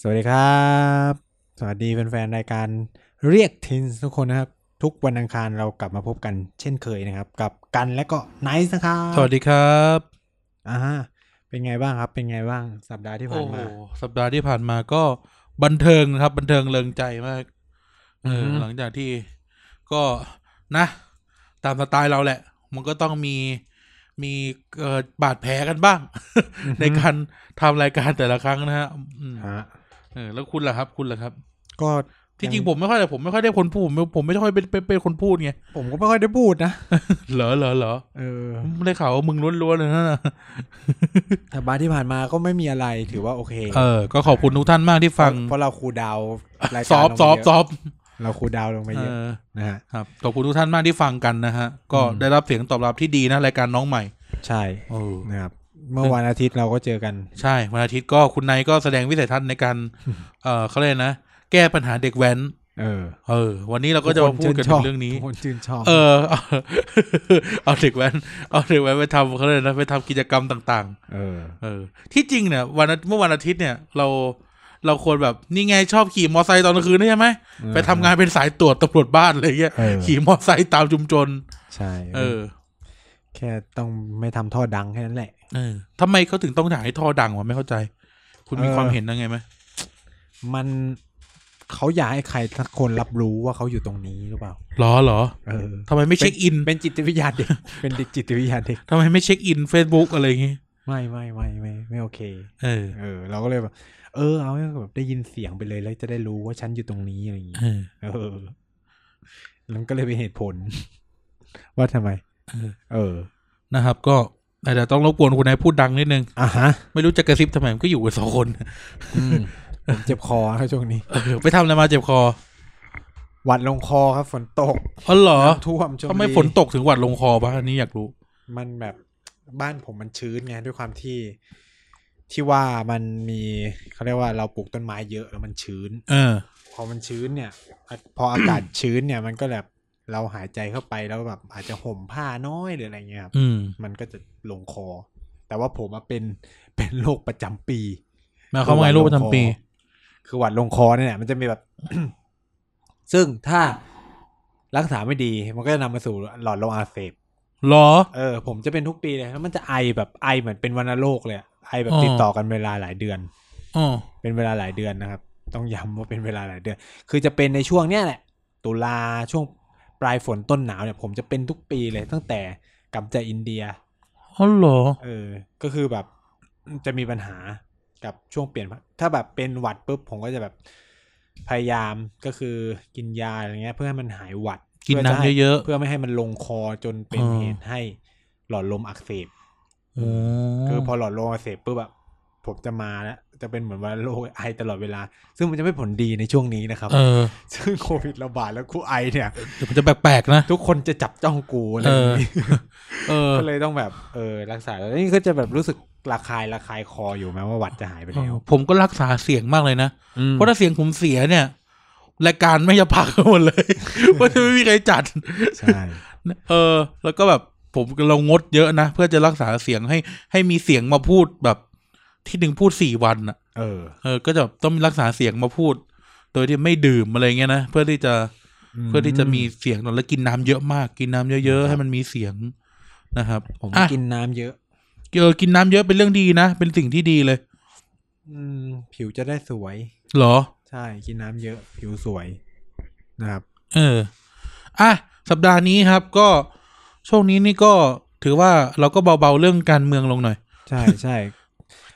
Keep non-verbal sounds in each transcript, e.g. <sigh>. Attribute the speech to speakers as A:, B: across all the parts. A: สวัสดีครับ สวัสดีแฟนๆรายการเรียกทินทุกคนนะครับ ทุกวันอังคารเรากลับมาพบกันเช่นเคยนะครับ กับกันและก็ไนซ์นะครับ
B: สวัสดีครับ
A: อ่าเป็นไงบ้างครับ เป็นไงบ้างสัปดาห์ที่ผ่า
B: โอ้
A: น
B: โห
A: มา
B: สัปดาห์ที่ผ่านมาก็บันเทิงนะครับ บันเทิงเริงใจมากเออ
A: อือฮึ
B: หลังจากที่ก็นะ ตามสไตล์เราแหละ มันก็ต้องมีมีเอ่อบาดแผลกันบ้าง ในการทำรายการแต่ละครั้งนะฮะอืม
A: ฮะ
B: เออแล้วคุณล่ะครับ คุณล่ะครับ
A: ก็
B: ที่จริงผมไม่ค่อยผมไม่ค่อยได้คนพูดผมผมไม่ค่อยเป็นเป็นเป็นคนพูดไง
A: ผมก็ไม่ค่อยได้พูดนะ
B: เหรอเหรอเหรอ
A: เออ
B: ได้ข่าวว่ามึงล้วนๆเลยนะ
A: สัปดาห์ที่ผ่านมาก็ไม่มีอะไรถือว่าโอเค
B: เออ ก็ขอบคุณทุกท่านมากที่ฟัง
A: เพราะเราครูลดาวน์รายการ
B: ซอฟ
A: ลงไป
B: ซอฟ
A: เยะ
B: ซอฟ
A: เราครูลดาวน์ลงไปเยอะนะฮะ
B: ครับขอบคุณทุกท่านมากที่ฟังกันนะฮะ ก็
A: อืม
B: ได้รับเสียงตอบรับที่ดีนะ รายการน้องใหม่
A: ใช่นะครับเมื่อวันอาทิตย์เราก็เจอกัน
B: ใช่ วันอาทิตย์ก็คุณนายก็แสดงวิสัยทัศน์ในการ เออเขาเรียกนะ แก้ปัญหาเด็กแว้น
A: เออ
B: เออ วันนี้เราก็จะมาพูดกัน
A: ทุ
B: ถึ
A: ค
B: งเรื่องนี้
A: ทุกคนชื่นชอบ
B: เอ <laughs> อเอา เอาเด็กแว้น เอาเด็กแว้นไปทำเขาเลยกนะไปทำกิจกรรมต่าง
A: เออ
B: ๆ เออ ที่จริงเนี่ยวันอาเมื่อวันอาทิตย์เนี่ย เราเราควรแบบนี่ไงชอบขี่มอไซค์ตอนกลางคืนนี่ใช่ไหมไปทำงานเป็นสายตรวจตำรวจบ้านอะไรเงี้ย
A: เออ
B: ขี่มอไซค์ตามชุมชน
A: ใช่
B: เออ
A: แค่ต้องไม่ทำท่อดังแค่นั้นแหละ
B: เออทำไมเขาถึงต้องถ่ายให้ท่อดังวะไม่เข้าใจ คุณมี
A: เออ
B: ความเห็นยังไงไหม
A: มันเขาอยากให้ใครสักคนรับรู้ว่าเขาอยู่ตรงนี้หรือเปล่า
B: หรอหรอ
A: เออ
B: ทำไมไม่เช็คอิน
A: เป็นจิตวิทยา <laughs> เด็ก เป็นเด็กจิตวิทยาเด็ก
B: ทำไมไม่เช็คอิน Facebook อะไรอย่างงี้
A: ไม่ไม่ไม่ไม่ไม่โอเค
B: เออ
A: เออ เราก็เลยแบบเออ เอาให้แบบได้ยินเสียงไปเลยแล้วจะได้รู้ว่าฉันอยู่ตรงนี้อะไรอย่างงี้
B: เออ
A: เออแล้วมันก็เลยเป็นเหตุผล <laughs> ว่าทำไม
B: เออ
A: เออ
B: นะครับ ก็แต่ต้องรบกวนคุณนายพูดดังนิดนึง
A: อ่ะฮะ
B: ไม่รู้จะกระซิบทำไมมันก็อยู่กันสองคน
A: อืมผมเจ็บคอครับช่วงนี้
B: เออไปทำอะไรมาเจ็บคอ
A: หวัดลงคอครับฝนตก
B: อ๋อเหรอ
A: น้ำท่วมชลบุรี
B: ทำไมฝนตกถึงหวัดลงคอปะอันนี้อยากรู้
A: มันแบบบ้านผมมันชื้นไงด้วยความที่ที่ว่ามันมีเขาเรียกว่าเราปลูกต้นไม้เยอะแล้วมันชื้น
B: เออ
A: พอมันชื้นเนี่ยอ่ะพออากาศ ชื้นเนี่ยมันก็แบบเราหายใจเข้าไปแล้วแบบอาจจะห่มผ้าน้อยหรืออะไรเงี้ยครับ
B: อืม
A: มันก็จะลงคอ แต่ว่าผมอะเป็นเป็นโรคประจำปี
B: หมายความว่าไงโรคประจำปี
A: คือหวัดลงคอเนี่ยแหละมันจะมีแบบ <coughs> ซึ่งถ้ารักษาไม่ดีมันก็จะนำมาสู่หลอดลมอักเสบ
B: หรอ
A: เออผมจะเป็นทุกปีเลยแล้วมันจะไอแบบไอเหมือนเป็นวัณโรคเลยอะไอแบบ
B: อ๋อ
A: ติดต่อกันเวลาหลายเดือน
B: อ๋อ
A: เป็นเวลาหลายเดือนนะครับ ต้องย้ำว่าเป็นเวลาหลายเดือน คือจะเป็นในช่วงเนี้ยแหละ ตุลาช่วงปลายฝนต้นหนาวเนี่ย ผมจะเป็นทุกปีเลยตั้งแต่กลับจากอินเดีย
B: อ๋อเหรอ
A: เออ ก็คือแบบจะมีปัญหากับช่วงเปลี่ยน ถ้าแบบเป็นหวัดปุ๊บผมก็จะแบบพยายามก็คือกินยาอะไรเงี้ย เพื่อให้มันหายหวัด
B: กินน้ำเยอะๆ
A: เพื่อไม่ให้มันลงคอจนเป็น
B: อ๋อ
A: เหตุให้หลอดลมอักเสบ
B: โอ้
A: คือพอหลอดลมอักเสบปุ๊บแบบผมจะมาแล้ว จะเป็นเหมือนว่าโรค <laughs> ไอตลอดเวลา ซึ่งมันจะไม่ผลดีในช่วงนี้นะครับ
B: เออ
A: ซึ่งโควิดระบาดแล้วกูไอเนี่ย
B: เดี๋ยวมันจะแปลกๆนะ
A: ทุกคนจะจับจ้องกูอะไรอย่างนี้
B: เออ
A: <laughs> ก็เลยต้องแบบเออรักษาแล้วนี่ก็จะแบบรู้สึกระคายระคายคออยู่แม้ว่าหวัดจะหายไปแล้ว
B: ผมก็รักษาเสียงมากเลยนะ เพ
A: เพราะว่า
B: ราะถ้าเสียงผมเสียเนี่ยรายการไม่จะพักกันหมดเลย <laughs> ว่าจะไม่มีใครจัด
A: ใช่
B: เออ แล้วก็แบบผมเรางดเยอะนะเพื่อจะรักษาเสียงให้ให้มีเสียงมาพูดแบบ ที่หนึ่งพูดสี่วันอ่ะ
A: เออ
B: เออ ก็จะต้องรักษาเสียงมาพูด โดยที่ไม่ดื่มอะไรเงี้ยนะเพื่อที่จะเพื่อที่จะมีเสียงแล้วกินน้ำเยอะมาก กินน้ำเยอะๆให้มันมีเสียงนะครับ
A: ผม
B: อ่ะ
A: กินน้ำเยอะ
B: เออกินน้ำเยอะเป็นเรื่องดีนะเป็นสิ่งที่ดีเลย
A: อืม ผิวจะได้สวย
B: เหรอ
A: ใช่กินน้ำเยอะ ผิวสวยนะครับ
B: เออ อ่ะ สัปดาห์นี้ครับ ก็ช่วงนี้นี่ก็ถือว่าเราก็เบาๆเรื่องการเมืองลงหน่อย
A: ใช่ใช่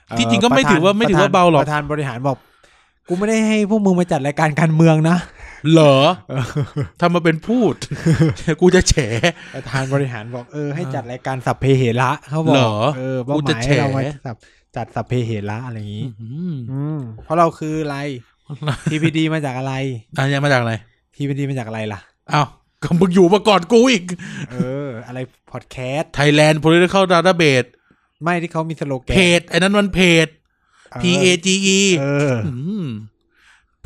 A: เอ่อ
B: ที่จริงก็ไม่
A: ประธน
B: ถือว่าไม่ถือว่า
A: ประธน
B: เบาหรอก
A: ประธานบริหารบอก กูไม่ได้ให้พวกมึงมาจัดรายการการเมืองนะ
B: เหรอทำมาเป็นพูด <laughs> กูจะแฉ
A: ประธานบริหารบอกเออให้จัดรายการสัพเพเหระเขาบอก
B: เหรอ
A: เออเป้า
B: กู
A: ห
B: จะ
A: มาย
B: แฉ
A: เรามาจัดจัดสัพเพเหระอะไรอย่างนี้
B: อืม
A: อืมเพราะเราคืออะไร TPD มาจากอะไร
B: อันนี้มาจากอะไร
A: TPD มาจากอะไรล่ะ
B: อ้าวก็มึงอยู่มาก่อนกูอีก
A: เออ อะไรพอดแคสต์
B: Thailand Political Database
A: ไม่ที่เขามีสโลแกน
B: เพจไอ้นั้นมันเพจ
A: เออ
B: P A G E
A: เออ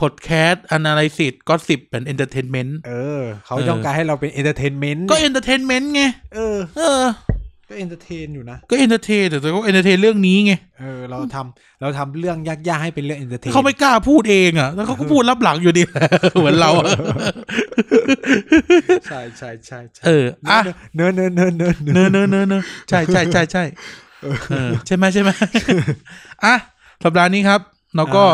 B: พอดแคสต์อนาลิซิสก็สิบเป็นเอนเตอร์เทนเมนต์
A: เออ เขา
B: เออ
A: ต้องการให้เราเป็นเอนเตอร์เทนเมนต์
B: ก็เอนเตอร์เทนเมนต์ไง
A: เออ
B: เออ
A: ก็เอนเตอร์เทนอยู่นะ
B: ก็เอนเตอร์เทนแต่ก็เอนเตอร์เทนเรื่องนี้ไง
A: เออ เราทำเราทำเรื่องยากๆให้เป็นเรื่องเอนเตอร์เทน
B: เขาไม่กล้าพูดเองอ่ะ แล้วเขาก็พูดรับหลังอยู่ดี <laughs> เหมือนเราอะ
A: ใช่ใช่ใช่ใช่
B: เออ อ่ะ
A: เนินเนินเนินเนินเนิน
B: เนอะเนอะเนอะเนอะใช่ใช่ใช่ใช่เออใช่ไหมใช่ <laughs> ไหมอ่ะ สัปดาห์นี้ครับ เราก็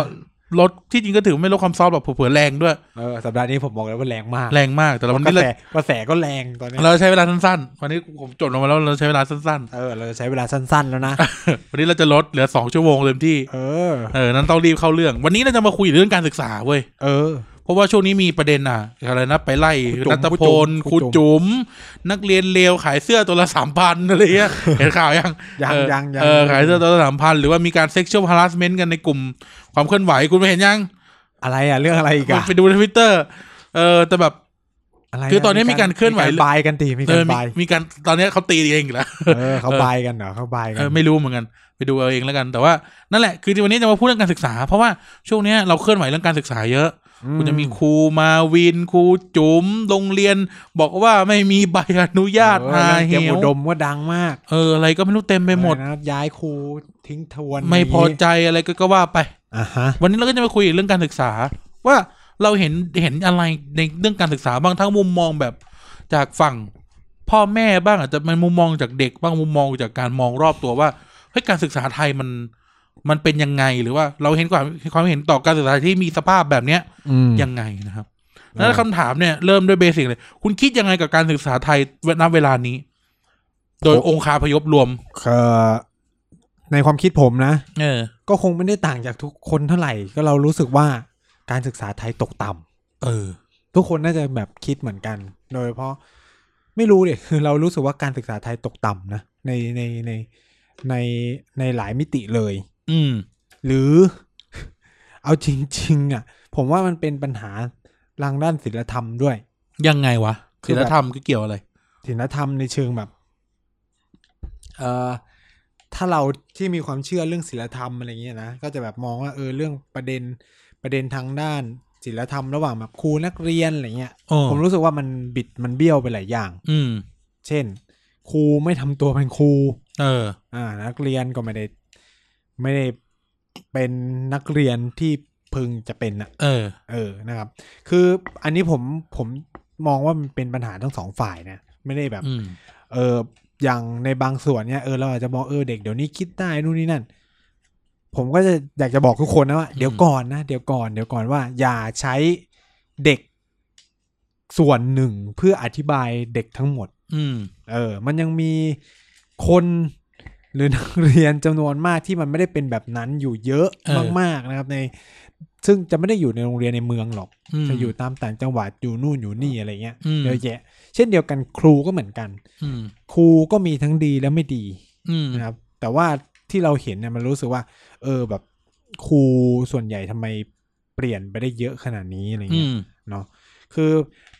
B: ลดที่จริงก็ถือไม่ลดความซอฟต์หรอกเผื่อๆแรงด้วย
A: เออสัปดาห์นี้ผมบอกเลยว่าแรงมาก
B: แรงมาก แต่เราวัน
A: ก
B: นี้
A: ระ
B: เรา
A: แสกระแสก็แรงตอนเนี้ย
B: เราใช้เวลาสั้นๆ วันนี้ผมจดลงมาแล้วเราใช้เวลาสั้น
A: เออ เราจะใช้เวลาสั้นๆแล้วนะ
B: ๆ วันนี้เราจะลดเหลือสองชั่วโมงเต็มที่
A: เออ
B: เออ นั้นต้องรีบเข้าเรื่อง วันนี้เราจะมาคุยเรื่องการศึกษาเว้ย
A: เออ
B: เพราะว่าช่วงนี้มีประเด็นอ่ะอะไรนะไปไล่
A: ครูจุ๋ม
B: นัตพล
A: ค
B: ค
A: รู
B: รู
A: จุ๋ม
B: จุ๋มนักเรียนเลวขายเสื้อตัวละสามพันอะไรเงี้
A: <laughs>
B: ย เห็นข่าวยัง
A: ยัง
B: เออ
A: ยังยัง
B: เออขายเสื้อตัวละสามพันหรือว่ามีการเซ็กชวลฮาร์ s เมนต์กันในกลุ่มความเคลื่อนไหวคุณไม่เห็นยัง
A: อะไรอ่ะ เรื่องอะไรอีก
B: มัน
A: อ่ะ
B: ไปดูทวิตเตอร์เออแต่แบบ
A: อะไระ
B: คือตอนนี้มีการเคลื่อนไหว
A: มีการบายกันตีมี
B: เอ
A: การ
B: อมี
A: บาย
B: มีการตอนนี้เขาตีเองอีกแล้ว
A: เออเขา
B: เออ
A: บายกันเหรอเขาบายกั
B: เอน อไม่รู้เหมือนกันไปดูเอาเองแล้วกัน แต่ว่านั่นแหละคือวันนี้จะมาพูดเรื่องการศึกษา เพราะว่าช่วงเนี้ยเราเคลื่อนไหวเรื่องการศึกษาเยอะ
A: อื
B: คุณจะมีครูมาวินครูจุ๋มโรงเรียน บอกว่าไม่มีใบอนุญาต
A: เออ
B: หาเห
A: เรื่องเตรียม
B: ว
A: อุดมก็ดังมาก
B: เอออะไรก็ไม่รู้เต็มไปหมด
A: อะไรนะย้ายครูทิ้งทวน
B: ไม่พอ
A: นี้
B: ใจอะไรก็ก็ว่าไป
A: อ่ะฮะ
B: วันนี้เราก็จะมาคุยเรื่องการศึกษา ว่าเราเห็นเห็นอะไรในเรื่องการศึกษาบ้างทั้งมุมมองแบบจากฝั่งพ่อแม่บ้างอาจจะมันมุมมองจากเด็กบ้างมุมมองจากการมองรอบตัวว่าเฮ้ยการศึกษาไทยมันมันเป็นยังไงหรือว่าเราเห็นความความเห็นต่อการศึกษาที่มีสภาพแบบเนี้ย ยังไงนะครับ
A: เออ
B: แล้วคำถามเนี่ยเริ่มด้วยเบสิกเลย คุณคิดยังไงกับการศึกษาไทยณเวลานี้ โดยองค์คาพยพรวม
A: เอ่อในความคิดผมนะ
B: เออ
A: ก็คงไม่ได้ต่างจากทุกคนเท่าไหร่ ก็เรารู้สึกว่าการศึกษาไทยตกต่ำ
B: เออ
A: ทุกคนน่าจะแบบคิดเหมือนกัน โดยเฉพราะไม่รู้ดิคือเรารู้สึกว่าการศึกษาไทยตกต่ำนะในในในในในหลายมิติเลย
B: อืม
A: หรือ <laughs> เอาจริง ๆ อ่ะ ผมว่ามันเป็นปัญหาทางด้านศิลธรรมด้วย
B: ยังไงวะ
A: คื
B: ศี
A: อ
B: ล
A: แบบ
B: ธรรมก็เกี่ยวอะไร
A: ศีลธรรมในเชิงแบบ เอ่อ ถ้าเราที่มีความเชื่อเรื่องศีลธรรมอะไรเงี้ยนะ ก็จะแบบมองว่าเออเรื่องประเด็นประเด็นทางด้านศีลธรรมระหว่างแบบครูนักเรียนอะไรเงี้ย
B: อ๋อ
A: ผมรู้สึกว่ามันบิดมันเบี้ยวไปหลายอย่าง
B: อืม
A: เช่น ครูไม่ทำตัวเป็นครู
B: เออ
A: อ่า นักเรียนก็ไม่ได้ ไม่ได้เป็นนักเรียนที่พึงจะเป็นอะ
B: เออ
A: เออนะครับ คืออันนี้ผมผมมองว่ามันเป็นปัญหาทั้งสองฝ่ายนะไม่ได้แบบ
B: อืม
A: เอออย่างในบางส่วนเนี่ยเออเราอาจจะมองเออเด็กเดี๋ยวนี้คิดได้นู่นนี่นั่น ผมก็จะอยากจะบอกทุกคนนะว่าเดี๋ยวก่อนนะเดี๋ยวก่อนเดี๋ยวก่อนว่า อย่าใช้เด็กส่วนหนึ่งเพื่ออธิบายเด็กทั้งหมด
B: อืม
A: เออ มันยังมีคนหรือนักเรียนจำนวนมากที่มันไม่ได้เป็นแบบนั้นอยู่เยอะ
B: เออ
A: มากๆนะครับ ใน ซึ่งจะไม่ได้อยู่ในโรงเรียนในเมืองหรอก
B: อืม
A: จะอยู่ตามต่างจังหวัดอยู่นู่นอยู่นี่อะไรเงี้ย
B: อืม
A: เยอะแยะ เช่นเดียวกันครูก็เหมือนกัน
B: อืม
A: ครูก็มีทั้งดีและไม่ดี
B: อืม
A: นะครับ แต่ว่าที่เราเห็นเนี่ยมันรู้สึกว่า เออแบบครูส่วนใหญ่ทำไมเปลี่ยนไปได้เยอะขนาดนี้อะไร
B: อื
A: เงี้ย
B: ม
A: เนาะคือ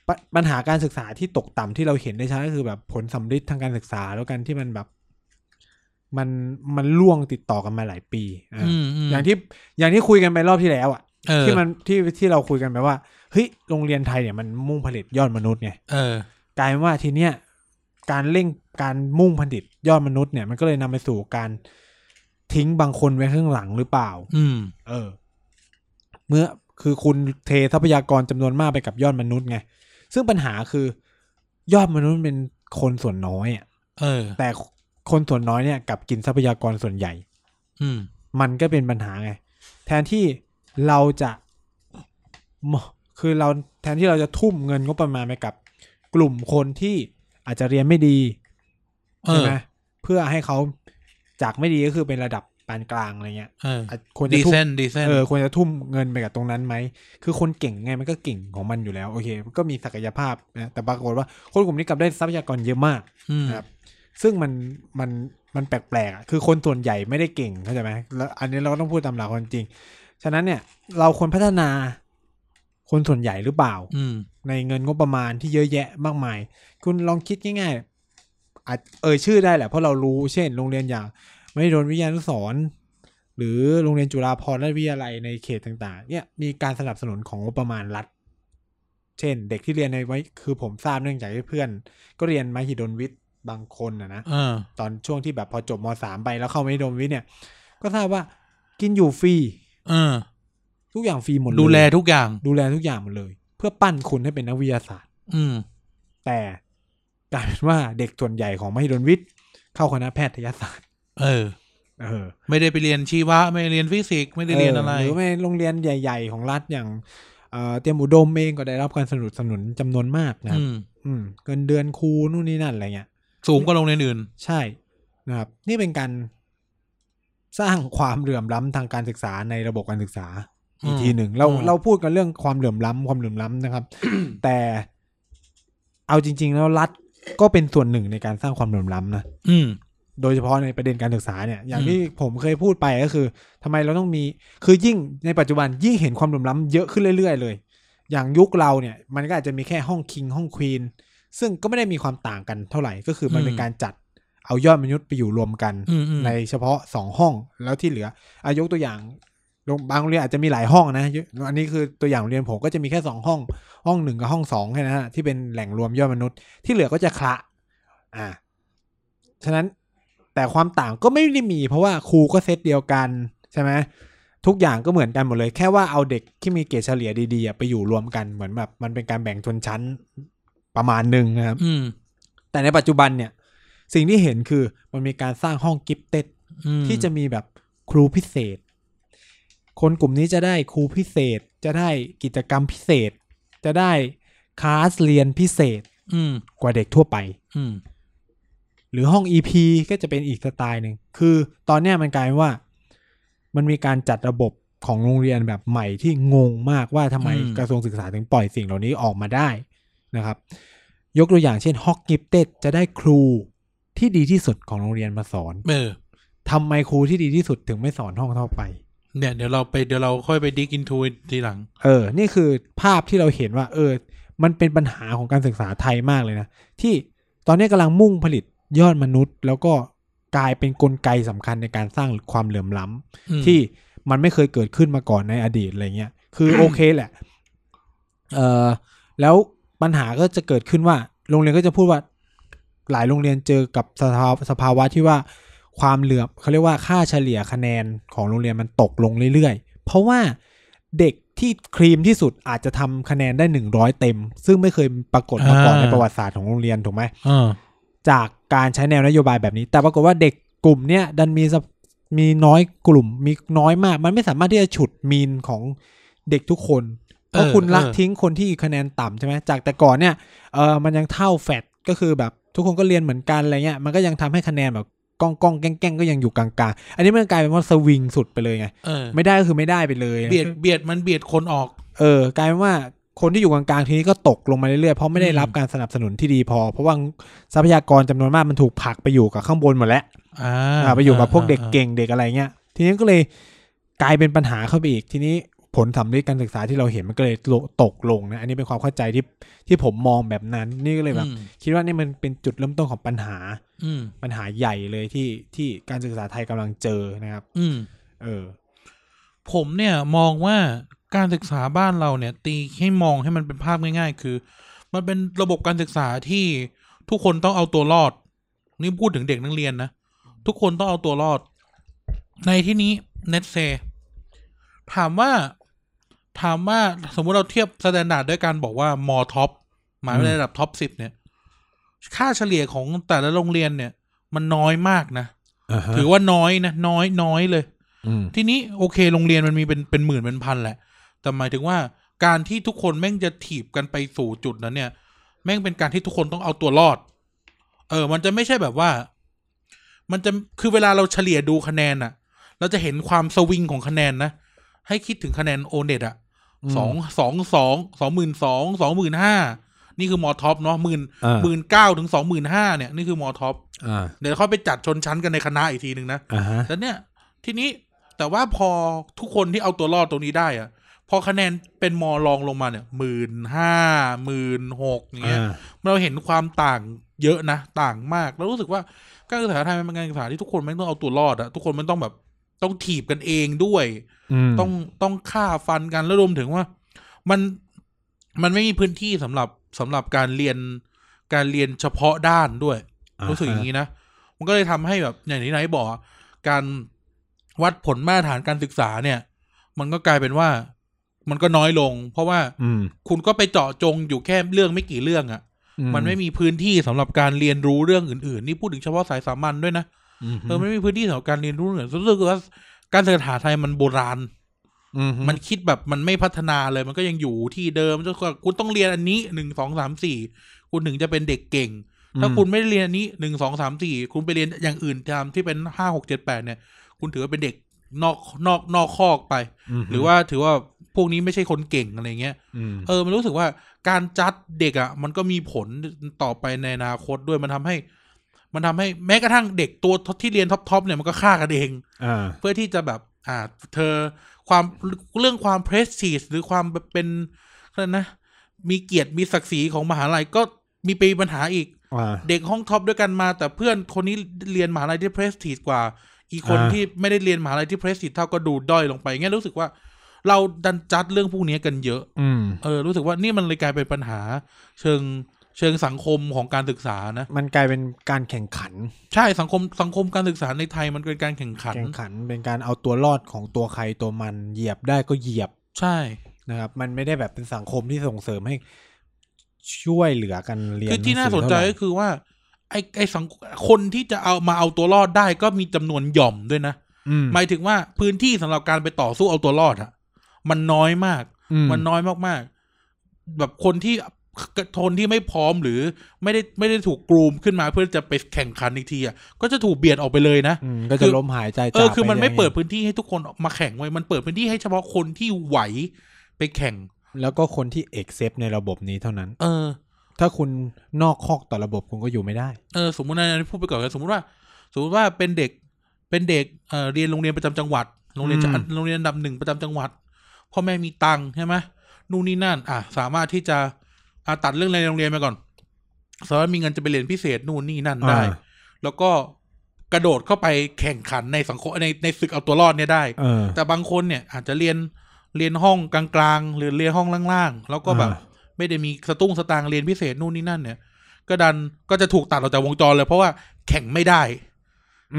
A: ปะปัญหาการศึกษาที่ตกต่ำที่เราเห็นได้ชัดก็คือแบบผลสำลิดทางการศึกษาแล้วกันที่มันแบบ มันมันล่วงติดต่อกันมาหลายปีอ่ะ
B: อืมม
A: อย่างที่อย่างที่คุยกันไปรอบที่แล้วอ่ะ
B: เออ
A: ที่มันที่ที่เราคุยกันไปว่าเฮ้ยโรงเรียนไทยเนี่ยมันมุ่งผลิตยอดมนุษย์ไง
B: เออ
A: กลายเป็นว่าทีเนี้ยการเร่งการมุ่งผลิตยอดมนุษย์เนี่ยมันก็เลยนำไปสู่การทิ้งบางคนไว้ข้างหลังหรือเปล่า
B: อืม
A: เออ เมื่อคือคุณเททรัพยากรจำนวนมากไปกับยอดมนุษย์ไงซึ่งปัญหาคือยอดมนุษย์เป็นคนส่วนน้อยอะ
B: เออ
A: แต่คนส่วนน้อยเนี่ยกลับกินทรัพยากรส่วนใหญ่
B: อืม
A: มันก็เป็นปัญหาไง แทนที่เราจะมคือเราแทนที่เราจะทุ่มเงินงบประมาณไปกับ กลุ่มคนที่อาจจะเรียนไม่ดี
B: เอ
A: ใช่
B: อ
A: ไหมเพื่อให้เขาจากไม่ดีก็คือเป็นระดับปานกลางอะไรเงี้ย
B: เออ
A: อาจควรจะ
B: ดี
A: ทุ่
B: เซ
A: ม
B: นดีเซน
A: เออควรจะทุ่มเงินไปกับตรงนั้นไหมคือคนเก่งไงมันก็เก่งของมันอยู่แล้วโอเค มันก็มีศักยภาพนะแต่ปรากฏว่าคนกลุ่มนี้กลับได้ทรัพยากรเยอะมาก
B: อืม
A: นะครับซึ่งมันมันมันแปลกๆอ่ะคือคนส่วนใหญ่ไม่ได้เก่งเข้าใจไหมแล้วอันนี้เราก็ต้องพูดตามหลักความจริง ฉะนั้นเนี่ย เราควรพัฒนา คนส่วนใหญ่หรือเปล่า
B: อืม
A: ในเงินงบประมาณที่เยอะแยะมากมาย คุณลองคิดง่ายๆอาจเอ่ยชื่อได้แหละเพราะเรารู้เช่น โรงเรียนอย่างไม่โดนวิทยานุสรณ์หรือโรงเรียนจุฬาภรณวิทยาลัยในเขตต่าง ๆ เนี่ยมีการสนับสนุนของงบประมาณรัฐ เช่น เด็กที่เรียนในไว้คือผมทราบเนื่องจากเพื่อน ก็เรียนมหิดลวิทย์บางคนนะนะ
B: เออ
A: ตอนช่วงที่แบบพอจบมสามไปแล้วเข้าไม่ดมวิทย์เนี่ย ก็ทราบว่ากินอยู่ฟรี
B: เออ
A: ทุกอย่างฟรีหมดเลย
B: ดูแลทุกอย่าง
A: ดูแลทุกอย่างหมดเลย เพื่อปั้นคุณให้เป็นนักวิทยาศาสตร์
B: อืม
A: แต่กลายเป็นว่าเด็กส่วนใหญ่ของมหิดลวิทย์เข้าคณะแพทยศาสตร์
B: เออ
A: เออ
B: ไม่ได้ไปเรียนชีวะ ไม่ได้เรียนฟิสิกส์ไม่ได้เรียนอะไร
A: หรือไม่โรงเรียนใหญ่ ๆ ของรัฐอย่างเอ่อเตรียมอุดมเองก็ได้รับการสนับสนุนจำนวนมากนะครับ
B: อืม
A: อืมเงินเดือนครูนู่นนี่นั่นอะไรเงี้ย
B: สูงกว่าโรงเรียนอื่น
A: ใช่นะครับ นี่เป็นการสร้างความเหลื่อมล้ำทางการศึกษาในระบบการศึกษา อีกทีหนึ่งเรา
B: อืม
A: เราพูดกันเรื่องความเหลื่อมล้ำความเหลื่อมล้ำนะครับ แต่เอาจริง ๆ แล้วรัฐก็เป็นส่วนหนึ่งในการสร้างความเหลื่อมล้ำนะ
B: อืม
A: โดยเฉพาะในประเด็นการศึกษาเนี่ย อย่าง
B: อืม
A: ที่ผมเคยพูดไปก็คือทำไมเราต้องมี คือยิ่งในปัจจุบันยิ่งเห็นความเหลื่อมล้ำเยอะขึ้นเรื่อยๆเลย อย่างยุคเราเนี่ย มันก็อาจจะมีแค่ห้องคิงห้องควีนซึ่งก็ไม่ได้มีความต่างกันเท่าไหร่ก็คือมันเป็นการจัดเอายอดมนุษย์ไปอยู่รวมกัน
B: อืมอืม
A: ในเฉพาะสองห้องแล้วที่เหลืออายกตัวอย่างโรงบางโรงเรียนอาจจะมีหลายห้องนะยอันนี้คือตัวอย่างโรงเรียนผมก็จะมีแค่สองห้อง ห้องหนึ่งกับห้องสองแค่นั้นนะที่เป็นแหล่งรวมยอดมนุษย์ ที่เหลือก็จะคละ อ่า ฉะนั้นแต่ความต่างก็ไม่ได้มี เพราะว่าครูก็เซตเดียวกันใช่ไหมทุกอย่างก็เหมือนกันหมดเลย แค่ว่าเอาเด็กที่มีเกรดเฉลี่ยดีๆอะไปอยู่รวมกันเหมือนแบบมันเป็นการแบ่งชนชั้นประมาณหนึ่งนะครับ
B: อืม
A: แต่ในปัจจุบันเนี่ย สิ่งที่เห็นคือมันมีการสร้างห้องกิฟเต็ด
B: อืม
A: ที่จะมีแบบครูพิเศษ คนกลุ่มนี้จะได้ครูพิเศษ จะได้กิจกรรมพิเศษ จะได้คลาสเรียนพิเศษ
B: อืม
A: กว่าเด็กทั่วไป
B: อืม
A: หรือห้อง EP ก็จะเป็นอีกสไตล์หนึ่ง คือตอนเนี้ยมันกลายเป็นว่า มันมีการจัดระบบของโรงเรียนแบบใหม่ที่งงมากว่าทำไม
B: อืม
A: กระทรวงศึกษาถึงปล่อยสิ่งเหล่านี้ออกมาได้นะครับ ยกตัวอย่างเช่นฮอกกิฟเต็ดจะได้ครูที่ดีที่สุดของโรงเรียนมาสอน
B: เออ
A: ทำไมครูที่ดีที่สุดถึงไม่สอนห้องเท่าไป
B: เนี่ยเดี๋ยวเราไปเดี๋ยวเราค่อยไปดิกอินทูทีหลัง
A: เออ นี่คือภาพที่เราเห็นว่า เออ มันเป็นปัญหาของการศึกษาไทยมากเลยนะ ที่ตอนนี้กำลังมุ่งผลิตยอดมนุษย์ แล้วก็กลายเป็นนกลไกสำคัญในการสร้างความเหลื่อมล้ำ
B: อืม
A: ที่มันไม่เคยเกิดขึ้นมาก่อนในอดีตอะไรเงี้ย
B: <coughs>
A: คือโอเคแหละ เออแล้วปัญหาก็จะเกิดขึ้นว่า โรงเรียนก็จะพูดว่า หลายโรงเรียนเจอกับสภาวะสภาวะที่ว่าความเหลื่อมเขาเรียกว่าค่าเฉลี่ยคะแนนของโรงเรียนมันตกลงเรื่อยๆ เพราะว่าเด็กที่ครีมที่สุดอาจจะทำคะแนนได้หนึ่งร้อยเต็ม ซึ่งไม่เคยปรากฏมาก่อนในประวัติศาสตร์ของโรงเรียนถูกไหม
B: เออ
A: จากการใช้แนวนโยบายแบบนี้ แต่ปรากฏว่าเด็กกลุ่มเนี้ยดันมีสภมีน้อยกลุ่ม มีน้อยมาก มันไม่สามารถที่จะฉุดมีนของเด็กทุกคน เพราะ
B: เออ
A: คุณละ
B: เออ
A: ทิ้งคนที่คะแนนต่ำใช่ไหมจากแต่ก่อนเนี่ยเออมันยังเท่าแฟดก็คือแบบทุกคนก็เรียนเหมือนกันอะไรเงี้ยมันก็ยังทำให้คะแนนแบบก้องก้องๆแกล้งแกล้งก็ยังอยู่กลางๆ อันนี้มันกลายเป็นว่าสวิงสุดไปเลยไง
B: เออ
A: ไม่ได้ก็คือไม่ได้ไปเลยนะ
B: เบียดเบียดมันเบียดคนออก
A: เออกลายเป็นว่าคนที่อยู่กลางๆทีนี้ก็ตกลงมาเรื่อยๆเพราะไม่ได้
B: อืม
A: รับการสนับสนุนที่ดีพอ เพราะว่าทรัพยากรจำนวนมากมันถูกผลักไปอยู่กับข้างบนหมดแล้ว
B: อ่า
A: อ่าไปอยู่กับพวกเด็กเก่งเด็กอะไรเงี้ย ทีนี้ก็เลยกลายเป็นปัญหาเข้าไปอีก ทีนี้ผลสำลิดการศึกษาที่เราเห็นมันก็เลยโลตกลงนะ อันนี้เป็นความเข้าใจที่ที่ผมมองแบบนั้น นี่ก็เลยแบบ
B: อืม
A: คิดว่านี่มันเป็นจุดเริ่มต้นของปัญหา
B: อืม
A: ปัญหาใหญ่เลยที่ที่การศึกษาไทยกำลังเจอนะครับ
B: อืม
A: เออ
B: ผมเนี่ยมองว่าการศึกษาบ้านเราเนี่ย ตีให้มองให้มันเป็นภาพง่าย ๆ คือ มันเป็นระบบการศึกษาที่ทุกคนต้องเอาตัวรอด นี่พูดถึงเด็กนักเรียนนะ ทุกคนต้องเอาตัวรอด ในที่นี้เน็ตเซถามว่าถามว่าสมมุติเราเทียบสแตนดาร์ดด้วยการบอกว่ามอท็อปหมายในระดับท็อปสิบเนี่ย ค่าเฉลี่ยของแต่ละโรงเรียนเนี่ย มันน้อยมากนะ ถือว่าน้อยนะน้อยน้อยเลย ทีนี้โอเคโรงเรียนมันมีเป็นเป็นหมื่นเป็นพันแหละ แต่หมายถึงว่าการที่ทุกคนแม่งจะถีบกันไปสู่จุดนั้นเนี่ย แม่งเป็นการที่ทุกคนต้องเอาตัวรอด เออ มันจะไม่ใช่แบบว่า มันจะคือเวลาเราเฉลี่ยดูคะแนนอะเราจะเห็นความสวิงของคะแนนนะ ให้คิดถึงคะแนนโอเน็ตอะ
A: อืม
B: สองสองสองสองหมื่นสองสองหมื่นห้านี่คือมอท็อปเนาะหมื่น
A: อ่า
B: หมื่นเก้าถึงสองหมื่นห้าเนี่ยนี่คือมอท็อป
A: อ่า
B: เดี๋ยวเขาไปจัดชนชั้นกันในคณะอีกทีหนึ่งนะ
A: อ่าฮะ
B: แล้วเนี่ย ทีนี้ แต่ว่าพอทุกคนที่เอาตัวรอดตรงนี้ได้อะพอคะแนนเป็นมอลองลงมาเนี่ยหมื่นห้าหมื่นหกเงี้ย
A: อ่า
B: เราเห็นความต่างเยอะนะ ต่างมาก แล้วรู้สึกว่าการศึกษาไทยมันเป็นการศึกษาที่ทุกคนไม่งต้องเอาตัวรอดอะทุกคนมันต้องแบบ ต้องถีบกันเองด้วย
A: ม
B: ต้องต้องฆ่าฟันกันแล้วรวมถึงว่า มันมันไม่มีพื้นที่สำหรับสำหรับการเรียนการเรียนเฉพาะด้านด้วย รู้สึกอย่างนี้นะ มันก็เลยทำให้แบบอย่างที่ไหนบอกอะการวัดผลมาตรฐานการศึกษาเนี่ย มันก็กลายเป็นว่า มันก็น้อยลง เพราะว่า
A: อืม
B: คุณก็ไปเจาะจงอยู่แค่เรื่องไม่กี่เรื่องอะ
A: อื
B: มันไม่มีพื้นที่สำหรับการเรียนรู้เรื่องอื่นๆ นี่พูดถึงเฉพาะสายสามัญด้วยนะ
A: อื
B: เออมันไม่มีพื้นที่สำหรับการเรียนรู้เรื่องอื่นรู้สึกว่าการศึกษาไทยมันโบราณ
A: อื
B: มันคิดแบบมันไม่พัฒนาเลยมันก็ยังอยู่ที่เดิมจนกว่าคุณต้องเรียนอันนี้หนึ่งสองสามสี่คุณถึงจะเป็นเด็กเก่ง ถ้าคุณไม่ได้เรียนอันนี้หนึ่งสองสามสี่คุณไปเรียนอย่างอื่นตามที่เป็นห้าหกเจ็ดแปดเนี่ย คุณถือว่าเป็นเด็กนอกนอกนอกคอกไป
A: ม
B: หรือว่าถือว่าพวกนี้ไม่ใช่คนเก่งอะไรเงี้ย
A: ม
B: เออ มันรู้สึกว่าการจัดเด็กอะ่ะ มันก็มีผลต่อไปในอนาคตด้วย มันทำให้ มันทำให้แม้กระทั่งเด็กตัวที่เรียนท็อปๆเนี่ยมันก็ฆ่ากันเอง
A: อ่า
B: เพื่อที่จะแบบ อ่า เธอความเรื่องความเพรสซีสหรือความแบบเป็นอะไรนะ มีเกียรติมีศักดิ์ศรีของมหาลัยก็มีปีปัญหาอีก
A: อ่า
B: เด็กห้องท็อปด้วยกันมา แต่เพื่อนคนนี้เรียนมหาลัยที่เพรสทีสกว่า อีกคน
A: อ่า
B: ที่ไม่ได้เรียนมหาลัยที่เพรสทีสเท่าก็ดูด้อยลงไปเงี้ยรู้สึกว่า เราดันจัดเรื่องพวกนี้กันเยอะ
A: อืม
B: เออรู้สึกว่านี่มันเลยกลายเป็นปัญหา เชิงเชิงสังคมของการศึกษานะ
A: มันกลายเป็นการแข่งขัน
B: ใช่สังคมสังคมการศึกษาในไทยมันเป็นการแข่งขัน
A: แข่งขันเป็นการเอาตัวรอดของตัวใครตัวมันเหยียบได้ก็เหยียบ
B: ใช่
A: นะครับ มันไม่ได้แบบเป็นสังคมที่ส่งเสริมให้ช่วยเหลือกันเรียน
B: คือที่
A: ห
B: น่า
A: สื
B: สนใจ
A: เท่ไหร่
B: ก็คือว่า ไอ้ไอ้สังคนที่จะเอามาเอาตัวรอดได้ก็มีจำนวนหย่อมด้วยนะ
A: อืม
B: หมายถึงว่าพื้นที่สำหรับการไปต่อสู้เอาตัวรอดอะมันน้อยมาก
A: อื
B: มันน้อยมากๆ แบบคนที่ทนที่ไม่พร้อมหรือไม่ได้ไม่ได้ถูกกลูมขึ้นมาเพื่อจะไปแข่งขันอีกทีอะก็จะถูกเบียดออกไปเลยนะ
A: อืมก็จะล้มหายใจ
B: เอ
A: จาก
B: อคือมันไม่
A: รื่ยๆ
B: เปิดพื้นที่ให้ทุกคนออกมาแข่งไว้ยมันเปิดพื้นที่ให้เฉพาะคนที่ไหวไปแข่ง
A: แล้วก็คนที่เอกเซปในระบบนี้เท่านั้น
B: เออ
A: ถ้าคุณนอกคอกต่อระบบคุณก็อยู่ไม่ได้
B: เออ สมมตินะอันนี้พูดไปก่อนกันสมมติว่า สมมติว่าเป็นเด็กเป็นเด็กเอ่อเรียนโรงเรียนประจำจังหวัดโรงเรียนจะ
A: อืม
B: โรงเรียนอันดับหนึ่งประจำจังหวัดพ่อแม่มีตังค์ใช่ไหมนู่นนี่นั่น อ่ะสามารถที่จะอ่ะตัดเรื่องในโรงเรียนไปก่อนสามารถมีเงินจะไปเรียนพิเศษนู่นนี่นั่นได้
A: อ่า
B: แล้วก็กระโดดเข้าไปแข่งขันในสังคมในในศึกเอาตัวรอดเนี่ยได้
A: เออ
B: แต่บางคนเนี่ยอาจจะเรียนเรียนห้องกลางๆ หรือเรียนห้องล่างๆ แล้วก็แบบ
A: อ่า
B: ไม่ได้มีสตุ้งสตางค์เรียนพิเศษนู่นนี่นั่นเนี่ย ก็ดันก็จะถูกตัดออกจากวงจรเลยเพราะว่าแข่งไม่ได้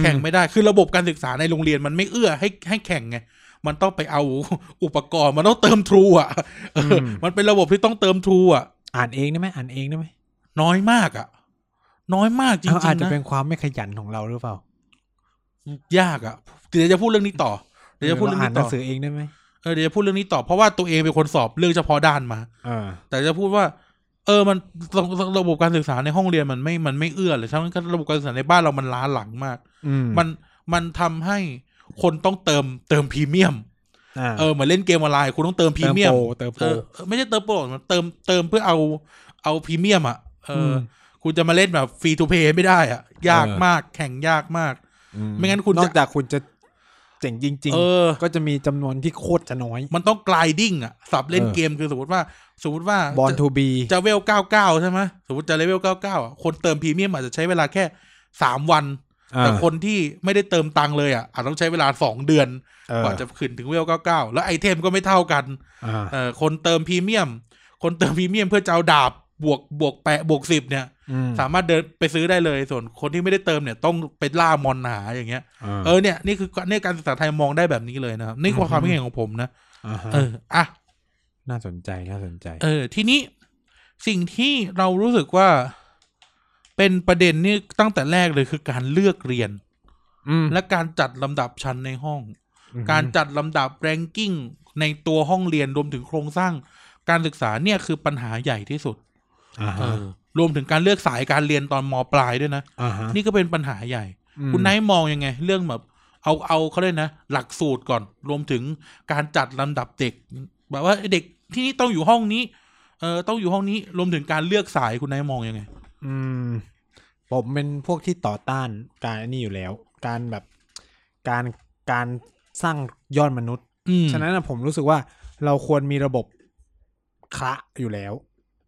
B: แข่งไม่ได้คือระบบการศึกษาในโรงเรียนมันไม่เอื้อให้ให้แข่งไงมันต้องไปเอา <laughs> อุปกรณ์มันต้องเติมทรูอ่ะเออ
A: ม
B: มันเป็นระบบที่ต้องเติมทรูอ่ะ
A: อ่านเองได้ไหมอ่านเองได้ไหม
B: น้อยมากอ่ะ น้อยมากจริง
A: เอาอาจ
B: ๆ
A: จะ
B: นะ
A: เป็นความไม่ขยันของเราหรือเปล่าย
B: ากอ่ะเดี๋ยวจะพูดเรื่องนี้ต่อเดี๋ยวจะพูดเรื่อง
A: อ่านห
B: นี้ต่
A: นั
B: อง
A: สือเองได้ไหม
B: เออเดี๋ยวจะพูดเรื่องนี้ต่อเพราะว่าตัวเองเป็นคนสอบเรื่องเฉพาะด้านมา
A: เออ
B: แต่จะพูดว่า เออมันระบบระบบการศึกษาในห้องเรียนมันไม่มันไม่เอื้อเลยทั้งนั้นก็ระบบการศึกษาในบ้านเรามันล้าหลังมาก
A: อืม
B: มันมันทำให้คนต้องเติมเติมพรีเมียม
A: อ่า
B: เออเหมือนเล่นเกมออนไลน์คุณต้องเติมพรีเมียม
A: ติโปเติมโป
B: เออเออไม่ใช่เติมโปรมันเติมเติมเพื่อเอาเอาพรีเมียมอ่ะเอออ
A: ม
B: คุณจะมาเล่นแบบฟรีทูเพย์ไม่ได้อ่ะ ยากมากแข่งยากมาก ไม่งั้นคุณจะ
A: นอกจากคุณจะเจ๋งจริง
B: เอ
A: ๆ
B: อ
A: ก็จะมีจำนวนที่โคตรจะน้อย
B: มันต้องกลายดิ้งอ่ะสับเล่น
A: เออ
B: เกมคือสมมติว่าสมมติว่า
A: บอลทูบี
B: จะเวลเก้าเก้าใช่ไหมสมมติจะเลเวลเก้าเก้าคนเติมพรีเมียมอาจจะใช้เวลาแค่สามวัน แต่คนที่ไม่ได้เติมตังค์เลยอ่ะอาจต้องใช้เวลาสองเดือนกว่าจะขึ้นถึงเวลเก้าเก้าแล้วไอเทมก็ไม่เท่ากันเออคนเติมพรีเมียม คนเติมพรีเมียมเพื่อจะเอาดาบบวกบวกแปะบวกสิบเนี่ย สามารถเดินไปซื้อได้เลยส่วนคนที่ไม่ได้เติมเนี่ยต้องไปล่ามอนหาอย่างเงี้ยเออเนี่ยนี่คือเนี่ยการศึกษาไทยมองได้แบบนี้เลยนะครับนี่คือความ
A: อือฮึ
B: เห็นของผมนะ
A: อ่าฮะ
B: เอออ่ะ
A: น่าสนใจน่าสนใจ
B: เออทีนี้สิ่งที่เรารู้สึกว่าเป็นประเด็นนี่ตั้งแต่แรกเลยคือการเลือกเรียน
A: อืม
B: และการจัดลำดับชั้นในห้อง
A: อืม
B: การจัดลำดับแรงกิ้งในตัวห้องเรียนรวมถึงโครงสร้าง การศึกษาเนี่ยคือปัญหาใหญ่ที่สุด
A: อ่า
B: เอ
A: ฮะ
B: อรวมถึงการเลือกสายการเรียนตอนมปลายด้วยนะ
A: อ่าฮะ
B: นี่ก็เป็นปัญหาใหญ่
A: อืม
B: คุณไนท์มองยังไง เรื่องแบบเอาเอาเขาเลยกนะ หลักสูตรก่อน รวมถึงการจัดลำดับเด็ก แบบว่าเด็กที่นี่ต้องอยู่ห้องนี้ เออต้องอยู่ห้องนี้รวมถึงการเลือกสายคุณไนท์มองยังไง
A: อืมผมเป็นพวกที่ต่อต้านการอันนี้อยู่แล้ว การแบบการการ สร้างยอดมนุษย์
B: อืม
A: ฉะนั้นนะผมรู้สึกว่าเราควรมีระบบคละอยู่แล้ว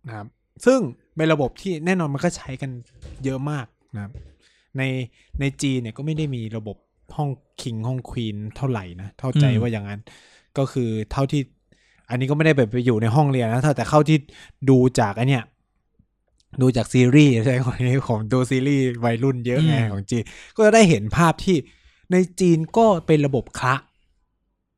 A: นะครับ ซึ่งเป็นระบบที่แน่นอนมันก็ใช้กันเยอะมากนะครับ ในในจีนเนี่ยก็ไม่ได้มีระบบห้องคิงห้องควีนเท่าไหร่นะเท่าใจว่าอย่างนั้น ก็คือเท่าที่ อันนี้ก็ไม่ได้แบบไปอยู่ในห้องเรียนนะแต่เข้าที่ดูจากไอันเนี้ยดูจากซีรีส์ใช่ไหมของนี้ผมดูซีรีส์วัยรุ่นเยอะไงของจีน ก็จะได้เห็นภาพที่ในจีนก็เป็นระบบคละ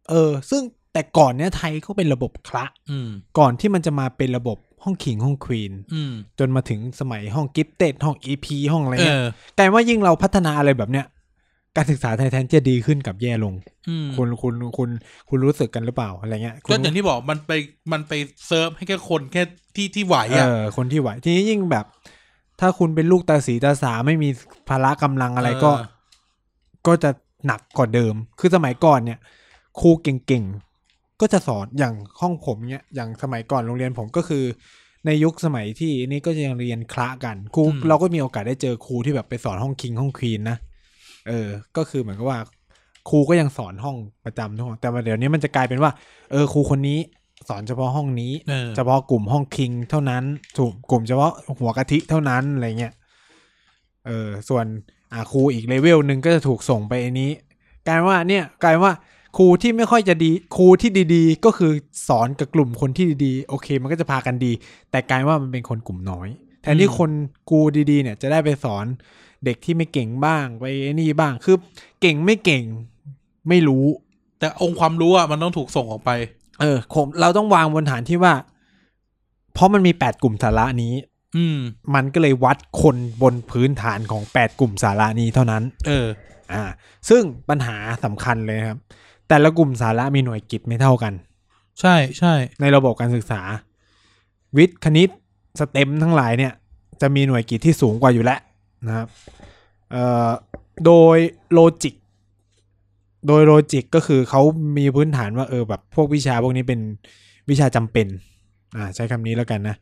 A: เออ ซึ่งแต่ก่อนเนี้ยไทยก็เป็นระบบคละ
B: อืม
A: ก่อนที่มันจะมาเป็นระบบห้องขิงห้องควีน
B: อืม
A: จนมาถึงสมัยห้องกิฟเต็ดห้องอีพีห้องอะไร
B: เอ
A: เงี้ย
B: อก
A: ลายว่ายิ่งเราพัฒนาอะไรแบบเนี้ย การศึกษาไทยแทนจะดีขึ้นกับแย่ลง
B: อืม
A: คุณคุณคุณคุณรู้สึกกันหรือเปล่าอะไรเงี้ยคุ
B: ก็
A: ณ
B: อย่างที่บอกมันไปมันไปเซิร์ฟให้แค่คนแค่ที่ที่ไหว
A: เอ
B: อ่ะ
A: อคนที่ไหวทีนี้ยิ่งแบบ ถ้าคุณเป็นลูกตาสีตาสาไม่มีภาระกำลังอะไรก็
B: เออ
A: ก็จะหนักกว่าเดิม คือสมัยก่อนเนี่ย ครูเก่งๆ ก็จะสอนอย่างห้องผมเนี่ย อย่างสมัยก่อนโรงเรียนผมก็คือ ในยุคสมัยที่นี่ก็ยังเรียนคละกัน ครู
B: อืม
A: เราก็มีโอกาสได้เจอครูที่แบบไปสอนห้องคิงห้องควีนนะ เออ ก็คือเหมือนกับว่า ครูก็ยังสอนห้องประจำทุกห้อง แต่ว่าเดี๋ยวนี้มันจะกลายเป็นว่า เออ ครูคนนี้สอนเฉพาะห้องนี้
B: เออ
A: เฉพาะกลุ่มห้องคิงเท่านั้นถูกกลุ่มเฉพาะหัวกะทิเท่านั้นอะไรเงี้ย เออ ส่วนอ่าครูอีกเลเวลหนึ่งก็จะถูกส่งไปอันนี้ กลายว่าเนี่ยกลายว่าครูที่ไม่ค่อยจะดี ครูที่ดีๆ ก็คือสอนกับกลุ่มคนที่ดีๆ โอเค มันก็จะพากันดี แต่กลายว่ามันเป็นคนกลุ่มน้อย แทนที่
B: อืม
A: คนครูดีๆ เนี่ยจะได้ไปสอนเด็กที่ไม่เก่งบ้างไปไอ้นี่บ้าง คือเก่งไม่เก่งไม่รู้
B: แต่องค์ความรู้อ่ะมันต้องถูกส่งออกไป
A: เออผมเราต้องวางบนฐานที่ว่า เพราะมันมีแปดกลุ่มสาระนี้
B: อืม
A: มันก็เลยวัดคนบนพื้นฐานของ 8 กลุ่มสาระนี้เท่านั้น
B: เออ
A: อ่า ซึ่งปัญหาสำคัญเลยนะครับ แต่ละกลุ่มสาระมีหน่วยกิจไม่เท่ากัน
B: ใช่ใช่
A: ในระบบการศึกษา วิทย์คณิตสเต็มทั้งหลายเนี่ย จะมีหน่วยกิจที่สูงกว่าอยู่แล้วนะครับเอ่อโดยโลจิก โดยโลจิกก็คือเขามีพื้นฐานว่าเออแบบพวกวิชาพวกนี้เป็นวิชาจำเป็นอ่าใช้คำนี้แล้วกันนะ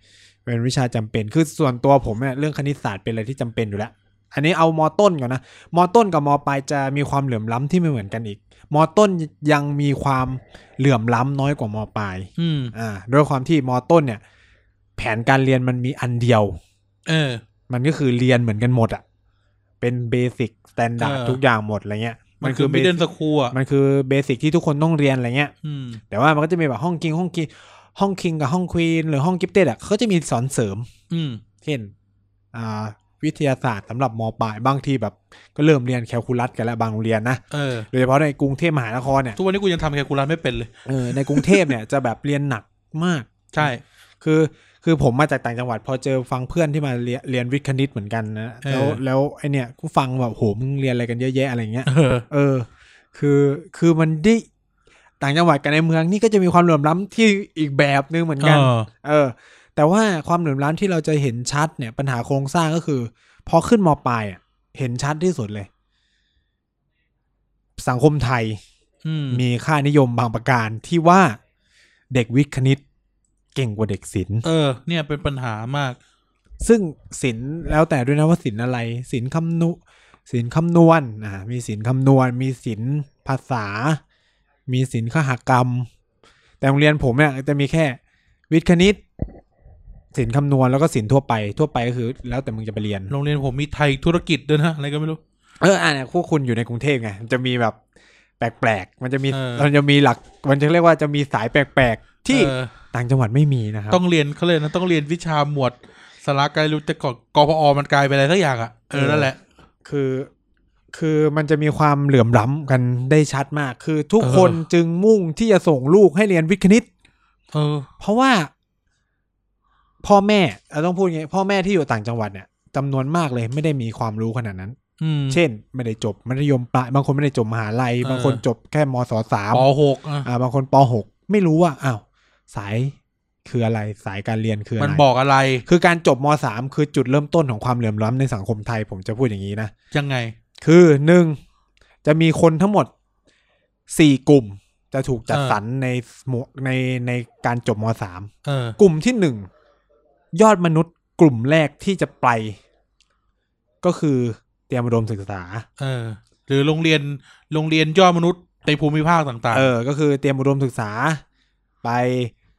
A: เป็นวิชาจำเป็นคือส่วนตัวผมเนี่ยเรื่องคณิตศาสตร์เป็นอะไรที่จำเป็นอยู่แล้ว อันนี้เอามอต้นก่อนนะมอต้นกับมอปลายจะมีความเหลื่อมล้ำที่ไม่เหมือนกันอีกมอต้นยังมีความเหลื่อมล้ำน้อยกว่ามอปลาย
B: อืม
A: อ่าด้วยความที่มอต้นเนี่ย แผนการเรียนมันมีอันเดียว
B: เออ
A: มันก็คือเรียนเหมือนกันหมดอะเป็นเบสิกสแตนดาร์ด
B: เออ
A: ทุกอย่างหมดอะไรเงี้ย
B: มันคือ
A: เบ
B: middle
A: สิก
B: school อ่ะ
A: มันคือเบสิกที่ทุกคนต้องเรียนอะไรเงี้ย
B: อืม
A: แต่ว่ามันก็จะมีแบบห้องคิงห้องคิงห้องคิงกับห้องควีนหรือห้องกิฟเต็ดอะเขาจะมีสอนเสริม
B: อืม
A: เช่นอ่าวิทยาศาสตร์สำหรับมปลายบางทีแบบ ก็เริ่มเรียนแคลคูลัสกันแล้วบางโรงเรียนนะ
B: เออ
A: โดยเฉพาะในกรุงเทพมหานครเนี่ย
B: ทุกวันนี้กูยังทำแคลคูลัสไม่เป็นเลย
A: เออในกรุงเทพเนี่ยจะแบบเรียนหนักมาก
B: ใช่
A: คือคือผมมาจากต่างจังหวัดพอเจอฟังเพื่อนที่มาเรียเรียนวิทย์คณิตเหมือนกันนะ
B: เออ
A: แล้วแล้วไอเนี่ยกูฟังแบบโหมึงเรียนอะไรกันเยอะแยะอะไรเงี้ย
B: เออ
A: เออ คือคือมันได้ต่างจังหวัดกับในเมืองนี่ก็จะมีความเหลื่อมล้ำที่อีกแบบนึงเหมือน
B: เอ
A: กัน
B: อ
A: เออ แต่ว่าความเหลื่อมล้ำที่เราจะเห็นชัดเนี่ยปัญหาโครงสร้างก็คือ พอขึ้นมปลายอ่ะเห็นชัดที่สุดเลย สังคมไทย
B: อืม
A: มีค่านิยมบางประการที่ว่าเด็กวิทย์คณิต เก่งกว่าเด็กศิลป์
B: เออ เนี่ยเป็นปัญหามาก
A: ซึ่งศิลป์แล้วแต่ด้วยนะว่าศิลป์อะไรศิลป์คำนุศิลป์คำนวณอ่ามีศิลป์คำนวณ มีศิลป์ภาษา มีศิลป์คหกรรม แต่โรงเรียนผมเนี่ยจะมีแค่วิทย์คณิตศิลป์คำนวณแล้วก็ศิลป์ทั่วไปทั่วไปก็คือ แล้วแต่มึงจะไปเรียน
B: โรงเรียนผมมีไทยธุรกิจด้วยนะ อะไรก็ไม่รู้
A: เอออ่ะเนี่ยพวกคุณอยู่ในกรุงเทพไงมันจะมีแบบแปลกๆ มันจะมี
B: เออ
A: มันจะมีหลักมันจะเรียกว่าจะมีสายแปลกๆ ที่
B: เออ
A: ต่างจังหวัดไม่มีนะครับ
B: ต้องเรียนเขาเลยนะ ต้องเรียนวิชาหมวดสารกายรู้แต่ก่อนกพอมันกลายไปนอะไรสักอย่างอ่ะ เออ นั่นแหละ
A: คือคือมันจะมีความเหลื่อมล้ำกันได้ชัดมาก คือทุก
B: เออ
A: คนจึงมุ่งที่จะส่งลูกให้เรียนวิทย์คณิต
B: เออ
A: เพราะว่า พ่อแม่เราต้องพูดไงพ่อแม่ที่อยู่ต่างจังหวัดเนี่ยจำนวนมากเลยไม่ได้มีความรู้ขนาดนั้น
B: อืม
A: เช่น ไม่ได้จบมัธยมปลายบางคนไม่ได้จบมหาลัย
B: เออ
A: บางคนจบแค่มศสาม
B: ปหกอ่ะ
A: อ่าบางคนปหกไม่รู้ว่าอ้าวสายคืออะไรสายการเรียนคืออะไร
B: มันบอกอะไร
A: คือการจบมสามคือจุดเริ่มต้นของความเหลื่อมล้ำในสังคมไทย ผมจะพูดอย่างนี้นะ
B: ยังไง
A: คือหนึ่งจะมีคนทั้งหมดสี่กลุ่ม จะถูกจัด
B: เออ
A: สรรในหมวดในในการจบมสาม
B: เออ
A: กลุ่มที่หนึ่งยอดมนุษย์กลุ่มแรกที่จะไป ก็คือเตรียมอุดมศึกษา
B: เออ หรือโรงเรียน โรงเรียนย่อดมนุษย์ ในภูมิภาคต่าง
A: เออ ก็คือเตรียมอุดมศึกษา ไป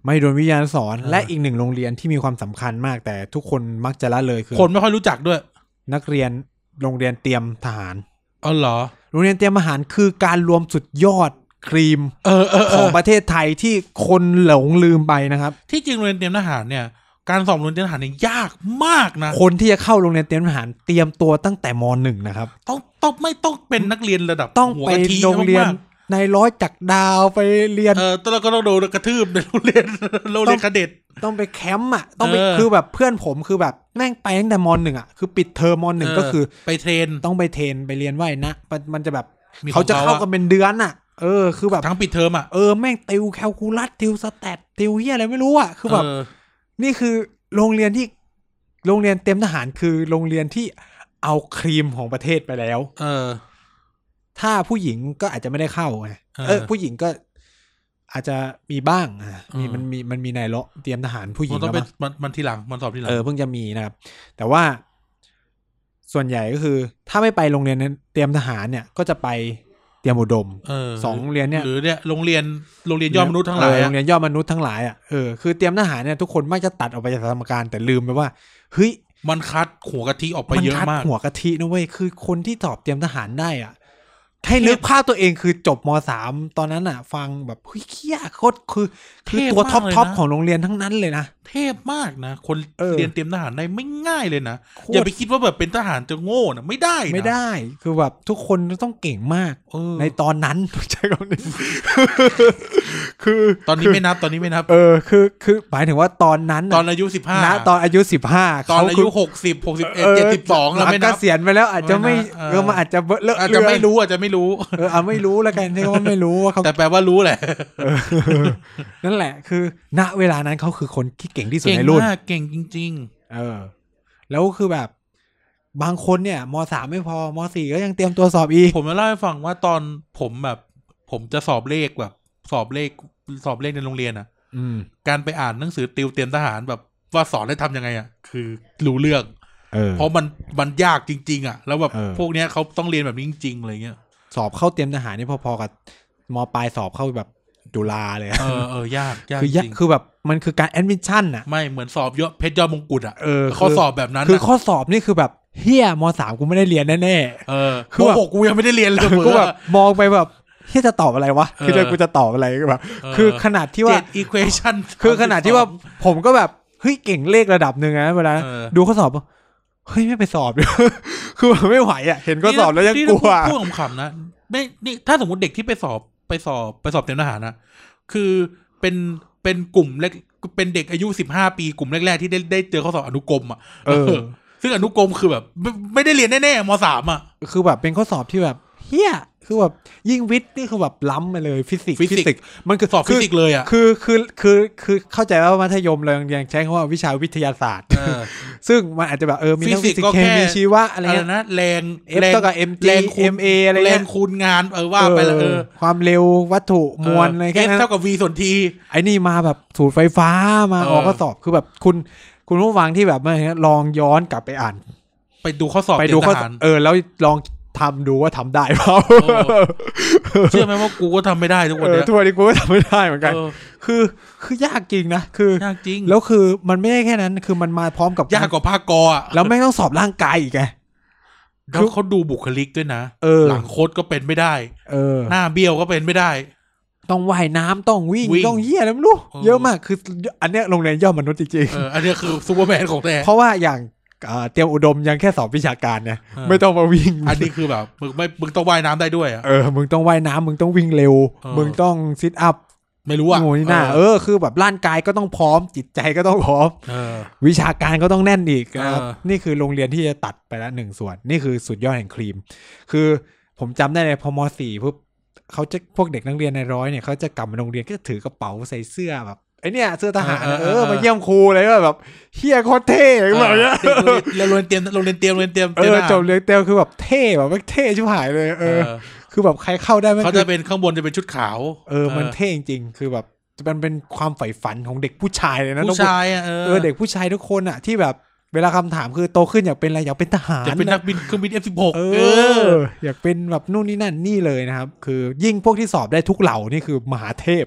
A: ไม่โดนวิทยานุสอน
B: เออ
A: และอีกหนึ่งโรงเรียนที่มีความสำคัญมากแต่ทุกคนมักจะละเลยคือ
B: ๆ คนไม่ค่อยรู้จักด้วย
A: นักเรียนโรงเรียนเตรียมทหาร
B: อ๋อเหรอ
A: โรงเรียนเตรียมทหารคือการรวมสุดยอดครีม
B: เออเออเอ
A: ของ
B: อ
A: ประเทศไทยที่คนหลงลืมไปนะครับ
B: ที่จริงโรงเรียนเตรียมทหารเนี่ย การสอบโรงเรียนเตรียมทหารเนี่ยยากมากนะ
A: คนที่จะเข้าโรงเรียนเตรียมทหารเตรียมตัวตั้งแต่มหนึ่งนะครับ
B: ต้องต้องไม่ต้องเป็นนักเรียนระดับ
A: ต้อง
B: หัว
A: ไป
B: กะทิ
A: โรงเรียน
B: มาก
A: ในายร้อยจักรดาวไปเรียน
B: <laughs> ๆเออแล้วก็ต้องโดนกระทืบในโรงเรียน <laughs> โรงเรียนคาเด็ด
A: ต้องไปแคมป์อ่ะต้องไป
B: เออ
A: คือแบบเพื่อนผมคือแบบแม่งไปตั้งแต่มหนึ่งอ่ะคือปิดเทอมมหนึ่งก็คือ
B: ไปเทรน
A: ต้องไปเทรนไปเรียนว่ายนะมันมันจะแบบ
B: มีของ
A: เขาจะเข้า
B: เขาอะ
A: กันเป็นเดือนอ่ะ เออ คือแบบ
B: ทั้งปิดเทอมอ่ะ
A: เออแม่งติวแคลคูลัสติวสแตทติวเฮียอะไรไม่รู้อ่ะคือแบบ
B: เออ
A: นี่คือโรงเรียนที่โรงเรียนเตรียมทหารคือโรงเรียนที่เอาครีมของประเทศไปแล้ว
B: เออ
A: ถ้าผู้หญิงก็อาจจะไม่ได้เข้าไง
B: เออ
A: เออ ผู้หญิงก็อาจจะมีบ้างอ่ะมี
B: อืม
A: มันมีมันมีในเลาะเตรียมทหารผู้หญิ
B: มั
A: ง
B: นต้อง
A: แล้ว
B: เป็น
A: มั้ง
B: มันมันทีหลังมันสอบทีหลัง
A: เออเพิ่งจะมีนะครับ แต่ว่าส่วนใหญ่ก็คือ ถ้าไม่ไปโรงเรียนเตรียมทหารเนี่ยก็จะไปเตรียมอุดม
B: เออ
A: สองโรงเรียนเนี่ย
B: หรือเนี่ยโรงเรียนโรงเรียนยอดมนุษย์ทั้งหลา
A: เอ
B: ย
A: อโร
B: อะ
A: งเรียนยอดมนุษย์ทั้งหลายอ่ะเออคือเตรียมทหารเนี่ยทุกคนมักจะตัดออกไปจากสมการแต่ลืมไปว่าเฮ้ย
B: มันคัดหัวกะทิออกไป
A: มัน
B: เยอะ
A: คัด
B: มาก
A: หัวกะทินะเว้ยคือคนที่สอบเตรียมทหารได้อ่ะให้นึกภาพตัวเองคือจบมสามตอนนั้นอ่ะ ฟังแบบเฮ้ยเคี้ยโคตรคือ คือตัวท็อปท็อปของโรงเรียนทั้งนั้นเลยนะ
B: เทพมากนะ คน
A: เออ
B: เรียนเตรียมทหารได้ไม่ง่ายเลยนะ
A: โค
B: อย่า
A: ต
B: ไป
A: ร
B: คิดว่าแบบเป็นทหารจะโง่นะไม่ได้นะ
A: ไม่ได้คือแบบทุกคนต้องเก่งมาก
B: เออ
A: ในตอนนั้น ใช้คำนี้คือ
B: ตอนนี้ไม่นับตอนนี้ไม่นับ
A: เออคือคือหมายถึงว่าตอนนั้น
B: ตอ
A: น่ะ
B: นอายุสิบห้า
A: ณตอนอายุสิบห้า
B: ตอนอายุหกสิบหกสิบเอ็ดเจ็ดสิบสองเราไม่
A: เก
B: นับ
A: ษียณไปแล้วอาจจะไม่
B: เออ
A: เออมันอาจจะเบอะเลอะ
B: อาจ
A: เลื
B: จะ
A: อน
B: ไม่รู้อาจจะไม่รู้
A: เออเอาไม่รู้แล้วกันใช่ <laughs> ว่าไม่รู้ว่าเขา
B: แต่แปลว่ารู้แหละ
A: เออนั่นแหละ คือ ณเวลานั้นเขาคือคนที่เก่งที่สุด
B: เก่ง
A: ในรุ่น
B: มากเก่งจริง
A: เออ แล้วคือแบบ บางคนเนี่ยมสามไม่พอมสี่ก็ยังเตรียมตัวสอบอีก
B: ๆ ผมจะเล่าให้ฟังว่าตอนผมแบบ ผมจะสอบเลขแบบ สอบเลขสอบเลขในโรงเรียนอ่ะ
A: อืม
B: การไปอ่านหนังสือติวเตรียมทหารแบบว่าสอนให้ทำยังไงอ่ะคือรู้เรื่อง
A: เออ
B: เพราะมันมันยากจริง ๆ อ่ะ แล้วแบบ
A: เออ
B: พวกเนี้ยเขาต้องเรียนแบบนี้จริงๆอะไรเงี้ย
A: สอบเข้าเตรียมทหารนี่พอๆกับมปลายสอบเข้าแบบจุฬา
B: <laughs>
A: เลยอะ
B: เออเออยากยาก
A: คือยะ
B: จริง
A: คือแบบมันคือการแอดมิชชั่นอะ
B: ไม่เหมือนสอบยอดเพชรยอดมงกุฎอ่ะ
A: เออ
B: ข้อสอบแบบนั้น
A: คือ
B: อะ
A: ข้อสอบนี่คือแบบเฮียมสามกูไม่ได้เรียนแน่
B: เออ
A: คือแบบ
B: มหกกูยังไม่ได้เรียนเลย
A: ๆกูแบบ
B: เ
A: มองไปแบบเฮียจะตอบอะไรวะ
B: เออ
A: คือเดี๋ยวกูจะตอบอะไรก็แบบ
B: ออ
A: คือขนาดที่ว่า
B: เจ็ด equation
A: คือขนาดที่ว่า
B: สมสิบส
A: ผมก็แบบเฮ้ยเก่งเลขระดับหนึ่งนะเวลา
B: เออ
A: ดูข้อสอบเฮ้ย <laughs> ไม่ไปสอบ คือแบบไม่ไหวอ่ะ เห็น
B: ง
A: ข้อสอบแล้วยัง
B: นี่
A: ก
B: นะ
A: ลัว
B: นี่นะพูดพูดขำๆนะไม่นี่ถ้าสมมติเด็กที่ไปสอบไปสอบไปสอบเตรียมทหารนะคือเป็นเป็นกลุ่มเล็กเป็นเด็กอายุสิบห้าปีกลุ่มแรกๆที่ได้ได้เจอข้อสอบอนุกรมอ่ะ
A: เออ
B: ซึ่งอนุกรมคือแบบไม่ไม่ได้เรียนแน่ๆมสามอ่ะ
A: คือแบบเป็นข้อสอบที่แบบเฮียคือแบบยิ่งวิทย์นี่คือแบบล้ำไปเลยฟิสิกส์
B: ฟิสิกส์
A: มันคือ
B: สอบฟิ
A: คื
B: สิกส์เลยอ่ะ
A: คือคือคือคือเข้าใจว่ามัธยมเรายังใช้คำว่าวิชาวิทยาศาสตร์ <laughs>
B: เออ
A: ซึ่งมันอาจจะแบบเออมีทั้งฟิ
B: ฟิสิ
A: สิ
B: กส์
A: กส์เค
B: ก็แค่
A: มีชีวะอะ
B: อะไร ไร
A: เงี้ย
B: นะแรง
A: F
B: แรง
A: เท่ากับ mg
B: แรงคูณ
A: ma อะไรเงี้ย
B: แรงคูณงานเออว่าไปแล้วเออ
A: ความเร็ววัตถุมวล
B: เอ
A: อะ
B: อ
A: ไร
B: เอ
A: แค่
B: ฟ
A: นั้น
B: เท่ากับ v ส่วนที
A: ไอ้นี่มาแบบสูตรไฟฟ้ามา
B: เออ
A: ออกข้อสอบคือแบบคุณคุณผู้ฟังที่แบบไม่เงี้ยลองย้อนกลับไปอ่าน
B: ไปดูข้อสอบ
A: ไปดู
B: เต
A: ข้
B: รี
A: อยสอ
B: มทหา
A: บ
B: ร
A: เออ แล้วลองทำดูว่าทำได้เปล่า
B: เออ เชื่อไหมว่ากูก็ทำไม่ได้ทุกวัน
A: เออ
B: เนี้ย
A: ทุกวันนี้กูก็ทำไม่ได้เหมือนกัน
B: เออ
A: คือคือยากจริงนะคือย
B: ากจริง
A: แล้วคือมันไม่ได้แค่นั้นคือมันมาพร้อมกับ
B: ยากกว่าภาคกออ่ะ
A: แล้วไม่งต้องสอบร่างกายอีกไง
B: แล้วเขาดูบุคลิกด้วยนะ
A: เออ
B: หลังโคตรก็เป็นไม่ได้
A: เออ
B: หน้าเบี้ยวก็เป็นไม่ได้
A: ต้องว่ายน้ำต้องวิ่ง
B: วิ่ง
A: ต้องเยี่ยอะไรไม่รู้
B: เออ
A: เยอะมากคือ อันเนี้ยโรงเรียนย่อมมนุษย์จริง
B: เออ อันเนี้ยคือซูเปอร์แมนของแท้
A: ๆเพราะว่าอย่างเอ่อเตรียมอุดมยังแค่สอบวิชาการเนี่ย
B: เออ
A: ไม่ต้องมาวิ่ง
B: อันนี้คือแบบมึงไม่มึงต้องว่ายน้ำได้ด้วยอ่ะ
A: เออมึงต้องว่ายน้ำมึงต้องวิ่งเร็ว
B: เออ
A: มึงต้องซิทอัพ
B: ไม่รู้อ่ะ
A: โง่นี่น่าเออคือแบบร่างกายก็ต้องพร้อมจิตใจก็ต้องพร้อม
B: เออ
A: วิชาการก็ต้องแน่นอีกนะครับ
B: เออ
A: นี่คือโรงเรียนที่จะตัดไปละหนึ่งส่วน นี่คือสุดยอดแห่งครีม คือผมจำได้เลยพอมสี่ปุ๊บเขาจะพวกเด็กนักเรียนในร้อยเนี่ยเขาจะกลับมาโรงเรียนก็จะถือกระเป๋าใส่เสื้อแบบไอเนี่ยเสื้อทหารนะเออมาเยี่ยมครูเลยว่าแบบเฮียโคตรเท่
B: เออ
A: แบบเนี้ย
B: เด็กโรงเรียนโรงเรียนเตรียมโรงเรียนเตรียมโรง
A: เอ
B: เรียนเตรียมตรีย
A: อ
B: มทหาร
A: จบเรียนเตลคือแบบเท่แบบไม่งเท่ชิบหายเลยเอ
B: เอ
A: อ
B: อ
A: คือแบบใครเข้าได้ไม่ง
B: เขา
A: คื
B: จะ
A: อ
B: เป็นข้างบนจะเป็นชุดขาว
A: เออมันเท่จริงๆคือแบบมันเป็นความใฝ่ฝันของเด็กผู้ชายเลยนะต้อง
B: ผู้
A: พูด
B: ชายอ่ะเอ
A: เอ
B: อ
A: อเด็กผู้ชายทุกคนอะที่แบบ เวลาคำถามคือโตขึ้นอยากเป็นอะไรอยากเป็นทหาร
B: จะเป็นนักบินเครื่องบิน F16
A: เอ
B: เอ
A: อ
B: อ
A: อยากเป็นแบบนู่นนี่นั่นนี่เลยนะครับ คือยิ่งพวกที่สอบได้ทุกเหล่านี่คือมหาเทพ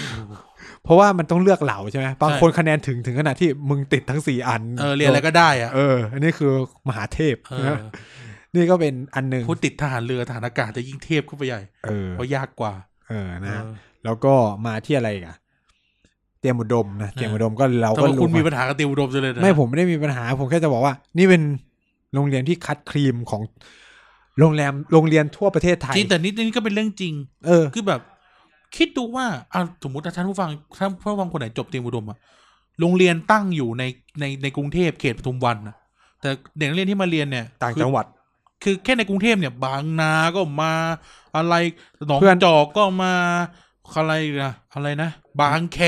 A: <laughs> เพราะว่ามันต้องเลือกเหล่าใช่ไหมบาง
B: ใช่
A: คนคะแนนถึงถึงขนาดที่มึงติดทั้งสี่อัน
B: เออเรียนอะไรก็ได้อะ
A: เออ อันนี้คือมหาเทพ
B: เออ
A: นะนี่ก็เป็นอันหนึ่ง
B: พูดติดทหารเรือทหารอากาศจะยิ่งเทพขึ้นไปใหญ่
A: เออ
B: เพราะยากกว่า
A: เออนะ
B: เออ
A: แล้วก็มาที่อะไรอีกอะเตรียมอุดมนะเตรียมอุดมก็เรา
B: แต่
A: ก็
B: ว่า
A: รู้
B: คุณมี
A: มา
B: ปัญหากับติวอุดมจังเลยนะ
A: ไม่ผมไม่ได้มีปัญหา ผมแค่จะบอกว่า นี่เป็นโรงเรียนที่คัดครีมของโรงแรมโรงเรียนทั่วประเทศไทย
B: จริงแต่นี่นี่ก็เป็นเรื่องจริง
A: เออ
B: คือแบบ คิดดูว่าอ่ะสมมติถ้าท่านผู้ฟังท่านผู้ฟังคนไหนจบเตรียมอุดมอะโรงเรียนตั้งอยู่ในในในกรุงเทพเขตปทุมวันนะแต่เด็กนักเรียนที่มาเรียนเนี่ย
A: ต่าง
B: คือ
A: จังหวัด
B: คือแค่ในกรุงเทพเนี่ย บางนาก็มาอะไรหนอง
A: เพื่อน
B: จอกก็มาอะไรนะอะไรนะ บางแค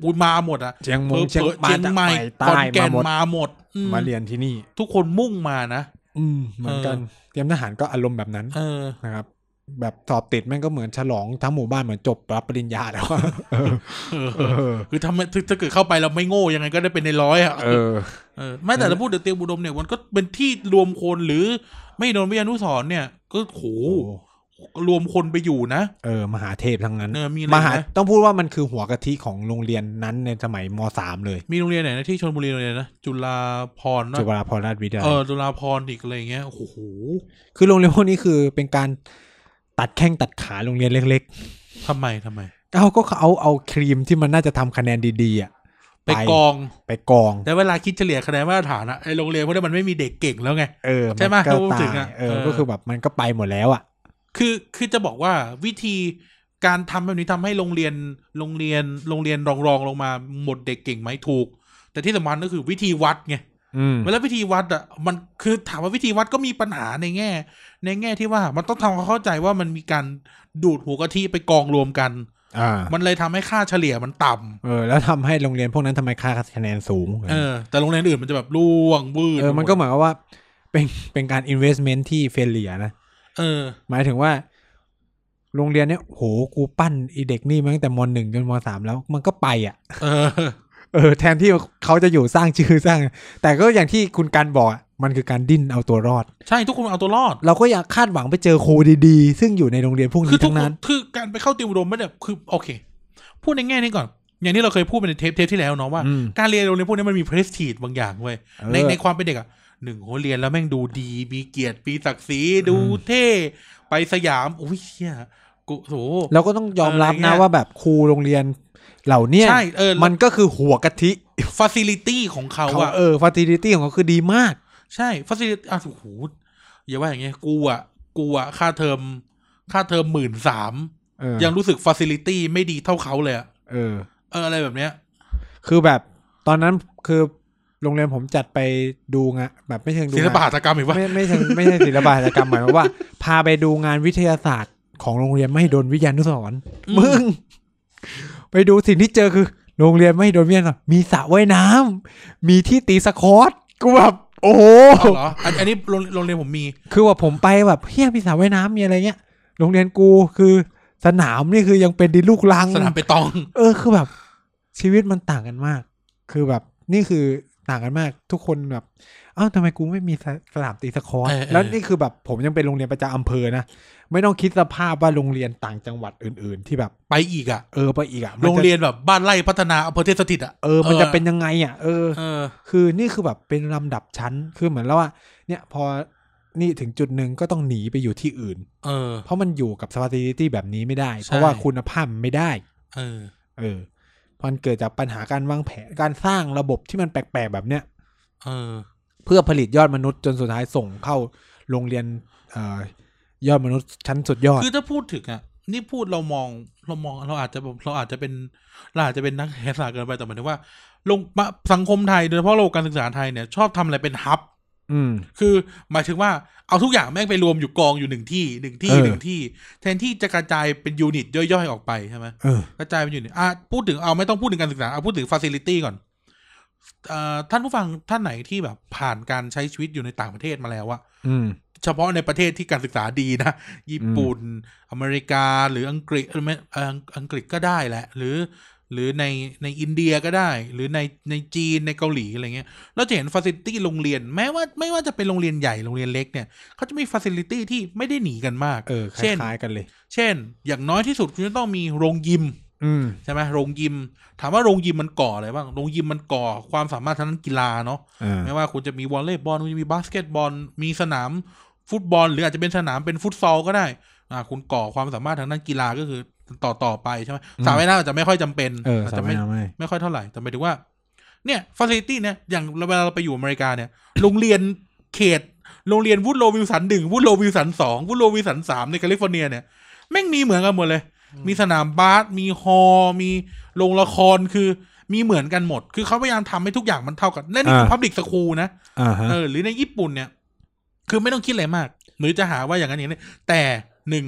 B: ปุยมาหมดอะ
A: เชียงมง
B: เผลอ
A: เชียง
B: เชียงใหม่
A: ใต้
B: ขอนแก่
A: มาน หมด
B: มาหมดอืม
A: มาเรียนที่นี่
B: ทุกคนมุ่งมานะ
A: อืมเหมือนกันเตรียมทหารก็อารมณ์แบบนั้น
B: เออ
A: นะครับ แบบสอบติดแม่งก็เหมือนฉลองทั้งหมู่บ้านเหมือนจบรับปริญญาแล้วอะเออ
B: เออ
A: เออ
B: คือทำไมถ้าถ้าเกิดเข้าไปเราไม่โง่ยังไงก็ได้เป็นในร้อยอะ
A: เออ
B: เออไม่แต่เราพูดเดี๋ยวเตรียมอุดมเนี่ยมันก็เป็นที่รวมคนหรือไม่โดนวิทยานุสรณ์เนี่ย ก็โหรวมคนไปอยู่นะ
A: เออ มหาเทพทั้งนั้น
B: เออมีอะ
A: ม
B: ไร
A: หา
B: นะ
A: ต้องพูดว่ามันคือหัวกะทิของโรงเรียนนั้นในสมัยมสามเลย
B: มีโรงเรียนไหนนะที่ชนบุรีโรงเรียนนะจุฬาพรณ์นะ
A: จุฬาภรณราชวิทยาลัย
B: เออจุฬาพรณ์อีกอะไรอย่างเงี้ยโอ้โห
A: คือโรงเรียนพวกนี้คือเป็นการตัดแข้งตัดขาโรงเรียนเล็ก
B: ทำไมทำไม
A: ๆ เอาก็เอาเอาครีมที่มันน่าจะทำคะแนนดีๆอ่ะ
B: ไปกอง
A: ไปกอง
B: แต่เวลาคิดเฉลี่ยคะแนนมาตรฐานอะไอโรงเรียนพวกนี้มันไม่มีเด็กเก่งแล้วไง
A: เออ
B: ใช่ไหม
A: นก็
B: ถ้าพูด
A: ตา
B: ถึ
A: ย
B: งอะ
A: เออ
B: เออ
A: ก็คือแบบมันก็ไปหมดแล้วอ่ะ
B: คือคือจะบอกว่าวิธีการทำแบบนี้ทำให้โรงเรียนโรงเรียนโรงเรียนรองรองๆลงมาหมดเด็กเก่งไหมถูก แต่ที่สำคัญก็คือวิธีวัดไง
A: อืม
B: เวลาวิธีวัดอะมันคือถามว่าวิธีวัดก็มีปัญหาในแง่ ในแง่ที่ว่ามันต้องทำความเข้าใจว่ามันมีการดูดหัวกะทิไปกองรวมกัน
A: อ่า
B: มันเลยทำให้ค่าเฉลี่ยมันต่ำ
A: เออ แล้วทำให้โรงเรียนพวกนั้นทำไมค่าคะแนนสูง
B: เออแต่โรงเรียนอื่นมันจะแบบล่วงวืด
A: เออ มันก็เหมือนกับว่าเป็นเป็นการ investment ที่เฟลเลียนะ
B: เออ
A: หมายถึงว่า โรงเรียนเนี้ยโหกูปั้นอีเด็กนี่มาตั้งแต่มหนึ่งจนมสามแล้วมันก็ไปอ่ะ
B: เออ <laughs>
A: เออแทนที่เขาจะอยู่สร้างชื่อสร้าง แต่ก็อย่างที่คุณการบอกอะมันคือการดิ้นเอาตัวรอด
B: ใช่ทุกคนเอาตัวรอด
A: เราก็อยากคาดหวังไปเจอครูดีๆ ซึ่งอยู่ในโรงเรียนพวก
B: คื
A: นี้
B: อทุก
A: ทั้ง
B: ค
A: นั้น น
B: คือการไปเข้าติวอุดมไม่ได้คือโอเค พูดในแง่นี้ก่อน อย่างที่เราเคยพูดไปในเทปเทปที่แล้วเนาะว่า
A: อืม
B: การเรียนโรงเรียนพวกนี้มันมี prestige บางอย่างเว้ย
A: เออ
B: ในในความเป็นเด็กอ่ะหนึ่งโหเรียนแล้วแม่งดูดี มีเกียรติมีศักดิ์ศรีดู
A: อืม
B: เท่ไปสยามอุ้ยเชี่ยกูโถ
A: เราก็ต้องยอมรับ
B: อะไรเงี้
A: นะ
B: ย
A: ว่าแบบครูโรงเรียนเหล่าเนี้ย
B: ใช่เออ
A: มันก็คือหัวกะทิ
B: facility ของเขา
A: เขา
B: อะ
A: เออฟาติลิตี้ของเขาคือดีมาก
B: ใช่ฟ a ซิลิตี้อ่ะโอ้โหอย่าว่าอย่างเงี้ยกูอ่ะกูอ่ะค่าเทอม ค่าเทอมหมื่นสาม
A: เออ
B: ยังรู้สึกฟ a ซิลิตี้ไม่ดีเท่าเขาเลยอ่ะ
A: เออ
B: เอออะไรแบบเนี้ย
A: คือแบบตอนนั้นคือโรงเรียนผมจัดไปดูงานแบบไม่เชิงดู
B: ศิล
A: งาน
B: ปหัตถกรรมอีกว่า
A: ไม่ไม่เชิงไม่ใช่ศิลปะหัตถกรรมหมาย
B: <laughs>
A: ความว่า พาไปดูงานวิทยาศาสตร์ของโรงเรียนไม่โดนวิทยานุสรณ์ มึง ไปดูสิ่งที่เจอคือ โรงเรียนไม่โดนเมียนหรอกมีสระว่ายน้ำมีที่ตีสควอตกูแบบโอ้โห
B: เอาเหรออันอันนี้โรงโรงเรียนผมมี
A: คือว่าผมไปแบบเฮียมีสระว่ายน้ำมีอะไรเงี้ยโรงเรียนกูคือสนามนี่คือยังเป็นดินลูกลัง
B: สนามไปตอง
A: เออคือแบบ ชีวิตมันต่างกันมาก คือแบบนี่คือต่างกันมาก ทุกคนแบบเอ้าทำไมกูไม่มีสสนามตีสควอต
B: เออเออ
A: แล้วนี่คือแบบผมยังเป็นโรงเรียนประจำอำเภอนะไม่ต้องคิดสภาพว่าโรงเรียนต่างจังหวัดอื่น ๆ ที่แบบ
B: ไปอีกอ่ะ
A: เออไปอีกอะมั
B: โร
A: จะ
B: งเรียนแบบบ้านไร่พัฒนาอำเภอเทพสถิตอ่ะ
A: เออ มันจะเป็นยังไงอ่ะ เออ
B: เออ
A: คือนี่คือแบบเป็นลำดับชั้น คือเหมือนแล้วว่า เนี่ยพอ นี่ถึงจุดหนึ่งก็ต้องหนีไปอยู่ที่อื่น
B: เออ
A: เพราะมันอยู่กับส f าติลิตี้แบบนี้ไม่ได้
B: ใช่
A: เพราะว่าคุณภาพมันไม่ได้
B: เออ
A: เออ มันเกิดจากปัญหาการวางแผน การสร้างระบบที่มันแปลกๆแบบเนี้ย
B: เออ
A: เพื่อผลิตยอดมนุษย์จนสุดท้ายส่งเข้าโรงเรียนเอ่อยอดมนุษย์ชั้นสุดยอด
B: คือถ้าพูดถึงอ่ะ นี่พูดเรามองเรามองเราอาจจะแบบเราอาจจะเป็นเราอาจจะเป็นนักแหศาสตร์เกินไปแต่หมายถึงว่าลงมาสังคมไทยโดยเฉพาะโลกการศึกษาไทยเนี่ย ชอบทำอะไรเป็นฮับ
A: อืม
B: คือหมายถึงว่าเอาทุกอย่างแม่งไปรวมอยู่กองอยู่หนึ่งที่หนึ่งที่
A: เออ
B: หนึ่งที่ แทนที่จะกระจายเป็นยูนิตย่อยๆออกไปใช่ไหม
A: เออ
B: กระจายเป็นยูนิตอ่ะพูดถึงเอาไม่ต้องพูดถึงการศึกษาเอาพูดถึงฟ a ซิลิตี้ก่อนเอ่อท่านผู้ฟังท่านไหนที่แบบผ่านการใช้ชีวิตอยู่ในต่างประเทศมาแล้วอะ
A: อืม
B: เฉพาะในประเทศที่การศึกษาดีนะ ญี่ปุ่น อเมริกาหรืออังกฤษเออไม่เอ่ออังอังกฤษก็ได้แหละ หรือ หรือในในอินเดียก็ได้ หรือในในจีนในเกาหลีอะไรเงี้ยเราจะเห็นฟ a ซิลิตี้โรงเรียนแม้ว่าไม่ว่าจะเป็นโรงเรียนใหญ่โรงเรียนเล็กเนี่ยเขาจะมีฟ a ซิลิตี้ที่ไม่ได้หนีกันมาก
A: เออค
B: เช่น
A: ล้ายๆกันเลย
B: เช่น อย่างน้อยที่สุดคุณจะต้องมีโรงยิม
A: อืม
B: ใช่ไหมโรงยิม ถามว่าโรงยิมมันก่ออะไรบ้างโรงยิมมันก่อความสามารถทางด้านกีฬาเนาะ
A: อ่า
B: ไม่ว่าคุณจะมีวอลเลย์บอลคุณจะมีบาสเกตบอล มีสนามฟุตบอล หรืออาจจะเป็นสนามเป็นฟุตซอลก็ได้อ่าคุณก่อความสามารถทางด้านกีฬาก็คือต่อต่อไปใช่ไหมสาวว่ายน้ำอาจจะไม่ค่อยจำเป็น
A: เออ
B: อาจ
A: สา
B: จะ
A: มารถ
B: ไม่
A: ทำให้
B: ไม่ค่อยเท่าไหร่แต่หมายถึงว่า เนี่ยฟาซิลิตี้เนี่ยอย่างเวลาเราไปอยู่อเมริกาเนี่ย โรงเรียนเขต โรงเรียนวูดโลวิลสันหนึ่งวูดโลวิลสันสองวูดโลวิลสันสามในแคลิฟอร์เนียเนี่ยแม่งมีเหมือนกันหมดเลย มีสนามบาสมีฮอลล์มีโรงละครคือมีเหมือนกันหมด คือเขาพยายามทำให้ทุกอย่างมันเท่ากันนั่นนี่คือพับลิกสคูลนะ
A: อ่าฮะ
B: เออหรือในญี่ปุ่นเนี่ย คือไม่ต้องคิดอะไรมาก หรือจะหาว่าอย่างนั้นอย่างนี้แต่หนึ่ง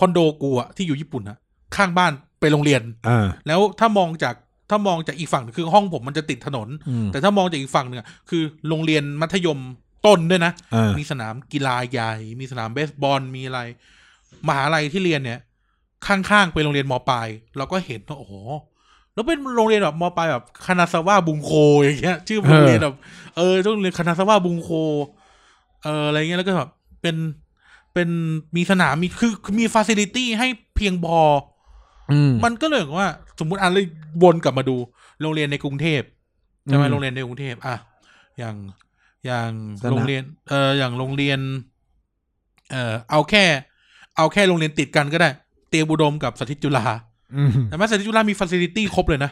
B: คอนโดกูอะที่อยู่ญี่ปุ่นอะข้างบ้านไปนโรงเรียน
A: อ่า
B: แล้วถ้ามองจากถ้ามองจากอีกฝั่งหนึ่งคือห้องผมมันจะติดถนน
A: อืม
B: แต่ถ้ามองจากอีกฝั่งหนึ่งอะคือโรงเรียนมัธยมต้นด้วยนะ
A: อ่า
B: มีสนามกีฬาใหญ่ มีสนามเบสบอล มีอะไร มหาลัยที่เรียนเนี่ย ข้างๆเป็นโรงเรียนมปลาย เราก็เห็นว่าโอ้โห แล้วเป็นโรงเรียนแบบมปลายแบบคณาสวาบุงโคอย่างเงี้ย ชื่อโรงเรียนแบบ เออโรงเรียนคณาสวาบุงโค เอออะไรเงี้ย แล้วก็แบบ เป็น เป็นมีสนาม มี คือคือมีฟาซิลิตี้ให้เพียงพอ
A: อืม
B: มันก็เลยเหมือนกับว่า สมมติอันเลยวนกลับมาดู โรงเรียนในกรุงเทพใช่ไหม
A: อืม
B: โรงเรียนในกรุงเทพอ่ะอย่างอย่าง
A: สนาม
B: โรงเรียน เอออย่างโรงเรียน เออเอาแค่ เอาแค่โรงเรียนติดกันก็ได้ เตรียมอุดมกับสถิตจุฬา
A: อืม
B: แต่แม้สถิตจุฬามีฟ a ซิลิตี้ครบเลยนะ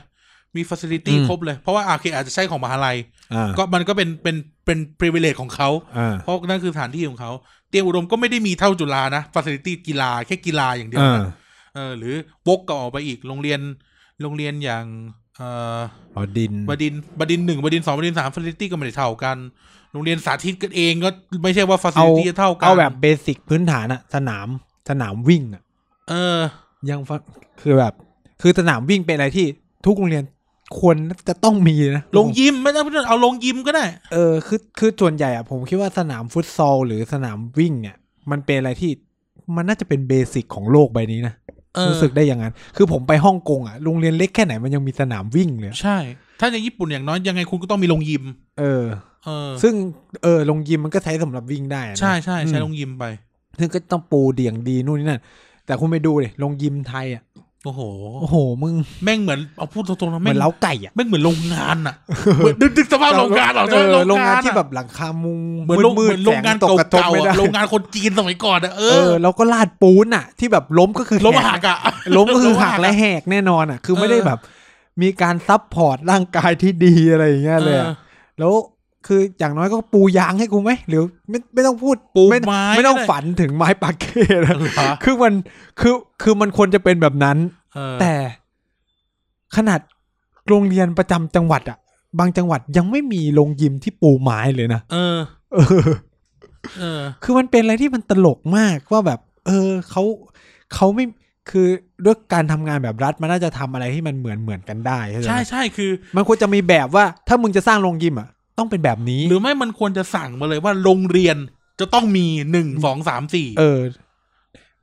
B: มีฟ a ซิลิตี้ครบเลย เพราะว่าอาเคอาจจะใช่ของมหาลัย
A: อ่า
B: ก็มันก็เป็นเป็นเป็น privilege ของเขา
A: อ่า
B: เพราะนั่นคือสถานที่ของเขา เตรียมอุดมก็ไม่ได้มีเท่าจุฬานะฟ a ซิลิตี้กีฬาแค่กีฬาอย่างเดียว
A: อ่า
B: นะ เออหรือวกก็ออกไปอีกโรงเรียนโรงเรียนอย่างเอ่อ
A: อ๋อดิน
B: บดินทร์บดินทร์หนึ่งบดินทร์สองบดินทร์สามฟาซิลิตี้ก็ไม่ได้เท่ากัน โรงเรียนสาธิตกันเองก็ไม่ใช่ว่าฟาซิ
A: เอา
B: ลิตี้จะเท่ากัน
A: เอาแบบเบสิกพื้นฐานอะสนามสนามวิ่งอะ
B: เออ
A: ยังฟังคือแบบ คือสนามวิ่งเป็นอะไรที่ทุกโรงเรียนควรจะต้องมีนะ
B: ลงยิมไม่ต้องเอาลงยิมก็ได้
A: เออคือคือส่วนใหญ่อะผมคิดว่าสนามฟุตซอลหรือสนามวิ่งเนี่ย มันเป็นอะไรที่มันน่าจะเป็นเบสิกของโลกใบนี้นะ
B: เออ
A: รู้สึกได้อย่างนั้น คือผมไปฮ่องกงอะโรงเรียนเล็กแค่ไหนมันยังมีสนามวิ่งเลยอะ
B: ใช่ ถ้าในญี่ปุ่นอย่างน้อยยังไงคุณก็ต้องมีลงยิม
A: เออ
B: เออ
A: ซึ่งเออโรงยิมมันก็ใช้สำหรับวิ่งได้อะนะ
B: ใช่ใช่ใช้
A: อืม
B: ลงยิมไป
A: ซึ่งก็ต้องปูเดี่ยงดีนู่นนี่นั่นแต่คุณไปดูเลยโรงยิมไทยอะ
B: โอ้โห
A: โอ้โหมึง
B: แม่งเหมือนเอาพูดตรงๆนะ
A: เหมื
B: แม่
A: องนเล้าไก่อ่ะ
B: แม่งเหมือนโรงงาน
A: <laughs>
B: อะเหมือนนึกนึกสภาพโรงงานเหรอ
A: เอ
B: ใช่ไหม
A: อโรงงาน
B: อะ
A: ที่แบบหลังคามุง
B: เหมือนโรง
A: มื
B: เหมื
A: ด
B: อน
A: ๆ
B: โรงงาน
A: แสตกระทบ
B: เก่า
A: ไม่
B: ๆ
A: ได้
B: อะโรงงานคนจีนสมัยก่อนอะเอ
A: เอ
B: อ
A: อแล้วก็ลาดปูนอ่ะ ที่แบบล้มก็คือ
B: ล้ม
A: แ
B: หักอะ
A: ล้มก็คือหักและแหกแน่นอนอ่ะ คือ
B: เออ
A: ไม่ได้แบบ มีการซับพอร์ตร่างกายที่ดีอะไรอย่างเงี้ยเลยอะแล้วคืออย่างน้อยก็ปูยางให้กูไหมหรือไม่ไม่ต้องพูด
B: ปู
A: ไม่
B: ไม้
A: ไม่ต้อง
B: ก็ด้
A: ฝันถึงไม้ปาเก้
B: เอ
A: นะ
B: อเหรอ
A: คือมันคือคือมันควรจะเป็นแบบนั้น
B: เออ
A: แต่ขนาดโรงเรียนประจำจังหวัดอะบางจังหวัดยังไม่มีโรงยิมที่ปูไม้เลยนะ
B: เออ
A: เออ
B: เออ
A: <laughs> คือมันเป็นอะไรที่มันตลกมากว่าแบบ เออเขาเขาไม่คือด้วยการทำงานแบบรัฐมันน่าจะทำอะไรที่มันเหมือนเหมือนกันได้ใช่ไหม
B: ใช่ใช่คือ
A: มันควรจะมีแบบว่า ถ้ามึงจะสร้างโรงยิมอะต้องเป็นแบบนี้
B: หรือไม่มันควรจะสั่งมาเลยว่าโรงเรียนจะต้องมีหนึ่งสองสามสี่
A: เออ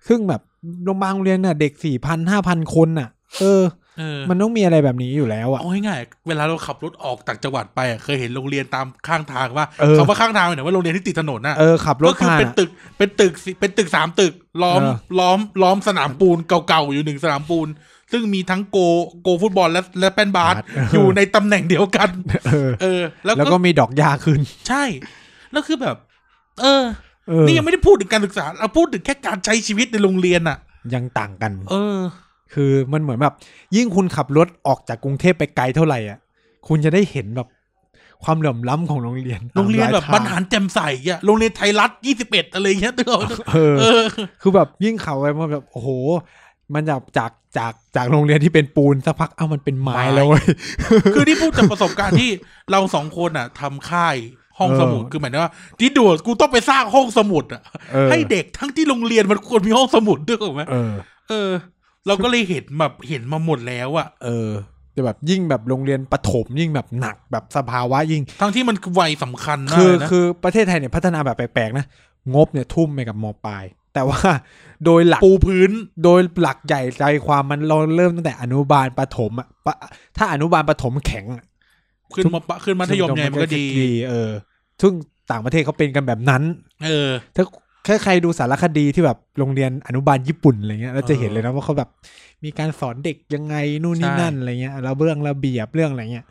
A: ซึ่งแบบโรงพยาบาลโรงเรียนน่ะ เด็กสี่พันห้าพันคนน่ะ เออ
B: เออ
A: มันต้องมีอะไรแบบนี้อยู่แล้วอะ
B: เอาง่ายๆเวลาเราขับรถออกต่างจังหวัดไปอะเคยเห็นโรงเรียนตามข้างทางว่า
A: เออ
B: คำว่าข้างทางหมายถึงว่าโรงเรียนที่ติดถนนน่ะ
A: เออขับร
B: ก็
A: ถ
B: คือ
A: ผ่าน
B: เป็น
A: อะ
B: ตึกเป็นตึกสิเป็นตึกสามตึก ล้อม
A: เออ
B: ล้อมล้อมสนามปูนเก่าๆอยู่หนึ่งสนามปูน ซึ่งมีทั้งโกโกฟุตบอลและและแป้นบาสอยู่ในตำแหน่งเดียวกัน
A: เออ
B: เออ แล้ว
A: แล้ว
B: ก็
A: ก็มีดอกยาขึ้น
B: ใช่ แล้วคือแบบ เออ
A: เออ
B: นี่ยังไม่ได้พูดถึงการศึกษา เราพูดถึงแค่การใช้ชีวิตในโรงเรียนอ่ะ
A: ยังต่างกัน
B: เออ
A: คือมันเหมือนแบบ ยิ่งคุณขับรถออกจากกรุงเทพไปไกลเท่าไหร่อ่ะ คุณจะได้เห็นแบบความเหลื่อมล้ำของโรงเรียน
B: โรงเรียนแบบบรรหาร รแจ่มใสอ่ะ โรงเรียนไทยรัฐยี่สิบเอ็ดอะไรเงี้ยตัว
A: เออ
B: เออ
A: คือแบบยิ่งเขาไปมันแบบโอ้โห มันจากจากจากจากโรงเรียนที่เป็นปูนสักพักเอ้ามันเป็นไม้
B: ไม้
A: แล้วเว้ย
B: คือที่พูดจากประสบการณ์ที่เราสองคนอ่ะทำค่ายห้อง
A: เออ
B: สมุด คือหมายถึงว่าที่ด่วนกูต้องไปสร้างห้องสมุดอ่ะ
A: เออ
B: ให้เด็กทั้งที่โรงเรียนมันควรมีห้องสมุดด้วยถูกไหม
A: เออ
B: เออ เราก็เลยเห็นแบบเห็นมาหมดแล้วอ่ะ
A: เออแต่แบบยิ่งแบบโรงเรียนประถมยิ่งแบบหนักแบบสภาวะยิ่ง
B: ทั้งที่มันคือวัยสำคัญมา
A: คื
B: ก
A: อ
B: เลยนะ
A: คือประเทศไทยเนี่ยพัฒนาแบบแปลกๆนะ งบเนี่ยทุ่มไปกับมปลาย แต่ แต่ว่า <laughs> โดยหลัก
B: ปูพื้น
A: โดยหลักใหญ่ใจความมันเราเริ่มตั้งแต่อนุบาลประถมอะปะถ้าอนุบาลประถมแข็งอะ
B: ขึ้นมาปะขึ้นมัธยมไงมันก็ดี
A: เออซึ่งต่างประเทศเขาเป็นกันแบบนั้น
B: เออ
A: ถ้าถ้าใครดูสารคดีที่แบบโรงเรียนอนุบาลญี่ปุ่นอะไรเงี้ยแล้วจะเห็นเลยนะว่าเขาแบบมีการสอนเด็กยังไงนู่นนี่
B: ใช่
A: นั่นอะไรเงี้ยแล้วเรื่องระเบียบเรื่องอะไรเงี้ย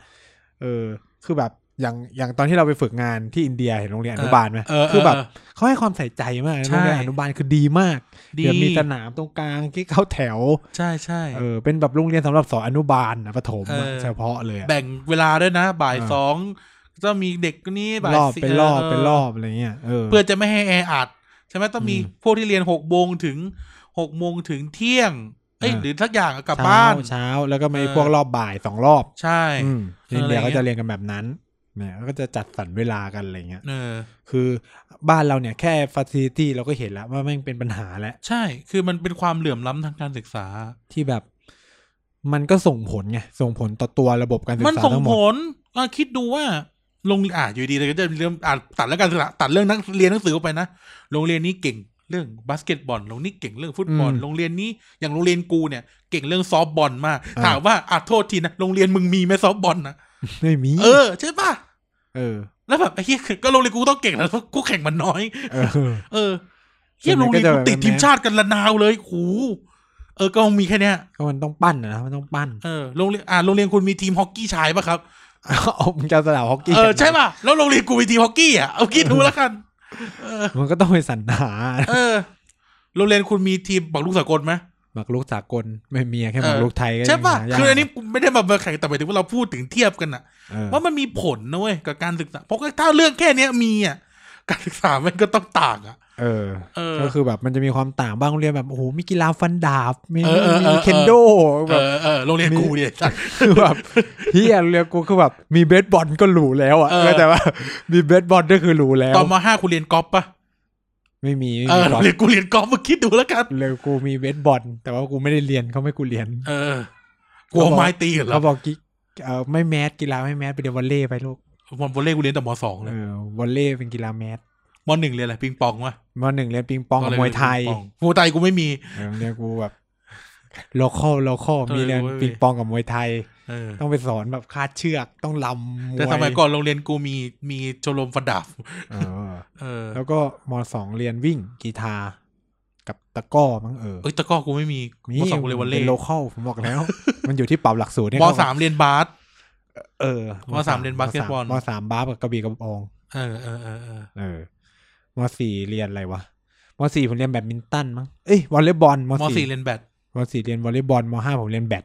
A: เออ คือแบบอย่างอย่างตอนที่เราไปฝึกงานที่อินเดียเห็นโรงเรียนอนุบาลไหม
B: เออ
A: คือแบบเขาให้ความใส่ใจมากนะ
B: ใช่
A: โรงเรียนอนุบาลคือดีมาก
B: ดี
A: เดี๋ยวมีสนามตรงกลางที่เข้าแถว
B: ใช่ใช่
A: เออเป็นแบบโรงเรียนสำหรับสอนอนุบาลนะประถมอะ
B: เออ
A: เฉพาะเลยอะ
B: แบ่งเวลาด้วยนะ บ่าย
A: เออ
B: สองจะมีเด็กคนนี้บ่าย
A: รอบ
B: สี่
A: เป็นรอบ
B: เ
A: เป็นรอบอะไรเงี้ยเออ
B: เพื่อจะไม่ให้แออัดใช่ไหมต้องมี
A: อืม
B: พวกที่เรียนหกโมงถึงหกโมงถึงเที่ยง เอ้ย
A: อ่า
B: หรือทักอย่างอะกลับ
A: เช้า
B: บ้าน
A: เช้าแล้วก็มี
B: เออ
A: พวกรอบบ่ายสองรอบ
B: ใช่
A: อืม
B: เออ
A: อินเดีย
B: อะไรเงี้ย
A: ก็จะเรียนกันแบบนั้นเนี่ยก็จะจัดสรรเวลากันอะไรเงี้ย
B: เออ
A: คือบ้านเราเนี่ยแค่ฟ a ซิลิตี้เราก็เห็นแล้วว่าแม่งเป็นปัญหาแล้ว
B: ใช่ คือมันเป็นความเหลื่อมล้ำทางการศึกษา
A: ที่แบบ มันก็ส่งผลไง ส่งผลต่อตัวระบบการศึก
B: มัน
A: ษา
B: ส่ง
A: ทั้งหม
B: ผ
A: ด
B: ลอ่ะคิดดูว่า โรงเรียนอ่ะอยู่ดีเลยก็จะเริ่มอ่านตัดแล้วการศึกษาตัดเรื่องนักเรียนหนังสือออกไปนะ โรงเรียนนี้เก่งเรื่องบาสเกตบอล โรงนี้เก่งเรื่องฟุตบอล โรงเรียนนี้อย่างโรงเรียนกูเนี่ย เก่งเรื่องซอฟต์บอลมาก ถามว่าอ่ะโทษทีนะ โรงเรียนมึงมีไหมซอฟต์บอลนะ
A: ไม่มี
B: เออใช่ปะ
A: เออ
B: แล้วแบบไอ้เหี้ยก็โรงเรียนกูต้องเก่งแล้วกูแข่งมันน้อย
A: เออ
B: เออเหี้ย
A: ส่วนใหญ่
B: โรงเรียน
A: ก็
B: กู
A: จะแบบ
B: ติด
A: แมนๆ
B: ทีมชาติกันละนาวเลยโหเออก็มีแค่เนี้ย
A: ก็มันต้องปั้นอะนะมันต้องปั้น <laughs>
B: เออโรงเรียนอ่าโรงเรียนคุณมีทีมฮอกกี้ชายปะครับ
A: เอามึงจะเอาสนามฮอกกี้
B: เออใช่ปะแล้วโรงเรียนกูมีทีมฮอกกี้อ่ะเอาคิดดูแล้วกัน เออ
A: มันก็ต้องไปสรรหา
B: เออโรงเรียนคุณมีทีมปักลูกสากลไหม
A: หมากรุกสากลไม่มีอะแค่ห
B: เออ
A: มากรุกไทยก็
B: ใช่ปะ
A: ยังหายาก
B: คืออันนี้ไม่ได้มามาแข่งแต่หมายถึงว่าเราพูดถึงเทียบกันอะ
A: เออ
B: ว่ามันมีผลนะเว้ยกับการศึกษาเพราะถ้าเรื่องแค่เนี้ยมีอ่ะการศึกษามันก็ต้องต่างอ่ะ
A: เออ
B: เออ
A: ก็คือแบบมันจะมีความต่างบ้างโรงเรียนแบบโอ้โหมีกีฬาฟันดาบมี
B: เออเออเออ
A: มีเคนโดแบ
B: เอบ อเออโรงเรียนกูเนี่ย
A: คือแบบเฮียเรียกกูคือแบบมีเบสบอลก็หรูแล้วอ่ะ
B: เออ
A: ก็แต่ว่ามีเบสบอลก็คือหรูแล้ว
B: ตอนมห้าคุณเรียนกอล์ฟปะ
A: ไม่มีไม่
B: เอ
A: มี
B: อ
A: ก่อน
B: เรียนกูเรียนกอล์ฟมาคิดดูแล้วกัน
A: เลยกูมีเบสบอลแต่ว่ากูไม่ได้เรียนเขาไม่ให้กูเรียน
B: เออ กลัวไม้ตีเหรอ
A: เขาบอกกิเออไม่แมสกีฬาไม่แมสไปเดี๋ยววอลเล่ไปลูก
B: ผมวอลเล่กูเรียนแต่มสองเล
A: เอย อวอลเล่เป็นกีฬาแมส
B: มหนึ่งเรียนอะไรปิงปองวะ
A: มหนึ่งเรียนปิงปองกับ
B: ก็เล
A: มวยไทย
B: เรีนปิงปองมวยไทยกูไม่มี
A: เออเรียนกูแบบโลคอลโลคอลมีเรียน
B: เออเว้ย
A: ปิงปองกับมวยไทย
B: เออ
A: ต้องไปสอนแบบคาดเชือกต้องลำมวย
B: แต่สมัยก่อนโรงเรียนกูมีมีชมรมฟันดาบ
A: เออ
B: เออ
A: แล้วก็มสองเรียนวิ่งกีตาร์กับตะกร้อมั้งเออ
B: เอ้ยตะกร้อกูไม่มีมสองกูเรียนวอลเล่
A: ป็นโลเคอลผมบอก
B: <laughs>
A: แล้ว มันอยู่ที่ปรับหลักสูตรเนี่ย
B: มสามเรียนบาส
A: เออ
B: มสามเรียนบาสเกตบอล
A: มสามบาสกับกระบี่กระบอง
B: เออเออเออเออ
A: เออมสี่เรียนอะไรวะมสี่ผมเรียนแบดมินตันมั้งเอ้ยวอลเลย์บอลม
B: มสี่
A: สี่
B: เรียนแบด
A: มสี่เรียนวอลเลย์บอลมห้าผมเรียนแบด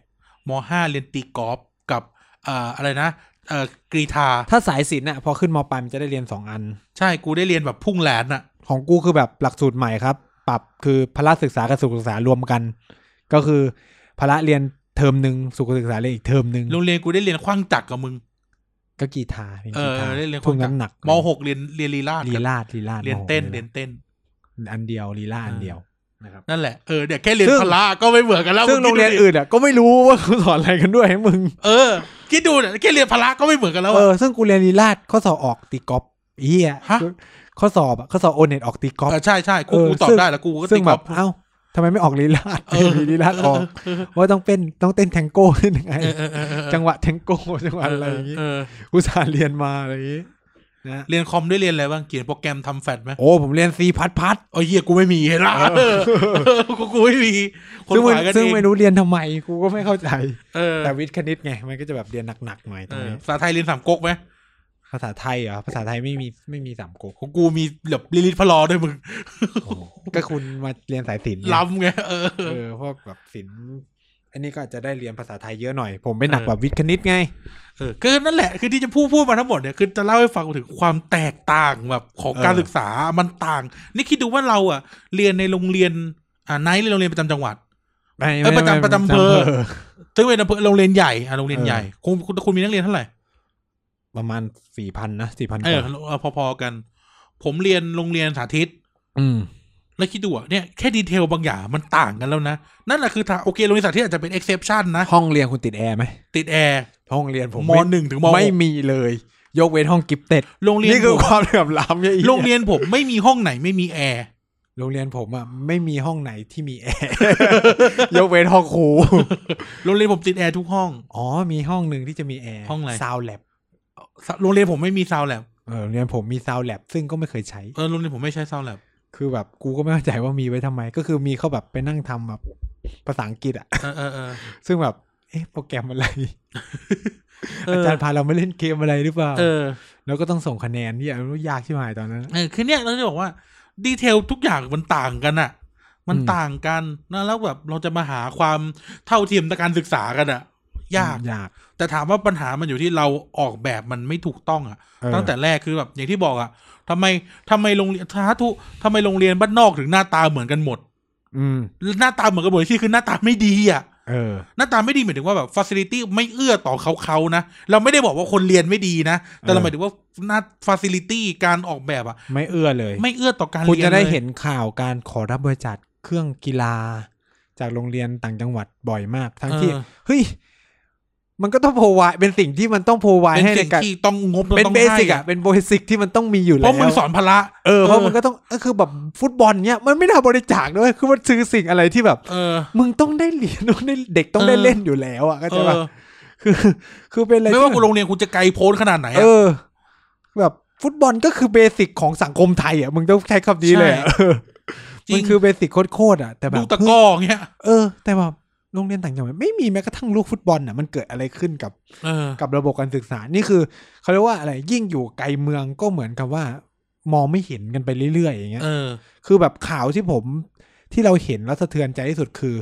B: มห้าเรียนตีกอล์ฟกับเอ่ออะไรนะเอ่อกรีธา
A: ถ้าสายศิลป์น่ะพอขึ้นมปลายมันจะได้เรียนสองอัน
B: ใช่กูได้เรียนแบบพุ่งแหลนอะ
A: ของกูคือแบบหลักสูตรใหม่ครับ ปรับคือพละศึกษากับสุขศึกษารวมกัน ก็คือพละเรียนเทอมหนึ่งสุขศึกษาเรียนอีกเทอมหนึ่ง
B: โรงเรียนกูได้เรียนขว้างจักรกับมึง
A: ก็กีตาร์เป็น
B: เอ
A: กี
B: อ
A: ตาร์
B: ได้เรียนข
A: ทุ่
B: ว้าง งจักร
A: น้ำหนัก
B: มหกเรียนเรียนลีลาด
A: ลีลาดลีลาด
B: เรียนเต้น
A: มหก
B: เรียนเต้น
A: อันเดียวลีลาดอัน
B: อ่า
A: เดียวนะครับ
B: นั่นแหละเออเดี๋ยวแค่เรียน
A: ซึ่ง
B: พละก็ไม่เบื่อกันแล้ว
A: ซึ่ง
B: มึ
A: โรงเรียน
B: คิดดูดิ
A: อื่นอ่ะก็ไม่รู้ว่าเขาสอนอะไรกันด้วยให้มึง
B: เออคิดดูเนี่ยแค่เรียนพละก็ไม่เบื่อกันแล้ว
A: เอ
B: อะ
A: อซึ่งกูเรียนลีลาดข้อสอบออกตีกอล์ฟเฮีย
B: ฮะ
A: ข้อสอบอะข้อสอบโอเน็ตออกตีกอล์ฟ
B: เออใช่ใช่กู
A: เออ
B: กูตอ
A: ซึ่
B: บ
A: ง
B: ได้แล้วกูก็
A: ซึ่
B: ติ
A: ง
B: ด
A: แบ
B: กอบ ล์ฟ
A: เอ้าทำไมไม่ออกลีลาดมีลีลาดออกว่าต้องเป็นต้องเต้นแทงโก้ยังไง
B: เออเออเออเออ
A: จังหวะแทงโก้จังหวะอะไรอย่างงี้
B: เออ
A: อุตส่าห์เรียนมาอะไรอย่างงี้นะ
B: เรียนคอมด้วยเรียนอะไรบ้างเขียนโปรแกรมทำแฟดไหม
A: โอ้ผมเรียนซีพัดพัด
B: เออเหี้ยกูไม่มีเห็นละ
A: เออ
B: เออกูกูไม่มีคน
A: ซึ่ง
B: ห
A: ไม่
B: มายกัน
A: ซึ่ง
B: เอง
A: ไม่รู้เรียนทำไมกูก็ไม่เข้าใจ
B: เออ
A: แต่วิทย์คณิตไง มันก็จะแบบเรียนหนักๆหน่อยต
B: เอ
A: รง
B: อ
A: นี้
B: ภาษาไทยเรียนสามก๊กไหม
A: ภาษาไทยเหรอภาษาไทยไม่มีไม่มีสามก๊ก
B: ของกูมีแบบลิลิตพลอด้วยมึง
A: ก็คุณมาเรียนสายศิลป์ไง
B: ล้ำไงเออ
A: เออพวกแบบศิลป์อันนี้ก็อาจจะได้เรียนภาษาไทยเยอะหน่อย ผมไม่หนัก
B: เออ
A: แบบวิทย์คณิตไง
B: เออคือนั่นแหละคือที่จะพูดพูดมาทั้งหมดเนี่ยคือจะเล่าให้ฟังถึงความแตกต่างแบบของ
A: เออ
B: การศึกษามันต่าง นี่คิดดูว่าเราอ่ะ เรียนในโรงเรียนอ่าไนท์เรียนโรงเรียนประจำจังหวัด
A: ไม่
B: เอ้ย
A: ไม่
B: ประจำ
A: ไม่
B: ประจำอำเภอ
A: ำภอ
B: ซึ่งเป็นอำเภอโรงเรียนใหญ่อ่ะโรงเรียนใหญ่
A: เออ
B: คุณคุณคุณมีนักเรียนเท่าไหร่
A: ประมาณสี่พันนะสี่พัน
B: เออพอๆกัน ผมเรียนโรงเรียนสาธิต
A: อืม
B: แล้วคิดดูอ่ะเนี่ยแค่ดีเทลบางอย่างมันต่างกันแล้วนะนั่นแหละคือถ้าโอเคโรงเรียนสาธิตอาจจะเป็นเอ็กเซ t ชันนะ
A: ห้องเรียนคุณติดแอร์ไหม
B: ติดแอร์
A: ห้องเรียนผม
B: ม
A: ไ
B: หนึ่งถึงมหก
A: ไม่มีเลย ยกเว้นห้องกิฟเต็ด
B: โรงเรียน
A: <laughs> นี่คือ
B: ผม
A: ความเหลื่อมล้ำเนี่ยอีก
B: โรงเรียนผมไม่มีห้องไหนไม่มีแอร์
A: โรงเรียนผมอ่ะไม่มีห้องไหนที่มีแอร์ ยกเว้นห้องครู
B: โรงเรียนผมติดแอร์ทุกห้อง
A: <laughs> อ๋อ มีห้องหนึ่งที่จะมีแอร์
B: ห้องอะไร
A: ซาวแลบ
B: โรงเรียนผมไม่มีซาวแลบ
A: เออโรงเรียนผมมีซาวแลบซึ่งก็ไม่เคยใช้
B: เออโรงเรียนผมไม่ใช้ซาวแลบ
A: คือแบบกูก็ไม่เข้าใจว่ามีไว้ทำไม ก็คือมีเขาแบบไปนั่งทำแบบภาษาอังกฤษอ่ะ <laughs>
B: เออเออเออ
A: ซึ่งแบบ เอ๊ะโปรแกรมอะไร
B: เอ
A: อา
B: อ
A: จารย์พาเรามาเล่นเกมอะไรหรือเปล่า
B: เออ
A: แล้วก็ต้องส่งคะแนนเนี่ยรู้ยากชิบหายตอนนั้น
B: เออคือเนี่ยเราจะบอกว่าดีเทลทุกอย่างมันต่างกันอะมัน
A: อืม
B: ต่างกันนะแล้วแบบเราจะมาหาความเท่าเทียมทางการศึกษากันอะยาก
A: ยาก
B: แต่ถามว่าปัญหามันอยู่ที่เราออกแบบมันไม่ถูกต้องอะ
A: เออ
B: ตั้งแต่แรกคือแบบอย่างที่บอกอะทำไมทำไมโรงเรียนท้าทุทำไมโรงเรียนบ้านนอกถึงหน้าตาเหมือนกันหมด
A: อืม
B: หน้าตาเหมือนกันหมดที่คือหน้าตาไม่ดีอะ
A: เออ
B: หน้าตาไม่ดีหมายถึงว่าแบบฟัสซิลิตี้ไม่เอื้อต่อเขาเขานะเราไม่ได้บอกว่าคนเรียนไม่ดีนะแต่เราหมายถึงว่าหน้าฟัสซิลิตี้การออกแบบอะ
A: ไม่เอื้อเลย
B: ไม่เอื้อต่อการเรียน
A: คุณจะได้
B: ลย
A: เห็นข่าวการขอรับบริจาคเครื่องกีฬา จากโรงเรียนต่างจังหวัดบ่อยมาก ทั้งที่
B: เออ
A: เฮ้ยมันก็ต้องโพวายเป็นสิ่งที่มันต้องโพวาย
B: เป็น
A: ให้ใน
B: สิ่ง
A: การ
B: ที่ต้องงบ
A: เป็น
B: ต้อง
A: เบ
B: ให้
A: สิกอะเป็นเบสิกที่มันต้องมีอยู่แล้ว
B: เพราะมันสอนพละ
A: เออเพ
B: เอ
A: ราะ
B: อ
A: มันก็ต้องเออคือแบบฟุตบอลเนี้ยมันไม่น่าบริจาคด้วยคือมันซื้อสิ่งอะไรที่แบบ
B: เออ
A: มึงต้องได้เหรียญ <laughs> ต้องได้เด็กต้องได้
B: เออ
A: เล่นอยู่แล้วอ่ะก็
B: เอ
A: จะว่า
B: อ
A: คือ คือเป็นอะไร
B: ไม่
A: ที่
B: ว่าคุณโรงเรียนคุณจะไกลโพ้นขนาดไหน
A: เอ
B: อะ
A: อ แบบฟุตบอลก็คือเบสิกของสังคมไทยอ่ะมึงต้องใช้คำนี้เลยอะ
B: ใช่
A: เออ
B: จริ
A: มัน
B: ง
A: คือเบสิกโคตรๆอ่ะแต่แบ
B: ดู
A: บ
B: ตะกร้อเงี้ย
A: เออ แต่แบบโรงเรียนต่างจังหวัดไม่มีแม้กระทั่งลูกฟุตบอลอ่ะมันเกิดอะไรขึ้นกับ
B: เออ
A: กับระบบการศึกษานี่คือเขาเรียกว่าอะไรยิ่งอยู่ไกลเมืองก็เหมือนกับว่า มองไม่เห็นกันไปเรื่อยๆอย่างเงี้ย
B: เออ
A: คือแบบข่าวที่ผมที่เราเห็นแล้วสะเทือนใจที่สุดคือ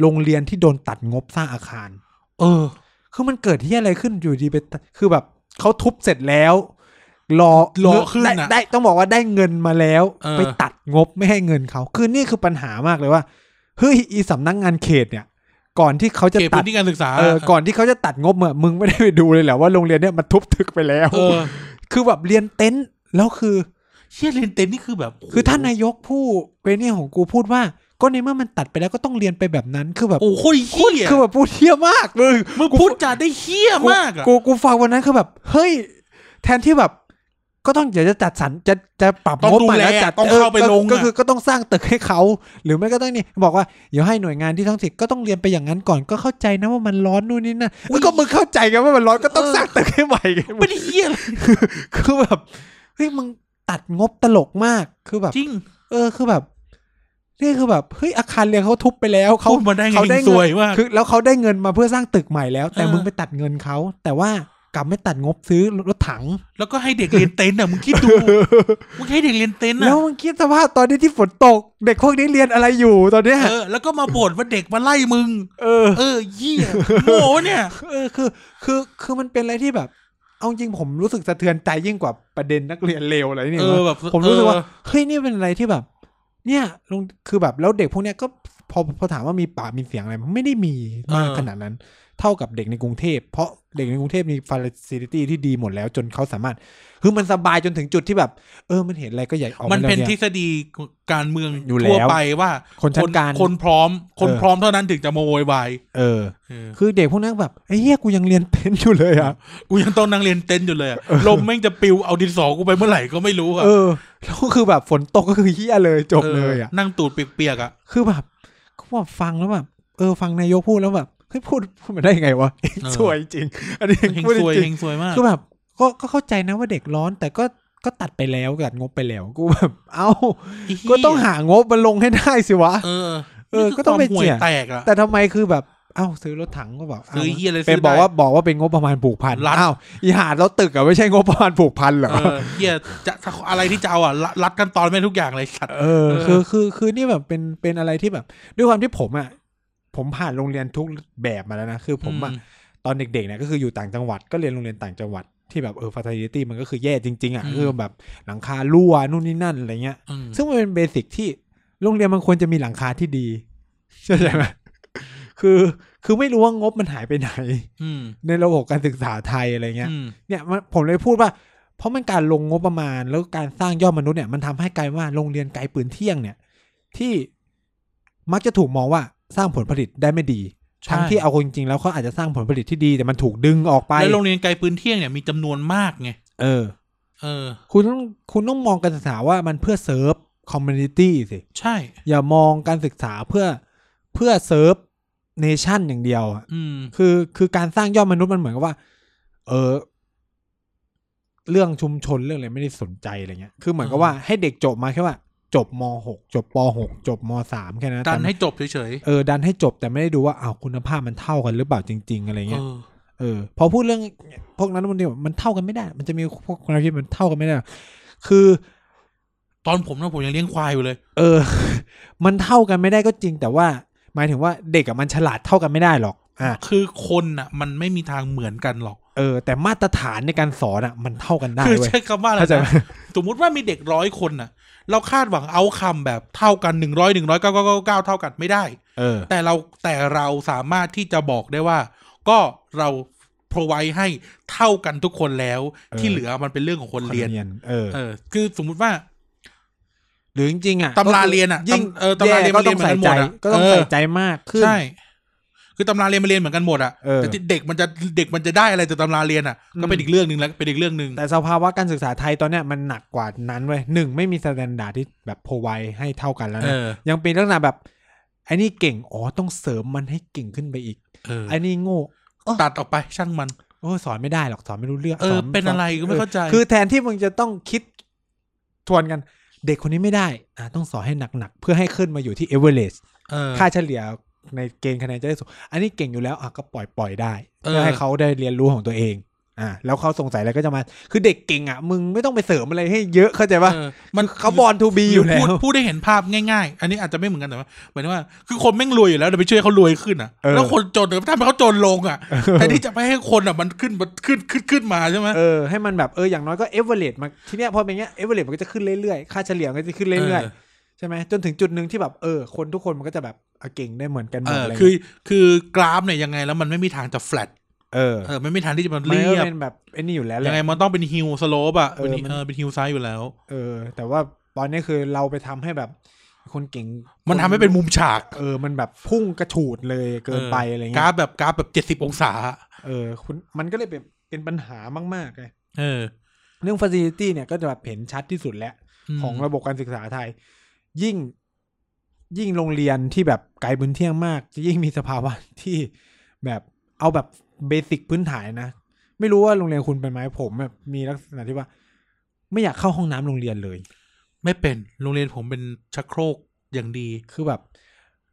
A: โรงเรียนที่โดนตัดงบสร้างอาคาร
B: เออ
A: คือมันเกิดที่อะไรขึ้นอยู่ดีไปตัดคือแบบเขาทุบเสร็จแล้ว รอ
B: รอขึ้น
A: ได้
B: น่ะ
A: ได้ต้องบอกว่าได้เงินมาแล้ว
B: เออ
A: ไปตัดงบไม่ให้เงินเขา คือนี่คือปัญหามากเลยว่าเฮ้ยอีสำนักงานเขตเนี่ย ก่อนที่เขาจะ
B: เขต
A: ตั
B: พื้
A: ด
B: นที่การศึกษา
A: เออก่อนที่เขาจะตัดงบเมื่อะมึงไม่ได้ไปดูเลยเหรอว่าโรงเรียนเนี่ยมันทุบทึกไปแล้ว
B: เออ
A: คือแบบเรียนเต็นท์แล้วคือ
B: เชี่ยเรียนเต็นนี่คือแบบโโห
A: คือท่านนายกผู้เป็นเนี่ยของกูพูดว่า ก็ในเมื่อมันตัดไปแล้วก็ต้องเรียนไปแบบนั้นคือแบบ
B: โอ้โหโคตรเฮี้ย
A: คือแบบพูดเที่ยมากเลย
B: มึงพูดจาได้เฮี้ยมากอะ
A: กูกูฟังวันนั้นคือแบบ เฮ้ย แทนที่แบบ ก็ต้องเดี๋ยวจะจัดสรรจะจะปรับ
B: ต้อง
A: งบ
B: ดู
A: ใหม่
B: แล
A: แล้วจัด
B: ต้อง
A: ออ
B: เข้าไป
A: ก็
B: ลง
A: ก็
B: อะ
A: คือก็ต้องสร้างตึกให้เขา หรือไม่ก็ต้องนี่บอกว่าเดี๋ยวให้หน่วยงานที่ท้องถิ่นก็ต้องเรียนไปอย่างนั้นก่อนก็เข้าใจนะว่ามันร้อนนู่นนี่นั่นแล้วก็มึงเข้าใจกันว่ามันร้อนก็ต้องสร้างตึกให้ใหม่ไง
B: ไม่ได้เฮี้ยเลย
A: คือแบบเฮ้ยมึงตัดงบตลกมากคือแบบ
B: จริง
A: เออคือแบบนี่คือแบบเฮ้ยอาคารเรียนเขาทุบไปแล้วเขา
B: พูดมาได้ไง
A: เขาได้
B: สวยมาก
A: คือแล้วเขาได้เงินมาเพื่อสร้างตึกใหม่แล้ว แต่
B: เออ
A: มึงไปตัดเงินเขาแต่ว่ากลับไม่ตัดงบซื้อรถถัง
B: แล้วก็ให้เด็กเรียนเต็นท์อะมึงคิ
A: <laughs>
B: ดดูมึงให้เด็กเรียนเต็นท์
A: แล้
B: อะ
A: วมึงคิดสภาพตอนนี้ที่ฝนตก เด็กพวกนี้เรียนอะไรอยู่ตอนเนี้ย
B: เออ แล้วก็มาบ่นว่าเด็กมาไล่มึง
A: เออ
B: เออเยี่ยโง่เนี่ย
A: เออคือ คือคือมันเป็นอะไรที่แบบ เอาจริงผมรู้สึกสะเทือนใจยิ่งกว่าประเด็นนักเรียนเลวอะไรเนี่ย
B: เออแบบ
A: ผมรู้สึกว่า
B: เออ
A: เฮ้ยนี่เป็นอะไรที่แบบ เนี่ยลงคือแบบแล้วเด็กพวกเนี้ยก็พอพอถามว่ามีปากมีเสียงอะไรมันไม่ได้มีมาก
B: เออ
A: ขนาดนั้น เท่ากับเด็กในกรุงเทพเพราะเด็กในกรุงเทพมีฟาซิลิตี้ที่ดีหมดแล้วจนเขาสามารถคือมันสบายจนถึงจุดที่แบบ เออมันเห็นอะไรก็อยากออก
B: มันเป็น
A: รีย
B: ทฤษฎีการเมือง
A: อยู่แล้ว
B: ทั่วไปว่า
A: คนชั้นกลาง
B: คนพร้อม คน
A: เออ
B: พร้อมเท่านั้นถึงจะมาโวยวาย
A: เออ
B: เออ
A: คือเด็กพวกนั้นแบบไอ้เหี้ยกูยังเรียนเต้นอยู่เลยอ่ะ
B: กูยังต้องนั่งเรียนเต้นท์อยู่เลยอะลมแม่งจะปิวเอาดินสอกูไปเมื่อไหร่ก็ไม่รู้อะ
A: เออแล้วก็คือแบบฝนตกก็คือเหี้ยเลยจบเลยอ่ะ
B: ออนั่งตูดเปียกๆอ่ะ
A: คือแบบก็แบบฟังแล้วแบบเออฟังนายกพูดแล้วแบบเฮ้ยพูดพูดมาได้ยังไงวะ <laughs> เองสวยจริง อันนี้เอง
B: เฮง
A: พูด
B: ซวย
A: จริ
B: เฮ
A: ง
B: งซวยมาก
A: คือแบบก็ก็เข้าใจนะว่าเด็กร้อน แต่ก็ก็ตัดไปแล้วตัดงบไปแล้วกูแบบเอ้า
B: เหี้ย
A: ก็ต้องหางบมาลงให้ได้สิวะ
B: เออ
A: เออก็ต้องไป
B: นี่คืความห่ว
A: เจี
B: ย
A: ย
B: แตกอ่ะ
A: แต่ทำไมคือแบบเอ้าซื้อรถถังก็บอก
B: ซื้อเหี้ยอะไรซื้
A: เป็น
B: อ
A: บอก
B: ได้
A: ว่าบอกว่าเป็นงบประมาณผูกพัน
B: รัฐ
A: อ้าวอีหาแล้วตึกอะไม่ใช่งบประมาณผูกพันเหรอ
B: เออเฮียจะถ้าอะไรที่จะเอาอ่ะรัดรัดกันตอนแม่งทุกอย่างเลยสัตว์
A: เออ
B: เอ
A: คือ
B: อ
A: คือคือนี่แบบเป็นเป็นอะไรที่แบบ ด้วยความที่ผมอะผมผ่านโรงเรียนทุกแบบมาแล้วนะคือผมอะ ตอนเด็กๆเนี่ยก็คืออยู่ต่างจังหวัดก็เรียนโรงเรียนต่างจังหวัดที่แบบเออฟาซิลิตี้มันก็คือแย่จริงๆอ่ะ
B: อืม
A: คือแบบหลังคารั่วนู่นนี่นั่นอะไรเงี้ย
B: อืม
A: ซึ่งมันเป็นเบสิกที่โรงเรียนมันควรจะมีหลังคาที่ดีใช่ไหมคือคือไม่รู้ว่างบมันหายไปไหน <laughs>
B: อืม
A: ในระบบการศึกษาไทยอะไรเงี้ย
B: อืม
A: เนี่ยมันผมเลยพูดว่า เพราะมันการลงงบประมาณแล้วการสร้างยอดมนุษย์เนี่ยมันทำให้กลายว่าโรงเรียนไกลปืนเที่ยงเนี่ย ที่มักจะถูกมองว่าสร้างผลผลิตได้ไม่ดีทั้งที่เอาคนจริงๆแล้วเขาอาจจะสร้างผลผลิตที่ดีแต่มันถูกดึงออกไป
B: แล้วโรงเรียนไกลปืนเที่ยงเนี่ยมีจำนวนมากไง
A: เออ
B: เออ
A: คุณต้องคุณต้องมองการศึกษาว่ามันเพื่อเซิร์ฟ คอมมูนิตี้สิ
B: ใช่
A: อย่ามองการศึกษาเพื่อเพื่อเซิร์ฟเนชั่นอย่างเดียวอะ
B: อืม
A: คือคือการสร้างยอดมนุษย์มันเหมือนกับว่า เออ เรื่องชุมชนเรื่องอะไรไม่ได้สนใจอะไรเงี้ย คือเหมือนกับว่าให้เด็กจบมาแค่ว่า จบม .6 จบป .6 จบม .3 แค่นั้น
B: ดัน
A: แต่
B: ให้จบเฉย
A: เออดันให้จบแต่ไม่ได้ดูว่าอ้าวคุณภาพมันเท่ากันหรือเปล่าจริง ๆ อะไร
B: ๆเอ
A: เงี้ย
B: อ
A: เออพอพูดเรื่องพวกนั้นมันเดียวมันเท่ากันไม่ได้ มันจะมีพวกความคิดมันเท่ากันไม่ได้ คือ
B: ตอนผมนะผมยังเลี้ยงควายอยู่เลย
A: เอ <laughs> อ มันเท่ากันไม่ได้ก็จริง แต่ว่า หมายถึงว่าเด็กกับมันฉลาดเท่ากันไม่ได้หรอก อ่ะ
B: คือคนน่ะ มันไม่มีทางเหมือนกันหรอก
A: เออ แต่มาตรฐานในการสอนอ่ะ มันเท่ากันได้
B: คือ
A: เว้ย
B: ใช้คำว่าอะไร
A: เข้าใจไหม
B: นะสมมติว่ามีเด็กร้อยคนน่ะ เราคาดหวังเอาคำแบบเท่ากันหนึ่งร้อยหนึ่งร้อยเก้าเก้าเก้าเท่ากันไม่ได้
A: เออ
B: แต่เราแต่เราสามารถที่จะบอกได้ว่า ก็เรา provide ให้เท่ากันทุกคนแล้ว
A: เออ
B: ที่เหลือมันเป็นเรื่องของคนเรียน
A: เออ
B: เออ คือสมมุติว่า
A: หรือจริงๆอ่ะ
B: ตำรา
A: ก็คื
B: เรียนอะ
A: ยิ่ง
B: ตำเออตำราเรียน
A: แย่ก็ต้อง
B: มันเรี
A: ใส่
B: ยนเหมื
A: ใจ
B: อนกันหมดอะ
A: ก็ต้อง
B: เออ
A: ใส่ใจมากขึ้น
B: ใช่ คือตำราเรียนมาเรียนเหมือนกันหมดอะ
A: เออ
B: แต่ที่เด็กมันจะเด็กมันจะได้อะไรจากตำราเรียนอะ
A: อืม
B: ก็เป็นอีกเรื่องหนึ่งแล้วเป็นอีกเรื่องหนึ่ง
A: แต่สภาวะการศึกษาไทยตอนเนี้ยมันหนักกว่านั้นเว้ยหนึ่งไม่มีสแตนดาร์ดที่แบบพอไวให้เท่ากันแล้ว
B: เอ
A: นะ
B: อ
A: ยังเป็นลักษณะแบบไอ้นี่เก่งอ๋อต้องเสริมมันให้เก่งขึ้นไปอีก
B: เออ
A: ไอ้นี่โง่
B: ตัดออกไปช่างมัน
A: โอ้สอนไม่ได้หรอกสอนไม่รู้เรื่อง
B: เออ
A: ส
B: เป็นอะไร
A: ส
B: ก็ไม่เข้าใจ
A: ออคือแทนที่มึงจะต้องคิดทวนกัน เด็กคนนี้ไม่ได้อ่ะต้องสอนให้หนักๆเพื่อให้ขึ้นมาอยู่ที่เอเวอเรส
B: เออ
A: ค่าเฉลี่ยในเกณฑ์คะแนนจะได้สูงอันนี้เก่งอยู่แล้วอ่ะก็ปล่อยปล่อยได้
B: เออ
A: เพื่อให้เขาได้เรียนรู้ของตัวเองอ่ะแล้วเขาสงสัยอะไรก็จะมา คือเด็กเก่งอ่ะมึงไม่ต้องไปเสริมอะไรให้เยอะเข้าใจปะ
B: เออ
A: มันเขาบอลทูบีอยู่แล้ว
B: พูดพูดได้เห็นภาพง่ายๆ อันนี้อาจจะไม่เหมือนกันแต่ว่าหมายถึงว่า คือคนแม่งรวยอยู่แล้วเดี๋ยวไปช่วยเขารวยขึ้นอ่ะ
A: เออ
B: แล้วคนจนเดี๋ยวทำให้เขาจนลงอ่ะ แต่ที่จะไปให้คนอ่ะมันขึ้นมันขึ้นขึ้นขึ้นมาใช่ไหม <laughs>
A: เออให้มันแบบเอออย่างน้อยก็เอเวอเรสมาทีเนี้ยพอเป็นอย่างเงี้ยเอเวอเรสมันก็จะขึ้นเรื่อยๆ ค่าเฉลี่ยมันก็จะขึ้นเรื่อย
B: เออ
A: ๆ ใช่ไหมจนถึงจุดหนึ่งที่แบบเออ คนทุกคนมันก็จะแบบเอาเก่งได้เหมือนกันหม
B: เอ
A: ด
B: อ
A: อะไร
B: คือ
A: เงี้ย
B: คือกราฟเนี่ยยังไงแล้วมันไม่มีทางจะ flat
A: เออ
B: เออไม่มีทางที่จะมัน
A: มัน
B: เรี
A: ก็
B: ยบ
A: เป็นแบบไอ้นี่อยู่แล้วแห
B: ยั
A: ละ
B: งไงมันต้องเป็นฮิลสโลปอ่ะ
A: เออ
B: เป็น hill-
A: มัน
B: เออเป็นฮิลซ้ายอยู่แล้ว
A: เออ แต่ว่าตอนนี้คือเราไปทำให้แบบ คนเก่ง
B: มันทำให้เป็นมุมฉาก
A: เออมันแบบพุ่งกระฉูดเลยเกินไปอะไร
B: ก
A: เงี้
B: ราย ฟแบบกราฟแบบเจ็ดสิบ70 องศา
A: เออคุณมันก็เลยเป็นเป็นปัญหามากๆเลย
B: เออ
A: เรื่องฟ a c i l ิตี้เนี่ยก็จะแบบเห็นชัดที่สุดแล้ว
B: ม
A: ของระบบการศึกษาไทย ยิ่งยิ่งโรงเรียนที่แบบไกลบุญเที่ยงมาก จะยิ่งมีสภาวะ ที่แบบเอาแบบเบสิกพื้นฐานนะ ไม่รู้ว่าโรงเรียนคุณเป็นไหมผมแบบมีลักษณะที่ว่า ไม่อยากเข้าห้องน้ำโรงเรียนเลย
B: ไม่เป็นโรงเรียนผมเป็นชักโครกอย่างดี
A: คือแบบ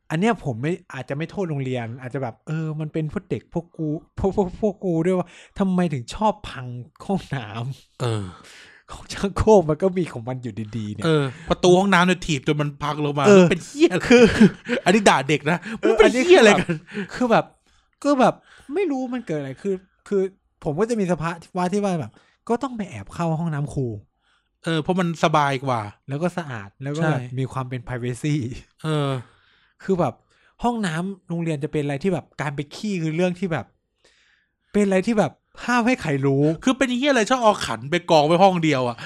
A: อันเนี้ยผมไม่อาจจะไม่โทษโรงเรียน อาจจะแบบเออ มันเป็นพวกเด็กพวกกูพวกพวกพวกกูด้วยว่าทำไมถึงชอบพังห้องน้
B: เออ
A: ำของชักโครกมันก็มีของมันอยู่ดีๆเนี่ย
B: เออประตูห้องน้ำเนี่ยถีบจนมันพังลงมา
A: เออ
B: มันเป็นเหี้ยคือ อันนี้ด่าเด็กนะ
A: อ
B: มัน
A: อ
B: เป็นเหี้ยอะไร
A: คื
B: กัน
A: แบบคือแบบ ก็แบบไม่รู้มันเกิดอะไร คือ คือผมก็จะมีสภาว่าที่ว่าแบบ ก็ต้องไปแอบเข้าห้องน้ำครู
B: เออเพราะมันสบายกว่า
A: แล้วก็สะอาด แล้วก็
B: ใช่
A: แบบมีความเป็น p r i เวซี
B: เออ
A: คือแบบห้องน้ำโรงเรียนจะเป็นอะไรที่แบบการไปขี้คือเรื่องที่แบบ เป็นอะไรที่แบบห้ามให้ใครรู้
B: คือเป็นเหี้ยอะไรชอบเอาขันไปกองไว้ห้องเดียวอ่ะ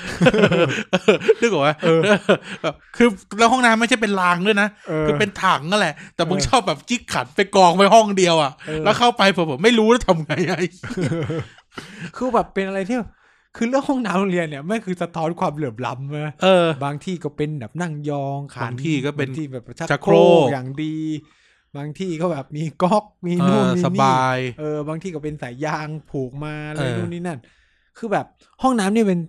B: นึกออกไหม
A: เออ
B: แบบคือแล้วห้องน้ำไม่ใช่เป็นรางด้วยนะ
A: เออ
B: คือเป็นถังนั่นแหละ แต่มึง
A: เออ
B: ชอบแบบจิกขันไปกองไว้ห้องเดียวอ่ะ
A: เออ
B: แล้วเข้าไปผมแบบไม่รู้จะทำไงไอ้
A: คือแบบเป็นอะไรที่แบบคือเรื่องห้องน้ำโรงเรียนเนี่ยไม่คือสะท้อนความเหลื่อมล้ำนะ
B: เออ
A: บางที่ก็เป็นแบบนั่งยองขัน
B: บางที่ก็เป็น
A: บางที่แบบ
B: ชั
A: ชั
B: ก
A: กโค
B: โคร
A: ร
B: ก
A: กอย่างดี บางที่ก็แบบมีก๊อกมี
B: เอ
A: นู่น
B: อ
A: มี
B: ส
A: นี่
B: บาย
A: เออบางที่ก็เป็นสายยางผูกมาอะไร
B: เออ
A: นู่นนี่นั่น คือแบบห้องน้ำเนี่ยเป็น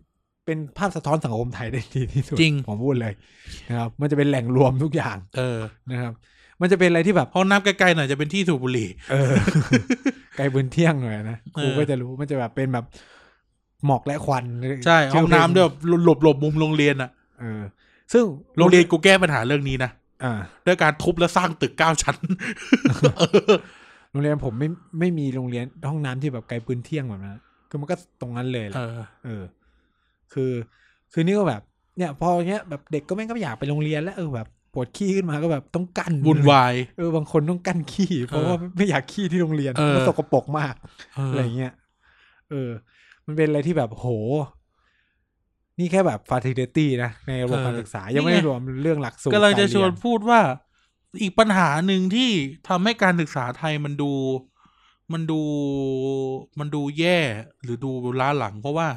A: เป็นภาพสะท้อนสังคมไทยได้ดีที่สุด
B: จริง
A: ผมพูดเลยนะครับ มันจะเป็นแหล่งรวมทุกอย่าง
B: เออ
A: นะครับ มันจะเป็นอะไรที่แบบ
B: ห้องน้ำไกลๆหน่อยจะเป็นที่สูบบุหรี่
A: เออ <laughs> ไกลบืนเที่ยงหน่อยนะครู
B: เออ
A: ก็จะรู้มันจะแบบเป็นแบบหมอกและควัน
B: ใช่ห้
A: ชื่
B: องน้ำด้วยแบบหลบหลบมุมโรงเรียนอ่ะ
A: เออ ซึ่ง
B: โรงเรียนกูแก้ปัญหาเรื่องนี้นะ
A: อ่า
B: ด้วยการทุบและสร้างตึกเก้า
A: <laughs>
B: ชั้น
A: โรงเรียนผมไม่ไม่มีโรงเรียนห้องน้ำที่แบบไกลปืนเที่ยงแบบนั้นคือมันก็ตรงนั้นเลยแห
B: เอ
A: ละ
B: อ
A: เออ คือ คือนี่ก็แบบ เนี่ย พอเนี้ยแบบเด็กก็แม่งก็ไม่อยากไปโรงเรียนแล้วเออแบบปวดขี้ขึ้นมาก็แบบต้องกั้น
B: วุ่นวาย
A: เออบางคนต้องกั้นขี้เพราะว่าไม่อยากขี้ที่โรงเรียน
B: เออ
A: มันสกปรกมาก
B: เออ
A: อะไรเงี้ยเออ มันเป็นอะไรที่แบบโห นี่แค่แบบฟา c ิลิตี้นะในระบบการศึกษายังไม่ได้รวมเรื่องหลักสูตร
B: กำลังจะ
A: การ
B: ช
A: เรี
B: วย นพูดว่า อีกปัญหาหนึ่งที่ทำให้การศึกษาไทยมันดู มันดูมันดูแย่หรือดูล้าหลัง เพราะว่า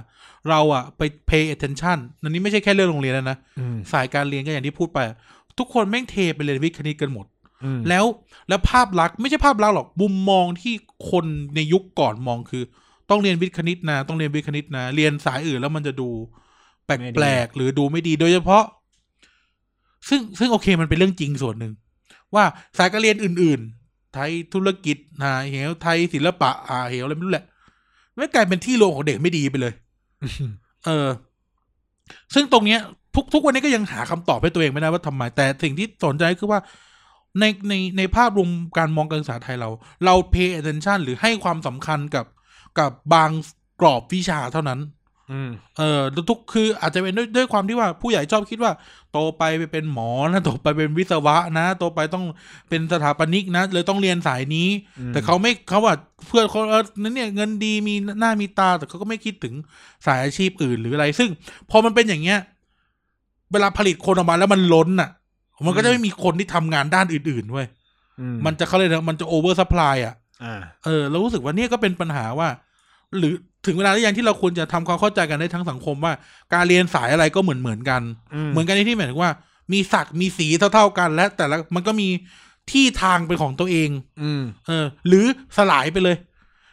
B: เราอะไป pay attention อันนี้ไม่ใช่แค่เรื่องโรงเรียนแล้วนะ
A: อืม
B: สายการเรียนก็อย่างที่พูดไป ทุกคนแม่งเทไปเลยนวิทย์คณิตกันหมด
A: อืม
B: แล้วแล้วภาพลักษณ์ไม่ใช่ภาพลักษณ์หรอกมุมมองที่คนในยุคก่อนมองคือ ต้องเรียนวิทย์คณิตนะ ต้องเรียนวิทย์คณิตนะ เรียนสายอื่นแล้วมันจะดูแปลกๆหรือดูไม่ดีโดยเฉพาะ ซึ่งซึ่งโอเคมันเป็นเรื่องจริงส่วนหนึ่ง ว่าสายการเรียนอื่น ๆ ไทยธุรกิจนะเหวไทยศิลปะอ่าเหวอะไรไม่รู้แหละไม่กลายเป็นที่รวมของเด็กไม่ดีไปเลย เออ ซึ่งตรงเนี้ย ทุกทุกวันนี้ก็ยังหาคำตอบให้ตัวเองไม่ได้ว่าทำไม แต่สิ่งที่สนใจคือว่า ในในในภาพรวมการมองการศึกษาไทยเรา เรา pay attention หรือให้ความสำคัญกับกับบางกรอบวิชาเท่านั้น
A: อืม
B: เออแล้วทุกคืออาจจะเป็นด้วยด้วยความที่ว่าผู้ใหญ่ชอบคิดว่า โตไปไปเป็นหมอนะโตไปเป็นวิศวะนะโตไปต้องเป็นสถาปนิกนะเลยต้องเรียนสายนี้ แต่เขาไม่เขาว่าเพื่อนเขาเออนั้นเนี่ยเงินดีมีหน้ามีตาแต่เขาก็ไม่คิดถึงสายอาชีพอื่นหรืออะไร ซึ่ง พอมันเป็นอย่างเงี้ย เวลาผลิตคนออกมาแล้วมันล้นอ่ะ มันก็จะไม่มีคนที่ทำงานด้านอื่นๆเว้ย
A: อื
B: มันจะเขาเลยกนะมันจะโอเวอร์ซัพพลายอ่ะ
A: อ่า
B: เออเรารู้สึกว่าเนี่ยก็เป็นปัญหาว่า หรือถึงเวลาหรือยังที่เราควรจะทำความเข้าใจกันได้ทั้งสังคมว่า การเรียนสายอะไรก็เหมือนเหมือนๆกัน
A: อืม
B: เหมือนกันในที่หมายถึงว่า มีศักดิ์มีสีเท่าๆกัน และแต่ละมันก็มีที่ทางเป็นของตัวเอง
A: อืม
B: เออ หรือสลายไปเลย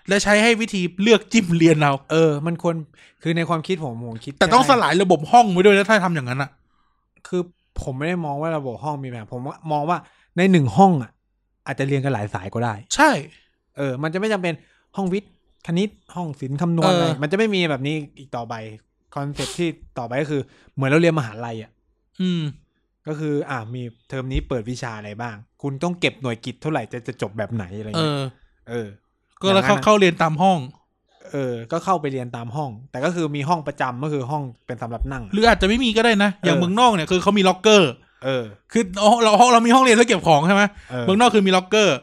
B: และใช้ให้วิธีเลือกจิ้มเรียนเรา
A: เออ มันควร คือในความคิดผมผมคิด
B: แต่ต้อง
A: แค่
B: สลายระบบห้องไว้ด้วยนะถ้าทำอย่างนั้นอ่ะ
A: คือผมไม่ได้มองว่าระบบห้องมีแบบผมว่ามองว่าในหนึ่งห้องอ่ะ อาจจะเรียนกันหลายสายก็ได้
B: ใช่
A: เออ มันจะไม่จำเป็นห้องวิทย์ คณิต ห้องศิลป์คำนวณ
B: เอออ
A: อะไร มันจะไม่มีแบบนี้อีกต่อไป คอนเซ็ปที่ต่อไปก็คือ เหมือนเราเรียนมหาลัยอ่ะ
B: อืม
A: ก็คือ อ่ามีเทอมนี้เปิดวิชาอะไรบ้าง คุณต้องเก็บหน่วยกิจเท่าไหร่จะจะจบแบบไหนอะไร
B: เอ
A: เงี้ย
B: อ
A: เออ
B: ก็แล้วเข้า
A: อย่างนั้นอะ
B: เข้าเรียนตามห้อง
A: เออ ก็เข้าไปเรียนตามห้อง แต่ก็คือมีห้องประจำก็คือห้องเป็นสำหรับนั่งอะ
B: หรืออาจจะไม่มีก็ได้นะ อย่าง
A: เออ
B: เมืองนอกเนี่ยคือเขามีล็อกเกอร์
A: เออ
B: คือเราเราเราเรามีห้องเรียนแล้วเก็บของใช่ไหม
A: เออ
B: เมืองนอกคือมีล็อกเกอร์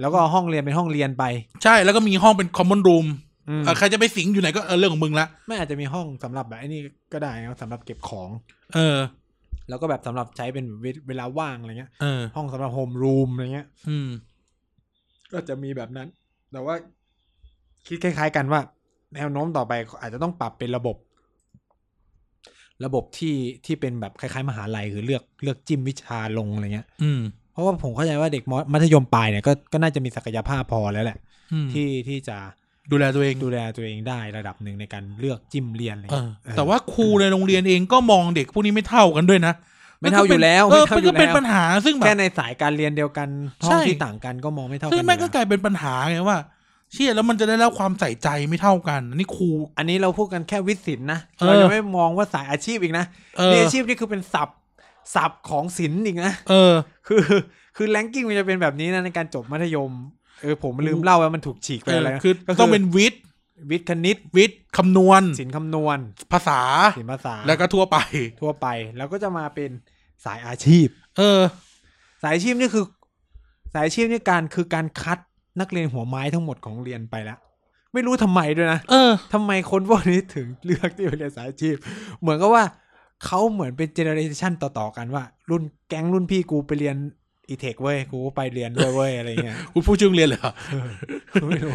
A: แล้วก็ห้องเรียนเป็นห้องเรียนไป
B: ใช่แล้วก็มีห้องเป็นคอมมอนรูม
A: อืม
B: ใครจะไปสิงอยู่ไหนก็เออเรื่องของมึงละ
A: ไม่อาจจะมีห้องสำหรับแบบไอ้นี่ก็ได้นะสำหรับเก็บของ
B: เออ
A: แล้วก็แบบสำหรับใช้เป็นเวเวลาว่างอะไรเงี้ย
B: เออ
A: ห้องสำหรับโฮมรูมอะไรเงี้ย
B: อืม
A: ก็จะมีแบบนั้น แต่ว่า คิดคล้าย ๆ กันว่า แนวโน้มต่อไปอาจจะต้องปรับเป็นระบบ ระบบที่ที่เป็นแบบคล้ายๆ มหาลัยคือเลือกเลือกจิ้มวิชาลงอะไรเงี้ย
B: อืม
A: เพราะว่าผมเข้าใจว่าเด็กมมัธยมปลายเนี่ยก็ก็น่าจะมีศักยภาพพอแล้วแหละ
B: อืม
A: ที่ที่จะ
B: ดูแลตัวเอง
A: ดูแลตัวเองได้ระดับหนึ่งในการเลือกจิ้มเรียนอะไร
B: เอ
A: เงี้
B: อย
A: เออ
B: แต่ว่าครูในโรงเรียนเองก็มองเด็กพวกนี้ไม่เท่ากันด้วยนะ
A: ไม่เท่าอยู่แล้ว
B: เออ
A: ไม่
B: มั
A: เท่าน อยู่
B: ก็เป็น
A: แล้ว
B: ปัญหาซึ่งแบ
A: แค่
B: บ
A: ในสายการเรียนเดียวกันห้อ
B: ใช่
A: งที่ต่างกันก็มองไม่เท่ากัน
B: ซึ่งแม่ง
A: อ
B: ก็
A: ยู่นะ
B: กลายเป็นปัญหาไงว่า เชี่ยแล้วมันจะได้รับความใส่ใจไม่เท่ากันอันนี่ครู
A: อันนี้เราพูดกันแค่วิทย์ศิลป์นะ
B: เออ
A: เรายังไม่มองว่าสายอาชีพอีกนะ
B: เอ
A: นี่
B: อ
A: อาชีพนี่คือเป็นศัพท์ศัพท์ของศิลป์อีกนะ
B: เออ
A: คือคือแรงกิ้งมันจะเป็นแบบนี้นะในการจบมัธยมเออผมลืมเล่าว่ามันถูกฉีกไป
B: เออ
A: อะไรนะ
B: คือ
A: ก็
B: ต้องเป็นวิทย์
A: วิทย์คณิต
B: วิทย์คำนวณ
A: ศิลป์คำนวณ
B: ภาษา
A: ศิลป์ภาษา
B: แล้วก็ทั่วไป
A: ทั่วไป แล้วก็จะมาเป็นสายอาชีพ
B: เออ
A: สายอาชีพนี่คือ สายอาชีพนี่การคือการคัดนักเรียนหัวไม้ทั้งหมดของโรงเรียนไปแล้วไม่รู้ทำไมด้วยนะ
B: เออ
A: ทำไมคนพวกนี้ถึงเลือกที่จะเรียนสายอาชีพ เหมือนกับว่าเขาเหมือนเป็นเจเนอเรชันต่อๆกันว่า รุ่นแก๊งรุ่นพี่กูไปเรียนอีเทคเว้ยกูก็ไปเรียนด้วยเว้ยอะไรเงี้ย
B: คุณผู้ชมเรียนเลยเหรอ
A: เออไม่รู้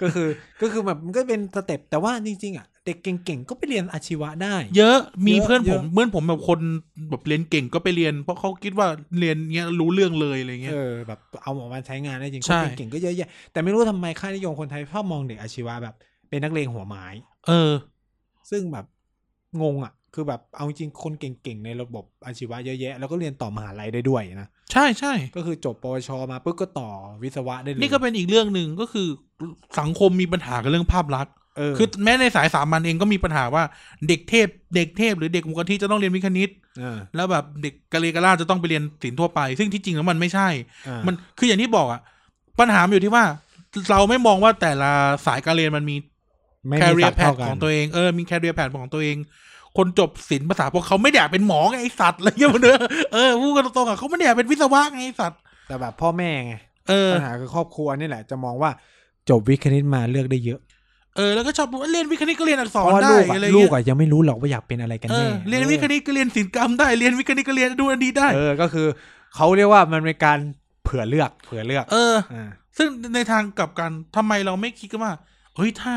A: ก็คือก็คือแบบมันก็เป็นสเต็ปแต่ว่าจริงๆอ่ะเด็กเก่งๆก็ไปเรียนอาชีวะได้
B: เยอะมี
A: เยอะ
B: เพื่อน
A: เย
B: ผ
A: อะ
B: มเพื่อนผมแบบคนแบบเรียนเก่งก็ไปเรียน เพราะเขาคิดว่าเรียนเงี้ยรู้เรื่องเลยอะไรเงี้ย
A: เออแบบเอาออกมาใช้งานได้จริง
B: ใช่
A: คนเก่งๆก็เยอะแยะแต่ไม่รู้ทำไมค่านิยมคนไทยชอบมองเด็กอาชีวะแบบ เป็นนักเลงหัวไม้
B: เออ
A: ซึ่งแบบงงอ่ะ คือแบบเอาจริงคนเก่งๆ ในระบบอาชีวะเยอะแยะ แล้วก็เรียนต่อมหาลัยได้ด้วยนะ
B: ใช่ใช่
A: ก็คือจบปวชมาปุ๊บก็ต่อวิศวะได้เลย
B: นี่ก็เป็นอีกเรื่องหนึ่งก็คือสังคมมีปัญหากับเรื่องภาพลักษณ์
A: เออ
B: คือแม้ในสายสามัญเองก็มีปัญหาว่าเด็กเทพเด็กเทพหรือเด็กมุกที่จะต้องเรียนวิทย์คณิต
A: เออ
B: แล้วแบบเด็กกะเลกะลาจะต้องไปเรียนศิลป์ทั่วไป ซึ่งที่จริงแล้วมันไม่ใช่
A: อ่า
B: มันคืออย่างที่บอกอะปัญหามันอยู่ที่ว่า เราไม่มองว่าแต่ละสายการเรียนมันมี
A: ไม่
B: แค
A: มี
B: เรีย
A: สั
B: ร์
A: บ
B: แพ
A: เท่ากั
B: ของ
A: น
B: ตัวเองเออมีแคเรียร์แพของตัวเอง คนจบศิลป์ภาษาพวกเขาไม่ได้อยากเป็นหมอไงไอสัตว์อะไรอย่างเงี้ยมันเนอะเออพูดกันตรงๆอ่ะเขาไม่ได้อยากเป็นวิศวะไงไอสัตว์
A: แต่แบบพ่อแม่ไง
B: เออ
A: ปัญหาคือครอบครัวนี่แหละ จะมองว่าจบวิทย์คณิตมาเลือกได้เยอะ
B: เออแล้วก็ชอบพูดว่าเรียนวิทย์คณิตก็เรียนอักษ
A: เพ
B: ร
A: ราะว่า
B: ได้
A: ลูกอะ
B: อะไร
A: ลู
B: เงี้
A: ก
B: ย
A: อะยังไม่รู้หรอกว่าอยากเป็นอะไรกัน
B: เอ
A: แน่
B: อเรียนวิทย์คณิตก็เรียนศิลปกรรมได้เรียนวิทย์คณิตก็เรียนดูนอันนี้ได้
A: เออก็คือเขาเรียกว่ามันเป็นการเผื่อเลือกเผื่อเลือก
B: เออ
A: อ่า
B: ซึ่งในทางกลับกันทำไมเราไม่คิดกันว่าเฮ้ยถ้า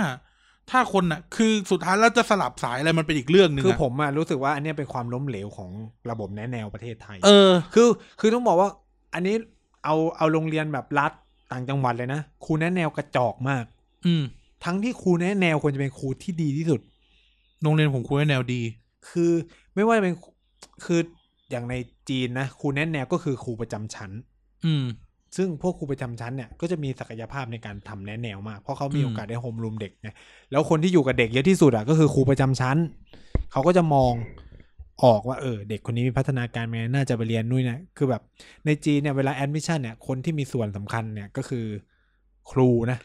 B: ถ้าคนน่ะ คือสุดท้ายแล้วจะสลับสายอะไรมันเป็นอีกเรื่องหนึ่ง
A: คือ
B: อะ
A: ผมอะรู้สึกว่าอันเนี้ยเป็นความล้มเหลวของระบบแนะแนวประเทศไทย
B: เออ
A: คือคือต้องบอกว่าอันนี้เอาเอาโรงเรียนแบบรัฐต่างจังหวัดเลยนะครูแนะแนวกระจอกมาก
B: อืม
A: ทั้งที่ครูแนะแนวควรจะเป็นครูที่ดีที่สุด
B: โรงเรียนผมคุยแนวดี
A: คือไม่ว่าจะเป็นคืออย่างในจีนนะครูแนะแนวก็คือครูประจำชั้น
B: อืม
A: ซึ่งพวกครูประจำชั้นเนี่ยก็จะมีศักยภาพในการทำแนะแนวมาก เพราะเขามี
B: อืม
A: โอกาสได้โฮมรูมเด็กไงแล้วคนที่อยู่กับเด็กเยอะที่สุดอ่ะก็คือครูประจำชั้น เขาก็จะมองออกว่าเออเด็กคนนี้มีพัฒนาการไงน่าจะไปเรียนนู่นนะคือแบบในจีนเนี่ยเวลาแอดมิชชั่นเนี่ยคนที่มีส่วนสำคัญเนี่ยก็คือครูนะ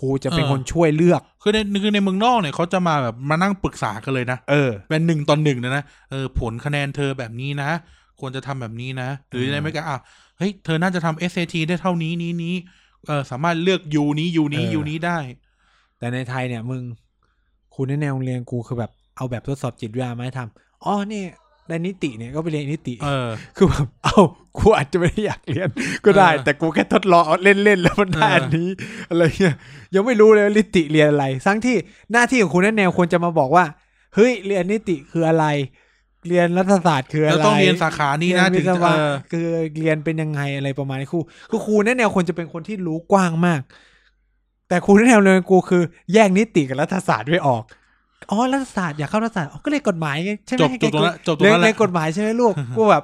A: ครูจะเป็นคนช่วยเลือก
B: คือในคือในเมืองนอกเนี่ยเขาจะมาแบบมานั่งปรึกษากันเลยนะ
A: เออ
B: เป็นหนึ่งตอนหนึ่งนะนะ เออ ผลคะแนนเธอแบบนี้นะ ควรจะทำแบบนี้นะ หรือในอเมริกาอ่ะ เฮ้ย เธอน่าจะทำ SAT ได้เท่านี้นี้นี้ เออ สามารถเลือกยูนี้ยูนี้
A: เออ
B: ยูนี้ได้
A: แต่ในไทยเนี่ยมึงครูแนะแนวโรงเรียนกูคือแบบเอาแบบทดสอบจิตวิทยามาให้ทำอ๋อเนี่ยได้นิติเนี่ยก็ไปเรียนนิติ
B: เออ
A: คือแบบ เอ้า กูอาจจะไม่ได้อยากเรียน ก็ได้
B: เออ
A: แต่กูแค่ทดลองเอาเล่น ๆ แล้วมันได้
B: เอออั
A: อันนี้ อะไรเงี้ย ยังไม่รู้เลยว่านิติเรียนอะไร ทั้งที่หน้าที่ของคุณแนแนวควรจะมาบอกว่า เฮ้ย เรียนนิติคืออะไร เรียนรัฐศาสตร์คือ
B: แล้
A: อะ
B: ว
A: ไร
B: ต้องเรียนสาขานี้นะ
A: เรีย
B: ถึ
A: วิ
B: ง
A: ศ
B: จะ
A: วะ
B: เออ
A: คือเรียนเป็นยังไงอะไรประมาณนี้ครูคือครูแนแนวควรจะเป็นคนที่รู้กว้างมาก แต่ครูแนแนวเลยกูคือ แยกนิติกับรัฐศาสตร์ไม่ออก อ๋อ รัฐศาสตร์อยากเข้ารัฐศาสตร์อ๋อก็เลยกฎหมายไงใช่ไหม
B: จบจบตรงนั้นจบตรง
A: เรีย
B: นั้น นแห
A: ใน
B: ละ
A: กฎหมายใช่ไหมลูก กูแบบ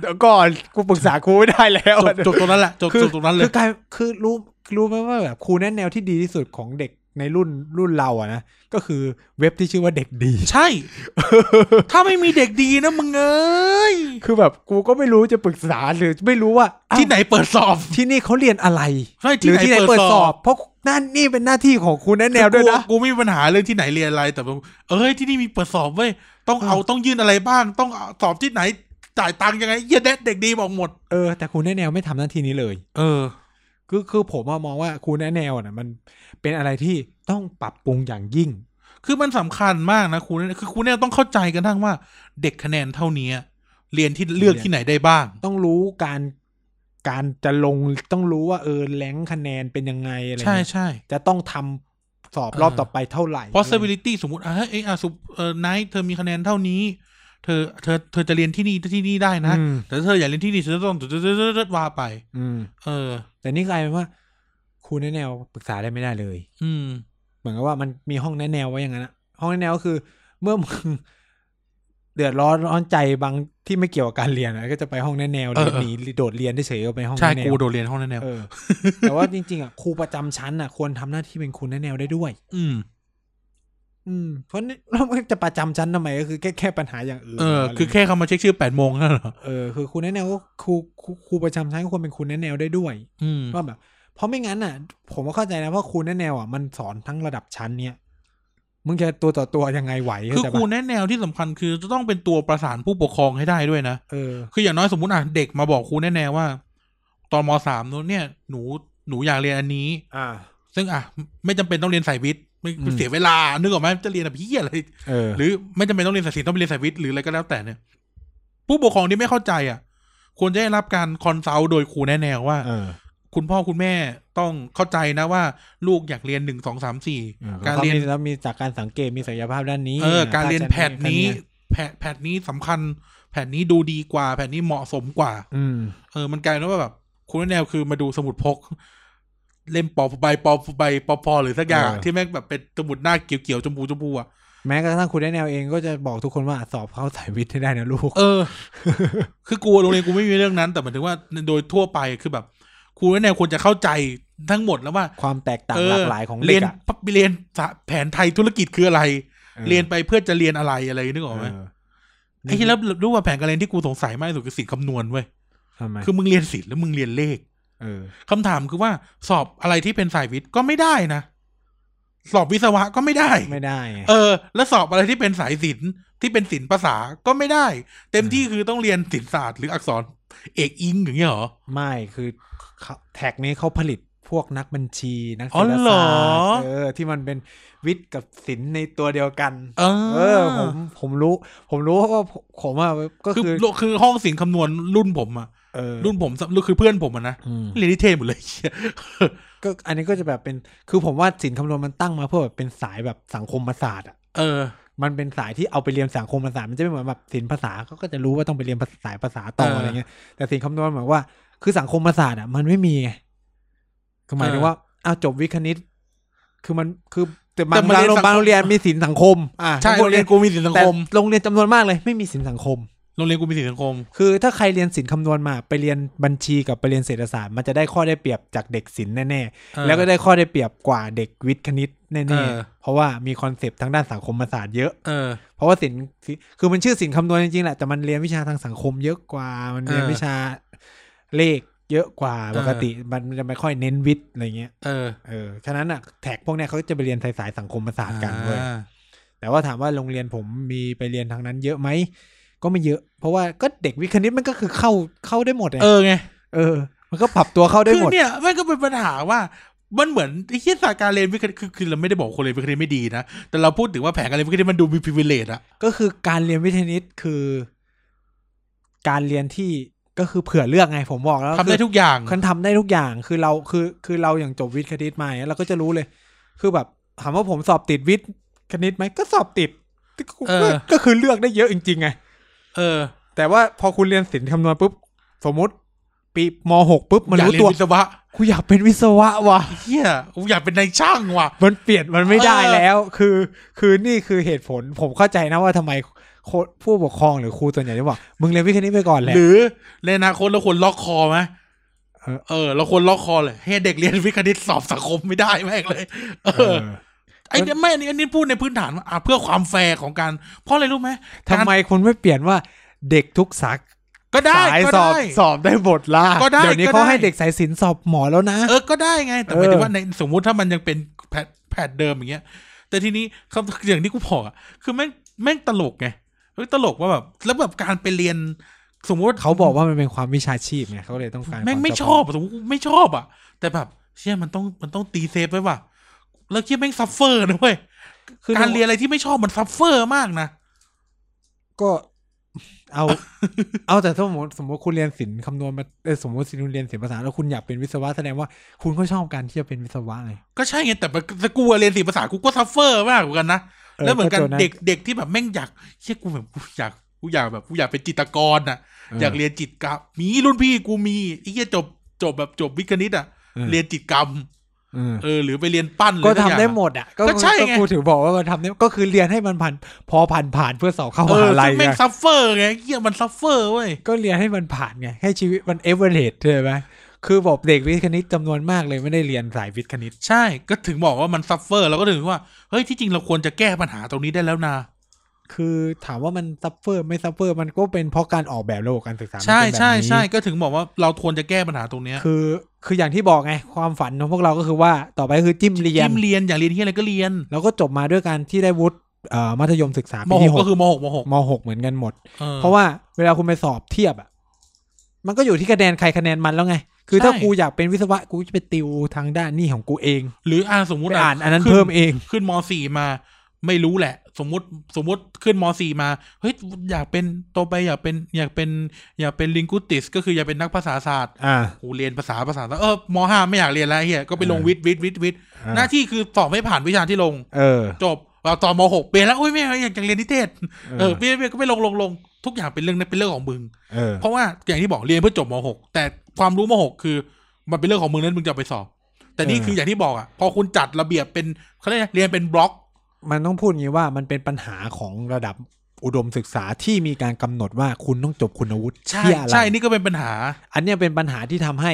A: เดี๋ยวก่อนกูปรึกษาครูไม่ได้แล้ว
B: จบจบตรงนั้นแหละ จบจบตรงนั้นเล
A: คื
B: ย
A: อกลายคือรู้รู้ไหมว่าแบบครูแนะแนวที่ดีที่สุดของเด็กในรุ่นรุ่นเราอะนะ ก็คือเว็บที่ชื่อว่าเด็กดี
B: ใช่ ถ้าไม่มีเด็กดีนะมึงเอ้ย
A: คือแบบกูก็ไม่รู้จะปรึกษาหรือไม่รู้ว่าอ้าว
B: ที่ไหนเปิดสอบ
A: ที่นี่เขาเรียนอะไร
B: ใช่
A: หรือ
B: ที่
A: ที่
B: ไห
A: ไห
B: น
A: น
B: เปิ
A: เปิ
B: ด
A: ด
B: ส
A: ส
B: อ
A: อบ บ เพราะนั่นนี่เป็นหน้าที่ของครูแนะแนวด้วยนะ
B: กูกูไม่มีปัญหาเรื่องที่ไหนเรียนอะไร แต่ผมเอ้ยที่นี่มีเปิดสอบเว้ยต้องเอา
A: เออ
B: ต้องยื่นอะไรบ้าง ต้องเอาสอบที่ไหน จ่ายตังค์ยังไงเหี้ยเด็ดเด็กดีบอกหมด
A: เออแต่ครูแนะแนวไม่ทำหน้าที่นี้เลย
B: เออ
A: คือคือผมอะมองว่าครูแนะแนวนะมันเป็นอะไรที่ต้องปรับปรุงอย่างยิ่ง
B: คือมันสำคัญมากนะครูเนี่ยคือครูเนี่ยต้องเข้าใจกันทั้งว่า เด็กคะแนนเท่านี้เรียนที่เลือกที่ไหนได้บ้าง
A: ต้องรู้การการจะลงต้องรู้ว่าเออแรงค์คะแนนเป็นยังไงอะไร
B: ใช่
A: เงี้ย
B: ใช่
A: จะต้องทำสอบ
B: เออ
A: รอบต่อไปเท่าไหร่
B: possibility สมมติอ่ะเฮ้ยเอ้ยอ่ะสุเออไนท์เธอมีคะแนนเท่านี้ เธอเธอเธอจะเรียนที่นี่ที่นี่ได้นะ
A: อืม
B: แต่ถ้าเธออยากเรียนที่นี่เธอต้องว่าไป
A: อืม
B: เออ
A: แต่นี่กลายเป็นว่าครูแนะแนวปรึกษาได้ไม่ได้เลย
B: อืม
A: เหมือนกับว่ามันมีห้องแนะแนวไว้อย่างนั้นอะห้องแนะแนวก็คือ เมื่อมึง เดือดร้อนร้อนใจบางที่ไม่เกี่ยวกับการเรียนอะก็จะไปห้องแนะแนวหรือ
B: เออเออ
A: หนีหรือโดดเรียนได้เฉยก็ไปห้อง
B: ใช่
A: แนะแน
B: กู
A: ว
B: โดดเรียนห้องนั้นแนว
A: เออ แต่ว่าจริงๆอ่ะครูประจำชั้นอ่ะควรทำหน้าที่เป็นครูแนะแนวได้ด้วย
B: อืม
A: อืมเพราะนี่แล้วมันจะประจำชั้นทำไมก็คือแก้แค่ปัญหาอย่างอื่น
B: เออ
A: หรืะไร
B: คือแค่เขามาเช็คชื่อแปดโมงนั่นเหรอ
A: เออคือครูแนะแนวก็ครูครูครูประจำชั้นก็ควรเป็นครูแนะแนวได้ด้วย
B: อืม
A: ว่าแบบเพราะไม่งั้นอ่ะ ผมก็เข้าใจนะว่าครูแนะแนวอ่ะมันสอนทั้งระดับชั้นเนี่ยมึงจะตัวต่อตัวยังไงไหว
B: คือ
A: เข้าใจปะ
B: ครูแนะแนวที่สำคัญคือจะต้องเป็นตัวประสานผู้ปกครองให้ได้ด้วยนะ
A: เออ
B: คืออย่างน้อยสมมติอ่ะเด็กมาบอกครูแน่ๆว่า ตอนมสามนู้นเนี่ยหนูหนูอยากเรียนอันนี้
A: อ่า
B: ซึ่งอ่ะไม่จำเป็นต้องเรียนสายวิทย์ไม่
A: อืม
B: เสียเวลานึกออกไหมจะเรียนอะพี่อะไร
A: เออ
B: หรือไม่จำเป็นต้องเรียนสายศิลป์ต้องไปเรียนสายวิทย์หรืออะไรก็แล้วแต่เนี่ย ผู้ปกครองที่ไม่เข้าใจอ่ะ ควรจะได้รับการคอนซัลท์โดยครูแน่ๆว่า
A: เออ
B: คุณพ่อคุณแม่ต้องเข้าใจนะว่า ลูกอยากเรียนหนึ่งสองสามสี่
A: เออ
B: การเรีย
A: ข
B: น
A: มีแล้วมีจากการสังเกตมีศักยภาพด้านนี้
B: เออ การเรียนแผดนี้
A: การเรีย
B: แผดแผดนี้สำคัญ แผดนี้ดูดีกว่า แผดนี้เหมาะสมกว่า
A: อืม
B: เออ มันกลายเป็นว่าแบบ คุณแนวคือมาดูสมุดพก เล่มปอใบปอใบปอพอหรือสักอย่างอะ
A: เออ
B: ที่แม่งแบบเป็นสมุดหน้าเขียวๆจมพูจมพูอ่ะ
A: แม้กระทั่งครูแนะแนวเองก็จะบอกทุกคนว่าสอบเข้าสายวิทย์ให้ได้นะลูก <laughs>
B: เออ คือกูโรงเรียนกูไม่มีเรื่องนั้น แต่หมายถึงว่าโดยทั่วไปคือแบบครูแนวควรจะเข้าใจทั้งหมดแล้วว่า
A: ความแตกต่าง
B: เออ
A: หลากหลายของ
B: เรี
A: เด็
B: ยน
A: กอะ
B: ปั๊บเรียนสะแผนไทยธุรกิจคืออะไร
A: ออ
B: เรียนไปเพื่อจะเรียนอะไรอะไรนึกออกไหม
A: เออ
B: ไอ้ที่แล้วรู้ว่าแผนการเรียนที่กูสงสัยมากที่สุดคือศิลป์คำนวณเว้ย
A: ทำไม
B: คือมึงเรียนศิลป์แล้วมึงเรียนเลข
A: เออ
B: คำถามคือว่าสอบอะไรที่เป็นสายวิทย์ก็ไม่ได้นะ สอบวิศวะก็ไม่ได้
A: ไม่ได้ไง
B: เออ แล้วสอบอะไรที่เป็นสายศิลป์ที่เป็นศิลป์ภาษาก็ไม่ได้ เต็มที่คือต้องเรียนศิลปศาสตร์หรืออักษร เอกอิงอย่างเงี้ยเหรอ
A: ไม่คือเขาแท็กนี้เขาผลิตพวกนักบัญชีนัก
B: อ๋อ
A: เศรษฐ
B: เหร
A: ศา
B: อ
A: สตร์เออ ที่มันเป็นวิทย์กับศิลป์ในตัวเดียวกัน
B: เอ
A: เออ ผมผมรู้ ผมรู้ว่าผมว่าก็
B: คือ
A: คือ
B: คือห้องศิลป์คำนวณรุ่นผมอะ
A: เออ
B: รุ่นผมสำคือเพื่อนผมอะนะ
A: อืม
B: เรียนนิเทศหมดเลย <laughs> เหี้ย
A: ก็อันนี้ก็จะแบบเป็นคือผมว่าสินคำนวณมันตั้งมาเพื่อแบบเป็นสายแบบสังคมศาสตร์อ่ะ
B: เออ
A: มันเป็นสายที่เอาไปเรียนสังคมศาสตร์มันจะไม่เหมือนแบบสินภาษาเขาก็จะรู้ว่าต้องไปเรียนภาษาสายภาษาต่อ
B: เอออ
A: อะไรเงี้ยแต่สินคำนวณเหมือนว่าคือสังคมศาสตร์อ่ะมันไม่มีไงคือหมายถึงว่าอ้าวจบวิทย์คณิต คือมันคือแต่บา
B: แต่
A: ง
B: มัน
A: บาง
B: เรียน
A: โรงบางโรงเรียน
B: สังคม
A: มีสินสังคม อ่า
B: ใช่โรงเรียนกูมีสินสัง
A: แต่
B: คม
A: โรงเรียนจำนวนมากเลยไม่มีสินสังคม
B: โรงเรียนกูมีสินสังคม
A: คือถ้าใครเรียนสินคำนวณมาไปเรียนบัญชีกับไปเรียนเศรษฐศาสตร์มันจะได้ข้อได้เปรียบจากเด็กศิลป์แน่
B: เออ
A: ๆแล้วก็ได้ข้อได้เปรียบกว่าเด็กวิทย์คณิตแน่
B: เออ
A: ๆเพราะว่ามีคอนเซปต์ทางด้านสังคมศาสตร์เยอะ
B: เออ
A: เพราะว่าสินสิคือมันชื่อสินคำนวณจริงๆแหละแต่มันเรียนวิชาทางสังคมเยอะกว่ามันเรียน
B: เออ
A: วิชาเลขเยอะกว่า
B: เออ
A: ปกติมันจะไม่ค่อยเน้นวิทย์อะไรเงี้ย
B: เออ
A: เออฉะนั้นอ่ะแท็กพวกเนี้ยเขาจะไปเรียนสายๆสังคมศาสตร์กันเว้ย
B: อ่า
A: แต่ว่าถามว่าโรงเรียนผมมีไปเรียนทางนั้นเยอะไหม ก็ไม่เยอะ เพราะว่าก็เด็กวิทย์คณิตมันก็คือเข้าเข้าได้หมดไง
B: เออไง
A: เออ มันก็ปรับตัวเข้าได้
B: คื
A: หม
B: อ
A: ด
B: เนี่ยมันก็เป็นปัญหาว่ามันเหมือนไอ้ที่ศาสตร์การเรียนวิเคราะห์คือคือเราไม่ได้บอกคนเรียนวิเคราะห์ไม่ดีนะ แต่เราพูดถึงว่าแผนการเรียนวิเคราะห์มันดูมีพิเวเลตอะ
A: ก็คือการเรียนวิทย์คณิตคือ การเรียนที่ก็คือเผื่อเลือกไงผมบอกแล้ว
B: ทำได้ทุกอย่าง
A: คันทำได้ทุกอย่างคือเราคือคือเราอย่างจบวิทย์คณิตมาเนี่ยเราก็จะรู้เลย คือแบบถามว่าผมสอบติดวิทย์คณิตไหมก็สอบติด
B: เออ
A: ก็คือเลือกได้เยอะจริงๆไง
B: เออ
A: แต่ว่าพอคุณเรียนศิลป์คำนวณปุ๊บสมมติปีมหกปุ๊บมัน
B: อยาก
A: รู้
B: เรีย
A: ตัว
B: นวิศวะ
A: กูอยากเป็นวิศวะว่ะ
B: เฮียกูอยากเป็นนายช่างว่ะ
A: มันเปลี่ยนมันไม่ได้
B: เออ
A: แล้ว คือ คือนี่คือเหตุผล ผมเข้าใจนะว่าทำไมโคผู้ปกครองหรือครูส่วนใหญ่จะบอกมึงเรียนวิทย์คณิตไปก่อนแหละ
B: หรือในอนาคตเราควรล็อกคอไหม
A: เออ
B: เออ เราควรล็อกคอเลยให้เด็กเรียนวิทย์คณิตสอบสังคมไม่ได้แม่งเลย เอ
A: เอ
B: อ
A: อ
B: ไอ้เนี่ยไม่อันนี้อันนี้พูดในพื้นฐานว่าอ่ะเพื่อความแฟร์ของการเพราะอะไรรู้ไหม
A: ทำไมคุณไม่เปลี่ยนว่าเด็กทุกสา
B: ก็ได้
A: สาย
B: ก็
A: สอบ
B: ได้
A: สอบได้บทละ
B: ก็ได้
A: เดี๋ยวนี้
B: ก็ได้
A: เขาให้เด็กสายศิลป์สอบหมอแล้วนะ
B: เออ ก็ได้ไง แต่หมาย
A: เออ
B: ถึงว่าในสมมุติถ้ามันยังเป็นแพทแพทเดิมอย่างเงี้ย แต่ทีนี้คำอย่างที่กูบอกอะคือแม่งแม่งตลกไงเฮ้ยตลกว่าแบบ แล้วแบบการไปเรียน สมมติว่
A: เขาบอกว่ามันเป็นความวิชาชีพไงเขาเลยต้องการ
B: แม่งไม่
A: ควา
B: ชอบอะสมมติไม่ชอบอะแต่แบบเชี่ยมันต้องมันต้องตีเซฟไว้ว่ะแล้วเชี่ยแม่งซัฟเฟอร์นะเว้ย
A: คือ
B: การเรียนอะไรที่ไม่ชอบมันซัฟเฟอร์มากนะ
A: ก็ เอา เอาแต่ถ้าสมมติสมมติคุณเรียนศิลป์คำนวณมาเออสมมติคุณเรียนศิลป์ภาษาแล้วคุณอยากเป็นวิศวะแสดงว่าคุณก็ชอบการที่จะเป็นวิศวะไง
B: ก็ใช่ไงแต่แบบแต่กูอะเรียนสี่ภาษากูก็ซัฟเฟอร์มากเหมือนกันนะ
A: เออ
B: แล้วเหมือนกัน
A: ก็โจทย์นั้น
B: เด็กเด็กที่แบบแม่งอยากเชี่ยกูแบบกูอยากกูอยากแบบกูอยากเป็นจิตรกรน่ะ อยากเรียนจิตรกรรมมีรุ่นพี่กูมีไอ้เหี้ยจบจบแบบจบวิทย์คณิตอ่ะ
A: เออ
B: เรียนจิตรกรรม
A: เออ
B: เออหรือไปเรียนปั้น
A: ก็
B: อะรสั
A: ทำ
B: อย่าง
A: ได้หมดอ่ะ
B: ก็ใช่ไง
A: ก็กูถือบอกว่ามันทำได้ก็คือเรียนให้มันผ่านพอผ่านผ่านเพื่อสอบเข้า
B: เอ
A: ม
B: อ
A: หาลัย
B: ซึ่
A: ไง
B: งแม่งซัฟเฟอร์ไงไอ้เหี้ยมันซัฟเฟอร์เว้ย
A: ก็เรียนให้มันผ่านไงให้ชีวิตมันเอเวอร์เรจใช่ไหมคือบอกเด็กวิทย์คณิตจำนวนมากเลยไม่ได้เรียนสายวิทย์คณิต
B: ใช่ก็ถึงบอกว่ามันซัฟเฟอร์เราก็ถึงว่าเฮ้ยที่จริงเราควรจะแก้ปัญหาตรงนี้ได้แล้วนะ
A: คือถามว่ามันซัฟเฟอร์ไม่ซัฟเฟอร์มันก็เป็นเพราะการออกแบบระบบการศึกษามัน
B: ใช่
A: เป็นแบบ
B: ใช่
A: นี้
B: ใช่ก็ถึงบอกว่าเราควรจะแก้ปัญหาตรงเนี้ย
A: คือคืออย่างที่บอกไงความฝันของพวกเราก็คือว่าต่อไปคือจิ้มเรียน
B: จิ้มเรียนอยากเรียนที่อะไรก็เรียน
A: แล้วก็จบมาด้วยการที่ได้วุฒิเอ่อมัธยมศึกษาม ปี
B: ห
A: ที่
B: ก
A: ห
B: ก็
A: ก
B: คือมหกมหก
A: มหกเหมือนกันหมด
B: ออ
A: เพราะว่าเวลาคุณไปสอบเทียบอ่ะ มันก็อยู่ที่คะแนนใครคะแนนมันแล้วไง คือ
B: ใช่
A: ถ้ากูอยากเป็นวิศวะกูจะไปติวทางด้านนี่ของกูเอง
B: หรืออ่าสมมุติ
A: ไป
B: อ่ะ
A: อ่านอันนั้น
B: ขึ้
A: เพิ่มเอง
B: ขึ้นมสี่มาไม่รู้แหละ สมมติสมมติขึ้นมสี่มาเฮ้ยอยากเป็นโตไปอยากเป็นอยากเป็นอยากเป็นลิงกุติสก็คืออยากเป็นนักภาษาศาสตร์
A: อ่า
B: กูเรียนภาษาภาษาศาสตร์เออมห้าไม่อยากเรียนแล้วไอ้เฮียก็ไปลง
A: เออ
B: วิทย์วิทย์วิทย์วิทย์หน้าที่คือสอบไม่ผ่านวิชาที่ลง
A: เออ
B: จบเราต่อมหกเปลี่ยนแล้วอุ้ยไม่เอาอยากจะเรียนนิเทศเอ
A: เอ
B: อ
A: อ
B: เปลี่ยนเปลี่ยนก็ไม่ลงลงลงทุกอย่างเป็นเรื่องนั้นเป็นเรื่องของมึง
A: เออ
B: เพราะว่าอย่างที่บอกเรียนเพื่อจบม .6 แต่ความรู้ม .6 คือ มันเป็นเรื่องของมึงนั้นมึงจะเอาไปสอบ แต่นี่
A: เออ
B: คืออย่างที่บอกอ่ะพอคุณจัดระเบียบเป็นเขาเรียกอะไรเรียนเป็นบล็อก
A: มันต้องพูดอย่างนี้ว่ามันเป็นปัญหาของระดับอุดมศึกษาที่มีการกำหนดว่าคุณต้องจบคุณวุฒิ
B: ใช่
A: เพื่ออะไร
B: ใช่นี่ก็เป็นปัญหา
A: อันเนี้ยเป็นปัญหาที่ทำให้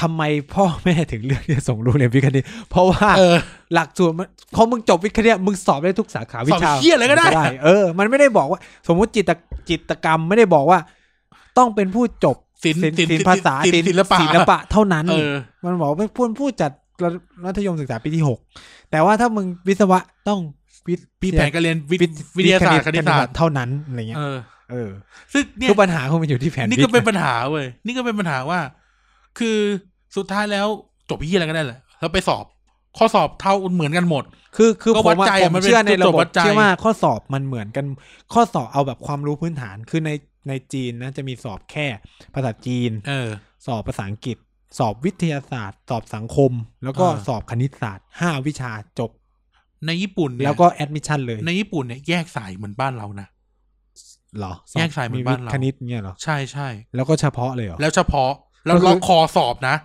A: ทำไมพ่อแม่ถึงเลือกที่จะส่งลูกเรียนวิทย์คณิตเพราะว่า
B: เออ
A: หลักสูตรมันพอมึงจบวิทย์คณิตมึงสอบได้ทุกสาขาวิชา
B: สอบเหี้ยอะไรก็ได้
A: เออ มันไม่ได้บอกว่า สมมุติจิตจิตกรรมไม่ได้บอกว่า ต้องเป็นผู้จบ
B: ศิลป์
A: ศิลป์
B: ศิ
A: ศิล
B: ลป์
A: ป์ภาษา
B: ศิลป์ศิลปะ
A: ศิลปะเท่านั้น
B: เออ
A: มันบอกว่าพูดผู้จัดระมัธยมศึกษาปีที่หกแต่ว่าถ้ามึงวิศวะต้องวิทย์
B: มีแผนการเรียนวิทย์วิทยาศาสตร์คณิตศาสตร์
A: เท่านั้นอะไรเงี้ย
B: เออ
A: เออ
B: ซึ่งเนี่ย
A: ทุกปัญหาคงมันอยู่ที่แผน
B: นี่ก็เป็
A: วิ
B: น
A: ทย์
B: ปัญหาเว้ยนี่ก็เป็นปัญหาว่า คือสุดท้ายแล้วจบพี่อะไรก็ได้แหละแล้วไปสอบ ข้อสอบเท่าเหมือนกันหมด
A: คือคือ
B: ก็
A: ผ
B: วั
A: ม
B: ด
A: อะ
B: ใจ
A: ผ
B: อะ
A: ม
B: มันเป็น
A: เชื่อในระบ
B: จุดวั
A: บ
B: ดใจ
A: เชื่อว่าข้อสอบมันเหมือนกัน ข้อสอบเอาแบบความรู้พื้นฐานคือในในจีนนะจะมีสอบแค่ภาษาจีน
B: เออ
A: สอบภาษาอังกฤษ สอบวิทยาศาสตร์ สอบสังคม แล้วก็
B: อ่า
A: สอบคณิตศาสตร์ห้าวิชาจบ
B: ในญี่ปุ่นเนี่ย
A: แล้วก็แอดมิชชั่นเลย
B: ในญี่ปุ่นเนี่ยแยกสายเหมือนบ้านเรานะ
A: เหรอ
B: แยกสายเหมือนบ้านเรามี
A: คณิตเนี่ยเหรอ
B: ใช่ใช่
A: แล้วก็เฉพาะเลยเหรอ
B: แล้วเฉพาะ แล้ว
A: ก็คือ
B: ล็อกคอสอบนะ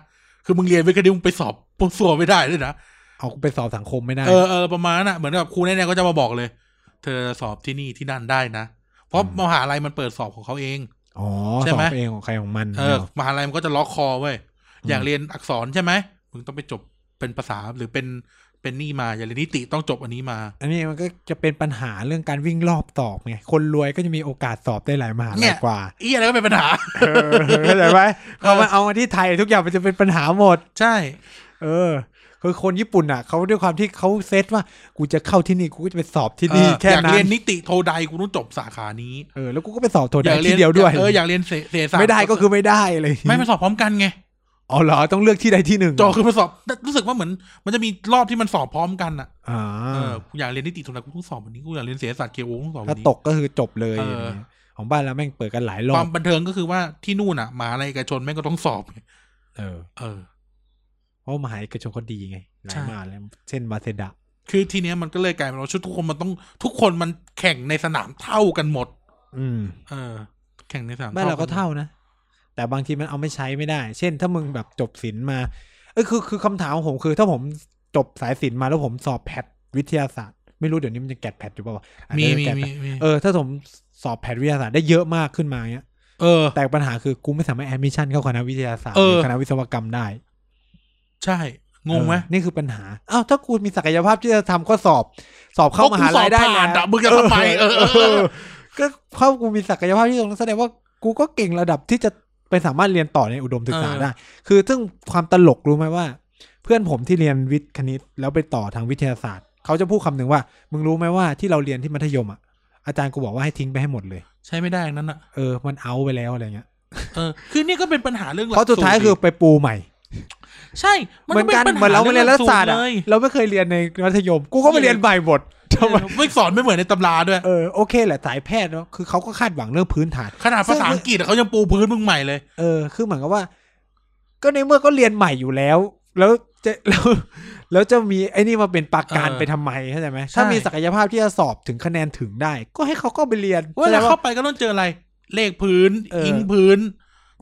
B: คือมึงเรียนวิทย์คณิตมึงไปสอบปุ๊บสัวไม่ได้ด้วยนะ
A: เอาไปสอบสังคมไม่ได้
B: เออเออประมาณนั้นน่ะเหมือนกับครูแน่ๆก็จะมาบอกเลย เธอสอบที่นี่ที่นั่นได้นะ เพราะ
A: อืม
B: มหาลัยมันเปิดสอบของเขาเอง
A: อ๋อ
B: ใช่
A: สอบ
B: ไหม
A: เองของใครของมัน
B: เอ
A: เนี่
B: อ
A: ยหรอ
B: มหาลัยมันก็จะล็อกคอเว้ย
A: อืม
B: อย่างเรียนอักษรใช่ไหมมึงต้องไปจบเป็นภาษาหรือเป็นเป็นนี่มาอย่างเรียนนิติต้องจบอันนี้มา
A: อันนี้มันก็จะเป็นปัญหาเรื่องการวิ่งรอบสอบไงคนรวยก็จะมีโอกาสสอบได้หลายมหาลั
B: เนี่
A: ย
B: ย
A: กว่า
B: อีอะไรก็เป็นปัญหา <laughs>
A: เออเข้าใจไหม
B: เออ
A: เอามาเอามาที่ไทยทุกอย่างมันจะเป็นปัญหาหมด
B: ใช่
A: เออ คือคนญี่ปุ่นอ่ะเขาด้วยความที่เขาเซตว่า กูจะเข้าที่นี่กูก็จะไปสอบที่นี่
B: เออ
A: แค่
B: อยาก
A: นั้
B: เรีย
A: น
B: นนิติโทไดกูต้องจบสาขานี้
A: เออแล้วกูก็ไปสอบโท
B: อ
A: ได้
B: ยากเรี
A: ที่
B: น
A: เดียวด้วย
B: เอออยากเรียนเสเสศาสตร์
A: ไม่ได้ก็คือไม่ได้เลย
B: ไม่มาสอบพร้อมกันไง
A: อ๋อเหรอต้องเลือกที่ใดที่หนึ่ง
B: จอคือมาสอบรู้สึกว่าเหมือน มันจะมีรอบที่มันสอบพร้อมกันอ่ะ
A: อ่า
B: เออกูอยากเรียนนิติโทไดกูต้องสอบวันนี้กูอยากเรียนเสศาสตร์เควกูต้องสอบวั
A: ถ้าน
B: นี้
A: ตกก็คือจบเลย
B: เอออ
A: ย่างเงี้ยของบ้านเราแม่งเปิดกันหลายร
B: ค
A: อ
B: วา
A: บ
B: มบันเทิงก็คือว่าที่นู่นอ่ะมหาลัยเอกชนแม่งก็ต้องสอบไง
A: เออ
B: เออ
A: เพราะมหาเอกชนเขาดีไงหลา
B: ใช่
A: ยมหาแล้วเช่นมาเซดะ
B: คือทีเนี้ยมันก็เลยกลายเป็นว่าชุดทุกคนมันต้องทุกคนมันแข่งในสนามเท่ากันหมด
A: อืม
B: เออ แข่งในสนาม
A: บ้านเราก็
B: หมด
A: เท่านะ แต่บางทีมันเอาไม่ใช้ไม่ได้ เช่น ถ้ามึงแบบจบศิลป์มา เออคือคือคำถามของผมคือ ถ้าผมจบสายศิลป์มาแล้วผมสอบแพทวิทยาศาสตร์ ไม่รู้เดี๋ยวนี้มันจะแกดแพทอยู่ป่าวะอาจจะ
B: มีมี
A: แกดแพ
B: มี
A: ท
B: มี
A: เออถ้าผมสอบแพทวิทยาศาสตร์ได้เยอะมากขึ้นมาเนี้ย
B: เออ
A: แต่ปัญหาคือกูไม่สามารถแอดมิชชั่นเข้าคณะวิทยาศาสตร์
B: เอ
A: ห
B: อ
A: รือคณะวิศวกรรมได้
B: ใช่งงไหม
A: เออนี่คือปัญหาอ้าวถ้ากูมีศักยภาพที่จะทำข้อสอบ สอบเข้ามหาลัยได้
B: ก็กูสอบผ่าน
A: แล้
B: อ่ะ
A: ว
B: มึงจะทำไมเออเออเออ
A: ก็เข้ากูมีศักยภาพที่ตรงนั้นแสดงว่ากูก็เก่งระดับที่จะไปสามารถเรียนต่อในอุดมศึกษาได้ คือซึ่งความตลกรู้ไหมว่า เพื่อนผมที่เรียนวิทย์คณิตแล้วไปต่อทางวิทยาศาสตร์ เขาจะพูดคำหนึ่งว่า มึงรู้ไหมว่าที่เราเรียนที่มัธยมอ่ะอาจารย์กูบอกว่าให้ทิ้งไปให้หมดเลย
B: ใช่ไม่ได้อย่างนั้นอ่ะ
A: เออมันเอาไปแล้วอะไรเงี้ย
B: เออคือนี่ก็เป็นปัญหาเรื่องหลัก
A: เพราะสุดท้ายคือไปปูใหม่
B: ใช่
A: เหมือนกัน
B: ป็ปัญ
A: เหมือนเราไม่เรียนรัฐศาสตร์
B: เอ
A: อ่ะ
B: งหลักสูตรเลย
A: เราไม่เคยเรียนในมัธยม กูก็ไปเรียนใบหมดทำไม
B: เออไม่สอนไม่เหมือนในตำราด้วย
A: เออโอเคแหละสายแพทย์เนาะคือเขาก็คาดหวังเรื่องพื้นฐาน
B: ขนาดภาษาอังกฤษอะเขายังปูพื้นมึงใหม่เลย
A: เออ คือเหมือนกับว่า ก็ในเมื่อก็เรียนใหม่อยู่แล้ว แล้วจะ <laughs> แล้วแล้วจะมีไอ้นี่มาเป็นปากการ
B: เออ
A: ไปทำไมเข้าใจไหม
B: ใช่
A: ถ้ามีศักยภาพที่จะสอบถึงคะแนนถึงได้ ก็ให้เขาก็ไปเรียน
B: ว่าแล้ว
A: เข้าใจปะ
B: เข้าไปก็ต้องเจออะไร เลขพื้น
A: เอออิ
B: อิงพื้น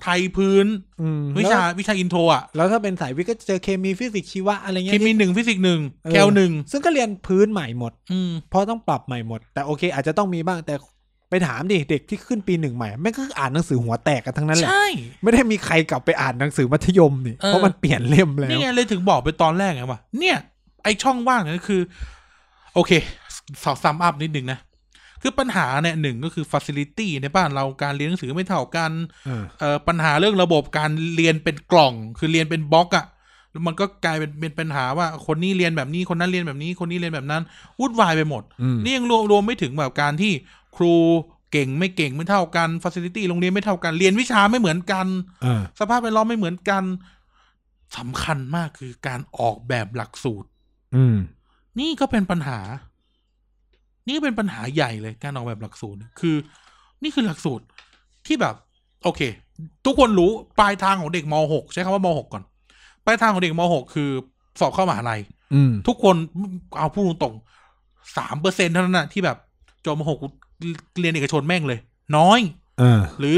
B: ไทยพื้น
A: อืม
B: วิ
A: แล้ว
B: ชาวิชาอินโทรอ่ะ
A: แล้วถ้าเป็นสายวิทย์ก็จะเจอเคมีฟิสิกส์ชีวะอะไรเงี้
B: เค
A: ย
B: มีหนึ่งฟิสิกส์หนึ่ง
A: เออ
B: แคลหนึ่ง
A: ซึ่งก็เรียนพื้นใหม่หมด
B: อืม
A: เพราะต้องปรับใหม่หมด แต่โอเคอาจจะต้องมีบ้างแต่ไปถามดิเด็กที่ขึ้นปีหนึ่งใหม่แม่งก็อ่านหนังสือหัวแตกกันทั้งนั้นแหละ
B: ใช่
A: ไม่ได้มีใครกลับไปอ่านหนังสือมัธยมนี่
B: เออ
A: เพราะมันเปลี่ยนเล่มแล้ว
B: นี่ไงเลยถึงบอกไปตอนแรกไงว่าเนี่ย ไอช่องว่างเนี่ยคือ โอเคสอบซ้ำอัพนิดนึงนะ คือปัญหาเนี่ยหนึ่งก็คือฟัซิลิตี้ในบ้านเราการเรียนหนังสือไม่เท่ากัน
A: เออ
B: เอ่อปัญหาเรื่องระบบการเรียนเป็นกล่อง คือเรียนเป็นบล็อกอะแล้วมันก็กลายเป็นเป็นปัญหาว่าคนนี้เรียนแบบนี้คนนั้นเรียนแบบนี้คนนี้เรียนแบบนั้นวุ่นวายไปหมด
A: อืม
B: นี่ยังรวมรวมไม่ถึงแบบการที่ครูเก่งไม่เก่งไม่เท่ากันฟัซิลิตี้โรงเรียนไม่เท่ากันเรียนวิชาไม่เหมือนกัน
A: เออ
B: สภาพแวดล้อมไม่เหมือนกันสำคัญมากคือการออกแบบหลักสูตร
A: อืม
B: นี่ก็เป็นปัญหา นี่ก็เป็นปัญหาใหญ่เลยการออกแบบหลักสูตรเนี่ยคือ นี่คือหลักสูตรที่แบบ โอเค ทุกคนรู้ปลายทางของเด็กม .6 ใช้คำว่าม .6 ก่อนปลายทางของเด็กม .6 คือสอบเข้ามหาลัย
A: อืม
B: ทุกคนเอาพูดตรงสามเปอร์เซ็นเท่านั้นนะที่แบบจบม .6 เรียนเอกชนแม่งเลย น้อย
A: เออ
B: หรือ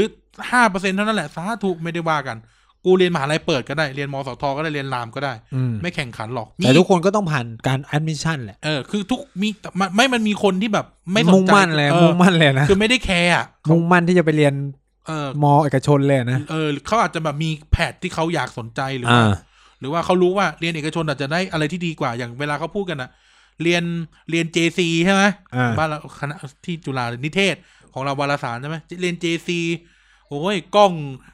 B: ห้าเปอร์เซ็นเท่านั้นแหละสาธุไม่ได้ว่ากัน กูเรียนมหาลัยเปิดก็ได้เรียนมสทก็ได้เรียนรามก็ได้
A: อืม
B: ไม่แข่งขันหรอก
A: แต่
B: มี
A: ทุกคนก็ต้องผ่านการแอดมิชชั่นแหละ
B: เออคือทุกมีแต่มันไม่มันมีคนที่แบบ ไม่สนใจ
A: มุ่งมั่นเลย
B: เออ
A: มุ่งมั่นเลยนะ
B: คือไม่ได้แคร์อะ
A: มุ่งมั่นที่จะไปเรียน
B: เออ
A: มอเอกชนเลยนะ
B: เออเขาอาจจะแบบมีแพทที่เขาอยากสนใจหรือว่าหรือว่าเขารู้ว่าเรียนเอกชนอาจจะได้อะไรที่ดีกว่าอย่างเวลาเขาพูดกันอะเรียนเรียน JC ใช่ไหม
A: อ่า
B: บ้านเราคณะที่จุฬานิเทศของเราวารสารใช่ไหมเรียน JC โอ้ยกล้อง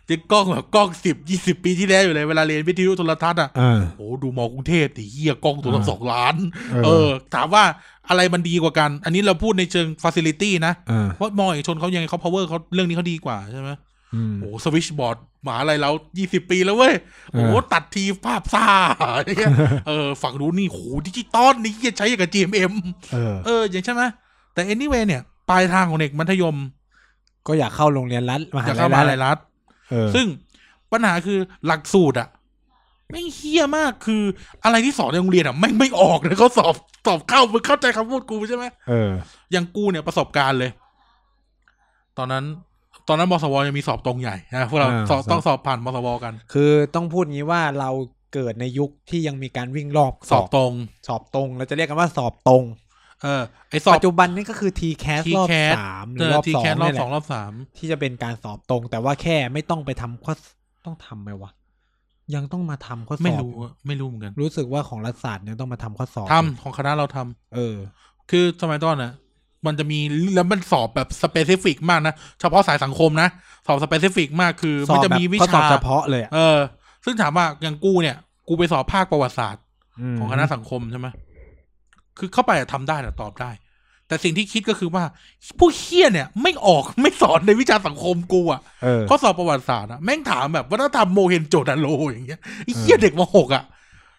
B: จะกล้องแบบกล้องสิบยี่สิบปีที่แล้วอยู่เลยเวลาเรียนวิทยุโทรทัศน์อะ
A: เออ
B: โอ้ดูมอกรุงเทพดิเฮียกล้องตัวละ
A: อ่า
B: สองล้าน
A: เออ
B: เออ ถามว่าอะไรมันดีกว่ากัน อันนี้เราพูดในเชิงฟ a ซิลิตี้นะ
A: เออ
B: เพราะมอเอกชนเขายังไงเขา power เขาเรื่องนี้เขาดีกว่าใช่ไหม
A: อืม
B: โอ้สวิชบอร์ดหมาอะไรแล้วยี่สิบปีแล้วเว้ย โอ้
A: เออ
B: ตัดทีภาพซ่าเนี่ยเออ ฝั่งรู้นนี่โหดิจิตอลนี่จะใช้อย่างกับ GMM
A: เออ
B: เออ อย่างใช่ไหมแต่ anyway เนี่ย ปลายทางของเด็กมัธยม
A: ก็อยากเข้าโรงเรียนรัฐมหา
B: จะ
A: ลั
B: เข้าย มหา
A: รัฐ
B: ลัยรัฐ
A: เออ
B: ซึ่งปัญหาคือหลักสูตรอะแม่งเฮี้ยมากคืออะไรที่สอนในโรงเรียนอะแม่งไม่ออกเลยเขาสอบสอบเข้ามึงเข้าใจคำพูดกูใช่ไหม
A: เออ
B: อย่างกูเนี่ยประสบการณ์เลย ตอนนั้น ตอนนั้นมสวยังมีสอบตรงใหญ่นะพวกเรา
A: อ่า
B: สอบ
A: สอบ
B: ต้องสอบผ่านมสวกัน
A: คือต้องพูดงี้ว่าเราเกิดในยุคที่ยังมีการวิ่งรอบ
B: สอบตรง
A: สอบตรงเราจะเรียกกันว่าสอบตรง
B: เออ ไอสอบ
A: ปัจจุบันนี่ก็คือ TCAS รอบ
B: TCAS
A: สามห
B: เจ
A: รือ
B: อ
A: รอบ
B: ที
A: สอง
B: แครอ
A: นี่
B: บ
A: แห
B: สอง
A: ละ
B: รอบสาม
A: ที่จะเป็นการสอบตรง แต่ว่าแค่ไม่ต้องไปทำข้อต้องทำไหมวะยังต้องมาทำข้อสอบ
B: ไม่รู้อะไม่รู้เหมือนกัน
A: รู้สึกว่าของรัฐศาสตร์เนี่ยต้องมาทำข้อสอบ
B: ทำของคณะเราทำ
A: เออ
B: คือสมัยตอนน่ะ มันจะมีแล้วมันสอบแบบสเปซิฟิกมากนะ เฉพาะสายสังคมนะ สอบสเปซิฟิกมากคือ
A: ส
B: มัน
A: อบ
B: จะ
A: แบบ
B: มีวิ
A: ข้อสอ
B: ชา
A: บเฉพาะเลยอะ
B: เออ ซึ่งถามว่าอย่างกูเนี่ย กูไปสอบภาคประวัติศาสตร์
A: ม
B: ของคณะสังคมใช่ไหมคือเข้าไปอะทำได้อะตอบได้ แต่สิ่งที่คิดก็คือว่า ผู้เคี้ยเนี่ย ไม่ออกไม่สอนในวิชาสังคมกูอ่ะ
A: เออ
B: ข้อสอบประวัติศาสตร์อะแม่งถามแบบวัฒนธรรมโมเฮนโจดาโรอย่างเงี้ยไอ้เหี้ยเด็กมหกอะ
A: เ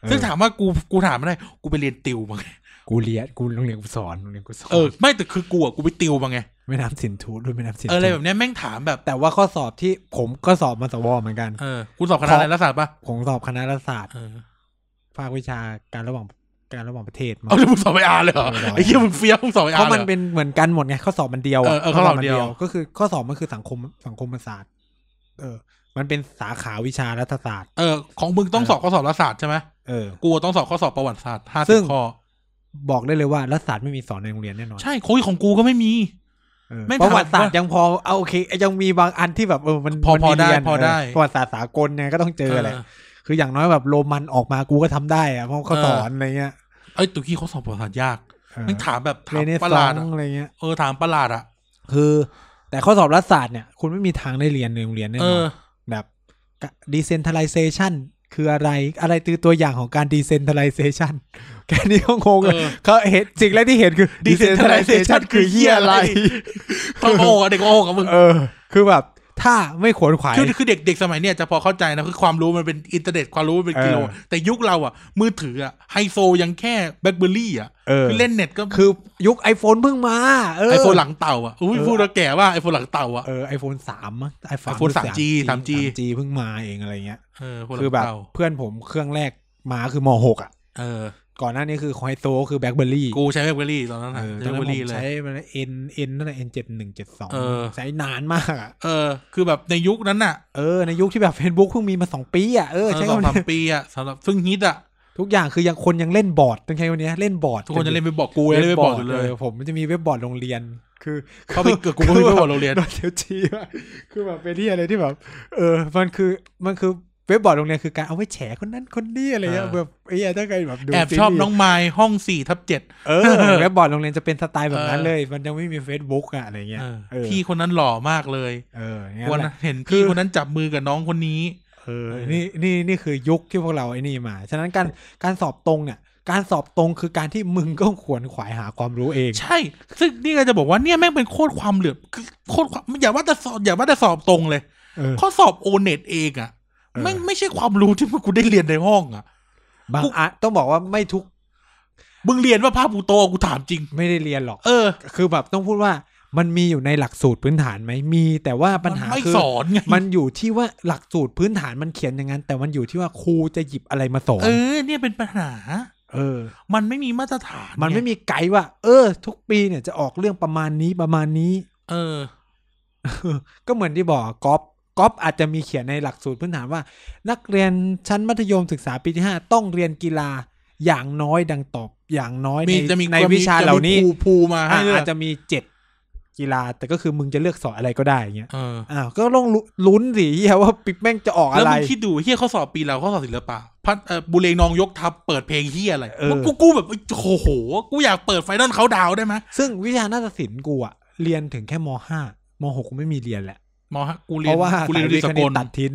A: ออ
B: ซึ่งถามว่ากูกูถามไม่ได้ กูไปเรียนติวมาไง
A: กูเรียนกูโรงเรียนกูสอนโรงเรียนกูสอน
B: เออไม่แต่คือกูอะกูไปติวมาไง
A: ไม่น้ำสินทูตด้วยไม่น้ำสิน
B: เอออะไร
A: ทูต
B: แบบเนี้ยแม่งถามแบบ
A: แต่ว่าข้อสอบที่ผมก็สอบมาสวเหมือนกัน
B: เออกูสอบคณะอะไรรัฐศาสตร์ปะ
A: ผมสอบคณะรัฐศาสตร์
B: เออ
A: ภาควิชาการระหว่างการระหว่างประเทศมา
B: เอาแล้วมึงสอบไออาร์เลยเหรอ
A: เออสอบ
B: ไอ้เหี้ยมึงเฟี้ยวมึงสอบไอ
A: เพ
B: อา
A: ราะ
B: ร์เล
A: มั
B: ย
A: น
B: เหรอ
A: เป็นเหมือนกันหมดไงข้อสอบมันเดียวอะ
B: เออเออข้อสอบ
A: มัน
B: เดียว
A: ก็คือข้อสอบมันคือสังคมสังคมศาสตร์เออ มันเป็นสาขาวิชารัฐศาสตร์
B: เออของมึงต้อง
A: เออ
B: สอบข้อสอบรัฐศาสตร์ใช่ไหม
A: เออ
B: กูต้องสอบข้อสอบประวัติศาสตร์ห้า
A: ซึ่
B: สิบ
A: ง
B: ข้อ
A: บอกได้เลยว่ารัฐศาสตร์ไม่มีสอนในโรงเรียนแน่นอน
B: ใช่โค้ยของกูก็ไม่มี
A: เออ
B: ไม่
A: ประวัติศาสตร์
B: ถามว่ายั
A: ยังพอเอาโอเคยังมีบางอันที่แบบเออมัน
B: พอ
A: มัน
B: พอ
A: มี
B: ได้
A: เรียน
B: พอได้
A: เประวัติศาสตร์สากลเนี่ยก็ต้องเจอแหละคืออย่างน้อยแบบโรมันออกมากูก็ทำได้อะเพราะเขาสอนอะไรเงี้ย
B: เอ้ยตุกี้เขาสอบประวัติศาสตร์ยาก
A: เออ
B: แม่งถามแบบถา
A: เร
B: ม
A: เน
B: ประ
A: ซอ
B: หลาด
A: ง
B: อะ
A: ส์อะไรเงี้ย
B: เออถามประหลาดอะ
A: คือ แต่ข้อสอบรัฐศาสตร์เนี่ย คุณไม่มีทางได้เรียนในโรงเรียนแน่
B: เอน
A: อ
B: อ
A: นแบบ decentralization คืออะไรอะไรตือตัวอย่างของการ decentralization <laughs> แค่นี้ก็งงเลย
B: เออ
A: เขาเห็นสิ่งแรกที่เห็นคือ decentralization คือเฮียอะไร
B: ต้องโอ้อะเด็กโอ้กับมึง
A: เออ คือแบบ ถ้าไม่ขวนขวาย
B: คือคือเด็กเด็กสมัยเนี่ยจะพอเข้าใจนะคือความรู้มันเป็นอินเทอร์เน็ตความรู้มันเป็นกิโล
A: เออ
B: แต่ยุคเราอ่ะ มือถืออ่ะไฮโซยังแค่แบล็คเบอร์รี่อ่ะ
A: เออ
B: คือเล่นเน็ตก็
A: คือยุค iPhone เพิ่งมา เออ
B: ไอโฟนหลังเต่าอ่ะอุ้ย
A: เออ
B: พูดแล้วแก่ว่าไอโฟนหลังเต่าอ่ะ
A: เออ iPhone สามมั้ง iPhone ห
B: iPhone
A: รือ
B: 3G 3G
A: เพิ่งมาเองอะไรเงี้ย
B: เออโฟนหลั
A: คือง แบบ
B: เต่า
A: เพื่อนผมเครื่องแรกมาคือมหกอ่ะ
B: เออ
A: ก่อนหน้านี้คือของไฮโซก็คือแบล็คเบอร์รี่
B: กูใช้แบล็คเบอร์รี่ตอนนั้น
A: เอ
B: อะ
A: อ
B: ใช้
A: ตอ
B: แบ
A: น
B: ล็ค
A: นั้
B: เบอน
A: ผม
B: ร์รี่เลย
A: ใช้มันเอ็นเอ็นนั่นแหละเอ็นเจ็ดหนึ่งเจ็ดสอง
B: เออ
A: ใช้นานมากอ่ะ
B: เออ คือแบบในยุคนั้นอ่ะ
A: เออ ในยุคที่แบบ Facebook เพิ่งมีมาสองปีอ่ะ เออ ใช้
B: สอง
A: คำ
B: สาม
A: นี้
B: ปีอ่ะสำหรับซึ่งฮิตอ่ะ
A: ทุกอย่างคือยังคนยังเล่นบอร์ดต้องใช้วันนี้เล่นบอร์ด
B: ทุกคนจะเล่นไปบอกกูเลยเล่นไปบอกอยู่เลย
A: ผมมันจะมีเว็บบอร์ดโรงเรียน คือ
B: เข้าไปเกือบกูก็ไม่ไปบอกโรงเรียน
A: โดนเทียวจีว่าคือแบบเป็นที่อะไรที่แบบ เออ มันคือมันคือเว็บบอร์ดโรงเรียนคือการเอาไว้แฉคนนั้นคนนี้อะไรเงี้ยแบบไอ้เหี้ยถ้าใครแบบดู
B: แอบ
A: ซีรีส์
B: ชอบน้องไม้ห้องสี่ทับเจ็ด
A: เออเว็บบอร์ดโรงเรียนจะเป็นสไตล์แบบนั้นเลย มันยังไม่มี Facebook อะอะไรเงี้ยเออ
B: พี่คนนั้นหล่อมากเลย
A: เอองั้น
B: วัน
A: แหละ
B: นั้นเห็น
A: คื
B: พี่
A: อ
B: คนนั้นจับมือกับน้องคนนี้
A: เออ นี่นี่นี่คือยุคที่พวกเราไอ้นี่มา ฉะนั้นการการสอบตรงเนี่ย การสอบตรงคือการที่มึงก็ขวนขวายหาความรู้เอง
B: ใช่ ซึ่งนี่ก็จะบอกว่าเนี่ยแม่งเป็นโคตรความเหลือคือโคตรความอย่าว่าแต่สอบอย่าว่าแต่สอบตรงเลย
A: เออ
B: ข้อสอบโอเน็ตเองอะ
A: เออ
B: แม่งไม่ใช่ความรู้ที่พวกกูได้เรียนในห้องอะ
A: บางอันต้องบอกว่าไม่ทุก
B: มึงเรียนว่าภาพบูโตกูถามจริง
A: ไม่ได้เรียนหรอก
B: เออ
A: คือแบบต้องพูดว่ามันมีอยู่ในหลักสูตรพื้นฐานไหมมี แต่ว่าปัญหา
B: มันไม่
A: คือ
B: สอนไง
A: มันอยู่ที่ว่าหลักสูตรพื้นฐานมันเขียนอย่างนั้น แต่มันอยู่ที่ว่าครูจะหยิบอะไรมาสอน
B: เออ เนี่ยเป็นปัญหา
A: เออ
B: มันไม่มีมาตรฐาน
A: มันไม่
B: ง
A: มีไกด์ว่า เออ ทุกปีเนี่ยจะออกเรื่องประมาณนี้ประมาณนี้
B: เออ
A: ก็เหมือนที่บอกก๊อฟก๊อฟอาจจะมีเขียนในหลักสูตรพื้นฐานว่า นักเรียนชั้นมัธยมศึกษาปีที่ 5 ต้องเรียนกีฬาอย่างน้อยดังตอบอย่างน้อย
B: มี
A: ใน
B: จะมี
A: ในวิชาเหล่านี้
B: จะมีภูภูมาให้
A: อ่ะ
B: เลือ
A: อาก จจะมีเจ็ดกีฬา แต่ก็คือมึงจะเลือกสอนอะไรก็ได้อย่างเงี้ย
B: เออ
A: อ้าวก็ต้องลุ้นสิเหี้ยว่าปิ๊กแม่งจะออกอะ
B: แล้ว
A: ไร
B: มึงคิดดูเฮียเขาสอบปีเราเขาสอบศิลปะพัดเอ่อบุเรงนองยกทัพเปิดเพลงเฮียอะไร
A: เออ
B: กูกูแบบโอ้โห กูอยากเปิดไฟนอลเขาดาวได้ไหม
A: ซึ่งวิชานาฏศิลป์กูอะเรียนถึงแค่มห้ามหกกูไม่มีเรียนแหละ
B: มอฮะกูเรี
A: เพ
B: ยน
A: ราะว่า
B: กูเรียน
A: สาย
B: ดุ
A: วิ
B: ริ
A: ทย์ค
B: ยสก
A: ณิต
B: ล
A: ตัดทิ้น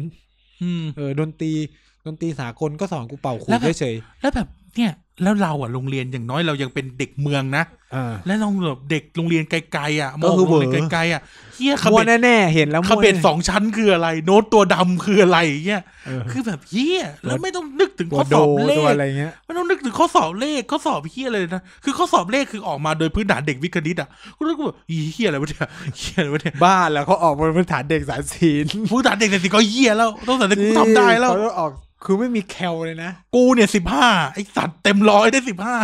B: อืม
A: เออดนตรีดนตรีสากลก็สอนกูเป่าขู
B: แล้
A: ด
B: วแบบ
A: เฉย
B: แล้วแบบเนี่ย แล้วเราอ่ะโรงเรียนอย่างน้อยเรายังเป็นเด็กเมืองนะ
A: อ่า
B: แล้วเราแบบเด็กโรงเรียนไกลๆอ่ะม
A: ก็
B: อง
A: คือ
B: โรงเรีย
A: เหวอ
B: นไกลๆอ่ะเฮียข
A: มั่ว
B: เบ็ด
A: แน่ๆเห็นแล้ว
B: ข
A: มั่ว
B: เบ็ด
A: แน่
B: สองชั้นคืออะไร โน้ตตัวดำคืออะไรเงี้ย
A: เออ
B: คือแบบเฮียแล้วไม่ต้องนึกถึง
A: ตัว
B: ข้อ
A: โด
B: สอบเล
A: ตัว
B: ข
A: อะไรเงี้ย
B: ไม่ต้องนึกถึงข้อสอบเลขข้อสอบเฮียเลยนะคือข้อสอบเลขคือออกมาโดยพื้นฐานเด็กวิทย์คณิตอ่ะก็รู้ว่าอีเฮียอะไรวะเนี่ยเฮียอะไรวะเนี่ย
A: บ้าแล้วเขาออกบนพื้นฐานเด็กสารศิลป์
B: พื้นฐานเด็กแต่สิก็เฮียแล้วต้องแต่ที่กูทำได้แล้ว
A: เขาต้องออกคือไม่มีแคลเลยนะ
B: กูเนี่ยสิบห้าไอสัตว์เต็มร้อยได้สิบห้า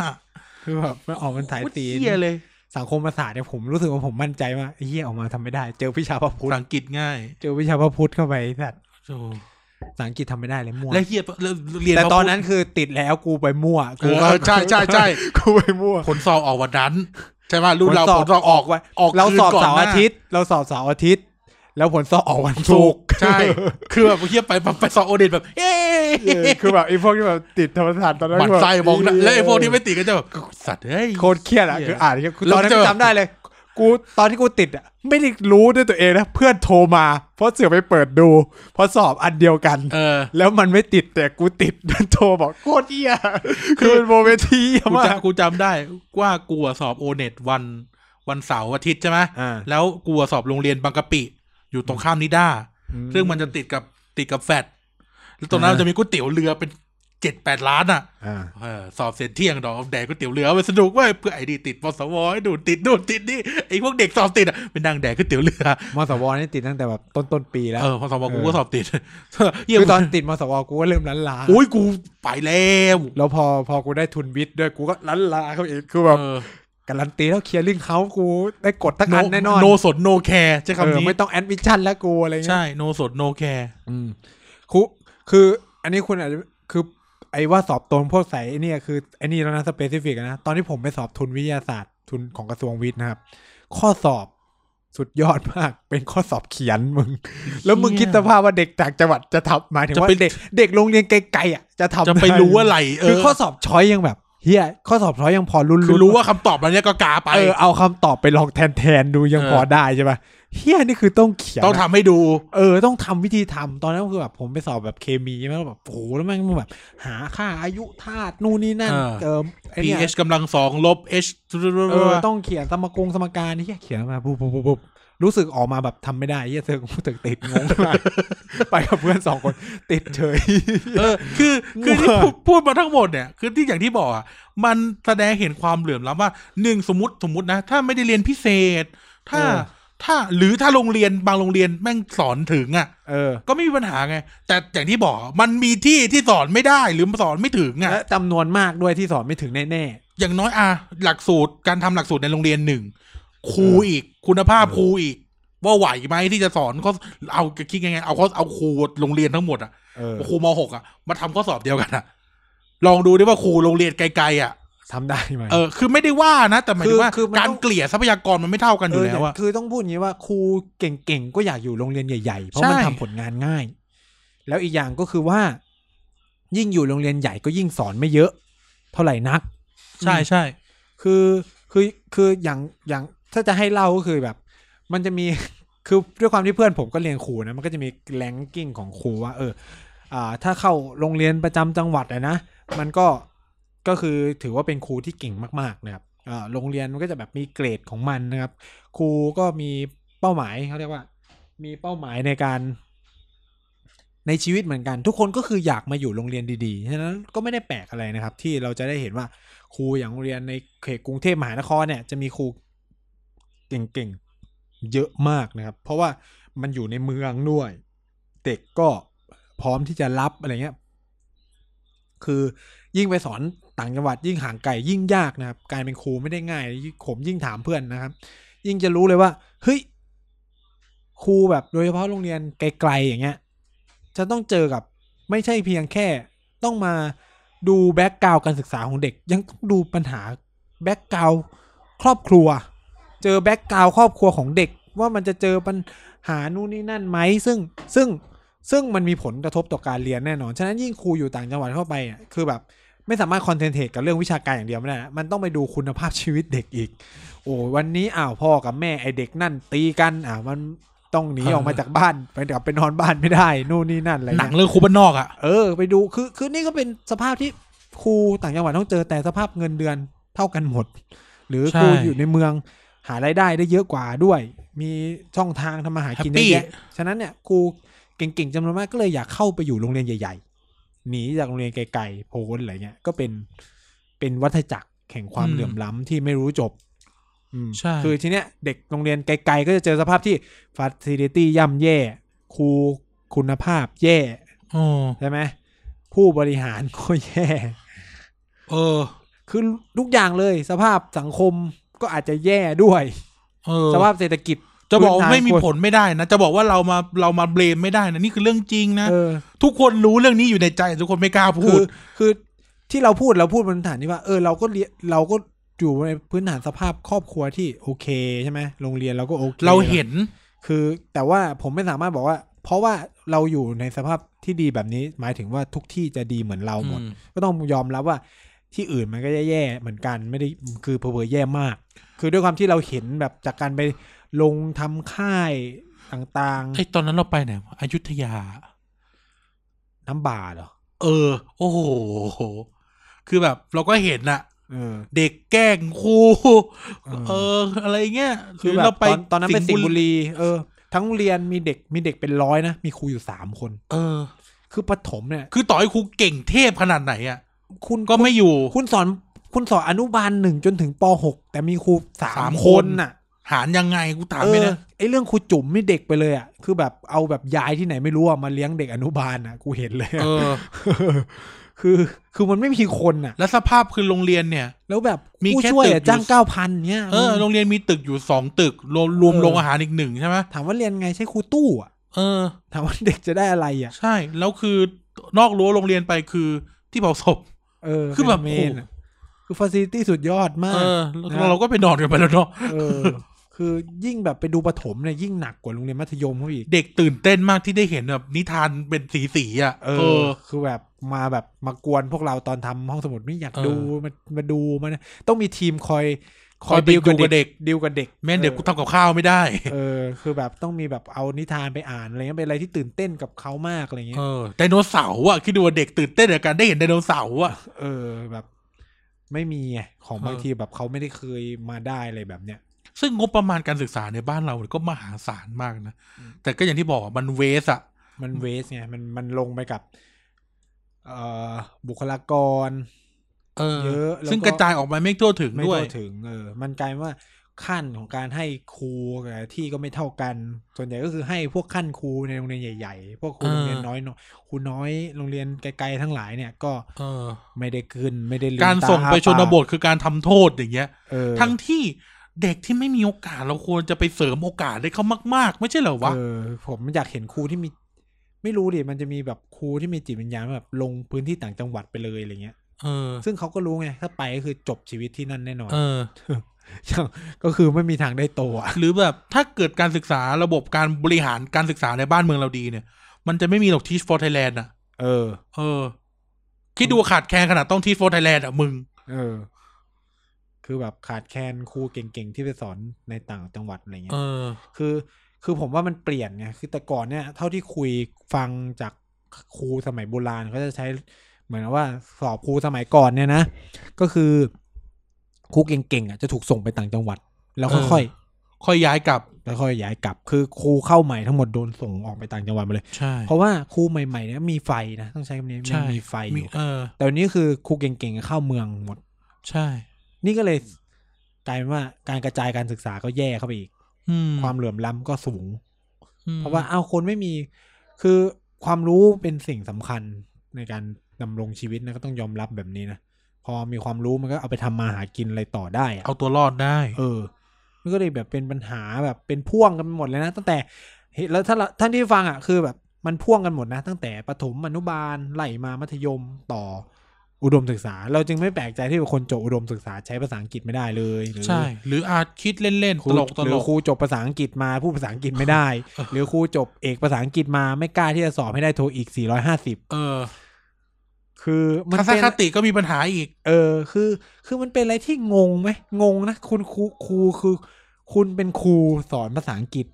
A: คือแบบมันออกมันสายตีน
B: เฮียเลย
A: สังคมศาสตร์เนี่ยผมรู้สึกว่าผมมั่นใจว่าไอ้เหี้ยออกมาทำไม่ได้ เจอวิชาพระพุทธ
B: ภาษาอังกฤษง่าย
A: เจอวิชาพระพุทธเข้าไปไอ้สัตว์
B: โอ้
A: ภาษาอังกฤษทำไม่ได้เลยมั่ว
B: และเฮียแล้วเรียน
A: แต่
B: มา
A: ตอนนั้นคือติดแล้วกูไปมั่ว
B: เอ
A: กู
B: อ
A: ก็
B: เออใช่ใช่ใช่
A: <laughs> กูไปมั่ว
B: ผลสอบออกวันนั้น ใช่ป่ะรุ่นเรา
A: ผลสอบ
B: ผลสอบออกวันออก
A: เรา
B: คืน
A: สอบ
B: ก่น
A: เสาร์
B: หน้
A: อาทิตย์ เราสอบเสาร์อาทิตย์ แล้วผลสอบออกวัน
B: ถู
A: ศุก
B: ก
A: ร์
B: ร์ใช่
A: <laughs>
B: คือแบบเฮียไปแบบไปสอบโอเดนแบบเอ๊
A: เออะ คือแบบไอ้พวกที่แบบติดธรรมศาสตร์ตอนนั้น
B: หมันไส้มองหน้า
A: บบ
B: แล้วไอ้พวกที่ไม่ติดก็จะแบบสัตว์เฮ้ย
A: โคตรเครียดอ่ะคืออ่านอย่างเงี้ยคือ
B: แล้
A: ต
B: ว
A: อน
B: มัน
A: นั้น
B: จะแบบ
A: จำได้เลย กูตอนที่กูติดอ่ะไม่ได้รู้ด้วยตัวเองนะเพื่อนโทรมา เพราะเสือไปเปิดดูเพราะสอบอันเดียวกัน
B: เออ
A: แล้วมันไม่ติดแต่กูติดมันโทรบอกโคตรเหี้ยคือเป็นโมเมนต์ที่เหี้ย
B: กู
A: มาก
B: จำกูจำได้ว่ากูอะสอบโอเน็ตวันวันเสาร์อาทิตย์ใช่ไหม
A: อ่า
B: แล้วกูอะสอบโรงเรียนบางกะปิ อยู่ตรงข้ามนิด้าซึ่งมันจะติดกับติดกับแฟดแล้วตรงนั้นมันจะมีก๋วยเตี๋ยวเรือเป็นเจ็ดแปดล้านอ่ะ
A: อ่า
B: เออสอบเสร็จเที่ยงดอกแดกก๋วยเตี๋ยวเรือเอาไปสนุกเว้ยเพื่อไอ้ดีติดปสวไอ้ดูนติดดูนติดนี่ไอ้พวกเด็กสอบติดอ่ะเป็นนางแดกก๋วยเตี๋ยวเรือ
A: มสวนี่ติดตั้งแต่แบบต้นต้นๆปีแล้ว
B: เออพอสวกูก็สอบติดเหี้ย
A: คือตอนติดมสวกูก็เริ่มล้านลา
B: อุ้ยกูไปแล้ว
A: แล้วพอพอกูได้ทุนวิทย์ด้วยกูก็ล้านลาเขาอีกคือแบบ
B: เออ
A: การันตีแล้วเคลียร์ลิงเขากูได้กดทักอันแน่นอน
B: โนสดโนแคร์ใช้คำ
A: เอ
B: นี้
A: อไม่ต้องแอดมิชชั่นแล้วกูอะไรเงี้ย
B: ใช่โนสดโนแคร์
A: อืมคุคือ อันนี้คุณอาจจะคือ ไอ้ว่าสอบตรงพวกใสายไอ้เนี่ยคือไอ้นี่แล้วนะสเปซิฟิกนะ ตอนที่ผมไปสอบทุนวิทยาศาสตร์ ทุนของกระทรวงวิทย์นะครับ ข้อสอบสุดยอดมาก เป็นข้อสอบเขียนมึง <laughs> แล้วมึงคิดสภาพว่าเด็กจากจังหวัดจะทำหมายถึงว่าเด็กเด็กโรงเรียนไกลๆอ่ะจะทำ
B: จะไป
A: ด้
B: รู้อะไรเอ
A: คือ
B: อ
A: ข้อสอบช้อยยังแบบเฮียข้อสอบช้อยยังพอรุนๆ
B: คือรู้ว่าคำตอบมันเนี้ยก็กาไป
A: เออเอาคำตอบไปลองแทนแทนๆดูยัง
B: เออ
A: พอได้ใช่ปะเฮียนี่คือต้องเขียน
B: ต้อง
A: อะ
B: ทำให้ดู
A: เออต้องทำวิธีทำตอนนั้นคือแบบผมไปสอบแบบเคมีใช่ไหมแล้วแบบโหแล้วแม่งมันแบบ หาค่าอายุธาตุนู่นนี่นั่น
B: อ่า
A: เออไอเนี่ย
B: pH กำลังสองลบ h
A: เออต้องเขียนสมกงสมการนี่เขียนมาปุ๊บปุ๊บปุ๊บปุ๊บรู้สึกออกมาแบบทำไม่ได้เฮียเธอกูติดงงมากไปกับเพื่อนสองคนติดเฉย
B: เออคือคือ
A: มั่ว
B: ที่พูดพูดมาทั้งหมดเนี่ย คือที่อย่างที่บอกอ่ะมันแสดงเห็นความเหลื่อมล้ำว่าหนึ่งสมมติสมมตินะ ถ้าไม่ได้เรียนพิเศษ ถ้าถ้าหรือถ้าโรงเรียนบางโรงเรียนแม่งสอนถึงอ่ะ
A: เออ
B: ก็ไม่มีปัญหาไง แต่อย่างที่บอกมันมีที่ที่สอนไม่ได้หรือสอนไม่ถึงอ่ะ
A: และจำนวนมากด้วยที่สอนไม่ถึงแน่
B: อย่างน้อยอะหลักสูตรการทำหลักสูตรในโรงเรียนหนึ่งครูอีก คุณภาพครูอีก ว่าไหวไหมที่จะสอนก็เอาคิดยังไงเอาเขาเอาครูโรงเรียนทั้งหมดอะ
A: ๆเออ
B: ครูมหกอะมาทำข้อสอบเดียวกันอะลองดูดิว่าครูโรงเรียนไกลๆอะ
A: ทำได้ไหม
B: เออคือไม่ได้ว่านะ แต่หมายถึงว่า
A: คือคือมัน
B: การ
A: ต้อง
B: เกลี่ยทรัพยากรมันไม่เท่ากันอยู่แล้วอะ
A: เคือต้องพูดอย่างนี้ว่าครูเก่งๆ ก็อยากอยู่โรงเรียนใหญ่ๆ เพราะ
B: ใช่
A: มันทำผลงานง่าย แล้วอีกอย่างก็คือว่า ยิ่งอยู่โรงเรียนใหญ่ก็ยิ่งสอนไม่เยอะ เท่าไหร่นัก
B: ใช่ใช่
A: คือคือคืออย่างอย่างถ้าจะให้เล่าก็คือแบบ มันจะมี <laughs> คือด้วยความที่เพื่อนผมก็เรียนครูนะมันก็จะมีแรงกิ้งของครูว่าเอออ่า ถ้าเข้าโรงเรียนประจำจังหวัดอะนะมันก็ก็คือถือว่าเป็นครูที่เก่งมากๆนะครับอ่าโรงเรียนมันก็จะแบบมีเกรดของมันนะครับ ครูก็มีเป้าหมายเขาเรียกว่า มีเป้าหมายในการ ในชีวิตเหมือนกัน ทุกคนก็คืออยากมาอยู่โรงเรียนดีๆฉะนั้นก็ไม่ได้แปลกอะไรนะครับ ที่เราจะได้เห็นว่า ครูอย่างโรงเรียนในเขตกรุงเทพมหานครเนี่ยจะมีครูเก่งๆ เยอะมากนะครับ เพราะว่ามันอยู่ในเมืองด้วย เด็กก็พร้อมที่จะรับอะไรเงี้ย คือยิ่งไปสอนต่างจังหวัดยิ่งห่างไกลยิ่งยากนะครับ การเป็นครูไม่ได้ง่ายผมยิ่งถามเพื่อนนะครับ ยิ่งจะรู้เลยว่าเฮ้ยครูแบบโดยเฉพาะโรงเรียนไกลๆอย่างเงี้ย จะต้องเจอกับไม่ใช่เพียงแค่ต้องมาดูแบ็กกราวการศึกษาของเด็ก ยังต้องดูปัญหาแบ็กกราวครอบครัว เจอแบ็กกราวครอบครัวของเด็ก ว่ามันจะเจอปัญหานู่นนี่นั่นไหมซึ่งซึ่งซึ่งมันมีผลกระทบต่อการเรียนแน่นอน ฉะนั้นยิ่งครูอยู่ต่างจังหวัดเข้าไปอ่ะคือแบบไม่สามารถคอนเซนเทรตกับเรื่องวิชาการอย่างเดียวไม่ได้นะมันต้องไปดูคุณภาพชีวิตเด็กอีก โอ้ยวันนี้อ้าวพ่อกับแม่ไอเด็กนั่นตีกันอ่ะมันต้องหนีออกมาจากบ้านไปกลับไปนอนบ้านไม่ได้นู่นนี่นั่นอะไร
B: หนั
A: เงี้ย
B: งเรื่องครูบ้านนอกอะ
A: เออ ไปดูคือคือนี่ก็เป็นสภาพที่ ครูต่างจังหวัดต้องเจอแต่สภาพเงินเดือนเท่ากันหมด หรือ
B: ใช่
A: ครูอยู่ในเมืองหารายได้ได้เยอะกว่าด้วย มีช่องทางทำมาหา
B: แฮป
A: กินเย
B: ปี้
A: อะแยะฉะนั้นเนี่ยครูเก่งๆจำนวนมากก็เลยอยากเข้าไปอยู่โรงเรียนใหญ่ๆหนีจากโรงเรียนไกลๆโพ้นอะไรเงี้ยก็เป็นเป็นวัฏจักรแห่งความ
B: อืม
A: เหลื่อมล้ำที่ไม่รู้จบ อืม
B: ใช่
A: คือทีเนี้ยเด็กโรงเรียนไกลๆก็จะเจอสภาพที่ฟ a ซิลิตี้ย่ำแย่ครูคุณภาพแย่
B: โอ้
A: ใช่ไหมผู้บริหารก็แย่
B: เออ
A: คือทุกอย่างเลยสภาพสังคมก็อาจจะแย่ด้วย
B: เออ
A: สภาพเศรษฐกิจ
B: จะบอกว่าไม่มี
A: พื้นฐาน
B: ผลไม่ได้นะ จะบอกว่าเรามาเรามาเบลมไม่ได้นะ นี่คือเรื่องจริงนะ
A: เออ
B: ทุกคนรู้เรื่องนี้อยู่ในใจแต่ทุกคนไม่กล้าพู
A: คื
B: ด
A: อคือที่เราพูดเราพูดบนฐานที่ว่าเออเราก็เรียเราก็อยู่ในพื้นฐานสภาพครอบครัวที่โอเคใช่ไหมโรงเรียนเราก็โอเค
B: เราเห็น
A: คือ แต่ว่าผมไม่สามารถบอกว่า เพราะว่าเราอยู่ในสภาพที่ดีแบบนี้ หมายถึงว่าทุกที่จะดีเหมือนเราหมด
B: อืม
A: ก็ต้องยอมรับว่าที่อื่นมันก็แย่ๆเหมือนกันไม่ได้คือเพอเพอๆแย่มาก คือด้วยความที่เราเห็นแบบจากการไปลงทำค่ายต่าง
B: ไอ้ตอนนั้นเราไปไหนวะอยุธยา
A: ๆน้ำบ่าเหรอ
B: เออ โอ้โห คือแบบเราก็เห็นน่ะ
A: เออ
B: เด็กแกล้งครูเออ อะไรเงี้ย
A: คือ
B: ห
A: แบ
B: รืเรา
A: บตอนตอนนั้นไปสิงห์บุ
B: สิ
A: รี เออ ทั้งโรงเรียนมีเด็กมีเด็กเป็นร้อยนะ มีครูอยู่สามคน
B: เออ
A: คือปฐมเนี่ย
B: คือต่อให้ครูเก่งเทพขนาดไหนอ่ะ
A: คุณ
B: ก็ไม่อยู่
A: คุณสอนคุณสอนอนุบาลหนึ่งจนถึงปหกแต่มีครูสา
B: สามม
A: ค
B: คน น
A: น่ะ
B: หารยังไงกูถาม
A: เอ
B: ไม่
A: อ
B: นะ
A: ไอเรื่องครูจุ๋มนี่เด็กไปเลยอ่ะคือแบบเอาแบบยายที่ไหนไม่รู้อ่ะมาเลี้ยงเด็กอนุบาลอ่ะกูเห็นเลยอะ
B: เออ
A: <laughs> คือคือมันไม่มีคนอ่ะ
B: แล้วสภาพคือโรงเรียนเนี่ย
A: แล้วแบบ
B: มี
A: ผู้
B: แค่
A: ช่วย
B: ตึ
A: อะ
B: กอยู่
A: จ้างเก้าพันเนี้ย
B: เออ โรงเรียนมีตึกอยู่สองตึก รวมรวมโรงอาหารอีกหนึ่งใช่ไหม
A: ถามว่าเรียนไงใช่ครูตู้อ่ะ
B: เออ
A: ถามว่าเด็กจะได้อะไรอ่ะ
B: ใช่ แล้วคือนอกรั้วโรงเรียนไปคือที่เผาศพ
A: เออ
B: คือแบบ
A: เมนอะ
B: โอ้
A: คือฟาซิลิตี้สุดยอดมาก
B: เออ
A: นะ
B: เราเราก็ไปนอนกันไปแล้วเนาะ
A: เออ คือยิ่งแบบไปดูปฐมเนี่ยยิ่งหนักกว่าโรงเรียนมัธยมเขาอีก
B: เด็กตื่นเต้นมากที่ได้เห็นแบบนิทานเป็นสีสีๆอ่ะ
A: เออ คือแบบมาแบบมากวนพวกเราตอนทำห้องสมุดไม่อยาก
B: เออ
A: ดูมามาดูมัน ต้องมีทีมคอย
B: คอยไป
A: ดีล
B: ดูกับเด็ก
A: ดีลกับเด็ก
B: แม่นเดี๋ยวกูทำกับข้าวไม่ได้
A: เออคือแบบต้องมีแบบเอานิทานไปอ่านอะไรเงี้ยเป็นอะไรที่ตื่นเต้นกับเขามากอะไรเงี้
B: เอย อไดโนเสาร์อ่ะคิดดูว่าเด็กตื่นเต้นกับการได้เห็นไดโนเสาร์อ่ะ
A: เออแบบ ไม่มีไงของ
B: เออ
A: บางทีแบบเขาไม่ได้เคยมาได้อะไรแบบเนี้ย
B: <laughs> ซึ่งงบประมาณการศึกษาในบ้านเราเนี่ยก็มหาศาลมากนะ
A: อืม
B: แต่ก็อย่างที่บอกอะมันเวสอ่ะ
A: มันเวสไงมันมันลงไปกับ เอ่อบุคลากร
B: เออ
A: เยอะแล้วก็
B: ซึ่งกระจายออกมาไม่ทั่วถึง
A: ไม่
B: ด้วย
A: ทั่วถึงเออ มันกลายว่าขั้นของการให้ครูกับที่ก็ไม่เท่ากัน ส่วนใหญ่ก็คือให้พวกขั้นครูในโรงเรียนใหญ่ๆ พวกครู
B: เออ
A: โรงเรียนน้อยๆครูน้อยโรงเรียนไกลๆทั้งหลายเนี่ยก็
B: เออ
A: ไม่ได้ขึ้นไม่ได้ลืม
B: การ
A: ต
B: ส่งไป
A: อ้
B: ชนบ
A: ปาก
B: ทคือการทำโทษอย่างเงี้ย
A: เออ
B: ทั้งที่เด็กที่ไม่มีโอกาสเราควรจะไปเสริมโอกาสให้เขามาก ๆ ไม่ใช่เหรอวะ
A: เออผมอยากเห็นครูที่มี ไม่รู้ดิมันจะมีแบบครูที่มีจิตวิญญาณแบบลงพื้นที่ต่างจังหวัดไปเลยอะไรเงี้ย
B: เออ
A: ซึ่งเขาก็รู้ไงถ้าไปก็คือจบชีวิตที่นั่นแน่นอน
B: เออ
A: อย่าง <laughs> ก็คือไม่มีทางได้โตอ่ะ
B: หรือแบบถ้าเกิดการศึกษาระบบการบริหารการศึกษาในบ้านเมืองเราดีเนี่ย มันจะไม่มีหรอกทีชฟอร์ไทยแลนด์อ่ะ
A: เออ
B: เออ คิดดูขาดแคลนขนาดต้องทีชฟอร์ไทยแลนด์อ่ะมึง
A: เออ คือแบบขาดแคลนครูเก่งๆที่ไปสอนในต่างจังหวัดอะไรเงี้
B: เอย อ
A: คือ คือผมว่ามันเปลี่ยนไงคือแต่ก่อนเนี่ยเท่าที่คุยฟังจากครูสมัยโบราณเขาจะใช้ เหมือนว่าสอบครูสมัยก่อนเนี่ยนะ ก็คือครูเก่งๆอ่ะจะถูกส่งไปต่างจังหวัด แล้ว
B: เออ
A: ค่อย
B: ค่อยย้ายกลับ
A: ๆแล้วค่อยย้ายกลับ คือครูเข้าใหม่ทั้งหมดโดนส่งออกไปต่างจังหวัดหมาเลย
B: ใช่
A: เพราะว่าครูใหม่ๆเนี่ยมีไฟนะต้องใช้คำนี้ยั
B: ใช่
A: งมีไฟอยู่
B: เออ
A: แต่วันนี้คือครูเก่งๆเข้าเมืองหมด
B: ใช่
A: นี่ก็เลยกลายเป็นว่าการกระจายการศึกษาก็แย่เข้าไปอีก
B: อืม
A: ความเหลื่อมล้ำก็สูง
B: อืม
A: เพราะว่าเอาคนไม่มี คือความรู้เป็นสิ่งสำคัญในการดำรงชีวิตนะก็ต้องยอมรับแบบนี้นะ พอมีความรู้มันก็เอาไปทำมาหากินอะไรต่อได้อะ
B: เอาตัวรอดได้
A: เออมันก็เลยแบบเป็นปัญหาแบบเป็นพ่วงกันไปหมดเลยนะ ตั้งแต่เฮ้ยแล้วถ้าเราท่านที่ฟังอ่ะคือแบบมันพ่วงกันหมดนะ ตั้งแต่ประถมอนุบาลไล่มามัธยมต่ออุดมศึกษา เราจึงไม่แปลกใจที่คนจบอุดมศึกษาใช้ภาษาอังกฤษไม่ได้เลยหรือ
B: ใช่ หรืออาจคิดเล่น
A: ค
B: ๆ
A: รู
B: ตลกต
A: หรื
B: ล
A: อก ครูจบภาษาอังกฤษมาพูดภาษาอังกฤษไม่
B: <laughs>
A: ได้
B: เออ
A: หรือครูจบเอกภาษาอังกฤษมาไม่กล้าที่จะสอบให้ได้โทอีก 450
B: เออ
A: คือมัน
B: ทัศน
A: เป็น
B: คติก็มีปัญหาอีก
A: เออคือ คือมันเป็นอะไรที่งงไหมงงนะคุณครูครูคือ คุณเป็นครูสอนภาษาอังกฤษ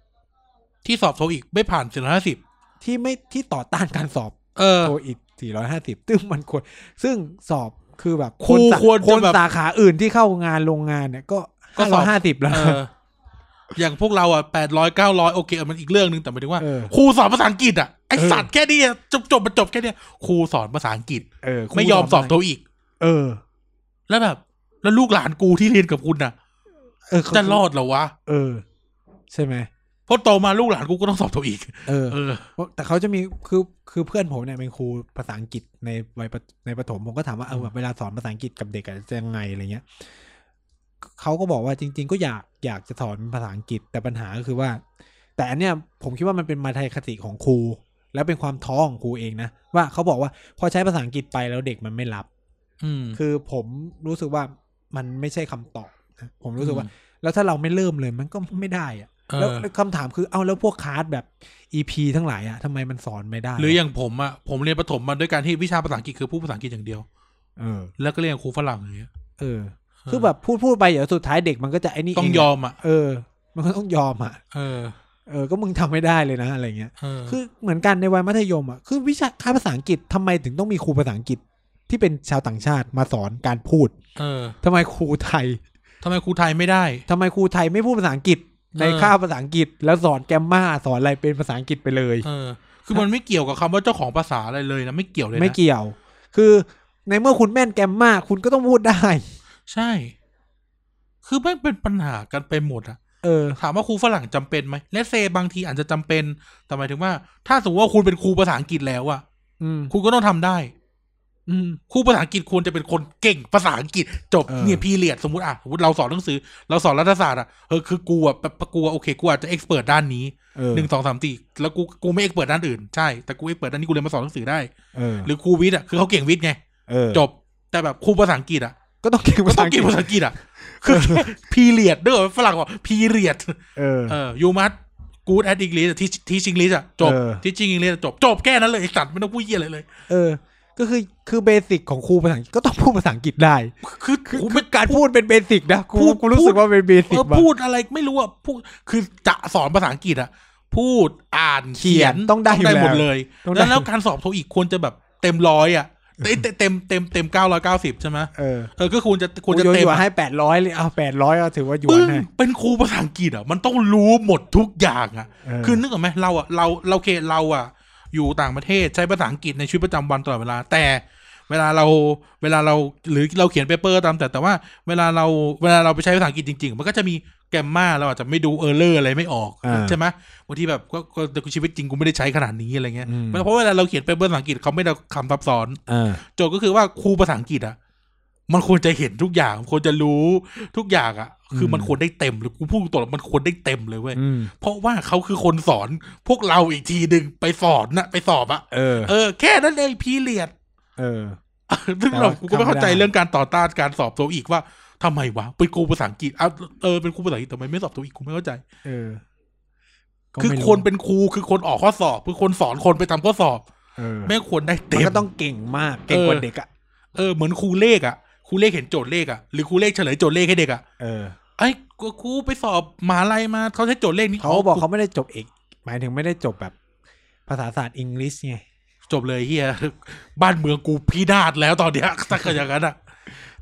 B: ที่สอบโทอีกไม่ผ่านสี่ร้อยห้าสิบ
A: ที่ไม่ที่ต่อต้านการสอบ
B: เออ
A: โทอีก 450ซึ่งมันควรซึ่งสอบ คือแบบ
B: ครู
A: นสา
B: ควรจะ
A: คน
B: แบบ
A: สาขาอื่นที่เข้างานโรงงานเนี่ย ก็
B: ก็
A: ก็
B: ส
A: ร้
B: อ
A: อบ ยห้าสิบแล้ว
B: เอ
A: นะ
B: อ อย่างพวกเราอ่ะแปดร้อยเก้าร้อยโอเคเอามันอีกเรื่องหนึ่งแต่หมายถึงว่า
A: เออ
B: ครูสอนภาษาอังกฤษอ่ะไอ
A: เออ
B: สัตว์แค่นี้อะจบจบมันจบแค่เนี้ยครูสอนภาษาอังกฤษ
A: เออครู
B: ไม่ยอมสอบโท
A: น
B: อีก
A: เออ
B: แล้วแบบ แล้วลูกหลานกูที่เรียนกับคุณน่ะ
A: เออเขา
B: จะรอดเหรอวะ
A: เออ ใช่ไหม
B: เพราะโตมาลูกหลานกูก็ต้องสอบโทอีก
A: เออ
B: เออ
A: แต่เขาจะมีคือคือเพื่อนผมเนี่ยเป็นครูภาษาอังกฤษในวัยประในประถมผมก็ถามว่าเออแบบเวลาสอนภาษาอังกฤษกับเด็กอะจะยังไงอะไรเงี้ยเขาก็บอกว่าจริง ๆ ก็อยากอยากจะสอนภาษาอังกฤษแต่ปัญหาก็คือว่า แต่อันเนี้ยผมคิดว่ามันเป็นมาทัยคติของครู แล้วเป็นความท้อของครูเองนะว่าเขาบอกว่าพอใช้ภาษาอังกฤษไปแล้วเด็กมันไม่รับ
B: อืม
A: คือผมรู้สึกว่ามันไม่ใช่คำตอบนะผมรู้สึกว่า แล้วถ้าเราไม่เริ่มเลยมันก็ไม่ได้อะ
B: เออ
A: แล้วแล้วคำถามคือเอาแล้วพวกคลาสแบบ EP ทั้งหลายอะทำไมมันสอนไม่ได้ะ
B: หรืออย่างผมอ่ะผมเรียนประถมมาด้วยการที่วิชาภาษาอังกฤษคือพูดภาษาอังกฤษอย่างเดียว
A: เออ
B: แล้วก็เรียนกับครูฝรั่งอย่างเงี้ย
A: เออ คือแบบพูดพูดไปเดี๋ยวสุดท้ายเด็กมันก็จะไอ้นี่
B: ต้อง
A: เะ
B: ยอมอ่ะ
A: เออ มันก็ต้องยอมอ่ะ
B: เออ
A: เออก็มึงทำไม่ได้เลยนะอะไรเงี้ย
B: เออ
A: คือเหมือนกันในวัยมัธยมอ่ะคือวิชาคลาสภาษาอังกฤษทำไมถึงต้องมีครูภาษาอังกฤษที่เป็นชาวต่างชาติมาสอนการพูด
B: เออ
A: ทำไมครูไทย
B: ทำไมครูไทยไม่ได้
A: ทำไมครูไทยไม่พูดภาษาอังกฤษ ใน
B: เออ
A: คาบภาษาอังกฤษ แล้วสอนแกรมมาสอนอะไรเป็นภาษาอังกฤษไปเลย
B: เออ คือมันไม่เกี่ยวกับคำว่าเจ้าของภาษาอะไรเลยนะไม่เกี่ยวเลยนะ
A: ไม่เกี่ยว คือในเมื่อคุณแม่นแกรมมาคุณก็ต้องพูดได้
B: ใช่ คือไม่งเป็นปัญหากันไปหมดอ่ะ
A: เออ
B: ถามว่าครูฝรั่งจำเป็นไหมและเซบางทีอาจจะจำเป็น แต่หมายถึงว่า ถ้าสมมติว่าคุณเป็นครูภาษาอังกฤษแล้วอะ
A: อืม
B: คุณก็ต้องทำได้
A: อืม
B: ครูภาษาอังกฤษควรจะเป็นคนเก่งภาษาอังกฤษ จบ
A: เออ
B: เนี่ยพีเรียดสมมติอะสมมติเราสอนหนังสือ เราสอนรัฐศาสตร์อะเออคือกูอะปะปะกูอะโอเคกูอาจจะเอ็กซ์เพรสด้านนี้
A: เออ
B: หนึ่งสองสามสี่แล้วกูกูไม่เอ็กซ์เพรสด้านอื่นใช่แต่กูเอ็กซ์เพรสด้านนี้กูเรียนมาสอนหนังสือได้
A: เออ
B: หรือครูวิทย์อะคือเขาเก่งวิทย์ไง
A: เออ
B: จบ แต่แบบครูภาษาอังกฤษอะ
A: ก็ต้องเก่ง
B: ก็
A: ภา
B: ต้
A: ษา
B: อง
A: อังก
B: เก่
A: ฤ
B: ง
A: ษ
B: ภาษาอังกฤษอะคือ <laughs> พีเรียดเด้อฝรั่งบอกพีเรียด
A: เออ
B: เออยูมัสกูดแอดอิงลิสที่ที่ชิงลิสอะจบ
A: เออ
B: ที่จริงอิงลิสจบ จบแค่นั้นเลยไอ้สัตว์ไม่ต้องพูดเยี่ยอะไรเลย
A: เออ ก็คือคือเบสิกของครูภาษาอังกฤษก็ต้องพูดภาษาอังกฤษได้
B: คือ
A: คือ
B: กู
A: คื
B: ไม่
A: อการพูดเป็นเบสิกนะกู
B: พูด
A: กูรู้สึก
B: พูด
A: ว่าเป็นเบสิ
B: เอกอ
A: ว่ะ
B: พูดอะไรไม่รู้อะพูดคือจะสอนภาษาอังกฤษอะพูดอ่านเขียน
A: ต้องได้อยู่
B: หมด
A: แล้
B: เล
A: ว
B: ย
A: ต้องได้
B: แล้วแล้วการสอบโทอีกควรจะแบบเต็มร้อยอะเอ้ยเต็มเต็มเต็มเต็มเก้าร้อยเก้าสิบใช่ไหม
A: เออ
B: เออก็ควรจะควรจะ
A: กูโยน
B: เต็
A: หย
B: ม
A: วน
B: อะ
A: ให้แปดร้อยเลยเอาแปดร้อยก็ถือว่าหยวน
B: ปึ้ง
A: ให้
B: เป็นครูภาษาอังกฤษอะมันต้องรู้หมดทุกอย่างอะ
A: เออ
B: คือนึกออกไหมเราอะเราเราเคเราอะอยู่ต่างประเทศใช้ภาษาอังกฤษในชีวิตประจำวันตลอดเวลา แต่เวลาเราเวลาเราหรือเราเขียนเปเปอร์ตามแต่แต่ว่าเวลาเราเวลาเราไปใช้ภาษาอังกฤษจริงๆ มันก็จะมีแกรมมาเราอาจจะไม่ดูเออร์เลอร์อะไรไม่ออก
A: อ่า
B: ใช่ไหมบางทีแบบก็ก็แต่ชีวิตจริงกูไม่ได้ใช้ขนาดนี้อะไรเงี้ย
A: อืม
B: เพราะเวลาเราเขียนเปเปอร์ภาษาอังกฤษเขาไม่ได้คำซับซ้อน
A: เออ
B: โจทย์ก็คือว่าครูภาษาอังกฤษอะมันควรจะเห็นทุกอย่างควรจะรู้ทุกอย่างอะคืออ
A: ม
B: มันควรได้เต็มหรือกูพูดตรงๆมันควรได้เต็มเลยเว้ย
A: อืม
B: เพราะว่าเขาคือคนสอนพวกเราอีกทีหนึ่งไปสอนนะไปสอบอะ
A: เออ
B: เออแค่นั้นเองพีเรียด <laughs>
A: เออ
B: ซึ่งเรากูก็ไม่เข้าใจ
A: ทำไม่ได้
B: เรื่องการต่อต้านการสอบตัวอีกว่าทำไมวะเป็นครูภาษาอังกฤษอ่ะเออเป็นครูภาษาอังกฤษทำไมไม่สอบตัวอีกกูไม่เข้าใจ
A: เออก็
B: คือ
A: ไม่รู้
B: คนเป็นครูคือคนออกข้อสอบ คือคนสอนคนไปทำข้อสอบ
A: เออ
B: ไม่ควรได้
A: มั
B: เต็
A: น
B: ม
A: ก็ต้องเก่งมากเก่งกว่า
B: เออ
A: เด็กอ่ะ
B: เออเหมือนครูเลขอะครูเลขเห็นโจทย์เลขอะหรือครูเลขเฉลยโจทย์เลขให้เด็กอะ
A: เออ
B: ไอ้ยกูครูไปสอบมหาลัยมาเขาใช้โจทย์เลขนี้
A: เขาก็บอกเขาไม่ได้จบเอกหมายถึงไม่ได้จบแบบภาษาศาสตร์อังกฤษไง
B: จบเลยเฮียบ้านเมืองกูพินาศแล้วตอนเนี้ยถ้าเกิดอย่างนั้นอะ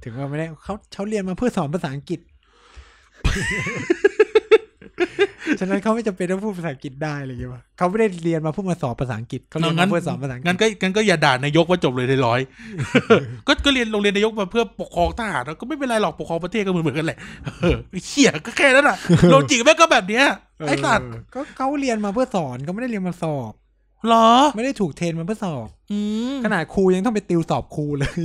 A: ถึงว่าไม่ได้เขาเขาเรียนมาเพื่อสอนภาษาอัง <laughs> กฤษ ฉะนั้นเขาไม่จำเป็นต้องพูดภาษาอังกฤษได้อะไรอย่างเงี้ยว่ะเขาไม่ได้เรียนมาเพื่อมาสอนภาษาอังกฤษเขาเรียนมาเพื่อสอนภาษาอังกฤ
B: งั้
A: ษ
B: นก็งั้นก็อย่าด่านายกว่าจบเลยได้ร้อย <laughs> ก็ก็เรียนโรงเรียนนายกมาเพื่อปกครองทหารนะก็ไม่เป็นไรหรอกปกครองประเทศก็เหมือนเหมือนกันแหละ <laughs> เออเหี้ยก็แค่นั้น
A: <laughs>
B: อ่ะ โลจิกแม่งก็แบบเนี้ยไอ้สัตว์
A: เออก็เขาเรียนมาเพื่อสอนเขาไม่ได้เรียนมาสอบ
B: เหรอ
A: ไม่ได้ถูกเทรนมาเพื่อสอบ
B: อืม
A: ขนาดครูยังต้องไปติวสอบครูเลย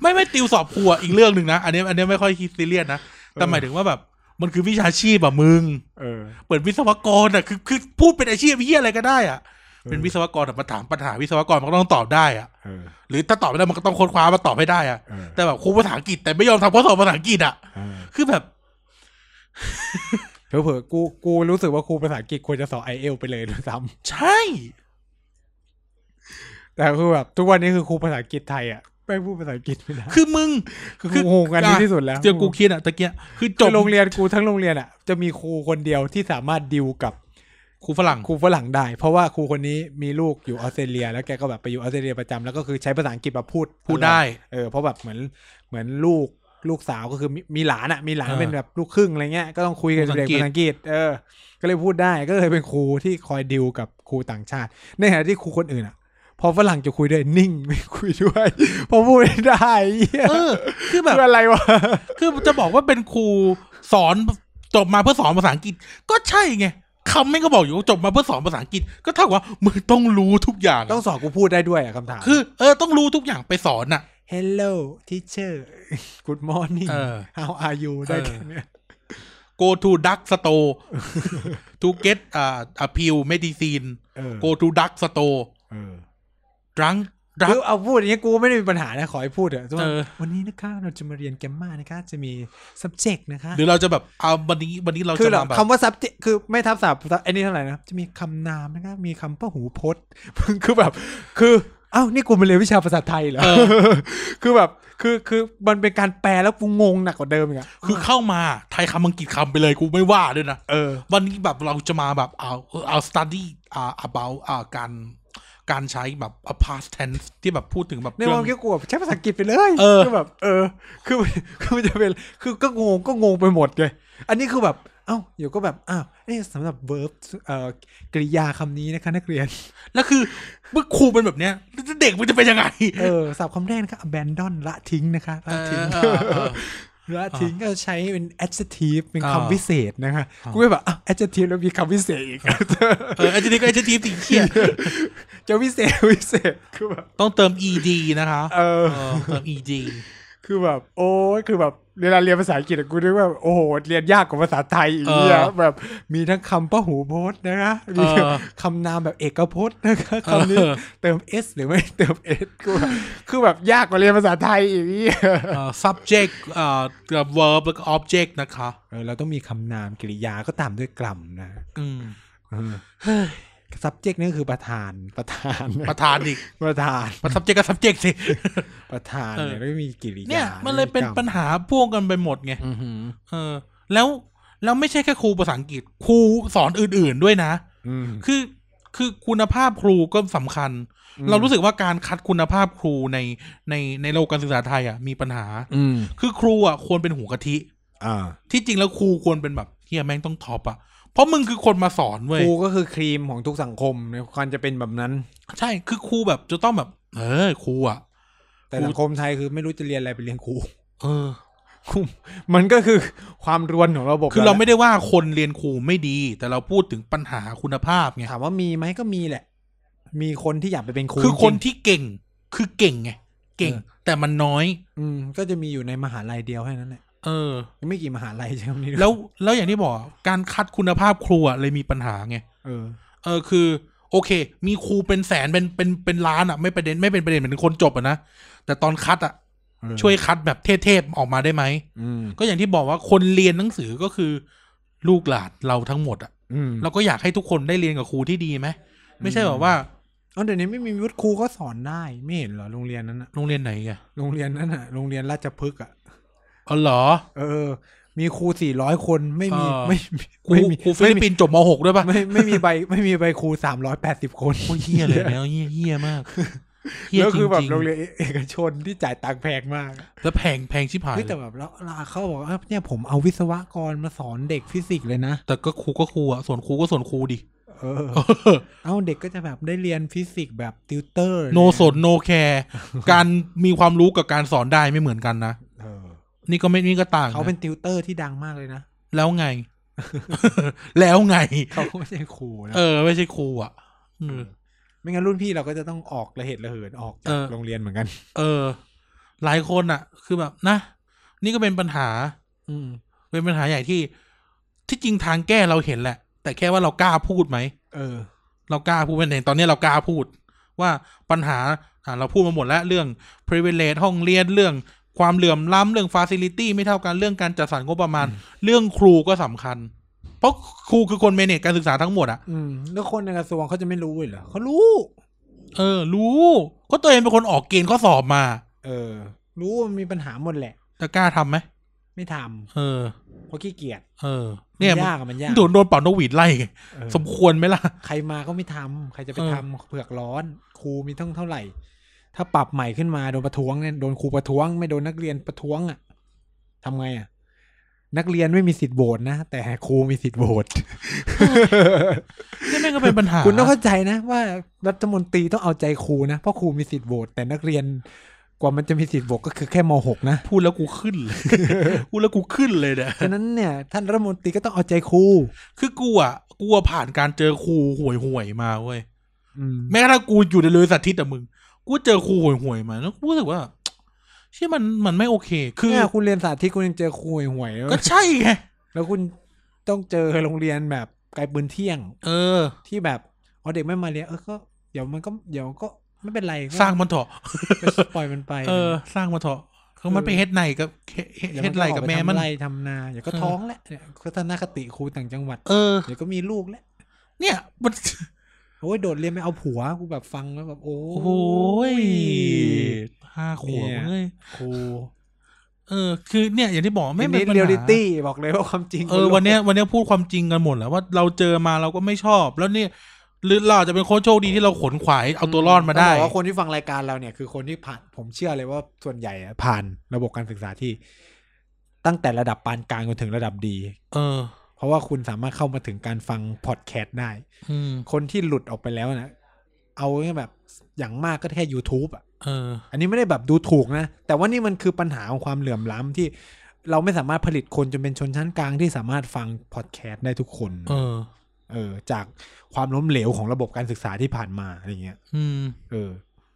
B: ไม่ไม่ติวสอบครัวอีกเรื่องหนึ่งนะอันนี้อันนี้ไม่ค่อยซีเรียสนะแต่
A: เออ
B: หมายถึงว่าแบบ มันคือวิชาชีพอะมึง
A: เออ
B: เปิดวิศวกรอะคือคือพูดเป็นอาชีพเหี้ยอะไรก็ได้อะ
A: ออ
B: เป็นวิศวกรอะมาถามปัญหาวิศวกรมันก็ต้องตอบได้อะ
A: เออ
B: หรือถ้าตอบไม่ได้มันก็ต้องค้นคว้ามาตอบให้ได้อะ
A: เออ
B: แต่แบบครูภาษาอังกฤษแต่ไม่ยอมทำข้อสอบภาษาอังกฤษอะ
A: เออ
B: คือแบบ
A: เผลอๆกูกูรู้สึกว่าครูภาษาอังกฤษควรจะสอนไอเอลไปเลยด้วยซ้
B: ใช่
A: ำแต่คือแบบทุกวันนี้คือครูภาษาอังกฤษไทยอ่ะไม่พูดภาษาอังกฤษไม่ได้
B: คือมึง
A: คือ
B: คือ
A: กูงงกันนี้ที่สุดแล้ว
B: เจอกูคิดอะตะเกียะคือจ
A: จ
B: บบ
A: โรงเรียนกูทั้งโรงเรียนอ่ะจะมีครูคนเดียวที่สามารถดิวกับ
B: ครูฝรั่ง
A: ครูฝรั่งได้ เพราะว่าครูคนนี้มีลูกอยู่ออสเตรเลีย แล้วแกก็แบบไปอยู่ออสเตรเลียประจำแล้วก็คือใช้ภาษาอังกฤษมาพูด
B: พูดได้
A: เออเพราะแบบเหมือนเหมือนลูกลูกสาวก็คือมีมีหลานอ่ะมีหลาน
B: อ่า
A: เป็นแบบลูกครึ่งอะไรเงี้ยก็ต้องคุยกับเด็กภา
B: พูดภาษาอังกฤษ
A: ษาอังกฤษเออ ก็เลยพูดได้ก็เลยเป็นครูที่คอยดิวกับครูต่างชาติในขณะที่ครูคนอื่นอ่ะ พอฝรั่งจะคุยด้วยนิ่งไม่คุยด้วย <laughs> เพอพูดไม่ได้เหี้ย
B: เออ คือแบบ
A: คืออะไรวะ
B: คือจะบอกว่าเป็นครูสอนจบมาเพื่อสอนภาษาอังกฤษ ก็ใช่ไงคำแม่งก็บอกอยู่ว่าจบมาเพื่อสอนภาษาอังกฤษ ก็เท่ากับว่ามึงต้องรู้ทุกอย่าง
A: ต้องสอนกูพูดได้ด้วยอ่ะคำถาม
B: คือ เออต้องรู้ทุกอย่างไปสอนอ่ะ
A: Hello teacher <laughs> Good morning
B: เออ
A: How are you ได้แค่เนี้ย
B: go to duck store to get อ่า appeal medicine
A: เออ
B: go to duck store
A: เออ
B: drunk
A: คื
B: drunk
A: อเอาพูดอย่างนี้ยกูไม่ได้มีปัญหานะ ขอให้พูดเถอะว่า
B: เออ
A: วันนี้นะคะเราจะมาเรียนแกมมานะคะ จะมี subject นะคะ
B: หรือเราจะแบบเอาวันนี้วันนี้เรา
A: คือ
B: จะ
A: เรา
B: มาแบบ
A: คำว่า subject คือไม่ทับศัพท์ไอ้นี่เท่าไหร่นะ จะมีคำนามนะคะ มีคำพหูพจน์ <laughs> คือแบบ คืออ้าวนี่กูมาเรียนวิชาภาษาไทยเหรอ คือแบบ คือคือมันเป็นการแปลแล้วกูงงหนักกว่าเดิมอีกอะ
B: คือเข้ามาไทยคำอังกฤษคำไปเลยกูไม่ว่าด้วยนะ
A: เออ
B: วันนี้แบบเราจะมาแบบเอาเอา study อ่า about อ่าการการใช้แบบ a past tense ที่แบบพูดถึงแบบ
A: ในค
B: เรื่อ
A: วาม
B: ง
A: คิดกูแบบใช้ภาษาอังกฤษไปเลย
B: เออ
A: คือแบบ เออ คือ <laughs> คือมันจะเป็นคือก็งงก็งงไปหมดเลยอันนี้คือแบบ เอ้าเดี๋ยวก็แบบอ้าวนี่สำหรับ verb เอ่อกริยาคำนี้นะคะนักเรียน
B: แล้วคือเมื่อครูเป็นแบบเนี้ยเด็กมันจะเป็นยังไง
A: เออศัพท์คำแรกนะคะ abandon ละทิ้งนะคะละทิ้ง
B: เออเออ
A: ละทิ้งก็ใช้เป็น adjective เป็น
B: อ่า
A: คำวิเศษนะคะกูก็แบบอ้าว adjective แล้วมีคำวิเศษอีก
B: เออไอ้ทีนี้ก็ไอ้ทีตีเขีย
A: จะวิเศษ <laughs> วิเศษคือแบบ
B: ต้องเติม ed นะคะ
A: เออ
B: เออเติม ed
A: คือแบบโอ้ยคือแบบเวลาเรียนภาษาอังกฤษอะกูนึกว่าโอ้โหเรียนยากกว่าภาษาไทยอีก
B: เออ
A: เนี่ยแบบมีทั้งคำพหูพจน์นะคะมี
B: เออ
A: คำนามแบบเอกพจน์นะคะคำนี้
B: เออ
A: เติม s หรือไม่ <laughs> เติม s กูแบบคือแบบยากกว่าเรียนภาษาไทยอีก <laughs> เนี่ย
B: เอ่อ subject เอ่อ verb แล้วก็ object นะคะ
A: เออเราต้องมีคำนามกริยาก็ตามด้วยกล่ำนะ
B: อืม
A: เออ subject นี่คือประธานประธาน
B: ประธานอีก
A: <laughs> ประธาน
B: ประ subject กับ subject สิ
A: ประธานเนี่ย
B: เออ
A: แล้วก็มีกริยา
B: เนี่ยมันเลยเป็นปัญหาพ่วงกันไปหมดไง
A: อือหือ
B: เออแล้วแล้วไม่ใช่แค่ครูภาษาอังกฤษครูสอนอื่น ๆด้วยนะ
A: อืม
B: คือคือคุณภาพครูก็สำคัญ
A: อืม
B: เรารู้สึกว่าการคัดคุณภาพครูในในในโลกการศึกษาไทยอ่ะมีปัญหา
A: อืม
B: คือครูอ่ะควรเป็นหัวกะทิ
A: อ่า
B: ที่จริงแล้วครูควรเป็นแบบเฮียแม่งต้องท็อปอ่ะเพราะมึงคือคนมาสอนเว้ย
A: กูก็คือครีมของทุกสังคมในควรจะเป็นแบบนั้น
B: ใช่คือครูแบบจะต้องแบบ เออครูอ่ะ
A: แต่
B: ครู
A: สังคมไทยคือไม่รู้จะเรียนอะไรไปเรียนครู <laughs>
B: เออ
A: มันก็คือความรวนของระบบ
B: คือ
A: แล้
B: เรา
A: วแหละ
B: ไม่ได้ว่าคนเรียนครูไม่ดี แต่เราพูดถึงปัญหาคุณภาพไง
A: ถามว่ามีไหมก็มีแหละ มีคนที่อยากไปเป็นครู
B: คือคน
A: จริง
B: ที่เก่งคือเก่งไงเก่ง
A: เออ
B: แต่มันน้อย
A: ๆอืมก็จะมีอยู่ในมหาลัยเดียวแค่นั้นแหละ
B: เออ
A: ไม่กี่มหาลัยใช่ไหมนี่
B: แล้วแล้วอย่างที่บอกอะการคัดคุณภาพครูอะเลยมีปัญหาไง
A: เออ
B: เออคือ โอเค มีครูเป็นแสนเป็นเป็นเป็นล้านอะไม่ประเด็นไม่เป็นประเด็นเหมือนคนจบอะนะแต่ตอนคัดอะ
A: เออ
B: ช่วยคัดแบบเทพๆออกมาได้ไหม
A: อืม
B: ก็อย่างที่บอกว่าคนเรียนหนังสือก็คือ ลูกหลานเราทั้งหมดอะ
A: อืม
B: เราก็อยากให้ทุกคนได้เรียนกับครูที่ดีไหมไม่ใช่แบบว่า
A: เอาเดี๋ยวนี้ไม่มีวุฒิครูก็สอนได้ไม่เห็นเหรอโรงเรียนนั้นอะ
B: โรงเรียนไหนอะ
A: โรงเรียนนั้นอะโรงเรียนราชพฤกษ์อะ
B: อ๋อเหรอ
A: เออ มีครูสี่ร้อยคนไม่มี
B: เออ
A: ไม่
B: ครู
A: ไม่มี
B: ครูฟิลิปปินส์จบมหกด้วยปะ
A: <laughs> ไม่ไม่ไม่มีใบไม่มีใบครูสามร้อยแปดสิบคน
B: โอ้ยเฮี้ยเลยเนี่ยเฮี้ยเฮี้ยมากเฮี้ย
A: แล้ว
B: จ
A: คือแบบ
B: ริง
A: โรงเรียนเอกชนที่จ่ายตังค์แพงมาก
B: ๆแล้วแพงแพงชิบหาย
A: เฮ้ยแต่แบบแล้วลาเขาบอกว่าเนี่ยผมเอาวิศวกรมาสอนเด็กฟิสิกส์เลยนะ
B: แต่ก็ครูก็ครูอะส่วนครูก็ส่วนครูดิ
A: เออ เอาเด็กก็จะแบบได้เรียนฟิสิกส์แบบติวเตอร์
B: โนสนโนแคร์การมีความรู้กับการสอนได้ไม่เหมือนกันนะ
A: เออ
B: นี่ก็ไม่นี่ก็ต่างะ
A: เขาเป็นติวเตอร์ที่ดังมากเลยนะ
B: แล้วไง <laughs> แล้วไง
A: เขาก็ไม่ใช่ครูนะ
B: เออ ไม่ใช่ครูอ่ะอืม
A: ไม่งั้นรุ่นพี่เราก็จะต้องออกระเหตุระเหินออกจา
B: เอก อ
A: โรงเรียนเหมือนกัน
B: เออ หลายคนอ่ะ คือแบบนะ นี่ก็เป็นปัญหา
A: อืม
B: เป็นปัญหาใหญ่ที่ ที่จริงทางแก้เราเห็นแหละ แต่แค่ว่าเรากล้าพูดไหม
A: เออ
B: เรากล้าพูดเป็นเองตอนนี้เรากล้าพูด ว่าปัญหาอ่ะเราพูดมาหมดแล้วเรื่อง privilege ห้องเรียนเรื่องความเหลื่อมล้ำเรื่อง facility ไม่เท่ากันเรื่องการจัดสรรงบประมาณ เรื่องครูก็สำคัญ เพราะครูคือคนเมเนจการศึกษาทั้งหมดอะ
A: อืมแล้วคนในกระทรวงเขาจะไม่รู้เลยเหรอเขารู้
B: เออ รู้ ก็ตัวเองเป็นคนออกเกณฑ์ข้อสอบมา
A: เออ รู้ว่ามันมีปัญหาหมดแหละ
B: จะกล้าทำไหม
A: ไม่ทำ
B: เออ
A: เพราะขี้เกียจ
B: เออ เนี่ย
A: มัน
B: มัน
A: ยากอะมันยาก
B: โดนโดนเป่านกหวีดไล่ไง
A: เออ
B: สมควรไหมล่ะ
A: ใครมาก็ไม่ทำใครจะไป
B: เออ
A: ทำเผือกร้อน ครูมีต้องเท่าไหร่ ถ้าปรับใหม่ขึ้นมาโดนประท้วงเนี่ยโดนครูประท้วง ไม่โดนนักเรียนประท้วงอ่ะทำไงอ่ะ นักเรียนไม่มีสิทธิ์โหวตนะ แต่ครูมีสิทธิ์โหว
B: <laughs>
A: ต
B: นี่แม่งก็เป็นปัญหา
A: คุณต้องเข้าใจนะว่ารัฐมนตรีต้องเอาใจครูนะเพราะครูมีสิทธิ์โหวตแต่นักเรียนกว่ามันจะมีสิทธิ์โหวตก็คือแค่มหกนะ
B: พูดแล้วกูขึ้น
A: <laughs>
B: เลย พูดแล้วกูขึ้นเลยเนี่ย
A: ฉะนั้นเนี่ย ท่านรัฐมนตรีก็ต้องเอาใจครู
B: คือกูอ่ะกูอะผ่านการเจอครูห่วยห่วยๆมาเว้ย
A: อืม
B: แม้กระทั่งกูอยู่ในเลยสัตทิศแต่มึง กูเจอครูห่วยห่วยๆมาแล้วกูรู้สึกว่าเชี่ยมันมันไม่โอเค คือ
A: เนี่ยคุณเรียนสาธิตคุณยังเจอครูห่วยๆแล้ว
B: ก็ใช่ไง
A: แล้วคุณต้องเจอโรงเรียนแบบไกลปืนเที่ยง
B: เอ
A: <laughs>
B: อ
A: ที่แบบเอาเด็กไม่มาเรียนเออก็เดี๋ยวมันก็เดี๋ยวก็ไม่เป็นไรก็
B: สร้างมันเถอะ
A: ก็ปล่อยมันไป
B: เออ สร้างมันเถอะคือมันไปเฮ็ดไหนกับเฮ็ด
A: เดี๋ยว
B: เฮ็
A: มั
B: ด
A: น
B: ไห
A: ก็ออ
B: นกับ
A: ไป
B: แม่มัน
A: ทำไรทำนาเดี๋ยวก็
B: เออ
A: ท้องแล้วเนี่ยก็ทัศนคติครูต่างจังหวัด
B: เออ
A: เดี๋ยวก็มีลูกแล้ว
B: เนี่ยมัน
A: โอ้ยโดดเรียนไม่เอาผัวกูแบบฟังแล้วแบบโอ้
B: โอ้ยห้าขวบเว้ย
A: ครู
B: เออ คือเนี่ยอย่างที่บอก
A: ไม่
B: ไม่
A: เป็
B: เป็นนปัญ
A: เรียล
B: หา
A: ลิตี้บอกเลยว่าความจริง
B: เออ
A: มัโลก
B: วันเนี้ยวันเนี้ยพูดความจริงกันหมดแล้วว่าเราเจอมาเราก็ไม่ชอบ แล้วเนี่ยหรือเราอาจจะเป็นโค้ชโชคดีที่เราขนขวายเอาตัวรอดมาได้
A: ต้งบอกว่าคนที่ฟังรายการเราเนี่ยคือคนที่ผ่านผมเชื่อเลยว่าส่วนใหญ่อะผ่านระบบการศึกษาที่ ตั้งแต่ระดับปานกลางจนถึงระดับดี
B: เออ
A: เพราะว่าคุณสามารถเข้ามาถึงการฟังพอดแคสต์ได้
B: อืม
A: คนที่หลุดออกไปแล้วนะ เอาแค่แบบอย่างมากก็แค่ YouTube อะ
B: เออ
A: อันนี้ไม่ได้แบบดูถูกนะ แต่ว่านี่มันคือปัญหาของความเหลื่อมล้ำที่เราไม่สามารถผลิตคนจนเป็นชนชั้นกลางที่สามารถฟังพอดแคสต์ได้ทุกคน
B: เออ
A: เออ จากความล้มเหลวของระบบการศึกษาที่ผ่านมาอะไรเงี้ย
B: อืม
A: เออ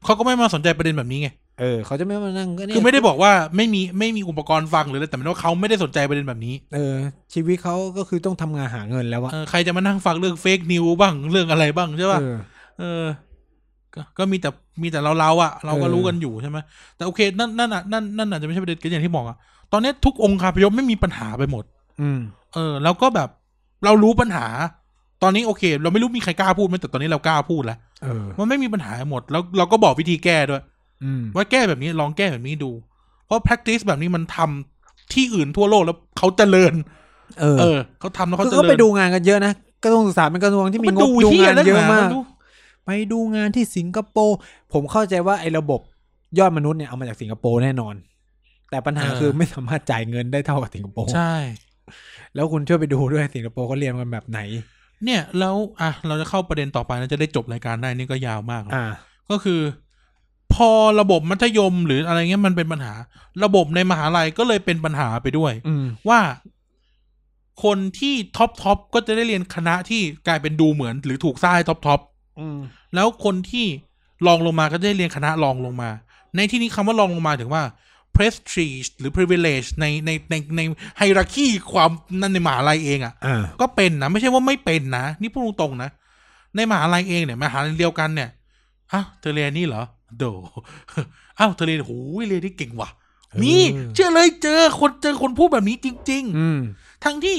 B: เขาก็ไม่มาสนใจประเด็นแบบนี้ไง
A: เออ เขาจะไม่มานั่งก็เนี่ย
B: คือไม่ได้บอกว่าไม่มีไม่มีอุปกรณ์ฟังหรืออะไรแต่หมายถึงว่าเขาไม่ได้สนใจประเด็นแบบนี้
A: เออ ชีวิตเขาก็คือต้องทำงานหาเงินแล้วอะ
B: เออใครจะมานั่งฟังเรื่องเฟกนิวบ้างเรื่องอะไรบ้างใช่ป่ะ
A: เออ
B: เออก็ก็มีแต่มีแต่เราเราๆอ่ะ เราก็
A: เออ
B: รู้กันอยู่ใช่ไหมแต่โอเคนั่นนั่นอ่ะนั่นนั่นอาจจะไม่ใช่ประเด็นก็อย่างที่บอกอ่ะตอนเนี้ยทุกองค์คาพยพไม่มีปัญหาไปหมด
A: อืม
B: เออแล้วก็แบบเรารู้ปัญหา ตอนนี้โอเค เราไม่รู้มีใครกล้าพูดไหมแต่ตอนนี้เรากล้าพูดแล้ว
A: เออ
B: มันไม่มีปัญหาหมด แล้วเราก็บอกวิธีแก้ด้วย
A: อืม
B: ว่าแก้แบบนี้ลองแก้แบบนี้ดู เพราะ practice แบบนี้มันทำที่อื่นทั่วโลกแล้วเขาเจริญ
A: เออ
B: เออเขาทำแล้วเขา
A: คือ
B: เจ
A: ก็
B: ริญ
A: ไปดูงานกันเยอะนะกระทรวงศึกษาเป็นกระทรวงที่มี
B: มัน
A: งบ
B: ดู
A: ดู
B: ที่
A: งาน
B: เย
A: เย
B: อะมาม
A: อะาก ก ไปดูงานที่สิงคโปร์ผมเข้าใจว่าไอ้ระบบยอดมนุษย์เนี่ยเอามาจากสิงคโปร์แน่นอน แต่ปัญหาคือไม่สามารถจ่ายเงินได้เท่ากับสิงคโปร์
B: ใช่
A: แล้วคุณช่วยไปดูด้วยสิงคโปร์เขาเรียนกันแบบไหน
B: เนี่ยแล้วอ่ะเราจะเข้าประเด็นต่อไปนะจะได้จบรายการได้นี่ก็ยาวมากแล้ว
A: อ่า
B: ก็คือ พอระบบมัธยมหรืออะไรเงี้ยมันเป็นปัญหา ระบบในมหาลัยก็เลยเป็นปัญหาไปด้วย
A: อืม
B: ว่าคนที่ท็อปท็อปก็จะได้เรียนคณะที่กลายเป็นดูเหมือน หรือถูกสร้างให้ท็อปท็อป
A: อืม
B: แล้วคนที่รองลงมาก็จะได้เรียนคณะรองลงมา ในที่นี้คำว่ารองลงมาถึงว่า prestige หรือ privilege ในในในในไฮรักีความนั่นในมหาลัยเองอะ่ะ
A: อ่า
B: ก็เป็นนะ ไม่ใช่ว่าไม่เป็นนะ นี่พูดตรงๆนะ ในมหาลัยเองเนี่ยมหาลัยเดียวกันเนี่ยอ้าวเธอเรียนนี่เหรอโด <laughs> อ้าวเธอเรียนโอ้ยเรียนนี่เก่งว่ะมี
A: เออ
B: เชื่อเลยเจอคนเจอคนพูดแบบนี้จริง ๆ
A: อืม
B: ทั้งที่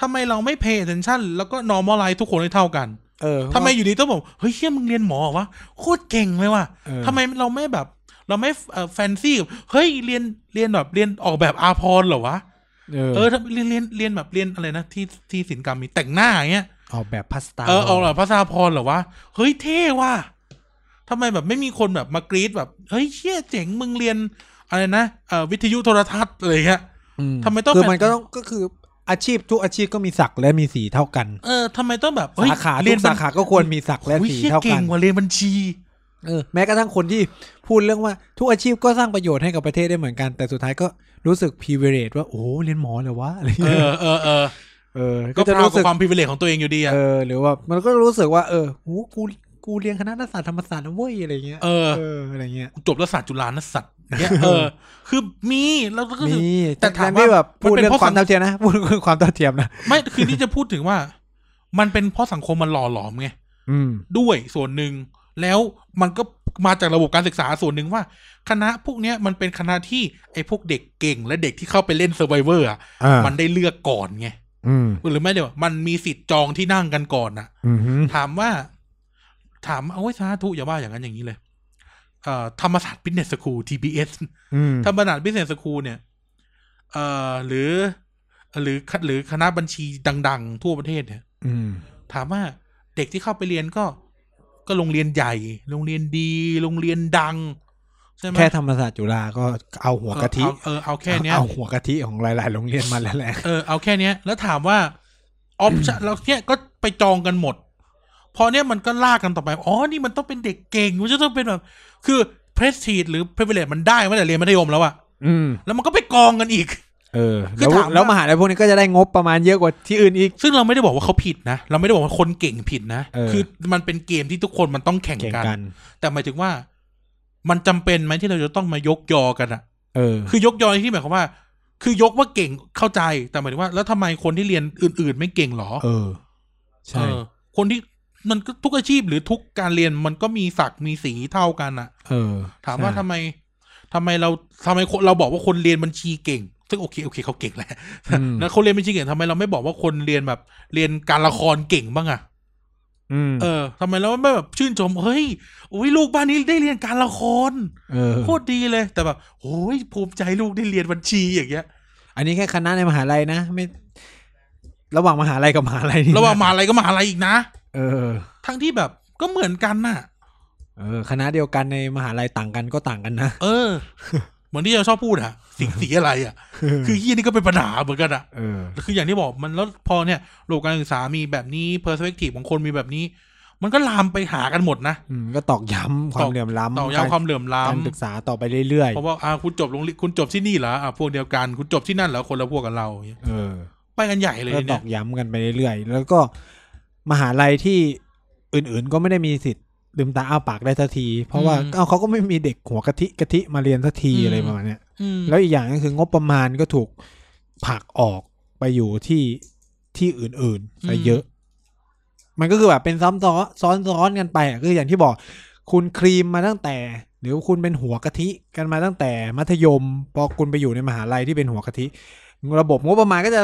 B: ทำไมเราไม่ pay attention แล้วก็ normalize ทุกคนให้เท่ากัน
A: เออ
B: ทำไมอยู่ดีต้องบอกเฮ้ยเชี่ยมึงเรียนหมอเหรอวะโคตรเก่งเลยว่ะ
A: เออ
B: ทำไมเราไม่แบบ เราไม่แฟนซี่อ fancy กับเฮ้ยเรียนเรียนแบบเรียนออกแบบอาพรณ์เหรอวะ
A: เออ
B: เออถ้าเรียนเรียนเรียนแบบเรียนอะไรนะที่ที่ศิลปกรรมมีแต่งหน้าอย่างเงี้ย
A: ออกแบบพาสต้า
B: เออออกแบบภาษาพรณ์เหรอวะเฮ้ยเท่ว่ะทำไมแบบไม่มีคนแบบมากรีดแบบเฮ้ยเชี่ยเจ๋งมึงเรียนอะไรนะเอ่อวิทยุโทรทัศน์อะไรอย่างเงี้ย ทำไมต้อง
A: คือมันก็ต้องก็คืออาชีพทุกอาชีพก็มีศักดิ์และมีสีเท่ากัน
B: เออทำไมต้องแบบเฮ้ย
A: สาขา
B: เรี
A: ทุ
B: น
A: ก
B: บั
A: สา
B: ญ
A: ขาก็ควรมีศักดิ์และ
B: อุ๊ย
A: สี
B: ชี่ย
A: เท่ากั
B: เก่
A: น
B: งว่าเรียนบัญชี
A: เออแม้กระทั่งคนที่พูดเรื่องว่าทุกอาชีพก็สร้างประโยชน์ให้กับประเทศได้เหมือนกัน แต่สุดท้ายก็รู้สึกพิเวเรตว่าโอ้โหเรียนหมอเลยวะอะไร
B: เอ
A: เงี้ย
B: อเออเออ
A: เออ
B: ก็
A: ก็
B: จะ
A: จะ
B: รู้
A: รู้
B: สึ
A: สึ
B: ก
A: ก
B: ความพิเวเลของตัวเองอยู่ดีอ่ะ
A: เออหรือว่ามันก็รู้สึกว่า เออโหกูกูเรียนคณะรัฐศาสตร์ธรรมศาสตร์นะเว้ยอะไรเงี้ย
B: เออ
A: เอออะไรเงี้ย
B: จบรัฐศาสตร์จุฬานะสัตว์เนี่ยเออ คือมีแล้วก็คือ
A: นี่
B: แต่
A: แต่
B: ถา
A: ถาม ม
B: ว่า
A: ว่าแบบพูดเรื่อ
B: มันเป็นเพราะ
A: งความเท่าเทียมนะพูดเรื่องความเท่าเทียมนะ
B: ไม่คือที่จะพูดถึงว่า มันเป็นเพราะสังคมมันหล่อหลอมไง
A: อืม
B: ด้วยส่วนหนึ่ง แล้วมันก็มาจากระบบการศึกษาส่วนหนึ่งว่า คณะพวกเนี้ยมันเป็นคณะที่ไอ้พวกเด็กเก่ง และเด็กที่เข้าไปเล่นเซอร์ไ o เวอร์อ่ะ
A: อ่า
B: มันได้เลือกก่อนไง
A: อืม
B: หรือไม่เดี๋ยวมันมีสิทธิ์จองที่นั่งกันก่อนอ่ะ
A: อืม
B: ถามว่า ถามเอาไว้สาธุอย่าว่าอย่างนั้นอย่างนี้เลยเอ่อธรรมศาสตร์บิสเนสสคูล TBS
A: อืม
B: ธรรมศาสตร์บิสเนสสคูลเนี่ย เอ่อหรือ หรือหรือคณะบัญชีดัง ๆ ทั่วประเทศเนี่ย
A: อืม
B: ถามว่าเด็กที่เข้าไปเรียนก็ ก็โรงเรียนใหญ่ โรงเรียนดี โรงเรียนดัง ใช่ไหม
A: แค่ธรรมศาสตร์จุฬาก็เอาหัวกะทิ
B: เออเอาเออเอาแค่เนี้ย
A: เอาหัวกะทิของหลาย ๆ โรงเรียนมาแล้วแหละ
B: เออเอาแค่เนี้ย แล้วถามว่าออปชั่นเราเนี่ยก็ไปจองกันหมด พอเนี่ยมันก็ลากกันต่อไป อ๋อ นี่มันต้องเป็นเด็กเก่ง มันจะต้องเป็นแบบ คือเพรสทีดหรือเพรเวเลตมันได้มาแต่เรียนมัธยมแล้วอะ
A: อืม
B: แล้วมันก็ไปกองกันอีก
A: เออ
B: คือ
A: แล้ว
B: ถามว่า
A: แล้วมหาลัยพวกนี้ก็จะได้งบประมาณเยอะกว่าที่อื่นอีก
B: ซึ่งเราไม่ได้บอกว่าเขาผิดนะ เราไม่ได้บอกว่าคนเก่งผิดนะ
A: เออ
B: คือมันเป็นเกมที่ทุกคนมันต้องแข่ง
A: แข่ง
B: กัน
A: กัน
B: แต่หมายถึงว่า มันจำเป็นไหมที่เราจะต้องมายกยอกันอะ
A: เออ
B: คือยกยอในที่หมายความว่า คือยกว่าเก่งเข้าใจ แต่หมายถึงว่า แล้วทำไมคนที่เรียนอื่น ๆ ไม่เก่งหรอ
A: เออ ใช่
B: เออคนที่มันก็ทุกอาชีพหรือทุกการเรียนมันก็มีศักดิ์มีสีเท่ากันอะ
A: เออ
B: ถามว่า
A: ใช่
B: ทำไมทำไมเราทำไมคนเราบอกว่าคนเรียนบัญชีเก่ง ซึ่งโอเคโอเคเขาเก่งแหละ
A: อืม
B: แล้วคนเรียนบัญชีเก่งทำไมเราไม่บอกว่าคนเรียนแบบ เรียนการละครเก่งบ้างอะ
A: อืม
B: เออทำไมเราไม่แบบชื่นชมเฮ้ยอุ้ยลูกบ้านนี้ได้เรียนการละคร
A: เออ
B: โคตรดีเลย แต่แบบโอ้ยภูมิใจลูกได้เรียนบัญชีอย่างเงี้ย
A: อันนี้แค่คณะในมหาลัยนะ ไม่ ระหว่างมหาลัยกับมหาลัยนี่น
B: ระหว่างมหาอะไรก็มหาอะไรอีกนะ
A: เออ
B: ทั้งที่แบบก็เหมือนกันน่ะ
A: เออ คณะเดียวกันในมหาลัยต่างกันก็ต่างกันนะ
B: เอ
A: <laughs>
B: อ เหมือนที่เราชอบพูดอะสีสีอะไรอะคือยี่นี่ก็เป็นปัญหาเหมือนกันอะ
A: เออ
B: คืออย่างที่บอกมันแล้วพอเนี่ยโลกการศึกษามีแบบนี้เพอร์สเปกทีฟของคนมีแบบนี้ มันก็ลามไปหากันหมดนะ
A: อืม ก็ตอกย้ำควา
B: ต
A: ม
B: อก
A: เหลื่อมล้ำ
B: ต่อยาวความเหลื่อมล้
A: การศึกษาต่อไปเรื่อย
B: ำเพราะว่าอ่าคุณจบโรงเรียนคุณจบที่นี่เหรออ่าพวกเดียวกันคุณจบที่นั่นเหรอคนละพวกกับเราอย่างเงี้ย
A: ๆ เออ
B: ไปกันใหญ่เลย
A: ก็ต
B: เนี่
A: อย กย้ำกันไปเรื่อยๆ แล้วก็มหาลัยที่อื่นๆก็ไม่ได้มีสิทธิ์ลืมตาอ้าปากได้สักที เพราะว่าเอ้าเขาก็ไม่มีเด็กหัวกะทิกะทิมาเรียนสักทีอะไรประมาณเนี้ย
B: อืม
A: แล้วอีกอย่างก็คืองบประมาณก็ถูกผลักออกไปอยู่ที่ที่อื่นๆซะเยอะ มันก็คือแบบเป็นซ้ำซ้อนซ้อนซ้อนกันไปอะคืออย่างที่บอก คุณครีมมาตั้งแต่ หรือคุณเป็นหัวกะทิกันมาตั้งแต่มัธยมพอคุณไปอยู่ในมหาลัยที่เป็นหัวกะทิ ระบบงบประมาณก็จะ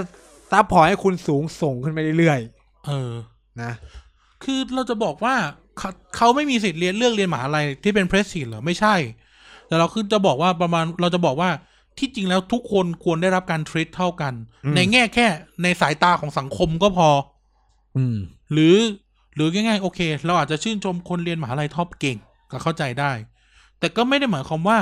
A: ซัพพอร์ตให้คุณสูงส่งขึ้นไปเรื่อย
B: เออ
A: ๆนะ
B: คือเราจะบอกว่าเขาเขาไม่มีสิทธิ์เรียนเลือกเรียนมหาลัยที่เป็นเพรสทีเหรอไม่ใช่ แต่เราคือจะบอกว่าประมาณเราจะบอกว่าที่จริงแล้วทุกคนควรได้รับการทรีตเท่ากัน ในแง่แค่ในสายตาของสังคมก็พอ
A: อืม
B: หรือหรือง่ายๆโอเค เราอาจจะชื่นชมคนเรียนมหาลัยท็อปเก่งก็เข้าใจได้ แต่ก็ไม่ได้หมายความว่า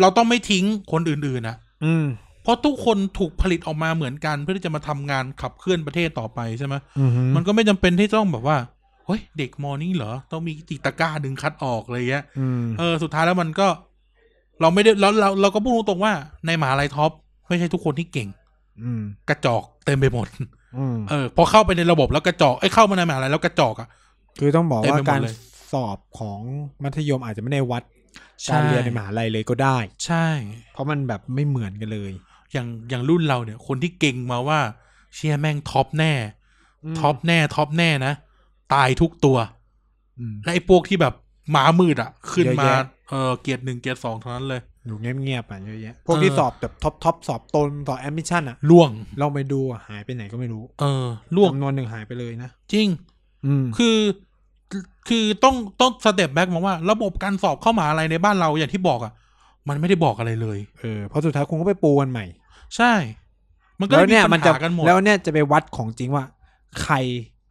B: เราต้องไม่ทิ้งคนอื่นๆนะ
A: อืม
B: เพราะทุกคนถูกผลิตออกมาเหมือนกันเพื่อที่จะมาทำงานขับเคลื่อนประเทศต่อไปใช่ไหม
A: อื
B: มันก็ไม่จำเป็นที่ต้องแบบว่าเฮ้ยเด็กมอนี่เหรอ ต้องมีติตะกร้าดึงคัดออกอะไรเงี้ย
A: อืม
B: เออสุดท้ายแล้วมันก็ เราไม่ได้แล้วเราเราก็พูดตรงๆว่าในมหาลัยท็อปไม่ใช่ทุกคนที่เก่ง
A: อืม
B: กระจอกเต็มไปหมด
A: อืม
B: เออพอเข้าไปในระบบแล้วกระจอกไอ้ยเข้ามาในมหาลัยแล้วกระจอกอ่ะ
A: คือต้องบอก
B: เต็ม
A: ว่า
B: ไปหมด
A: การ
B: เลย
A: สอบของมัธยมอาจจะไม่ได้วัดการเรียนในมหาลัยเลยก็ได้
B: ใช่
A: เพราะมันแบบไม่เหมือนกันเลย
B: อย่างอย่างรุ่นเราเนี่ย คนที่เก่งมาว่า เชียแม่งท็อปแน่ท็อปแน่ท็อปแน่นะตายทุกตัว
A: อืม
B: และไอ้พวกที่แบบหมามืดอ่ะ ขึ้นมา
A: เยอะแยะ
B: เออเกียรติหนึ่งเกียรติสองเท่านั้นเลย
A: อยู่เงียบๆอ่ะเยอะแยะพวกที่สอบแบบท็อปท็อปสอบตนสอบแอดมิชชั่นอ่ะ
B: ล่วง
A: ลองไปดูอะหายไปไหนก็ไม่รู้
B: เออล่วง
A: จำนวนหนึ่งหายไปเลยนะ
B: จริง
A: อืม
B: คือ คือต้องต้องสเต็ปแบ็กมาว่า ระบบการสอบเข้ามหาอะไรในบ้านเราอย่างที่บอกอะ่ะ มันไม่ได้บอกอะไรเลย
A: เออเพราะสุดท้ายคุณก็ไปปูกันใหม่
B: ใช่ มันก็
A: แล้วย
B: เลมี
A: เนี่ยมั
B: ปั
A: น
B: ญ
A: จะ
B: หากันหมด
A: แล้วเนี่ยจะไปวัดของจริงว่า ใคร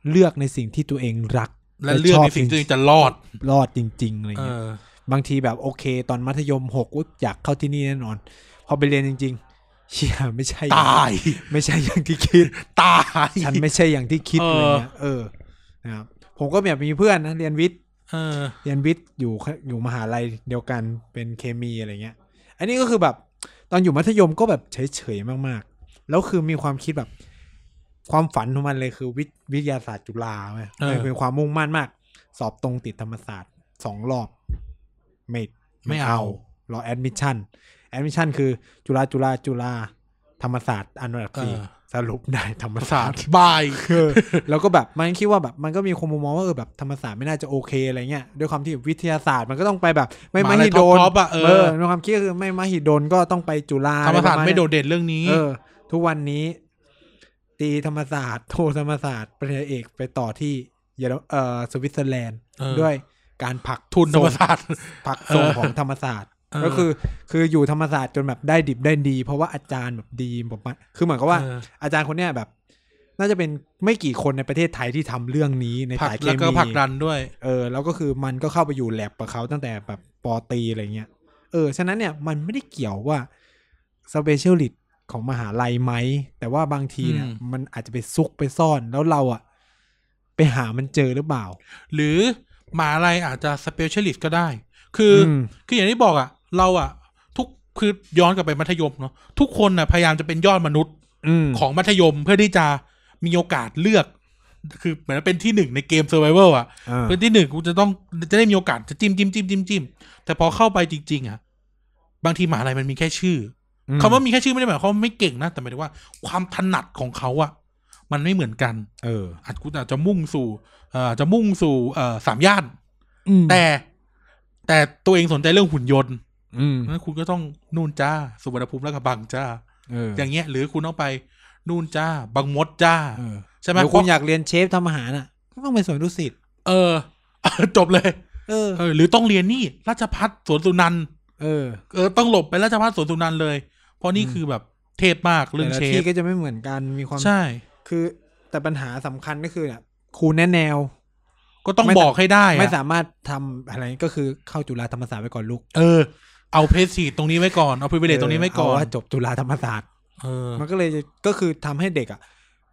A: เลือกในสิ่งที่ตัวเองรัก
B: และเรื่องในสิ่งที่ตัวเองจะรอด
A: รอดจริงๆอะไร
B: เอ
A: เงี้ย
B: อ
A: บางทีแบบโอเค ตอนมัธยมหกอุ๊ยอยากเข้าที่นี่แน่นอน พอไปเรียนจริงๆเชี่ยไม่ใช่
B: ตาย
A: ไม่ใช่อย่างที่คิด
B: ตาย
A: ฉันไม่ใช่อย่างที่คิดอะไรเงี้ย เออ นะครับ ผมก็แบบมีเพื่อนนะเรียนวิทย์
B: เออ
A: เรียนวิทย์อยู่คอยู่มหาลัยเดียวกันเป็นเคมีอะไรเงี้ย อันนี้ก็คือแบบ ตอนอยู่มัธยมก็แบบเฉยๆมากๆ แล้วคือมีความคิดแบบ ความฝันของมันเลยคือวิทย์วิทยาศาสตร์จุฬาไหม
B: เออ
A: เป็นความมุ่งมั่นมาก สอบตรงติดธรรมศาสตร์สองรอบ ไม่
B: ไม่เอา
A: รอแอดมิชชั่นแอดมิชชั่นคือจุฬาจุฬาจุฬาธรรมศาสตร์อันดับสี่สรุปได้ธรรม
B: ประ
A: ศา
B: สา
A: สต
B: ท
A: ร์
B: บาย
A: เออแล้วก็แบบมันคิดว่าแบบมันก็มีคนมุมมองว่าเออแบบธรรมศาสตร์ไม่น่าจะโอเคอะไรเงี้ยด้วยความที่วิทยาศาสตร์มันก็ต้องไปแบบ ไม่ม
B: มหาลั
A: หิ
B: ย
A: ดล
B: ท็อปๆอะเออ
A: ในความคิดคือไม่มหิดลก็ต้องไปจุฬา
B: ธรรมศาส
A: อะ
B: ตร์
A: ปะณ
B: ไม่
A: เนี้ย
B: โดดเด่นเรื่องนี้
A: เออ ทุกวันนี้ ตีธรรมศาสตร์ <laughs> โทธรรมศาสตร์ปริญญาเอกไปต่อที่เยอรมเออสวิตเซอร์แลนด์
B: เออ
A: ด้วยการผลัก
B: ทุนธรรมศาสตร์
A: ผลักส่ง
B: เออ
A: ของธรรมศาสตร์
B: เออ
A: ก็คือ คืออยู่ธรรมศาสตร์จนแบบได้ดิบได้ดี เพราะว่าอาจารย์แบบดีผมว่าคือเหมือนกับว่า
B: เออ
A: อาจารย์คนเนี้ยแบบ น่าจะเป็นไม่กี่คนในประเทศไทยที่ทำเรื่องนี้ใน
B: ผลัก
A: สายเค
B: แล้วก็
A: มี
B: ผลักดันด้วย
A: เออ แล้วก็คือมันก็เข้าไปอยู่แลบกับเขาตั้งแต่แบบปอตรีอะไรเงี้ยเออฉะนั้นเนี่ยมันไม่ได้เกี่ยวว่าสเปเชียลิตของมหาลัยไหม แต่ว่าบางทีเนี่ย
B: อืม
A: มันอาจจะไปซุกไปซ่อนแล้วเราอะไปหามันเจอหรือเปล่า
B: หรือหมหาอะไรอาจจะสเปเชียลิสต์ก็ได้ คืออ
A: ม
B: คืออย่างที่บอกอะเราอะทุกคือย้อนกลับไปมัธยมเนาะทุกคนอะพยายามจะเป็นยอดมนุษย์
A: อืม
B: ของมัธยมเพื่อที่จะมีโอกาสเลือก คือเหมือนเป็นที่หนึ่งในเกมเซอร์ไ a เวอร์อะ
A: อ่า
B: เป็นที่หนึ่งกูจะต้องจะได้มีโอกาสจะจิ้มจิ้มจิ้มจิ้มจิ้มแต่พอเข้าไปจริง ๆอะบางทีมหาลัยมันมีแค่ชื่ออคำว่ามีแค่ชื่อไม่ได้หมายความว่าไม่เก่งนะแต่หมายถึงว่าความถนัดของเขาอะมันไม่เหมือนกัน
A: เออ
B: อาจกูอาจจะมุ่งสู่เอ่ออาจจะมุ่งสู่เอ่อสามย่าน
A: อืม
B: แต่ แต่ตัวเองสนใจเรื่องหุ่นยนต์
A: อืม
B: นั้นคุณก็ต้องนู่นจ้า สุวรรณภูมิและกระบังจ้า
A: เออ
B: อย่างเงี้ย หรือคุณต้องไปนู่นจ้า บางมดจ้า
A: เออ
B: ใช่ไหม
A: เดี๋ยวคุณอยากเรียนเชฟทำอาหารอ่ะ ก็ต้องไปสวนดุสิต
B: เออ <laughs> จบเลย
A: เออ
B: เออ หรือต้องเรียนนี่ ราชพัฒสวนสุนันท์
A: เออ
B: เออต้องหลบไปราชพัฒสวนสุนันท์เลย เพราะนี่คือแบบเทพมากเรื่
A: แต่
B: อง
A: ละ
B: เช
A: ที่
B: ฟ
A: ก็จะไม่เหมือนกันมีความ
B: ใช่
A: คือ แต่ปัญหาสำคัญก็คือเนี่ยครูแนะแนว
B: ก็ต้อง
A: ไม่สา
B: บอกให้ได้อะ
A: ไม่สามารถทำอะไรก็คือเข้าจุฬาธรรมศาสตร์ไปก่อนลูก
B: เออเอาเพสซีตรงนี้ไว้ก่อนเอาพรีเวลตรงนี้ไว้ก่อ
A: เาน ว่าจบจุฬาธรรมศาสตร์
B: เออ
A: มันก็เลยก็คือทำให้เด็กอ่ะ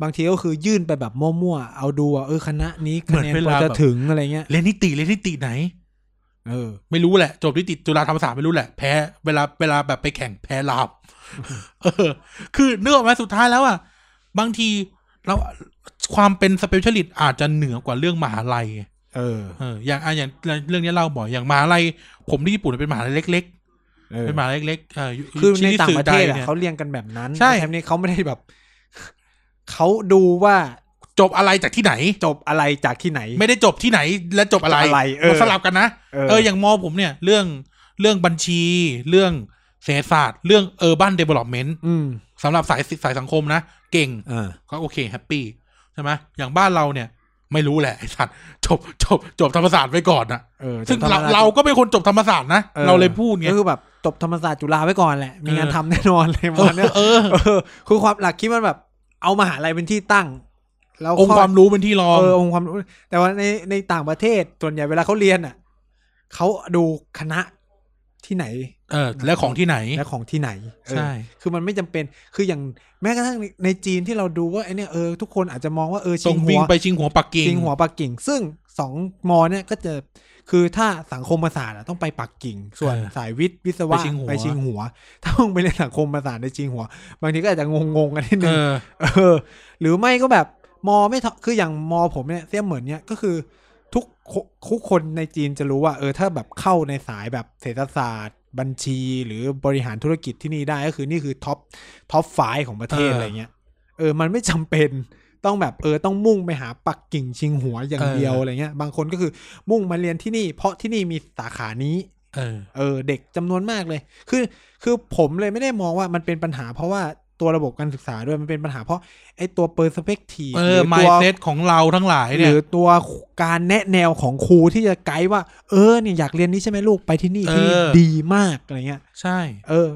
A: บางทีก็คือยื่นไปแบบมั่วๆเอาดูว่าเออคณะนี้
B: เหมื
A: คะ
B: อน
A: แนน
B: เว
A: พอ
B: ลา
A: จะ
B: แบบ
A: ถึงอะไรเงี้ย
B: เรียนนิติเรียนนิติไหน
A: เออ
B: ไม่รู้แหละ จบนิติจุฬาธรรมศาสตร์ไม่รู้แหละ แพ้เวลาเวลาแบบไปแข่งแพ้ลาบ
A: <laughs>
B: เออ คือเนื้ออกไหมาสุดท้ายแล้วอ่ะ บางทีเราความเป็นสเปเชียลิสต์อาจจะเหนือกว่าเรื่องมหาลัย
A: เออ
B: เอออย่างอ่ะอย่างเรื่องนี้เล่าบ่อยอย่างมหาลัย ผมที่ญี่ปุ่นเป็นมหาลัยเล็ก
A: เอ
B: ๆ
A: อ
B: เป็นมหาลัยเล็กๆเออยู
A: คือใน
B: ชิริ
A: ต่าง
B: สึ
A: ประเทศ
B: ได
A: อะ
B: นี่ย
A: เขาเรียนกันแบบนั้น
B: ใช่
A: แต่ทำนี้เขาไม่ได้แบบ <laughs> เขาดูว่า
B: จบอะไรจากที่ไหน
A: จบอะไรจากที่ไหน
B: ไม่ได้จบที่ไหนและจบอะไร
A: จบอะไรเออ
B: มันสลับกันนะ
A: เออ
B: เอออย่างมอผมเนี่ย เรื่องเรื่องบัญชี เรื่องเศรษฐศาสตร์ เรื่อง urban development
A: อืม
B: สำหรับสายสายสังคมนะ เก่ง
A: อ่า
B: ก็โอเคแฮปปี้ใช่ไหมอย่างบ้านเราเนี่ย ไม่รู้แหละไอ้สัตว์จบจบจบธรรมศาสตร์ไว้ก่อนนะ
A: เออ
B: ซึ่ง
A: จบธ
B: เรา
A: มศสต
B: เราก็เป็นคนจบธรรมศาสตร์นะ
A: ออ
B: เราเลยพูดไง
A: ก็คือแบบจบธรรมศาสตร์จุฬาไว้ก่อนแหละ มีงาน
B: เออ
A: ทำแน่นอนเลยประมันเนี่ย
B: เออ
A: เออคือความหลักคิดมันแบบ เอามหาลัยเป็นที่ตั้ง แล้ว
B: องค์ความรู้เป็นที่รอง
A: เออองค์ความรู้แต่ว่าในในต่างประเทศส่วนใหญ่เวลาเขาเรียนอ่ะเขาดูคณะที่ไหน
B: เออ และของที่ไหน
A: และของที่ไหนเออ
B: ใช่
A: คือมันไม่จำเป็นคืออย่างแม้กระทั่งในในจีนที่เราดูว่าไอเนี่ยเออทุกคนอาจจะมองว่าเออ
B: ตร
A: ชิ
B: ง
A: งหั
B: วิ่ง
A: ว
B: ไปชิงหัวปักกิ่ง
A: จริงหัวปักกิ่ง ซึ่งสองมอเนี่ยก็จะคือถ้าสังคมศาสตร์อะต้องไปปักกิ่ง ส่วนสายวิทย์วิศวะไปชิงหัว ถ้ามึงไปเรียนสังคมศาสตร์ในชิงหัว บางทีก็อาจจะงงๆกันนิด
B: เอ
A: นึง
B: อ
A: เออ หรือไม่ก็แบบมอไม่ทำคืออย่างมอผมเนี่ยเสี้ยเหมือนเนี่ยก็คือทุกคทุกคนในจีนจะรู้ว่า เออถ้าแบบเข้าในสายแบบเศรษฐศาสตร์ บัญชี หรือบริหารธุรกิจที่นี่ได้ก็คือนี่คือท็อปท็อปไฟของประเทศ
B: เอออ
A: อะไรเงี้ย เออ มันไม่จำเป็นต้องแบบเออต้องมุ่งไปหาปักกิ่งชิงหัวอย่างเดียว
B: เอออ
A: อะไรเงี้ย บางคนก็คือมุ่งมาเรียนที่นี่ เพราะที่นี่มีสาขานี้
B: เออ
A: เออ เด็กจำนวนมากเลย คือคือผมเลยไม่ได้มองว่ามันเป็นปัญหา เพราะว่าตัวระบบการศึกษาด้วยมันเป็นปัญหาเพราะไอ้ตัวเปอร์สเปกที
B: เออ
A: ตัว
B: mindset ของเราทั้งหลาย
A: ห
B: เนี่ย
A: รือตัวการแนะแนวของครูที่จะไกด์ว่า เออเนี่ยอยากเรียนนี้ใช่ไหมลูกไปที่นี่ที่นี่
B: เออ
A: ดีมากอะไรเงี้ย
B: ใช่
A: เออ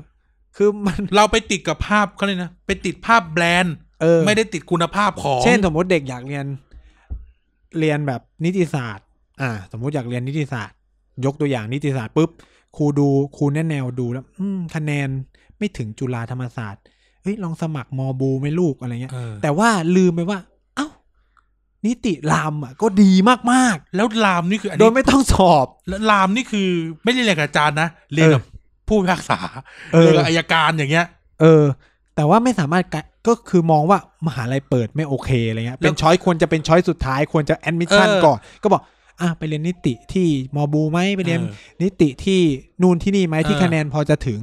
A: คือมัน
B: เราไปติดกับภาพเขาเลยกนะ ไปติดภาพแบรนด์
A: เออ
B: ไม่ได้ติดคุณภาพของ
A: เช่นสมมติเด็กอยากเรียนเรียนแบบนิติศาสตร์ อ่า สมมติอยากเรียนนิติศาสตร์ ยกตัวอย่างนิติศาสตร์ปุ๊บครูดูครูแนะแนวดูแล้ว อืมคะแนนไม่ถึงจุฬาธรรมศาสตร์เฮ้ยลองสมัครมอบูไหม่ลูกอะไรเงี้ย
B: เออ
A: แต่ว่าลืมไปว่า เอ้า นิติรามอ่ะ ก็ดีมาก
B: แล้วลามนี่คืออัน
A: ๆ โด
B: นี้
A: ยไม่ต้องสอบ
B: แล้วลามนี่คือไม่ได้เรียนกับอาจารย์นะ เรียนกับผู้พิพากษา
A: เออ
B: เรียนกับอายการอย่างเงี้ย
A: เออ แต่ว่าไม่สามารถกะก็คือมองว่ามหาลัยเปิดไม่โอเคอะไรเงี้ย เป็น
B: แล้ว
A: ช้อยควรจะเป็นช้อยสุดท้ายควรจะแอดมิชชั่น
B: เออ
A: ก่อน ก็บอก อ่ะไปเรียนนิติที่มอบูไหมไปเรียน
B: เออ
A: นิติที่นู่นที่นี่ไหมที่
B: เออ
A: คะแนนพอจะถึง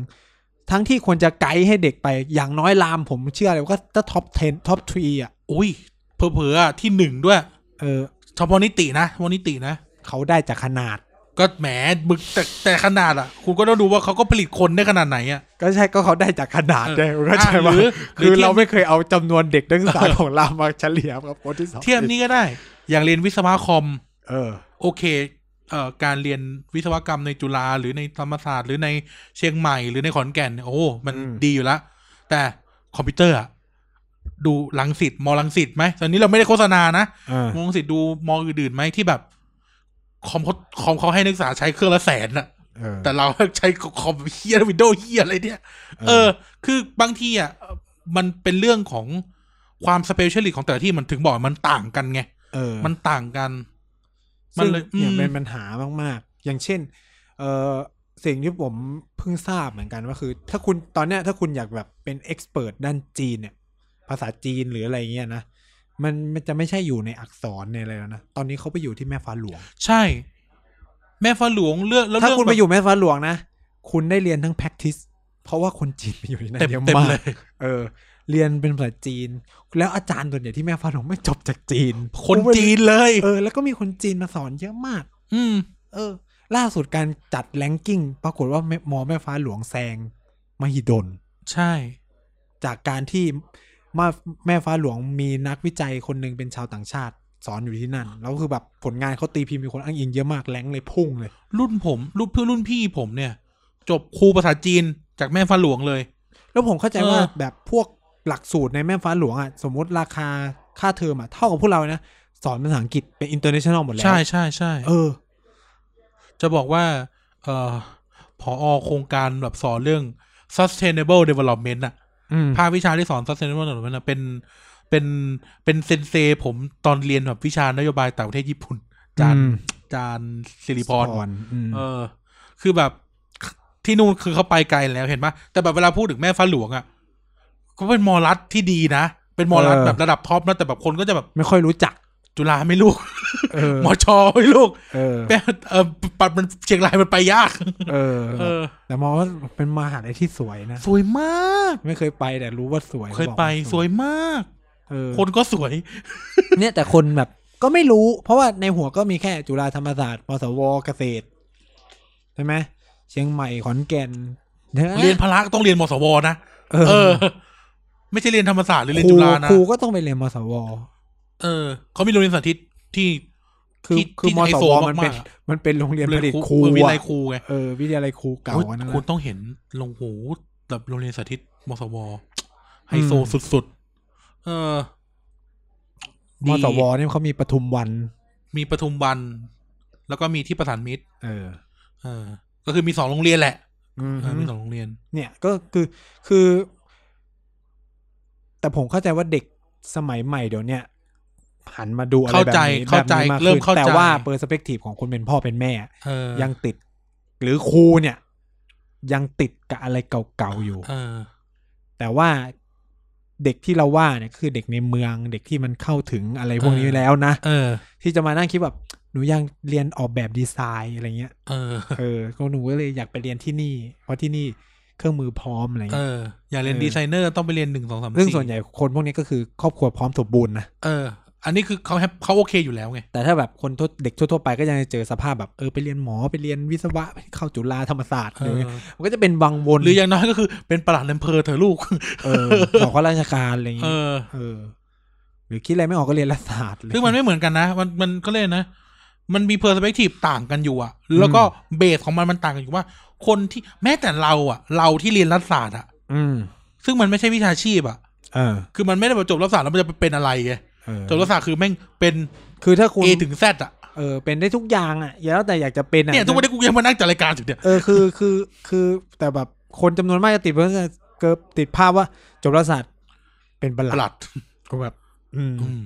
A: ทั้งที่ควรจะไกด์ให้เด็กไปอย่างน้อยลามผมเชื่อเลยว่าก็ท็อป 10 ท็อป 3 อ่ะ
B: อุ้ยเผลอๆอ่ะที่หนึ่งด้วย
A: เออ
B: เฉพาะนิตินะเฉพาะนิตินะ
A: เขาได้จากขนาด
B: ก็แหมมึกแต่แต่ขนาดอ่ะ คุณก็ต้องดูว่าเขาก็ผลิตคนได้ขนาดไหนอ่ะ
A: ก็ใช่ก็เขาได้จากขนาด
B: เออ
A: ไงมันก็ใช่
B: อ่ะ
A: ว่า
B: หรือห
A: คื
B: รื
A: อ อ
B: เทียบ
A: เราไม่เคยเอาจำนวนเด็กนักศึกษาของรามมาเฉลี่ยกับคนที่สอบ
B: เทียบนี้ก็ได้ อย่างเรียนวิศวะคอม
A: เออ
B: โอเค เอ่อการเรียนวิศวกรรมในจุฬาหรือในธรรมศาสตร์หรือในเชียงใหม่หรือในขอนแก่นเนี่ยโอ้ มัน
A: อืม
B: ดีอยู่ละแต่คอมพิวเตอร์อะดูลังสิตมอลังสิตไหมตอนนี้เราไม่ได้โฆษณานะ
A: อ่าม
B: องสิดูมองอื่นๆไหมที่แบบ คอมเขาคอมเขาให้นักศึกษาใช้เครื่องละแสนอะ
A: เออ
B: แต่เรา ใช้คอมเฮียวินโดว์เฮียอะไรเนี่ย
A: เออ
B: เออ คือบางทีอ่ะมันเป็นเรื่องของความสเปเชียลิตของแต่ละที่มันถึงบอกมันต่างกันไง
A: เออ
B: มันต่างกัน มั
A: ซึ่
B: น
A: ง
B: เลยอื
A: เนี่ย
B: ม
A: เป็นปัญหามาก ๆ อย่างเช่น เออสิ่งที่ผมเพิ่งทราบเหมือนกันว่าคือ ถ้าคุณตอนเนี้ยถ้าคุณอยากแบบเป็นเอ็กซ์เพรสด้านจีนเนี่ย ภาษาจีนหรืออะไรเงี้ยนะ มันมันจะไม่ใช่อยู่ในอักษรในอะไรแล้วนะ ตอนนี้เขาไปอยู่ที่แม่ฟ้าหลวง
B: ใช่ แม่ฟ้าหลวงเลือกแล้ว
A: ถ้า
B: เรื่อง
A: คุณไปอ
B: แบบ
A: ยู่แม่ฟ้าหลวงนะ คุณได้เรียนทั้ง practice เพราะว่าคนจีนไปอยู่ที่นั่น
B: เต็ม
A: เยอะ
B: เต็ม
A: มา
B: เล
A: ก
B: ย
A: เออ เรียนเป็นภาษาจีน แล้วอาจารย์ส่วนใหญ่ที่แม่ฟ้าหลวงไม่จบจากจีน
B: คนจีนเลย
A: เออ แล้วก็มีคนจีนมาสอนเยอะมาก
B: อืม
A: เออ ล่าสุดการจัดแลงกิ้ง ปรากฏว่าแม่มอแม่ฟ้าหลวงแซงมหิดล
B: ใช่
A: จากการที่มาแม่ฟ้าหลวงมีนักวิจัยคนหนึ่งเป็นชาวต่างชาติ สอนอยู่ที่นั่น แล้วคือแบบผลงานเขาตีพิมพ์มีคนอ้างอิงเยอะมากแรงเลยพุ่งเลย
B: รุ่นผมรุ่นเพื่อนรุ่นพี่ผมเนี่ย จบครูภาษาจีนจากแม่ฟ้าหลวงเลย
A: แล้วผมเข้าใจ
B: เออ
A: ว่าแบบพวกหลักสูตรในแม่ฟ้าหลวงอ่ะสมมติราคาค่าเทอมอ่ะเท่ากับพวกเรานะ สอนภาษาอังกฤษเป็นอินเตอร์เนชั่นแนลหมดแล้ว
B: ใช่ใช่ใช่
A: เออ
B: จะบอกว่า เอ่อผอโครงการแบบสอนเรื่อง sustainable development อะ
A: อืม
B: ภาควิชาที่สอน sustainable development อะเป็น เป็น เป็นเซนเซผมตอนเรียนแบบวิชานโยบายต่างประเทศญี่ปุ่น จาน
A: อืม
B: จานสิริพร
A: สอนอืม
B: เออ คือแบบที่นู่นคือเขาไปไกลแล้วเห็นปะแต่แบบเวลาพูดถึงแม่ฟ้าหลวงอะก็เป็นมอรัฐที่ดีนะ เป็นมอรัฐแบบระดับท็อปนะแต่แบบคนก็จะแบบ
A: ไม่ค่อยรู้จัก
B: จุฬาไม่ลูก
A: เออ
B: มอชอไม่ลูก
A: เออ
B: แม่เออปัดมันเชียงรายมันไปยาก
A: เออ
B: เออ
A: แต่มองว่าเป็นมหาลัยที่สวยนะ
B: สวยมาก
A: ไม่เคยไปแต่รู้ว่าสวย
B: เคยไป
A: ขาบอกา
B: สวยมาก
A: เออ
B: คนก็สวย
A: เนี่ยแต่คนแบบก็ไม่รู้ เพราะว่าในหัวก็มีแค่จุฬาธรรมศาสตร์มสวเกษตรใช่ไหมเชียงใหม่ขอนแก่น
B: เรียนพละต้องเรียนมสวนะ
A: เอ
B: เอ
A: อ
B: อ ไม่ใช่เรียนธรรมศาสตร์หรื
A: ค
B: อเรียน
A: รู
B: จุฬานะ
A: ครูก็ต้องไปเรียนมสว
B: เออเขามีโรงเรียนสาธิตที่
A: คือ
B: ที่
A: คือ
B: ที่
A: ม
B: ไฮ
A: ส
B: โซ
A: วมันเป็น
B: มาก
A: มันเป็นโรงเรียนผลิตครู
B: เออวิทยา
A: อะ
B: ลัยครูไง
A: เออวิทยาลัยครูเก่า
B: โอ้ย
A: อันนน
B: คุณ
A: น่ะ
B: ต้องเห็นลงหูแบบโรงเรียนสาธิตมสวไฮโซ
A: อืม
B: สุดๆเออ
A: ม
B: ดี
A: สวเนี่ยเขามีปทุมวัน
B: มีปทุมวัน แล้วก็มีที่ประสานมิตร
A: เออ
B: เออ ก็คือมีสองโรงเรียนแหละ
A: อืม
B: เออมีสองโรงเรียน
A: เนี่ยก็คือคือ แต่ผมเข้าใจว่าเด็กสมัยใหม่เดี๋ยวเนี้ยหันมาดูอะไร
B: เข้า
A: แบบ
B: ใจ
A: นี้
B: เข้าใจ
A: แบบนี้มาก
B: เริ่ม
A: ขึ้น
B: เข้าใจ
A: แต่ว่าเปอร์สเปกทีฟของคนเป็นพ่อเป็นแม่
B: เออ
A: ยังติด หรือครูเนี่ย ยังติดกับอะไรเก่าๆอยู่
B: เออ
A: แต่ว่าเด็กที่เราว่าเนี่ยคือเด็กในเมืองเด็กที่มันเข้าถึงอะไรพวกนี้
B: เออ
A: แล้วนะ
B: เออ
A: ที่จะมานั่งคิดแบบหนูยังเรียนออกแบบดีไซน์อะไรเงี้ย
B: เออ
A: เออก็หนูก็เลยอยากไปเรียนที่นี่เพราะที่นี่เครื่องมือพร้อมอะไร
B: เอ
A: เงี้ย
B: อ อย่าเรียน
A: เออ
B: ดีไซเนอร์ต้องไปเรียนหนึ่งสองสาม
A: ซึ่งส่วนใหญ่คนพวกนี้ก็คือครอบครัวพร้อมสมบูรณ์นะ
B: เออ อันนี้คือเขาแฮปเขาโอเคอยู่แล้วไง
A: แต่ถ้าแบบคนทั่วเด็กทั่วๆไปก็ยังจะเจอสภาพแบบเออไปเรียนหมอไปเรียนวิศวะไปเข้าจุฬาธรรมศาสตร์
B: เอ
A: อะไร
B: อ
A: เงี้ยมันก็จะเป็นวังวน
B: หรืออย่างน้อยก็คือเป็นประหลัดอำเภอเถอะลูก
A: เอ
B: <laughs>
A: อบอกว่าราชการอะไร
B: เอ
A: เงี้ย
B: อ
A: เออ หรือคิดอะไรไม่ออกก็เรียนรัฐศาสตร์เลย
B: ซึ่งมันไม่เหมือนกันนะ มันมันก็เลยนะ มันมีเพอร์สเปกทีฟต่างกันอยู่อะแล้วก็
A: อื
B: เบสของมันมันต่างกันอยู่ว่า คนที่แม้แต่เราอะเราที่เรียนรัฐศาสตร์อะ
A: อืม
B: ซึ่งมันไม่ใช่วิชาชีพอะ
A: เออ
B: คือมันไม่ได้แบบจบรัฐศาสตร์แล้วมันจะไปเป็นอะไรไง
A: เออ
B: จบรัฐศาสตร์คือแม่งเป็น
A: คือถ้าคุณ
B: เอถึงแซดอะ
A: เออเป็นได้ทุกอย่างอ่ะแล้วแต่อยากจะเป็นอ่ะ
B: เนี่ยทุกวันนี้กูยังมานั่งจัดรายการอยู่เนี่ย
A: เออคือคือคือแต่แบบคนจำนวนมากจะติดเพราะว่าเกิดติดภาพว่าจบรัฐศาสตร์เป็นบัล
B: ประห
A: ลัด
B: ลัด
A: ก็แบบ อืม
B: อืม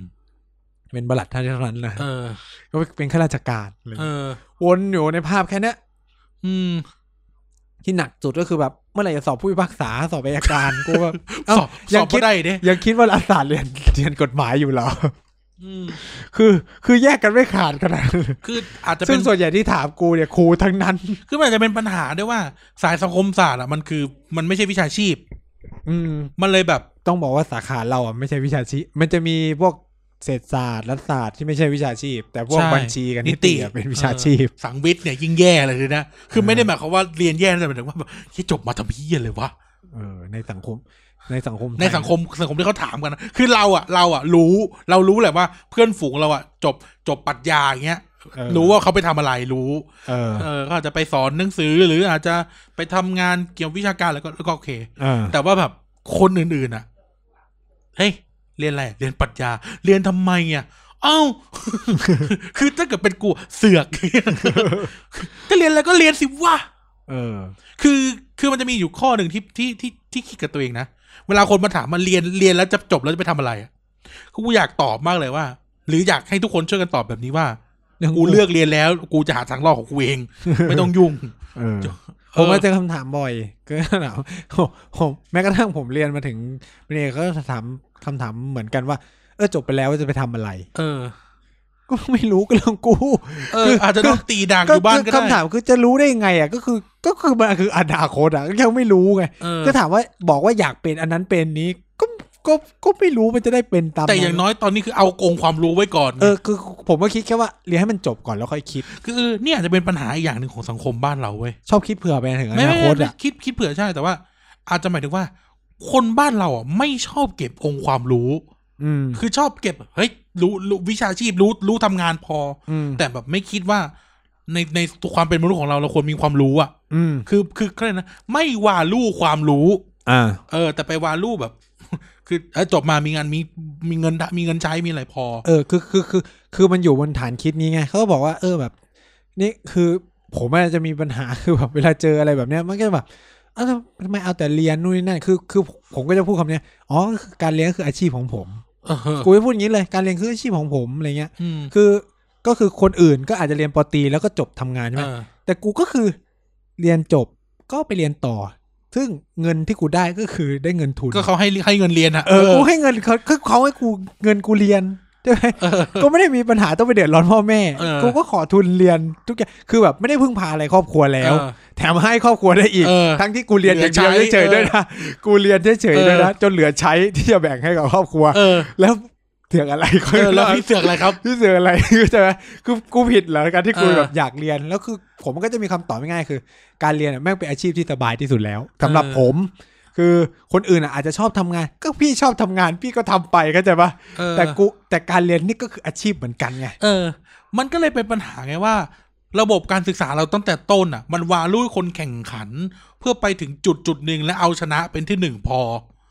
A: เป็นบัลลัดเท่านั้นนะ
B: เออ
A: ก็เป็นข้าราชการเลย
B: เออ
A: วนอยู่ในภาพแค่เนี้ย
B: อืม
A: ที่หนักสุดก็คือแบบเมื่อไหร่จะสอบผู้พิพากษาสอบอัยการ กู
B: <laughs>
A: แบบ
B: ส
A: เอ้า
B: อบส
A: ยั
B: อง บ
A: คิ
B: ก็
A: ด
B: ได้เนี่ย
A: ยังคิดว่าอาสาเรียน <laughs> เรียนกฎหมายอยู่เหรอ
B: อืม
A: คือคือแยกกันไม่ขาดขนาดนั้น
B: คืออาจจะเป็
A: ซึ่ง
B: น
A: ส่วนใหญ่ที่ถามกูเนี่ยครูทั้งนั้น <laughs>
B: คือมันอาจจะเป็นปัญหาด้วยว่า สายสังคมศาสตร์อะมันคือมันไม่ใช่วิชาชีพ
A: อืม
B: มันเลยแบบ
A: ต้องบอกว่าสาขาเราอ่ะไม่ใช่วิชาชีพมันจะมีพวกเศรษฐศาสตร์รัฐศาสตร์ที่ไม่ใช่วิชาชีพ แต่พวก
B: ใช่
A: บัญชีกับนิติอะเป็นวิชาชีพ
B: เออสังวิทย์เนี่ยยิ่งแย่เลยนะ คือ
A: เออ
B: ไม่ได้หมายความว่าเรียนแย่นะแต่หมายถึงว่าแบบที่จบมาทำเพี้ยเลยวะ
A: เออ ในสังคม ในสังคม
B: ในสังคมสังคมที่เขาถามกันนะคือเราอะเราอะรู้ เรารู้แหละว่าเพื่อนฝูงเราอะจบจบปรัชญาอย่างเงี้ย
A: เออ
B: รู้ว่าเขาไปทำอะไรรู้
A: เออ
B: เออเขาอาจจะไปสอนหนังสือหรืออาจจะไปทำงานเกี่ยววิชาการแล้วก็แล้วก็โอเค
A: เออ
B: แต่ว่าแบบคนอื่นๆอ่ะ เฮ้ย เรียนอะไร เรียนปรัชญา เรียนทำไมอ่ะ เอ้า <laughs> คือถ้าเกิดเป็นกูเสือก <laughs> จะเรียนอะไรก็เรียนสิวะ
A: เออ
B: คือ คือมันจะมีอยู่ข้อหนึ่งที่ที่ที่ที่คิดกับตัวเองนะ เวลาคนมาถามมาเรียนเรียนแล้วจะจบแล้วจะไปทำอะไรอะกูอยากตอบมากเลยว่า หรืออยากให้ทุกคนช่วยกันตอบแบบนี้ว่า
A: เรื่องกู
B: กูเลือกเรียนแล้ว กูจะหาทางรอดของกูเอง <laughs> ไม่ต้องยุ่ง
A: เออ
B: เ
A: ผ
B: อ
A: ม
B: อ
A: มาเจอคำถามบ่อย ก็ถาม <laughs> ผมผมแม้กระทั่งผมเรียนมาถึงเรียนก็ถามคำถามเหมือนกันว่า เออจบไปแล้วจะไปทำอะไร
B: เออ
A: ก็ไม่รู้ก็เรื่องกู
B: เออ อาจจะต้องตีดังอ
A: ก็
B: ยู่บ้าน
A: คื
B: ก็
A: อ
B: ได้
A: คำถามคือจะรู้ได้ไงอ่ะก็คือก็คือมันคืออนาคตอ่ะก็ยังไม่รู้ไง
B: เออ
A: ก็ถามว่าบอกว่าอยากเป็นอันนั้นเป็นนี้ก็ก็ก็ไม่รู้มันจะได้เป็นตาม
B: แต่อย่างน้อยตอนนี้คือเอากงความรู้ไว้ก่อนไง
A: เออคือผมก็คิดแค่ว่าเรียนให้มันจบก่อนแล้วค่อยคิด
B: คือเออเนี่ยอาจจะเป็นปัญหาอีกอย่างหนึ่งของสังคมบ้านเราเว้ย
A: ชอบคิดเผื่อไปถึงอ
B: ไม่
A: นา
B: ไม่
A: ค
B: ไม่
A: ต
B: ไม่
A: อ่ะ
B: คิดคิดเผื่อใช่แต่ว่า อาจจะหมายถึงว่า คนบ้านเราอ่ะไม่ชอบเก็บองค์ความรู้
A: อืม
B: คือชอบเก็บเฮ้ยรู้รู้วิชาชีพรู้รู้ทำงานพออ
A: อืม
B: แต่แบบไม่คิดว่า ในในความเป็นมนุษย์ของเราเราควรมีความรู้อ่ะ
A: อืม
B: คือคือเขาเรียกนะไม่วาลูความรู้
A: อ่า
B: เออ แต่ไปวาลูแบบ <laughs> คือเอ้ยจบมามีงานมีมีเงินได้มีเงินใช้มีอะไรพอ
A: เออคือคือคือคือมันอยู่บนฐานคิดนี้ไงเขาก็บอกว่าเออแบบ นี่คือผมอาจจะมีปัญหา <laughs> คือแบบเวลาเจออะไรแบบเนี้ยมันก็จะแบบเอ้าแล้วทำไมเอาแต่เรียนนู่นนี่นั่นคือคือผมก็จะพูดคำเนี้ยอ๋อคือการเรียนคืออาชีพของผม
B: เออ
A: กูจะพูดอย่างนี้เลยการเรียนคืออาชีพของผมอะไรเงี้ย
B: อืม
A: คือก็คือคนอื่นก็อาจจะเรียนปอตรีแล้วก็จบทำงานใช่ไห
B: เอ
A: ม
B: อ
A: แต่กูก็คือเรียนจบก็ไปเรียนต่อ ซึ่งเงินที่กูได้ก็คือได้เงินทุน
B: ก็เขาให้ให้เงินเรียนอะ
A: เออกูให้เงินเขาคือเขาให้กูเงินกูเรียนใช่ไหม
B: เออ
A: ก็ไม่ได้มีปัญหาต้องไปเดือดร้อนพ่อแม่
B: เออ
A: กูก็ขอทุนเรียนทุกอย่าง คือแบบไม่ได้พึ่งพาอะไรครอบครัวแล้ว
B: เออ
A: แถมให้ครอบครัวได้อีก
B: เออ
A: ทั้งที่กูเรียนอย่างเดียว
B: เหลือใช้
A: เฉยๆด้วยนะ กูเรียนเฉย
B: เอ
A: ๆ
B: อ
A: ด้วยนะ จนเหลือใช้ที่จะแบ่งให้กับครอบครัว
B: เออ
A: แล้วเถียงอะไร
B: เออแล้วพี่เสือกอะไรครับ
A: พี่เสืออะไร <laughs> ใช่ไหมคือกูผิดเหรอการที่กู
B: เออ
A: แบบอยากเรียน แล้วคือผมก็จะมีคำตอบง่ายๆคือ การเรียนอะแม่งเป็นอาชีพที่สบายที่สุดแล้วสำหรับ
B: เออ
A: ผม คือคนอื่นอะอาจจะชอบทำงาน ก็พี่ชอบทำงานพี่ก็ทำไปเข้าใจปะ
B: เออ
A: แต่กูแต่การเรียนนี่ก็คืออาชีพเหมือนกันไง
B: เออ มันก็เลยเป็นปัญหาไงว่า ระบบการศึกษาเราตั้งแต่ต้นอ่ะ มันวาลุ่ยคนแข่งขัน เพื่อไปถึงจุดจุดหนึ่งและเอาชนะเป็นที่หนึ่งพอ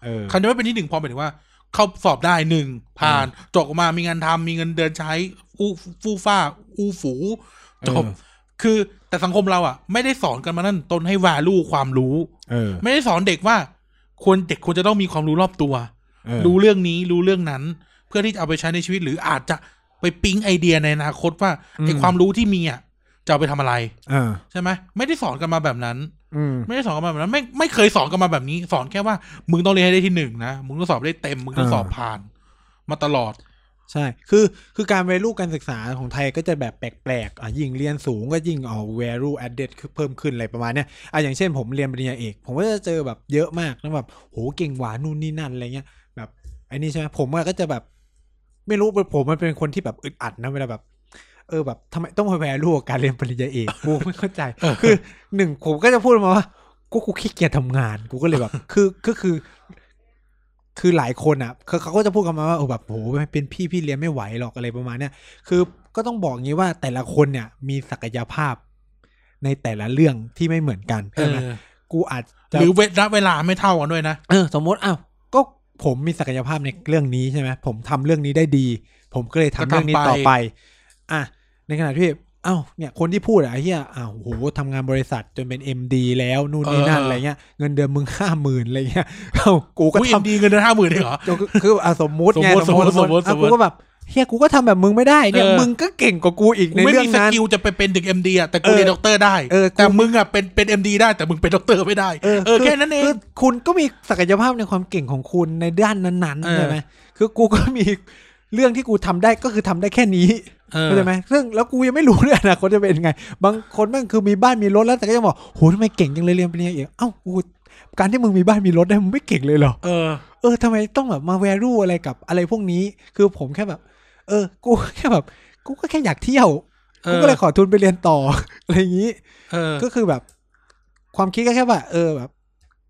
A: เออ
B: คำนี้ว่าเป็นที่หนึ่งพอหมายถึงว่า เขาสอบได้หนึ่งผ่านจบออกมามีงานทำมีเงินเดือนใช้อูฟูฟ้าอูฝูจบ
A: เออ
B: คือแต่สังคมเราอ่ะ ไม่ได้สอนกันมานั่นต้นให้วาลูความรู้
A: เออ
B: ไม่ได้สอนเด็กว่าควรเด็กควรจะต้องมีความรู้รอบตัว
A: เออ
B: รู้เรื่องนี้รู้เรื่องนั้น เพื่อที่จะเอาไปใช้ในชีวิตหรืออาจจะไปปิ๊งไอเดียในอนาคตว่าไอความรู้ที่มีอ่ะจะเอาไปทำอะไร
A: เออ
B: ใช่ไหมไม่ได้สอนกันมาแบบนั้น
A: อืม
B: ไม่ได้สอนกันมาแบบนั้น ไม่ไม่เคยสอนกันมาแบบนี้ สอนแค่ว่า มึงต้องเรียนให้ได้ที่หนึ่งนะมึงต้องสอบได้เต็มมึงต้อง
A: อ่า
B: สอบผ่าน มาตลอด
A: ใช่ คือ คือการ value การศึกษาของไทยก็จะแบบแปลกๆ อ่ะ ยิ่งเรียนสูงก็ยิ่งเอา value added คือเพิ่มขึ้นอะไรประมาณเนี้ย อ่ะ อย่างเช่นผมเรียนปริญญาเอก ผมก็จะเจอแบบเยอะมากแล้วแบบโหเก่งหวานนู่นนี่นั่นอะไรเงี้ย แบบไอ้นี่ใช่ไหมผมอะก็จะแบบ ไม่รู้ผมมันเป็นคนที่แบบอึดอัดนะเวลาแบบ เออแบบทำไมต้องมา value กับการเรียนปริญญาเอก กูไม่เข้าใจ คือหนึ่งผมก็จะพูดมาว่า กูกูขี้เกียจทำงาน กูก็เลยแบบ คือก็คือ คือหลายคนอ่ะเขาเขาก็จะพูดกันมาว่าเออแบบโหเป็นพี่พี่เรียนไม่ไหวหรอกอะไรประมาณเนี้ยคือก็ต้องบอกงี้ว่าแต่ละคนเนี่ยมีศักยภาพในแต่ละเรื่องที่ไม่เหมือนกัน
B: เอ
A: ใช่ไหม
B: อ
A: กูอาจจะ
B: หรือเวลาเวลาไม่เท่ากันด้วยนะ
A: เออสมมติอ้าวก็ผมมีศักยภาพในเรื่องนี้ใช่ไหมผมทำเรื่องนี้ได้ดี ผมก็เลยทำเรื่องนี้ต่อไป อ่ะในขณะที่อ้าวเนี่ยคนที่พูดอะไอ้เหี้ยอ้าวโหทำงานบริษัทจนเป็น MD แล้วนู่นนี่นั่นอะไรเงี้ยเงินเดือนมึงห้าหมื่นอะไรเงี้ย <laughs> เอ้ากูก็
B: อุ้ย
A: ทำ
B: ดีเงินเดือนห้าหมื่นเหรอ
A: ก็คือคืออ่ะสมมุติไง
B: สมมุติสมมุติ
A: อ่ะ
B: สมมุติ
A: กูก็แบบเฮียกูก็ทำแบบมึงไม่ได้เนี่ย
B: เออ
A: มึงก็เก่งกว่ากูอีกใน
B: กูไม่
A: เรื่อ
B: มี
A: ง
B: ส
A: นั้น
B: กิลจะไปเป็นถึงเอ็มดีอ่ะแต่กูเรียน
A: เออ
B: ด็อกเตอร์ได้
A: เออกู
B: แต่มึงอ่ะเป็นเป็นเอ็มดีได้แต่มึงเป็นด็อกเตอร์ไม่ได้ เออแค่นั้นเอง
A: คืคุณก็มีศักยภาพในความเก่งของคุณในด้านนั้นๆ
B: เออ
A: ใช่ไหมคือกูก็มีเรื่องที่กูทำได้ก็คือทำได้แค่นี้เข้าใจไหมซึ่งแล้วกูยังไม่รู้เลยอนาคตจะเป็นยังไง บางคนแมันคือมีบ้านมีรถแล้วแต่ก็ยังบอกโหทำไมเก่งจังเลยเรียนปริญญาเอกเอ้ากูการที่มึงมีบ้านมีรถได้มึงไม่เก่งเลยเหรอ
B: เออ
A: เออทำไมต้องแบบมาแวรูอะไรกับอะไรพวกนี้ คือผมแค่แบบ เออ กูแค่แบบ กูก็แค่อยากเที่ยว
B: เออ
A: กูก็เลยขอทุนไปเรียนต่อ อะไรอย่างนี้
B: เออ
A: ก็คือแบบ ความคิดก็แค่ว่า เออแบบ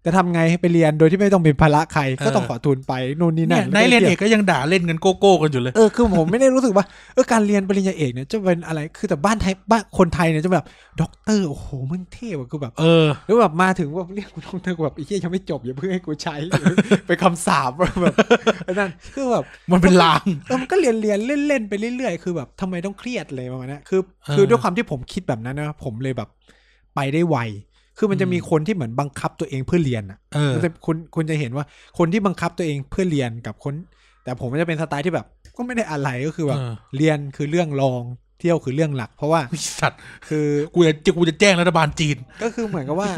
A: จะทำไงให้ไปเรียนโดยที่ไม่ต้องเป็นภาระใครก็
B: เออ
A: ต้องขอทุนไปนู่นนี่
B: เนี่
A: นั่
B: ย
A: น
B: นายเรียนเอกก็ยังด่าเล่นกันโกโก้กันอยู่เลย
A: เออคือผมไม่ได้รู้สึกว่าเออการเรียนปริญญาเอกเนี่ยจะเป็นอะไรคือแต่บ้านไทยบ้านคนไทยเนี่ยจะแบบด็อกเตอร์โอ้โหมันเท่อะคือแบบ
B: เออ
A: แล้วแบบมาถึงแบบเรียกกูต้องเธอแบบไอ้เหี้ยยังไม่จบอย่าเพิ่งให้กูใช้ <laughs> เป็นคำสาป <laughs> แบบไอ้นั่นคือแบบ
B: มันเป็นลาง
A: เออมันก็เรียนเรียนๆเล่นๆไปเรื่อยๆคือแบบทำไมต้องเครียดเลยประมาณเนี้ยคือ
B: เออ
A: คือด้วยความที่ผมคิดแบบนั้นนะผมเลยแบบ ไปได้ไวคือมันจะ
B: อืม
A: มีคนที่เหมือนบังคับตัวเองเพื่อเรียนอ่ะ
B: เออ
A: มันจะคุณคุณจะเห็นว่าคนที่บังคับตัวเองเพื่อเรียนกับคน แต่ผมมันจะเป็นสไตล์ที่แบบ ก็ไม่ได้อะไรก็คือแบบ
B: เออ
A: เรียนคือเรื่องรองเที่ยวคือเรื่องหลัก เพราะว่า
B: สัตว์
A: คือ
B: กูจะกูจะแจ้งรัฐบาลจีน
A: ก็คือเหมือนกับว่า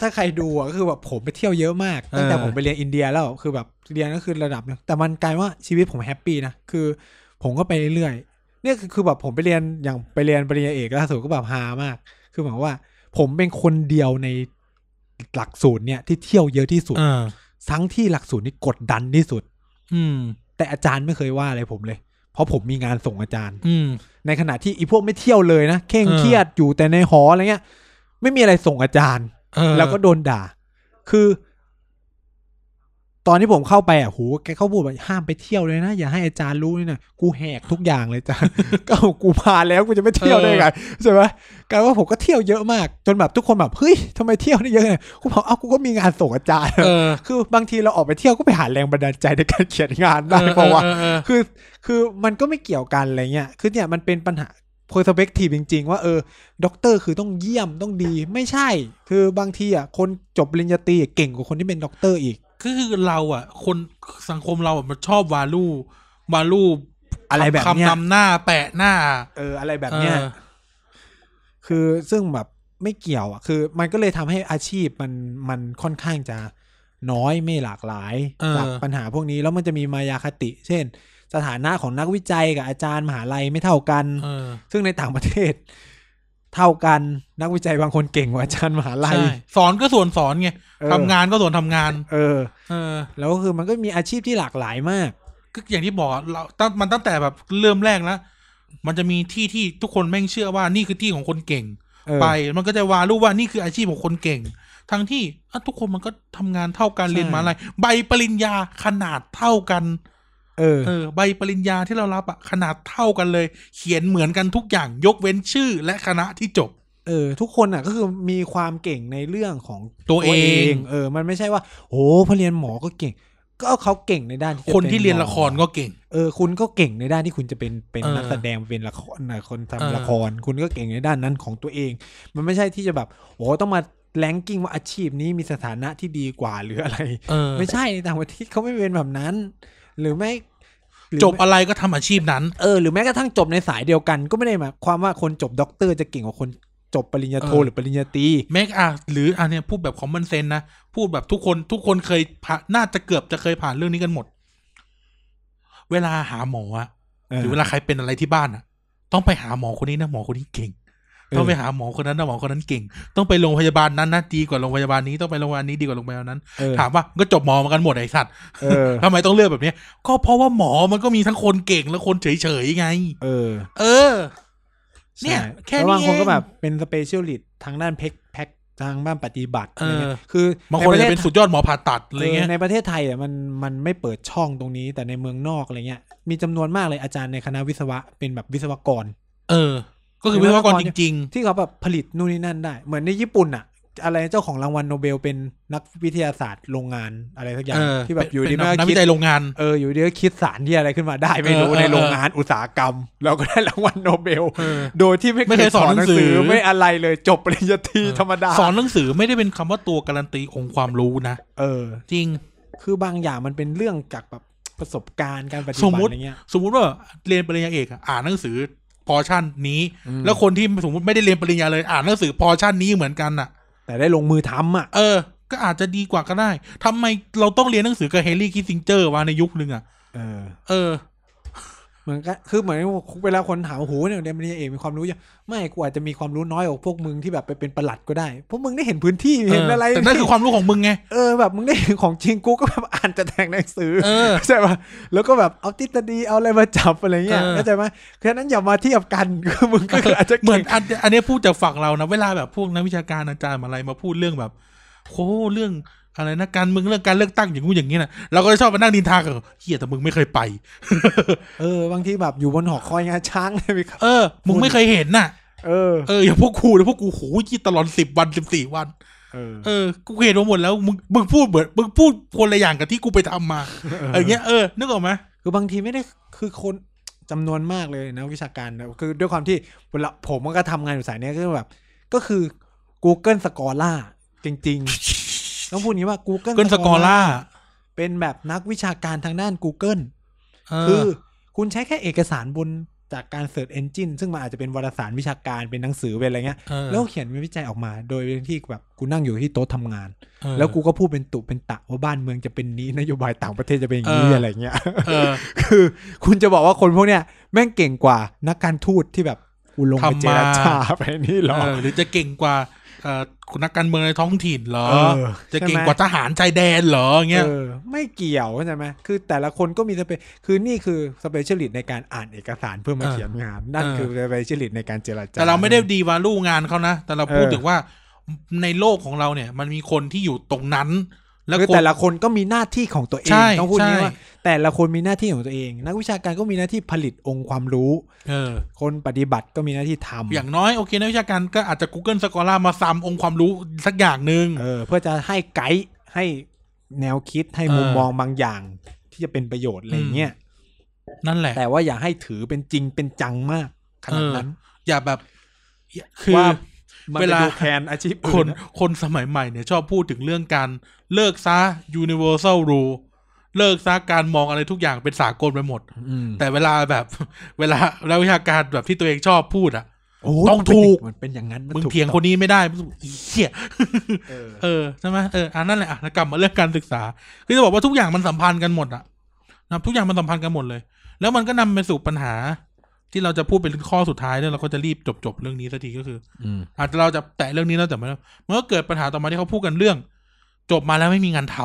A: ถ้าใครดูอ่ะก็คือแบบผมไปเที่ยวเยอะมากตั้งแต่
B: เออ
A: ผมไปเรียนอินเดียแล้วคือแบบเรียนก็คือระดับหนึงแต่มันกลายว่าชีวิตผมแฮปปี้นะคือ ผมก็ไปเรื่อยๆเนี่ยคือคือแบบผมไปเรียนอย่างไปเรียนปริญญาเอกล่าสุดก็แบบฮามาก คือเหมือนว่า ผมเป็นคนเดียวในหลักสูตรเนี่ยที่เที่ยวเยอะที่สุด
B: เออ
A: ทั้งที่หลักสูตรนี่กดดันที่สุด
B: อืม
A: แต่อาจารย์ไม่เคยว่าอะไรผมเลย เพราะผมมีงานส่งอาจารย์
B: อืม
A: ในขณะที่อีพวกไม่เที่ยวเลยนะเคร่ง
B: เออ
A: เครียดอยู่แต่ในหออะไรเงี้ย ไม่มีอะไรส่งอาจารย์
B: เออ
A: แล้วก็โดนด่า คือ ตอนที่ผมเข้าไปอ่ะโห แกเขาพูดว่าห้ามไปเที่ยวเลยนะ อย่าให้อาจารย์รู้นี่นะกูแหกทุกอย่างเลย
B: <laughs>
A: จ้ะ ก็เอากูพาแล้วกูจะไม่เที่ยวได้ไงใช่ไหมกลายว่าผมก็เที่ยวเยอะมาก จนแบบทุกคนแบบเฮ้ยทำไมเที่ยวได้เยอะเนี่ยกูบอกเอ้ากูก็มีงานส่งอาจารย์
B: เออ
A: คือบางทีเราออกไปเที่ยวก็ไปหาแรงบันดาลใจในการเขียนงานได้เพ
B: เออ
A: ราะว่า
B: เออเออ
A: คือคือมันก็ไม่เกี่ยวกันอะไรเงี้ย คือเนี่ยมันเป็นปัญหา perspective จริง ๆ ว่าเออด็อกเตอร์คือต้องเยี่ยมต้องดีไม่ใช่ คือบางทีอ่ะคนจบปริญญาตรีเก่งกว่าคนที่เป็นด็อกเตอร์อีก
B: ก็คือเราอ่ะ คนสังคมเราอ่ะมันชอบวาลูวาลู
A: อะไรแบบเนี้ย
B: คำนำหน้าแปะหน้า
A: เอออะไรแบบเนี้ย
B: ออ
A: คือซึ่งแบบไม่เกี่ยวอ่ะคือ มันก็เลยทำให้อาชีพมันมันค่อนข้างจะน้อยไม่หลากหลายจากปัญหาพวกนี้แล้วมันจะมีมายาคติ เช่น สถานะของนักวิจัยกับอาจารย์มหาลัยไม่เท่ากัน
B: เออ
A: ซึ่งในต่างประเทศ เท่ากันนักวิจัยบางคนเก่งกว่าอาจารย์มหาลัย
B: ใช่สอนก็ส่วนสอนไง
A: เออ
B: ทำงานก็ส่วนทำงาน
A: เออ
B: เออ
A: แล้วก็คือมันก็มีอาชีพที่หลากหลายมาก
B: ก็อย่างที่บอกอะเราตั้งมันตั้งแต่แบบเริ่มแรกนะมันจะมีที่ที่ทุกคนแม่งเชื่อว่านี่คือที่ของคนเก่ง
A: เออ
B: ไปมันก็จะวาลูว่านี่คืออาชีพของคนเก่ง ทั้งที่อ่ะทุกคนมันก็ทำงานเท่ากัน
A: ใช่
B: เรียนมหาอะไร ใบปริญญาขนาดเท่ากัน
A: เออ
B: เออ ใบปริญญาที่เรารับอะขนาดเท่ากันเลย เขียนเหมือนกันทุกอย่างยกเว้นชื่อและคณะที่จบ
A: เออ ทุกคนอ่ะก็คือมีความเก่งในเรื่องของ
B: ตัวเอง
A: เออ มันไม่ใช่ว่าโอ้พอเรียนหมอก็เก่ง ก็เขาเก่งในด้านจะ
B: คนที่
A: ป็
B: เรียนละคร
A: หมอ
B: ก็เก่ง
A: เออ คุณก็เก่งในด้านที่คุณจะเป็นเป็น
B: เออ
A: นักแสดงเป็นละครนะคนทำ
B: เออ
A: ละคร คุณก็เก่งในด้านนั้นของตัวเอง มันไม่ใช่ที่จะแบบโอ้ต้องมาแรงกิ้งว่าอาชีพนี้มีสถานะที่ดีกว่าหรืออะไร
B: เออ
A: ไม่ใช่ในต่างประเทศเขาไม่เป็นแบบนั้น หรือไม่หรือ
B: จบอะไรก็ทำอาชีพนั้น
A: เออหรือแม้กระทั่งจบในสายเดียวกันก็ไม่ได้หมายความว่าคนจบด็อกเตอร์จะเก่งกว่าคนจบปริญญาโท
B: เออ
A: หรือปริญญาตรี
B: แม็กอะหรืออันเนี้ยพูดแบบคอมมอนเซนนะ พูดแบบทุกคนทุกคนเคยผ่านน่าจะเกือบจะเคยผ่านเรื่องนี้กันหมด เวลาหาหมออะ
A: เอ
B: ห
A: อ
B: รือเวลาใครเป็นอะไรที่บ้านอ่ะ ต้องไปหาหมอคนนี้นะหมอคนนี้เก่ง
A: เออ
B: ต้องไปหาหมอคนนั้นนะหมอคนนั้นเก่ง ต้องไปโรงพยาบาลนั้นนะดีกว่าโรงพยาบาลนี้ต้องไปโรงพยาบาลนี้ดีกว่าโรงพยาบาลนั้น
A: เออ
B: ถามว่าก็จบหมอมากันหมดไอ้สัตว์
A: เออ
B: ทำไมต้องเลือกแบบเนี้ยก็เพราะว่าหมอมันก็มีทั้งคนเก่งและคนเฉยๆไง
A: เออ
B: เออ เนี่ย
A: ใช่
B: แค่
A: ล้ว
B: นี้
A: บางคน
B: เอง
A: ก็แบบเป็นสเปเชียลิสต์ทางด้านแพ็คแพ็คทางบ้านปฏิบัติ
B: เอ
A: ะไร
B: ออ
A: เงี้ยคือบ
B: างคน
A: ใ
B: จะเป็นสุดยอดหมอผ่าตัดอะไรเงี้ย
A: ในประเทศไทยอ่ะมันมันไม่เปิดช่องตรงนี้ แต่ในเมืองนอกอะไรเงี้ยมีจำนวนมากเลยอาจารย์ในคณะวิศวะเป็นแบบวิศวกร
B: เออ ก็คือวิศวกรจริง
A: ที่เขาแบบผลิตนู่นนี่นั่นได้ เหมือนในญี่ปุ่นอะอะไรเจ้าของรางวัลโนเบลเป็นนักวิทยาศาสตร์โรงงานอะไรสักอ
B: ๆ
A: ย่า
B: เอง อ
A: ที่แบบอยู่
B: เป็
A: ดี
B: น
A: มา
B: นัก
A: คิ
B: วิ
A: ด
B: จัยโรงงาน
A: เอออยู่ดีก็คิดสารที่อะไรขึ้นมาได้ไม่รู้
B: เออเออ
A: ในโรงงานอุตสาหกรรม แล้วก็ได้รางวัลโนเบล
B: เออ
A: โดยที่ไม่
B: ไม่เคยสอนหนังสือ
A: ไม่อะไรเลยจบปริญญาตรีธรรมดา
B: สอนหนังสือไม่ได้เป็นคำว่าตัวการันตีองค์ความรู้นะ
A: เออ
B: จริง
A: คือบางอย่างมันเป็นเรื่องจากแบบประสบการณ์การปฏิ
B: ส
A: บั
B: ม
A: ติ
B: มุติ
A: อะไรเงี้ย
B: สมมุติว่าเรียนปริญญาเอกอะอ่านหนังสือพอชั่นนี้
A: อืม
B: แล้วคนที่สมมติไม่ได้เรียนปริญญาเลยอ่านหนังสือพอชั่นนี้เหมือนกันน่ะ
A: แต่ได้ลงมือทำอ่ะ
B: เออ ก็อาจจะดีกว่าก็ได้ทำไมเราต้องเรียนหนังสือกับเฮนรี่คิสซิงเจอร์วะในยุคนึงอะ
A: เออ
B: เออ
A: เหมือนกันคือเหมือนเวลาคนถามว่าโอ้โหเนี่ยเรียนปริญญาเอกมีความรู้ยังไม่กูอาจจะมีความรู้น้อยกว่าพวกมึงที่แบบไปเป็นประหลัดก็ได้พวกมึงได้เห็นพื้นที่
B: เอ
A: เห็น
B: อ
A: อะไร
B: แต่นั่นคือความรู้ของมึงไง
A: เออแบบมึงได้เห็นของจริงกูก็แบบอ่านแต่แต่งหนังสือ
B: เออ
A: ใช่ป่ะแล้วก็แบบเอาทฤษฎีเอาอะไรมาจับอะไรเงี้ย
B: เออ
A: เข้าใจไหมเพราะฉะนั้นอย่ามาเทียบกัน <laughs> คือมึงก็คืออาจจะ
B: เหมือน
A: ก่ง
B: อันอันนี้พูดจากฝั่งเรานะเวลาแบบพวกนักวิชาการอาจารย์อะไรมาพูดเรื่องแบบโหเรื่อง อะไรนะการเมืองเรื่องการเลือกตั้งอย่างงู้นอย่างนี้นะเราก็เลยชอบมานั่งดินทากันเฮียแต่มึงไม่เคยไป
A: เออบางทีแบบอยู่บนหอคอยงาช้างเลยพี่ครับ
B: เออ มึงไม่เคยเห็นน่ะ
A: เออ
B: เอออย่างพวกกูนะพวกกูโหยี่ตลอดสิบวันสิบสี่วัน
A: เออ
B: เออ กูเห็นมาหมดแล้ว มึง มึงพูดเหมือน มึงพูดคนละอย่างกับที่กูไปทำมา เอออย่างเงี้ย เออ นึกออกไหม
A: คือบางทีไม่ได้คือคนจำนวนมากเลยนะวิชาการนะคือด้วยความที่เวลาผมก็ทำงานอยู่สายเนี้ยก็แบบ ก็คือ Google Scholar จริงๆ ต้องพูดอย่างนี้ว่า Google
B: เกินสกอ
A: Scholar
B: ล่า
A: เป็นแบบนักวิชาการทางด้าน Google
B: เอ
A: คือ
B: อ
A: คุณใช้แค่เอกสารบนจากการเสิร์ชเอนจินซึ่งมันอาจจะเป็นวารสารวิชาการเป็นหนังสือเป็นอะไรเงี้ย
B: เออ
A: แล้วเขียนเป็นวิจัยออกมา โดยที่แบบกูนั่งอยู่ที่โต๊ะทำงาน
B: เออ
A: แล้วกูก็พูดเป็นตุเป็นตะว่าบ้านเมืองจะเป็นนี้นโยบายต่างประเทศจะเป็นอย่าง
B: เอ
A: นี้
B: ออ
A: อะไรเงี้ย
B: เออ
A: คือคุณจะบอกว่าคนพวกเนี้ยแม่งเก่งกว่านักการทูตที่แบบกูลงไป
B: ทำ
A: เ
B: มา
A: จรจาไปนี่หรอ
B: เออ หรือจะเก่งกว่า เอ่อคุณนักการเมืองในท้องถิ่นเหรอ
A: เออ
B: จะเก่ง
A: ใช่ไหม
B: กว่าทหารชายแดนเหรออย่างเงี้ย
A: เออไม่เกี่ยวเข้าใจไหมคือแต่ละคนก็มีสเปคือนี่คือสเปเชียลิตในการอ่านเอกสารเพื่อมา
B: เออ
A: เขียนงาน นั่น
B: เออ
A: คือสเปเชียลิตในการเจรจา
B: แต่เราไม่ได้ดีวาลูงานเขานะ แต่เราพูด
A: เออ
B: ถึงว่าในโลกของเราเนี่ย มันมีคนที่อยู่ตรงนั้น แล้ว
A: คือ
B: คน
A: แต่ละคนก็มีหน้าที่ของตัวเอง
B: ใช่
A: ต้องพูดอย่างนี้
B: ใช่
A: ว่า แต่ละคนมีหน้าที่ของตัวเอง นักวิชาการก็มีหน้าที่ผลิตองค์ความรู้
B: เออ
A: คนปฏิบัติก็มีหน้าที่ทำ
B: อย่างน้อยโอเคนักวิชาการก็อาจจะ Google Scholar มาซ้ำองค์ความรู้สักอย่างหนึ่ง
A: เออเพื่อจะให้ไกด์ให้แนวคิดให้มุม
B: เออ
A: มองบางอย่างที่จะเป็นประโยชน์อะไรอย่างเงี้ย
B: นั่นแหละ
A: แต่ว่าอย่าให้ถือเป็นจริงเป็นจังมากขนาดนั้น
B: อย่าแบบอย่าคือ
A: ว่า มัน
B: เว
A: ไป
B: ลา
A: ดูแคนอาชีพ
B: ค
A: อื่
B: น
A: น
B: คนสมัยใหม่เนี่ยชอบพูดถึงเรื่องการเลิกซะ universal rule เลิกซะการมองอะไรทุกอย่างเป็นสากลไปหมด
A: อืม
B: แต่เวลาแบบ <laughs> เวลาแล้ววิชาการแบบที่ตัวเองชอบพูดอ่ะ
A: โอ้
B: ต้อง
A: มันเป็น
B: ถูก
A: มันเป็นอย่างนั้นน
B: มึง
A: ถูก
B: เถียงคนนี้ไม่ได้มึงอีเหี้ย
A: เออ
B: เออใช่ไหมเอออันนั่นแหละอ่ะแล้วกลับมาเรื่องการศึกษา คือจะบอกว่าทุกอย่างมันสัมพันธ์กันหมดอะนะครับทุกอย่างมันสัมพันธ์กันหมดเลย แล้วมันก็นำไปสู่ปัญหา ที่เราจะพูดเป็นข้อสุดท้ายเนี่ยเราก็จะรีบจบจบๆเรื่องนี้สักทีก็คือ
A: อืม
B: อาจจะเราจะแตะเรื่องนี้แล้วแต่ไม่ได้มันก็เกิดปัญหาต่อมาที่เขาพูดกันเรื่อง จบมาแล้วไม่มีงานท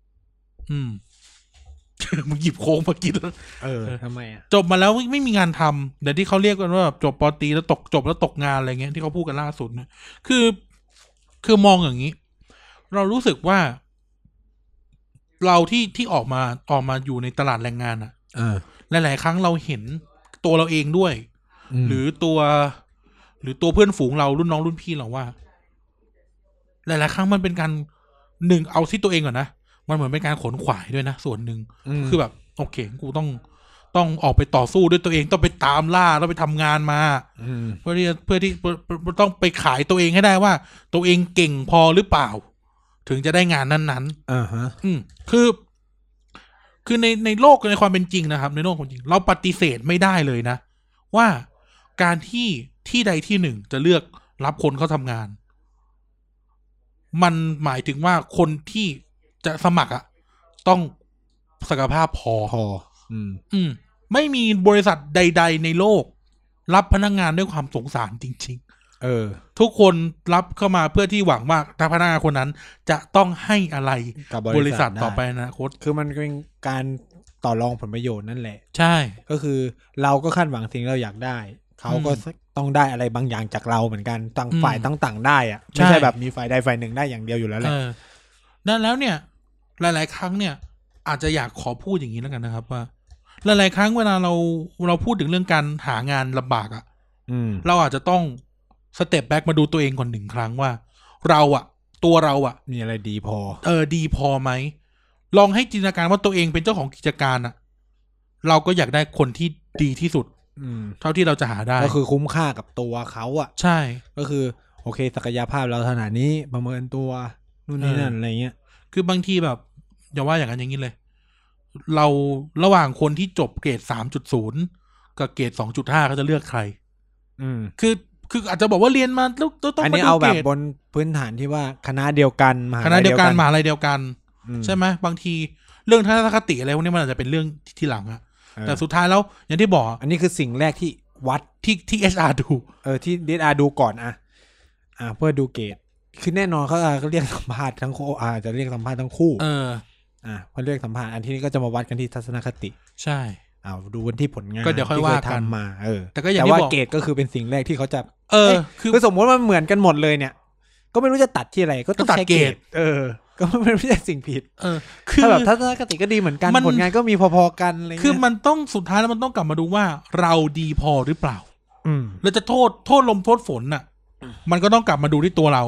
B: ำอืม <laughs> มึงหยิบโค้งมากินแล้ว
A: เออทำไมอ่ะ
B: จบมาแล้วไม่ไม่มีงานทำเดี๋ยวที่เขาเรียกกันว่าแบบจบปอตรีแล้วตกจบแล้วตกงานอะไรเงี้ยที่เขาพูดกันล่าสุดเนี่ยคือ คือมองอย่างนี้ เรารู้สึกว่า เราที่ที่ออกมาออกมาอยู่ในตลาดแรงงานอะ
A: เออ
B: หลาย ๆ ครั้งเราเห็นตัวเราเองด้วย
A: ม
B: หรือตัว หรือตัวเพื่อนฝูงเรารุ่นน้องรุ่นพี่เราว่า หลาย ๆ ครั้งมันเป็นการหนึ่งเอาที่ตัวเองก่อนนะมันเหมือนเป็นการขนขวายด้วยนะส่วนหนึ่ง
A: ม
B: คือแบบโอเคกูต้องต้องออกไปต่อสู้ด้วยตัวเองต้องไปตามล่าต้องไปทำงานมา
A: อืม
B: เพื่อที่จะเพื่อที่เพื่อเพื่อเพื่อต้องไปขายตัวเองให้ได้ว่า ตัวเองเก่งพอหรือเปล่า ถึงจะได้งานนั้น
A: อ่าฮะ
B: ๆ อืมคือ คือในในโลกในความเป็นจริงนะครับ ในโลกความจริง เราปฏิเสธไม่ได้เลยนะ ว่าการที่ที่ใดที่หนึ่งจะเลือกรับคนเข้าทำงาน มันหมายถึงว่าคนที่จะสมัครอะต้องศักยภาพพอ
A: พอ อืม
B: อืมไม่มีบริษัทใด ๆ ในโลก รับพนักงานด้วยความสงสารจริง
A: เออ
B: ๆ ทุกคนรับเข้ามาเพื่อที่หวังว่าถ้าพนักงานคนนั้น จะต้องให้อะไร
A: กับบ บบ
B: ริ
A: ริษั
B: ษัท
A: ท
B: ต่อไป
A: ด้
B: ในอนาคต
A: คือมันเป็นการต่อรองผลประโยชน์นั่นแหละ
B: ใช่
A: ก็คือเราก็คาดหวังสิ่งเราอยากได้ เขาก็
B: อืม
A: ต้องได้อะไรบางอย่างจากเราเหมือนกันต่าง
B: อืม
A: ฝ่ายต้องต่างได้อะ
B: ใช่
A: ไม่ใช่แบบมีฝ่ายใดฝ่ายหนึ่งได้อย่างเดียวอยู่แล้วแห
B: เอ
A: ละ
B: อนั่นแล้วเนี่ย หลาย ๆ ครั้งเนี่ย อาจจะอยากขอพูดอย่างนี้แล้วกันนะครับ ว่า หลาย ๆ ครั้งเวลาเราเราพูดถึงเรื่องการหางานลำบากอะ
A: อืม
B: เราอาจจะต้องสเต็ปแบ็กมาดูตัวเองก่อนหนึ่งครั้งว่า เราอะตัวเราอะ
A: มีอะไรดีพอ
B: เออดีพอไหม ลองให้จินตนาการว่าตัวเองเป็นเจ้าของกิจการอะเราก็อยากได้คนที่ดีที่สุด
A: อืม
B: เท่าที่เราจะหาได้
A: ก็คือคุ้มค่ากับตัวเขาอะ
B: ใช่
A: ก็คือ โอเค ศักยภาพเราขนาดนี้ประเมินตัวนู่นนี่
B: เออ
A: นั่นอะไรเงี้ย
B: คือบางทีแบบอย่าว่าอย่างนั้นอย่างนี้เลย เราระหว่างคนที่จบเกรดสามจุดศูนย์กับเกรดสองจุดห้าเขาจะเลือกใคร
A: อืม
B: คือคืออาจจะบอกว่าเรียนมาแล้วแล้วต้อง
A: อัน
B: มา
A: นี้
B: ดู
A: เอา
B: เก
A: แบ
B: ร
A: บ
B: ด
A: บนพื้นฐานที่ว่าคณะเดียวกันมหา
B: คณะเดียวกันม
A: ลั
B: หาลัยเดียวกัน
A: อืม
B: ใช่ไหมบางทีเรื่องทัศนคติอะไรพวกนี้มันอาจจะเป็นเรื่องที่ทีหลังอะ
A: เออ
B: แต่สุดท้ายแล้วอย่างที่บอก
A: อันนี้คือสิ่งแรกที่วัด
B: ที่ที่เอชอาร์ดู
A: เออที่ดีอาดูก่อนอะอ่า เพื่อดูเกรดคือแน่นอนเขาอาจจะเรียกสัมภาษณ์ทั้งคู่อาจจะเรียกสัมภาษณ์ทั้งคู่
B: เออ
A: อ่าพอเรียกสัมภาษณ์อันที่นี้ก็จะมาวัดกันที่ทัศนคติ
B: ใช่
A: อ่าดูกันที่ผลงาน
B: ก็เดี๋ยวค่อย
A: ที่
B: ว่ากัน
A: ทำมาเออ
B: แต่ก็อย่าง
A: แต่
B: ที่
A: ว่า
B: บอก
A: เกรดก็คือเป็นสิ่งแรกที่เขาจะ
B: เออ
A: เะ
B: คือ
A: คือสมมติว่ามันเหมือนกันหมดเลยเนี่ย ก็ไม่รู้จะตัดที่อะไรก็ต้อง
B: ก็ตัด
A: ใช้
B: เกรด
A: เออ ก็ ก็มันไม่ใช่สิ่งผิด
B: เออ คือ
A: ถ้าแบบทัศนคติก็ดีเหมือนกัน
B: มัน
A: ผลงานก็มีพอๆกันอะไรเงี้ย
B: คือมันต้องสุดท้ายแล้วมันต้องกลับมาดูว่าเราดีพอหรือเปล่า
A: อืม
B: เราจะโทษโทษลมโทษฝนน่ะ มันก็ต้องกลับมาดูที่ตัวเรา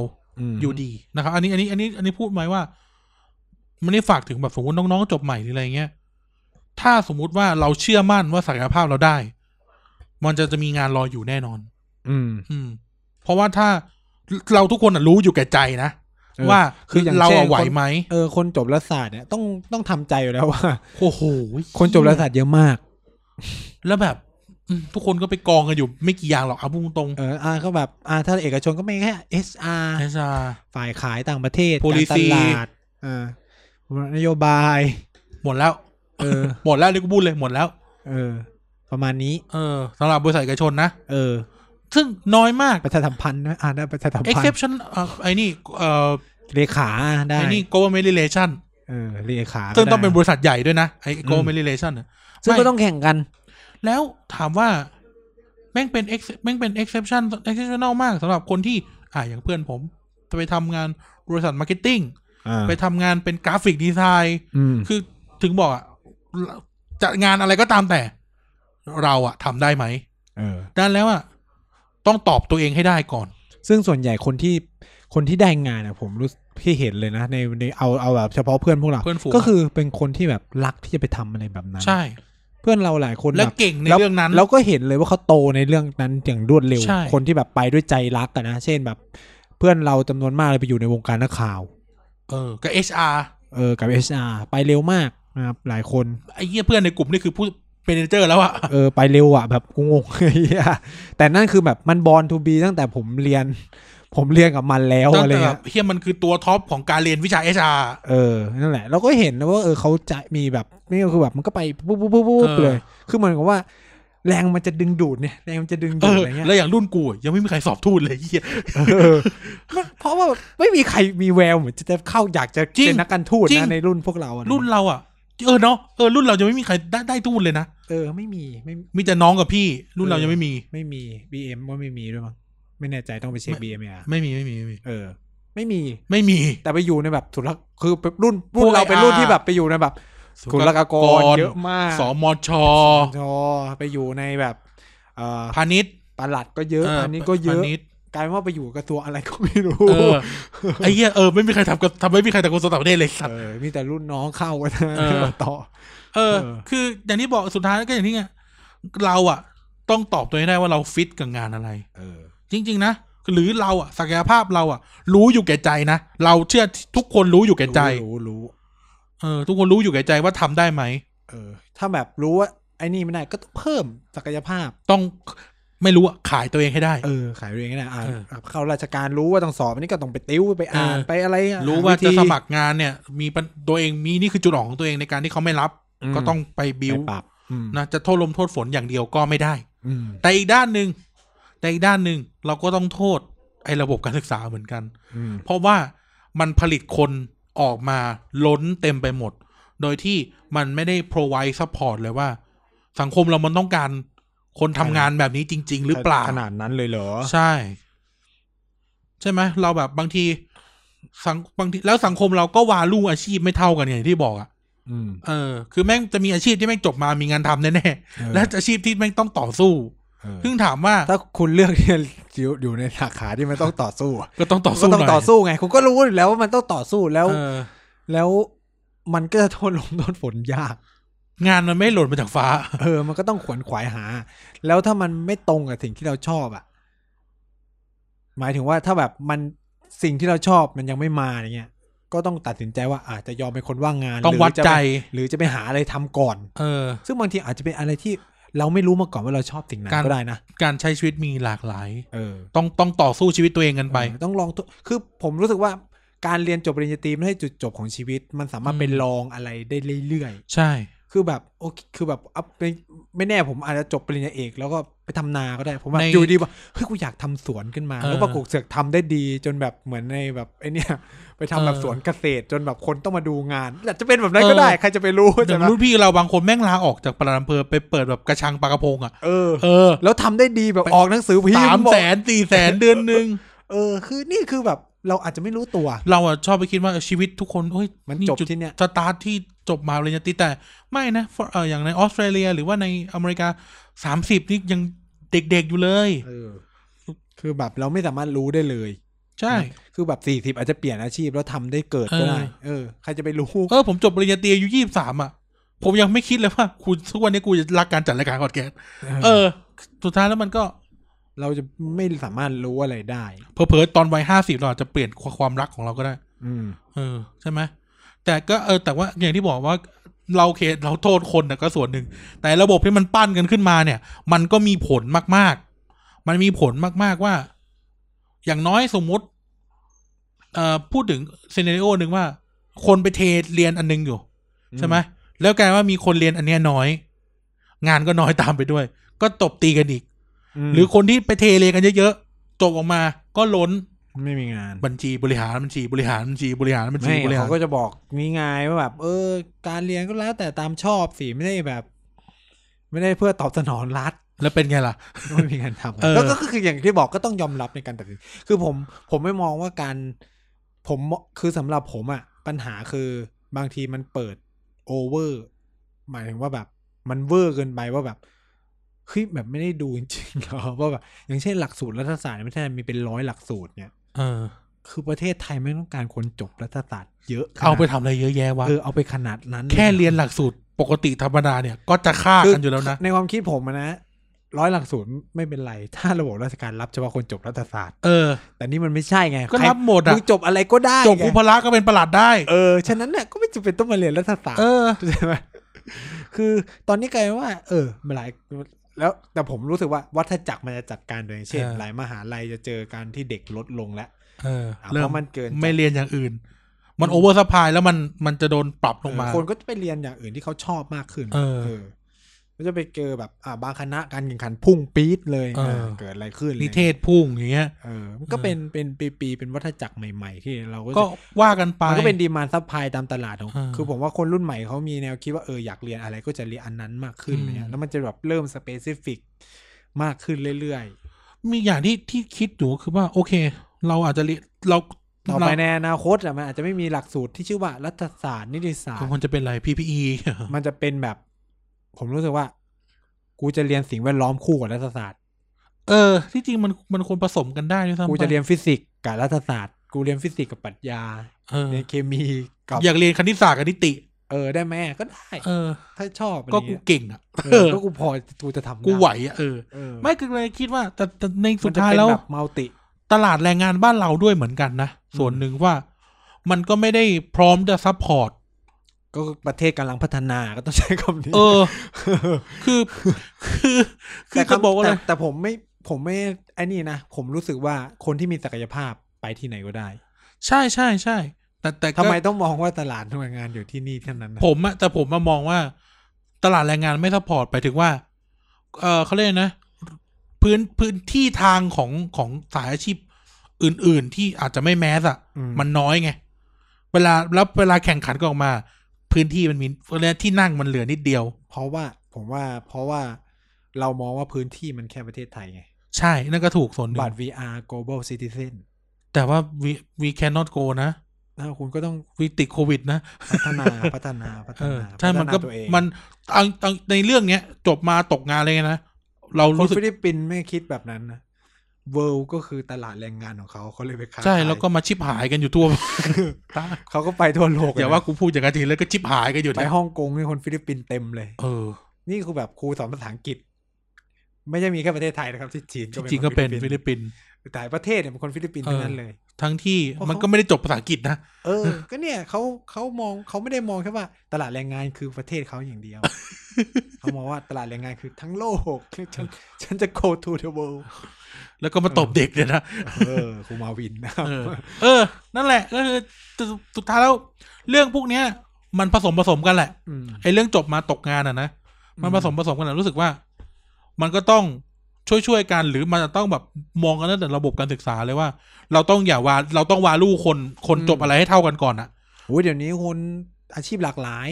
A: ม
B: อยู่ดีนะครับ อันนี้อันนี้อันนี้อันนี้พูดไหมว่า มันนี่ฝากถึงแบบสมมติน้องๆจบใหม่หรืออะไรเงี้ย ถ้าสมมุติว่าเราเชื่อมั่นว่าศักยภาพเราได้ มันจะจะมีงานรออยู่แน่นอน
A: อืม
B: อืม เพราะว่าถ้าเราทุกคนน่ะรู้อยู่แก่ใจนะ
A: เออ
B: ว่า
A: คืออย่าง
B: เรา
A: เช่
B: อะ
A: น
B: ไหวไหม
A: เออคนจบรัฐศาสตร์เนี่ยต้องต้องทำใจอยู่แล้วว่า
B: โอ้โห
A: คนจบรัฐศาสตร์เยอะมาก
B: แล้วแบบอืมทุกคนก็ไปกองกันอยู่ไม่กี่อย่างหรอกเอาพูดตรง
A: เอออ่าก็แบบอ่าถ้าเอกชนก็ไม่แค่ HR
B: ๆใช่ใช่
A: ฝ่ายขายต่างประเทศ
B: Policy
A: การตลาดอ่านโยบาย
B: หมดแล้ว
A: เออ
B: หมดแล้วเลยกูพูดเลยหมดแล้ว
A: เออ ประมาณนี้
B: เออสำหรับบริษัทเอกชนนะ
A: เออ
B: ซึ่งน้อยมาก
A: ประชาสัมพันธ์นะอ่านได้ประชาสัมพันธ์
B: exception เอ่อไอ้นี่เอ่อ
A: เลขาได้
B: ไอ้นี่ government relation
A: เออเลขา
B: ซึ่งต้องเป็นบ
A: ก็ได้
B: ริษัทใหญ่ด้วยนะไอ้
A: อืม
B: government relation น่ะ
A: ซึ่ง
B: ไม่
A: ก็ต้องแข่งกัน
B: แล้วถามว่า แม่งเป็น ex แม่งเป็น exception exceptional มากสำหรับคนที่ อ่าอย่างเพื่อนผม ไปทำงานบริษัทมาร์เก็ตติ้ง
A: อ่า
B: ไปทำงานเป็นกราฟิกดีไซน์
A: อืม
B: คือถึงบอกอะจัดงานอะไรก็ตามแต่ เราอะทำได้ไหม
A: เออ
B: ดังนั้นแล้วอะต้องตอบตัวเองให้ได้ก่อน
A: ซึ่งส่วนใหญ่คนที่คนที่ได้งานอะผมรู้ที่เห็นเลยนะ ในในเอาเอาแบบเฉพาะเพื่อนพวกเรา
B: เพื่อนฝูง
A: ก็คือเป็นคนที่แบบรักที่จะไปทำอะไรแบบนั้น
B: ใช่
A: เพื่อนเราหลายคน
B: และ
A: แบบ
B: เก่งใน
A: แล้ว
B: เรื่องนั้น
A: เราก็เห็นเลยว่าเขาโตในเรื่องนั้นอย่างรวดเร็ว
B: ใช่
A: คนที่แบบไปด้วยใจรักอะนะ เช่นแบบ เพื่อนเราจำนวนมากเลยไปอยู่ในวงการนักข่าว
B: เออกับ HR
A: เออกับ HR ไปเร็วมากนะครับหลายคน
B: ไอ้เหี้ยเพื่อนในกลุ่มนี่คือผู้เป็นเมนเจอร์แล้วอะ
A: เออไปเร็วอ่ะแบบงงๆเหี้ <laughs> ยแต่นั่นคือแบบมันบอลทูบีตั้งแต่ผมเรียน <laughs> ผมเรียนกับมันแล้ว
B: ตั้
A: อะ
B: ง
A: ไร
B: แต่แบ
A: เงี้
B: บ
A: ย
B: เฮียมันคือตัวท็อปของการเรียนวิชา HR
A: เออนั่นแหละ เราก็เห็นนะว่าเออเขาจะมีแบบนี่ก็คือแบบมันก็ไปปุ๊บปุ๊บปุ๊บปุ๊บ
B: เออ
A: เลย คือเหมือนกับว่า แรงมันจะดึงดูดเนี่ยแรงมันจะดึง
B: เอ
A: ดูด
B: อ
A: อะไรเงี้ย
B: แล้วอย่างรุ่นกูอะยังไม่มีใครสอบทูตเลยเฮีย
A: เออมัน <laughs> เพราะว่าไม่มีใครมีแววเหมือนจะได้เข้าอยากจะ
B: จริง
A: เป็นนักการทูต
B: จริง
A: นะในรุ่นพวกเราอะะ
B: รุ่นเราอ่ะ เออเนาะเออรุ่นเราจะไม่มีใครได้ได้ทูตเลยนะ
A: เออไม่มีไม่
B: มีแต่น้องกับพี่ รุ่นเรายังไม่มี
A: ไม่มีบีเอ็มว่าไม่มีด้วยมั้งไม่แน่ใจต้องไปเช็ค
B: ไม่
A: บีเอ็มอ่ะ
B: ไม่มีไม่มีไม่มี
A: เออ ไม่มี
B: ไม่มี
A: แต่ไปอยู่ในแบบสุรกคือรุ่น
B: พ
A: รุ่
B: วน ก
A: เรา
B: IR
A: เป็นรุ่นที่แบบไปอยู่ในแบบสุรกากรเยอะมาก
B: สมช
A: ชไปอยู่ในแบบเอ่อ
B: พาณิชย์
A: ปลัดก็เยอะอันนี้ก็เย
B: พา
A: อะ
B: ณิชย์
A: กลายเป็นว่าไปอยู่กระทรวงอะไรก็ไม่รู้
B: เออไอ้เหี้ยเออไม่มีใครทำกับทำไม่มีใครแต่คนสอบต่างประเทศเลยสัตว์
A: เออมีแต่รุ่นน้องเข้ากัน
B: เออ
A: ต่อ
B: เออ
A: เออ
B: คืออย่างที่บอกสุดท้ายก็อย่างที่ไงเราอ่ะ ต้องตอบตัวเองได้ว่าเราฟิตกับงานอะไร
A: เออ
B: จริง ๆ นะ หรือเราอ่ะศักยภาพเราอ่ะ รู้อยู่แก่ใจนะ เราเชื่อทุกคนรู้อยู่แก่ใจ
A: รู้รู้
B: เออทุกคนรู้อยู่แก่ใจว่าทำได้ไหม
A: เออ ถ้าแบบรู้ว่าไอ้นี่ไม่ได้ก็ต้องเพิ่มศักยภาพ
B: ต้องไม่รู้อ่ะขายตัวเองให้ได้
A: เออ ขายตัวเองก็ได้อ่า
B: เออ
A: เข้าราชการรู้ว่าต้องสอบอันนี้ก็ต้องไปติ้วไปอ่านไปอะไรอ่ะ
B: รู้ว่า
A: หธี
B: จะสมัครงานเนี่ย มีปัญตัวเองมีนี่คือจุดอ่อนของตัวเองในการที่เขาไม่รับ
A: ม
B: ก็ต้องไปบิว
A: ไปปรับอืม
B: นะจะโทษลมโทษฝนอย่างเดียวก็ไม่ได้
A: อืม
B: แต่อีกด้านหนึ่งแต่อีกด้านหนึ่งเราก็ต้องโทษไอ้ระบบการศึกษาเหมือนกัน
A: อืม
B: เพราะว่ามันผลิตคนออกมาล้นเต็มไปหมด โดยที่มันไม่ได้ provide support เลยว่า สังคมเรามันต้องการคนทำงานแบบนี้จริง ๆ หรือเปล่า
A: ขนาดนั้นเลยเหรอ
B: ใช่ ใช่ไหมเราแบบบางที สังบางทีแล้วสังคมเราก็วาลูอาชีพไม่เท่ากันอย่างที่บอกอะ
A: อืม
B: เออ คือแม่งจะมีอาชีพที่แม่งจบมามีงานทำแน่ๆและอาชีพที่แม่งต้องต่อสู้
A: เออ
B: ซึ่งถามว่า
A: ถ้าคุณเลือกที่จะอยู่อยู่ในสาขาที่มันต้องต่อสู้อะ
B: ก็ต้องต่อ
A: ก็
B: สู้
A: ต้อง
B: หน่อย
A: ต่อสู้ไง คุณก็รู้อยู่แล้วว่ามันต้องต่อสู้แล้ว
B: เออ
A: แล้วมันก็จะทนลมทนฝนยาก
B: งานมันไม่หล่นมาจากฟ้า
A: เออ มันก็ต้องขวนขวายหา แล้วถ้ามันไม่ตรงกับสิ่งที่เราชอบอะ่ะ หมายถึงว่าถ้าแบบมันสิ่งที่เราชอบมันยังไม่มาอย่างเงี้ย ก็ต้องตัดสินใจว่าอาจจะยอมเป็นคนว่างงาน
B: ต้อง
A: ห
B: วัด
A: รืะไป
B: ใจ
A: หรือจะไปหาอะไรทำก่อน
B: เออ
A: ซึ่งบางทีอาจจะเป็นอะไรที่เราไม่รู้มาก่อนว่าเราชอบสิ่งนั้น
B: การ
A: ก็ได้นะ
B: การใช้ชีวิตมีหลากหลาย
A: เออ
B: ต้องต้องต่อสู้ชีวิตตัวเองกันไป
A: เออต้องลองทุกคือผมรู้สึกว่าการเรียนจบปริญญาตรีไม่ใช่จุดจบของชีวิต มันสามารถ
B: อืม
A: เป็นลองอะไรได้เรื่อย
B: ใช่
A: ๆ คือแบบโอเคคือแบบเอาไปไม่แน่ผมอาจจะจบปริญญาเอก แล้วก็ไปทำนาก็ได้ ผมแบบ
B: ใน
A: อยู่ดีว่าเฮ้ยกูอยากทำสวนขึ้นมา
B: เออ
A: แล้วปรากฏเสือกทำได้ดีจนแบบเหมือนในแบบไอเนี่ย ไปทำแบบ
B: เออ
A: สวนเกษตรจนแบบคนต้องมาดูงานอาจจะเป็นแบบนั้นก็ได้
B: เออ
A: ใครจะไปรู้
B: อ
A: ใช่
B: ย่าง
A: ไหม
B: รุ่นพี่เราบางคนแม่งลาออกจากประธานอำเภอไปเปิดแบบกระชังปลากระพงอ่ะ
A: เออ
B: เออ
A: แล้วทำได้ดีแบบออกหนังสือพิมพ์
B: สาม
A: บอก
B: แสนสี่แสนเดือนหนึ่ง
A: เออ คือนี่คือแบบ เราอาจจะไม่รู้ตัว
B: เราอะชอบไปคิดว่าชีวิตทุกคนเฮ้ย
A: มันจบที่เนี่ย
B: สตาร์ทที่จบมหาปริญญาตรีแต่ไม่นะ for- เอ่ออย่างในออสเตรเลีย หรือว่าในอเมริกาสามสิบนี่ยังเด็กๆอยู่เลย
A: เออ คือแบบเราไม่สามารถรู้ได้เลย
B: ใช่
A: คือแบบสี่สิบอาจจะเปลี่ยนอาชีพแล้วทำได้เกิดก็ได้
B: เออ
A: เออใครจะไปรู้
B: เออผมจบปริญญาตรีอายุยี่สามอ่ะ ผมยังไม่คิดเลยว่าคุณทุกวันนี้กูจะรักการจัดรายการพอดแคสต์เออ สุดท้ายแล้วมันก็
A: เราจะไม่สามารถรู้อะไรได้
B: เผลอๆตอนวัยห้าสิบเราอาจจะเปลี่ยนความรักของเราก็ได้
A: อืม
B: เออใช่ไหมแต่ก็เออแต่ว่าอย่างที่บอกว่าเราเคเราโทษคนนะก็ส่วนหนึ่ง แต่ระบบที่มันปั้นกันขึ้นมาเนี่ย มันก็มีผลมาก ๆ มันมีผลมากๆว่า อย่างน้อยสมมุติเอ่อพูดถึงซีเนริโอหนึ่งว่า คนไปเทเรียนอันหนึงอยู่ ใช่ไหมแล้วกลายว่ามีคนเรียนอันเนี้ยน้อย งานก็น้อยตามไปด้วย ก็ตบตีกันอีก
A: อืม
B: หรือคนที่ไปเทเรียนกันเยอะๆจบออกมา ก็ล้น
A: ไม่มีงาน
B: บัญชีบริหารบัญชีบริหารบัญชีบริหารบัญชี
A: ไม่
B: บริหาร
A: เขาก็จะบอกนี่ไงว่าแบบ เออ การเรียนก็แล้วแต่ตามชอบสิไม่ได้แบบ ไม่ได้เพื่อตอบสนองรัฐ
B: แล้วเป็นไงล่ะ
A: ไม่มีการทำ
B: เออ
A: แล้วก็คืออย่างที่บอกก็ต้องยอมรับในการตัดสินคือผมผมไม่มองว่าการผมคือสำหรับผมอะปัญหาคือบางทีมันเปิดโอเวอร์หมายถึงว่าแบบ มันเวอร์เกินไปว่าแบบเฮ้ยแบบไม่ได้ดูจริงๆเหรอ <laughs> ว่าแบบอย่างเช่นหลักสูตรรัฐศาสตร์ไม่ใช่มีเป็นร้อยหลักสูตรเนี่ย
B: เออ
A: คือประเทศไทยไม่ต้องการคนจบรัฐศาสตร์เยอะขนด
B: เอาไปทำอะไรเยอะแยะวะ
A: เออเอาไปขนาดนั้นล
B: แค่เรียนหลักสูตรปกติธรรมดาเนี่ย ก็จะฆ่ากันอยู่แล้วนะ
A: ในความคิดผมอะนะร้อยหลักสูตรไม่เป็นไร ถ้าระบบราชการรับเฉพาะคนจบรัฐศาสตร์
B: เออ
A: แต่นี่มันไม่ใช่ไง
B: ก็รับหมด
A: ใคร
B: อะ
A: มึงจบอะไรก็ได้
B: จบครูพ
A: ไง
B: ละก็เป็นประหลัดได้
A: เออ ฉะนั้นเนี่ยก็ไม่จำเป็นต้องมาเรียนรัฐศาสต
B: เอ
A: ร์
B: อ
A: ใช่ไหมคือตอนนี้กลายเป็นว่า เออมาหลายแล้วแต่ผมรู้สึกว่าวัฏจักรมันจะจัดการโดยเช่น
B: เออ
A: หลายมหาลัยจะเจอการที่เด็กลดลงแล้ว
B: เออ
A: อ่ะ
B: เริ่
A: เพ
B: ม
A: ราะมันเกิน
B: ไม่เรียนอย่างอื่น มันโอเวอร์สปายแล้วมันมันจะโดนปรับลงมา
A: เออคนก็จะไปเรียนอย่างอื่นที่เขาชอบมากขึ้น
B: เออ
A: ก็จะไปเจอแบบอ่าบางคณะการแข่งขันพุ่งปี๊ดเลย
B: เอออ่
A: าเกิดอะไรขึ้นอะไร
B: นิเทศพุ่งอย่างเงี้ย
A: เออมันก็เป็นเป็นปีๆเป็นวัฏจักรใหม่ ๆ ที่เราก็จะ
B: ก็ว่ากันไป
A: มันก็เป็นดีมานซับพลายตามตลาดของ
B: อ่า
A: คือผมว่าคนรุ่นใหม่เขามีแนวคิดว่าเอออยากเรียนอะไรก็จะเรียนอันนั้นมากขึ้น
B: อืม
A: เนี่ยแล้วมันจะแบบเริ่มสเปซิฟิกมากขึ้นเรื่อย
B: มีอย่างที่ที่คิดอยู่ก็คือว่า โอเค เราอาจจะเรียนเรา
A: ๆ ต่อไปในอนาคตอะมันอาจจะไม่มีหลักสูตรที่ชื่อว่ารัฐศาสตร์นิติศาสต
B: เรา
A: ร์
B: ควรจะเป็นอะไร
A: <laughs>
B: PPE
A: มันจะเป็นแบบ ผมรู้สึกว่า กูจะเรียนสิ่งแวดล้อมคู่กับรัฐศาสตร์
B: เออ ที่จริงมันมันควรผสมกันได้ด้วยซ้ำ
A: กู
B: ไป
A: จะเรียนฟิสิกส์กับรัฐศาสตร์ กูเรียนฟิสิกส์กับปรัชญา
B: เออ
A: เรียนเคมีกับ
B: อยากเรียนคณิตศาสตร์กับนิติ
A: เออได้ไหมก็ได้
B: เออ
A: ถ้าชอบอะไร
B: ก็กู
A: เงี้ย
B: เก่งอ่ะ
A: เอ
B: เอ
A: อ
B: อ
A: ก็กูพอกูจะทำด้
B: กูไหวอ่ะเออ
A: เออ
B: ไม่ก็เลยคิดว่าแต่แต่ในสุ
A: มั
B: ด
A: นจะ
B: ท้าย
A: เป็น
B: แล้ว
A: แบบมัลติ
B: ตลาดแรงงานบ้านเราด้วยเหมือนกันนะ
A: อืม
B: ส่วนหนึ่งว่า มันก็ไม่ได้พร้อมจะซัพพอร์ต
A: ก็ประเทศกำลังพัฒนาก็ต้องใช้คำนี้
B: เออ คือ คือคือ
A: แต่
B: จะ
A: คำ
B: บอกว่าอะไร
A: แต่แต่ผมไม่ผมไม่ไอ้นี่นะ ผมรู้สึกว่าคนที่มีศักยภาพไปที่ไหนก็ได้
B: ใช่ใช่ใช่แต่แต่ก็
A: ทำไมต้องมองว่าตลาดหน่วยงานอยู่ที่นี่เท่านั้นนะ
B: ผมอะแต่ผมมามองว่า ตลาดแรงงานไม่ซัพพอร์ตไปถึงว่า เออเขาเรียกนะ พื้นพื้นที่ทางของของสายอาชีพอื่น ๆ ที่อาจจะไม่แมสอะ
A: อื
B: มันน้อยไง เวลาแล้วเวลาแข่งขันก็ออกมา พื้นที่มันมีเวลาที่นั่งมันเหลือนิดเดียว
A: เพราะว่าผมว่าเพราะว่าเรามองว่าพื้นที่มันแค่ประเทศไทยไง
B: ใช่นั่นก็ถูกส่วนหนึ่ง
A: บัตร VR global citizen
B: แต่ว่า we we cannot go นะ
A: นะคุณก็ต้อง
B: วิติดโควิดนะ
A: พัฒนาพัฒนาพัฒ
B: เออ
A: นา
B: ใช่
A: พัฒา
B: มันก็
A: ตัวเอง
B: มันเอาเอาในเรื่องเนี้ย จบมาตกงานเลยนะ เรา
A: คน
B: รู้สึก
A: ฟิลิปปินส์ไม่คิดแบบนั้นนะเวิลก็คือตลาดแรงงานของเขาเขาเลยไปค้า
B: ใช่
A: ขาย
B: แล้วก็มาชิบหายกันอยู่ทั่
A: <laughs>
B: ว
A: เขาก็ไปทั่วโลก
B: อย่า
A: นะ
B: ว่ากูพูดอย่างนั้นทีแล้วก็ชิบหายกันอยู่
A: ไป
B: เนี่ย
A: ฮ่องกงนี่คนฟิลิปปินส์เต็มเลย
B: เออ
A: นี่คือแบบครูสอนภาษาอังกฤษ ไม่ใช่มีแค่ประเทศไทยนะครับที่จีน
B: ที่จริงก็เป็นฟิลิปปินส์
A: ส์แต่ประเทศเนี่ยเป็นคนฟิลิปปินส์
B: เอ
A: ทั้
B: อ
A: งนั้นเลย
B: ทั้งที่มันก็ไม่ได้จบภาษาอังกฤษนะ
A: เออ ก็เนี่ยเขาเขามองเขาไม่ได้มองแค่ว่าตลาดแรงงานคือประเทศเขาอย่าง
B: <laughs>
A: เดียว เขามองว่าตลาดแรงงานคือทั้งโลกฉันฉันจะ go to the world
B: แล้วก็มาตบเด็กเนี่ยนะ
A: เออครูมาวินนะครับ
B: เออ เออ นั่นแหละก็คือสุดสุดท้ายแล้ว เรื่องพวกเนี้ย มันผสมผสมกันแหละ
A: ม
B: ไอ้เรื่องจบมาตกงานอ่ะนะมัน
A: อืม
B: ผสมผสมกันอะรู้สึกว่า มันก็ต้องช่วยช่วยๆกันหรือมันจะต้องแบบมองกันตั้งแต่ระบบการศึกษาเลยว่า เราต้องอย่าวาเราต้องวาลูคนคนจบอะไรให้เท่ากันก่อนอะ
A: โอ้ยเดี๋ยวนี้คนอาชีพหลากหลาย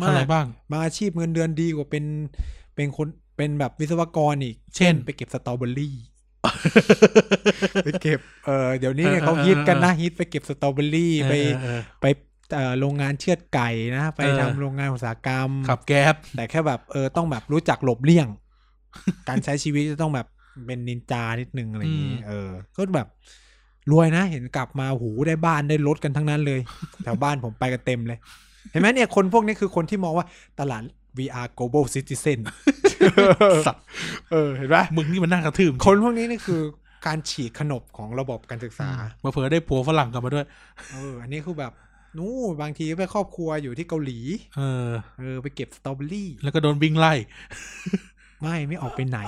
A: มาก
B: อะไรบ้าง
A: บางอาชีพเงินเดือนดีกว่าเป็นเป็นคนเป็นแบบวิศวกรอีก
B: เช่น
A: ไปเก็บสตรอเบอรี่ ไปเก็บเออเดี๋ยวนี้เนี่ยเขาฮิตกันนะฮิตไปเก็บสตรอเบอรี่ไป <laughs>
B: เออ
A: ไปเอ่อโรงงานเชือดไก่นะไป
B: เออ
A: ทำโรงงานอุตสาหกรรม
B: ขับแก๊บ
A: แต่แค่แบบเออต้องแบบรู้จักหลบเลี่ยง การใช้ชีวิตจะต้องแบบเป็นนินจานิดนึงอะไรอย่างนี้เออ ก็แบบรวยนะเห็นกลับมาหูได้บ้านได้รถกันทั้งนั้นเลย แถวบ้านผมไปกันเต็มเลย เห็นไหมเนี่ยคนพวกนี้คือคนที่มองว่าตลาด VR global citizen
B: สัตว์
A: เออเห็นปะ
B: มึงนี่มันน่ากระทืบ
A: คนพวกนี้นี่คือการฉีกขนบของระบบการศึกษา
B: มาเผลอได้ผัวฝรั่งกลับมาด้วย
A: เออ อันนี้คือแบบนู่นบางทีไปครอบครัวอยู่ที่เกาหลี
B: เออ
A: เออไปเก็บสตรอเบอรี่
B: แล้วก็โดนวิ่งไล่
A: ไม่ไม่ออกไปไหน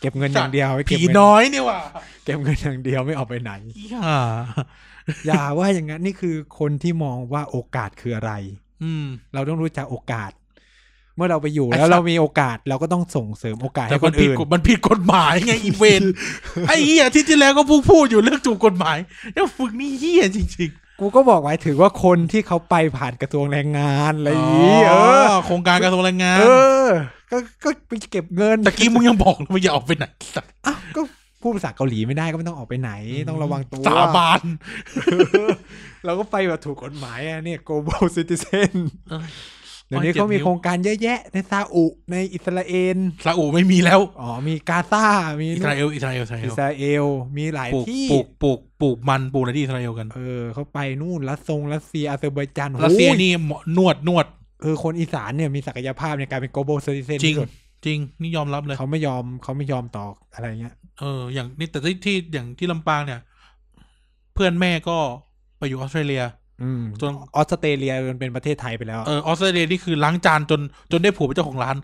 A: เก็บเงินอย่างเดียวไว้
B: ผี
A: เก็บเงิน
B: น้อยเนี่ยว่ะ
A: เก็บเงินอย่างเดียวไม่ออกไปไหน
B: อีห่า
A: อย่าว่าอย่างนั้นนี่คือคนที่มองว่าโอกาสคืออะไร
B: อืม
A: เราต้องรู้จักโอกาส เมื่อเราไปอยู่
B: ไอ้
A: แล้ว
B: สัตว์
A: เรามีโอกาสเราก็ต้องส่งเสริมโอกาส
B: แต่
A: ให้
B: มั
A: คน น
B: ผิด
A: อื่น
B: กฎมันผิดกฎหมายไงอีเวน
A: <laughs>
B: ต์ไอ้เหี้ยที่ที่แล้วก็พูดพูดอยู่เรื่องถูกกฎหมายแล้วฝึกนี่เหี้ยจริง
A: กูก็บอกไว้ถือว่าคนที่เขาไปผ่านกระทรวงแรงงานอะ
B: ๆ
A: ไรอย่างนี้เออ
B: โครงการกระทรวงแรงงาน
A: เออ ก็ก็ไปเก็บเงิน
B: ตะกี้มึงยังบอกเลยว่าอย่าออกไปไหนสัตว์
A: อ้าวก็พูดภาษาเกาหลีไม่ได้ก็ไม่ต้องออกไปไหน ต้องระวังตัว
B: สาบาน
A: <laughs> เราก็ไปแบบถูกกฎหมายอะเนี่ย global citizen
B: เอ้ย
A: เดี๋ยวนี้เขามี
B: ร้อยเจ็ดนิ้ว
A: โครงการเยอะแยะ ในซาอุ ในอิสราเอล
B: ซาอุไม่มีแล้ว
A: อ๋อ มีกาซา มี
B: อิสราเอลอิสราเอลอิสราเอ
A: อิ
B: ล
A: สราเอล มีหลาย
B: ปลูก
A: ที่
B: ปลูกปลูกปลูกมันปลูกอะไรที่อิสราเอลกัน
A: เออ เขาไปนู่น รัสซงรัสเซียอาเซอร์ไบจาน
B: รัสเซีย
A: โอ้
B: นี่หมอนวดนวด
A: เออ คนอีสานเนี่ยมีศักยภาพในการเป็น global citizen
B: จริง
A: ที่สุด
B: จริงนี่ยอมรับเลย
A: เขาไม่ยอมเขาไม่ยอมต่ออะไรเงี้ย
B: เอออย่างนี่แต่ที่ที่อย่างที่ลำปางเนี่ย เพื่อนแม่ก็ไปอยู่ออสเตรเลีย
A: อืม
B: จน
A: ออสเตรเลียมันเป็นประเทศไทยไปแล้ว
B: เออออสเตรเลียนี่คือล้างจานจนจนได้ผัวเป็นเจ้าของ
A: <laughs>
B: ร้าน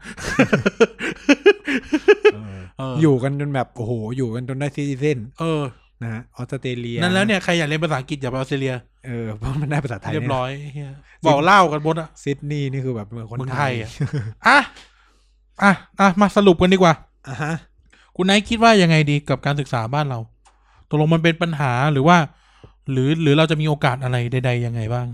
B: เอออ
A: อยู่กันจนแบบ โอ้โห อยู่กันจนได้ citizen
B: เออ
A: นะฮะ ออสเตรเลีย
B: นั่นแล้วเนี่ยใครอยากเรียนภาษาอังกฤษอย่าไปออสเตรเลีย
A: เออ เพราะมันได้ภาษาไทย
B: เรียบ
A: นี่
B: ร้อยเฮียบอกเล่ากันบนอะ
A: ซิดนีย์นี่คือแบบเมืองคน
B: เมือง
A: ไท
B: ไท
A: ย
B: ยอะอ่ะอ่ะอ่ะมาสรุปกันดีกว่า
A: อ่ะฮะ
B: คุณไนท์คิดว่ายังไงดีกับการศึกษาบ้านเราตกลงมันเป็นปัญหาหรือว่า หรือหรือเราจะมีโอกาสอะไรใด ๆ ยังไงบ้าง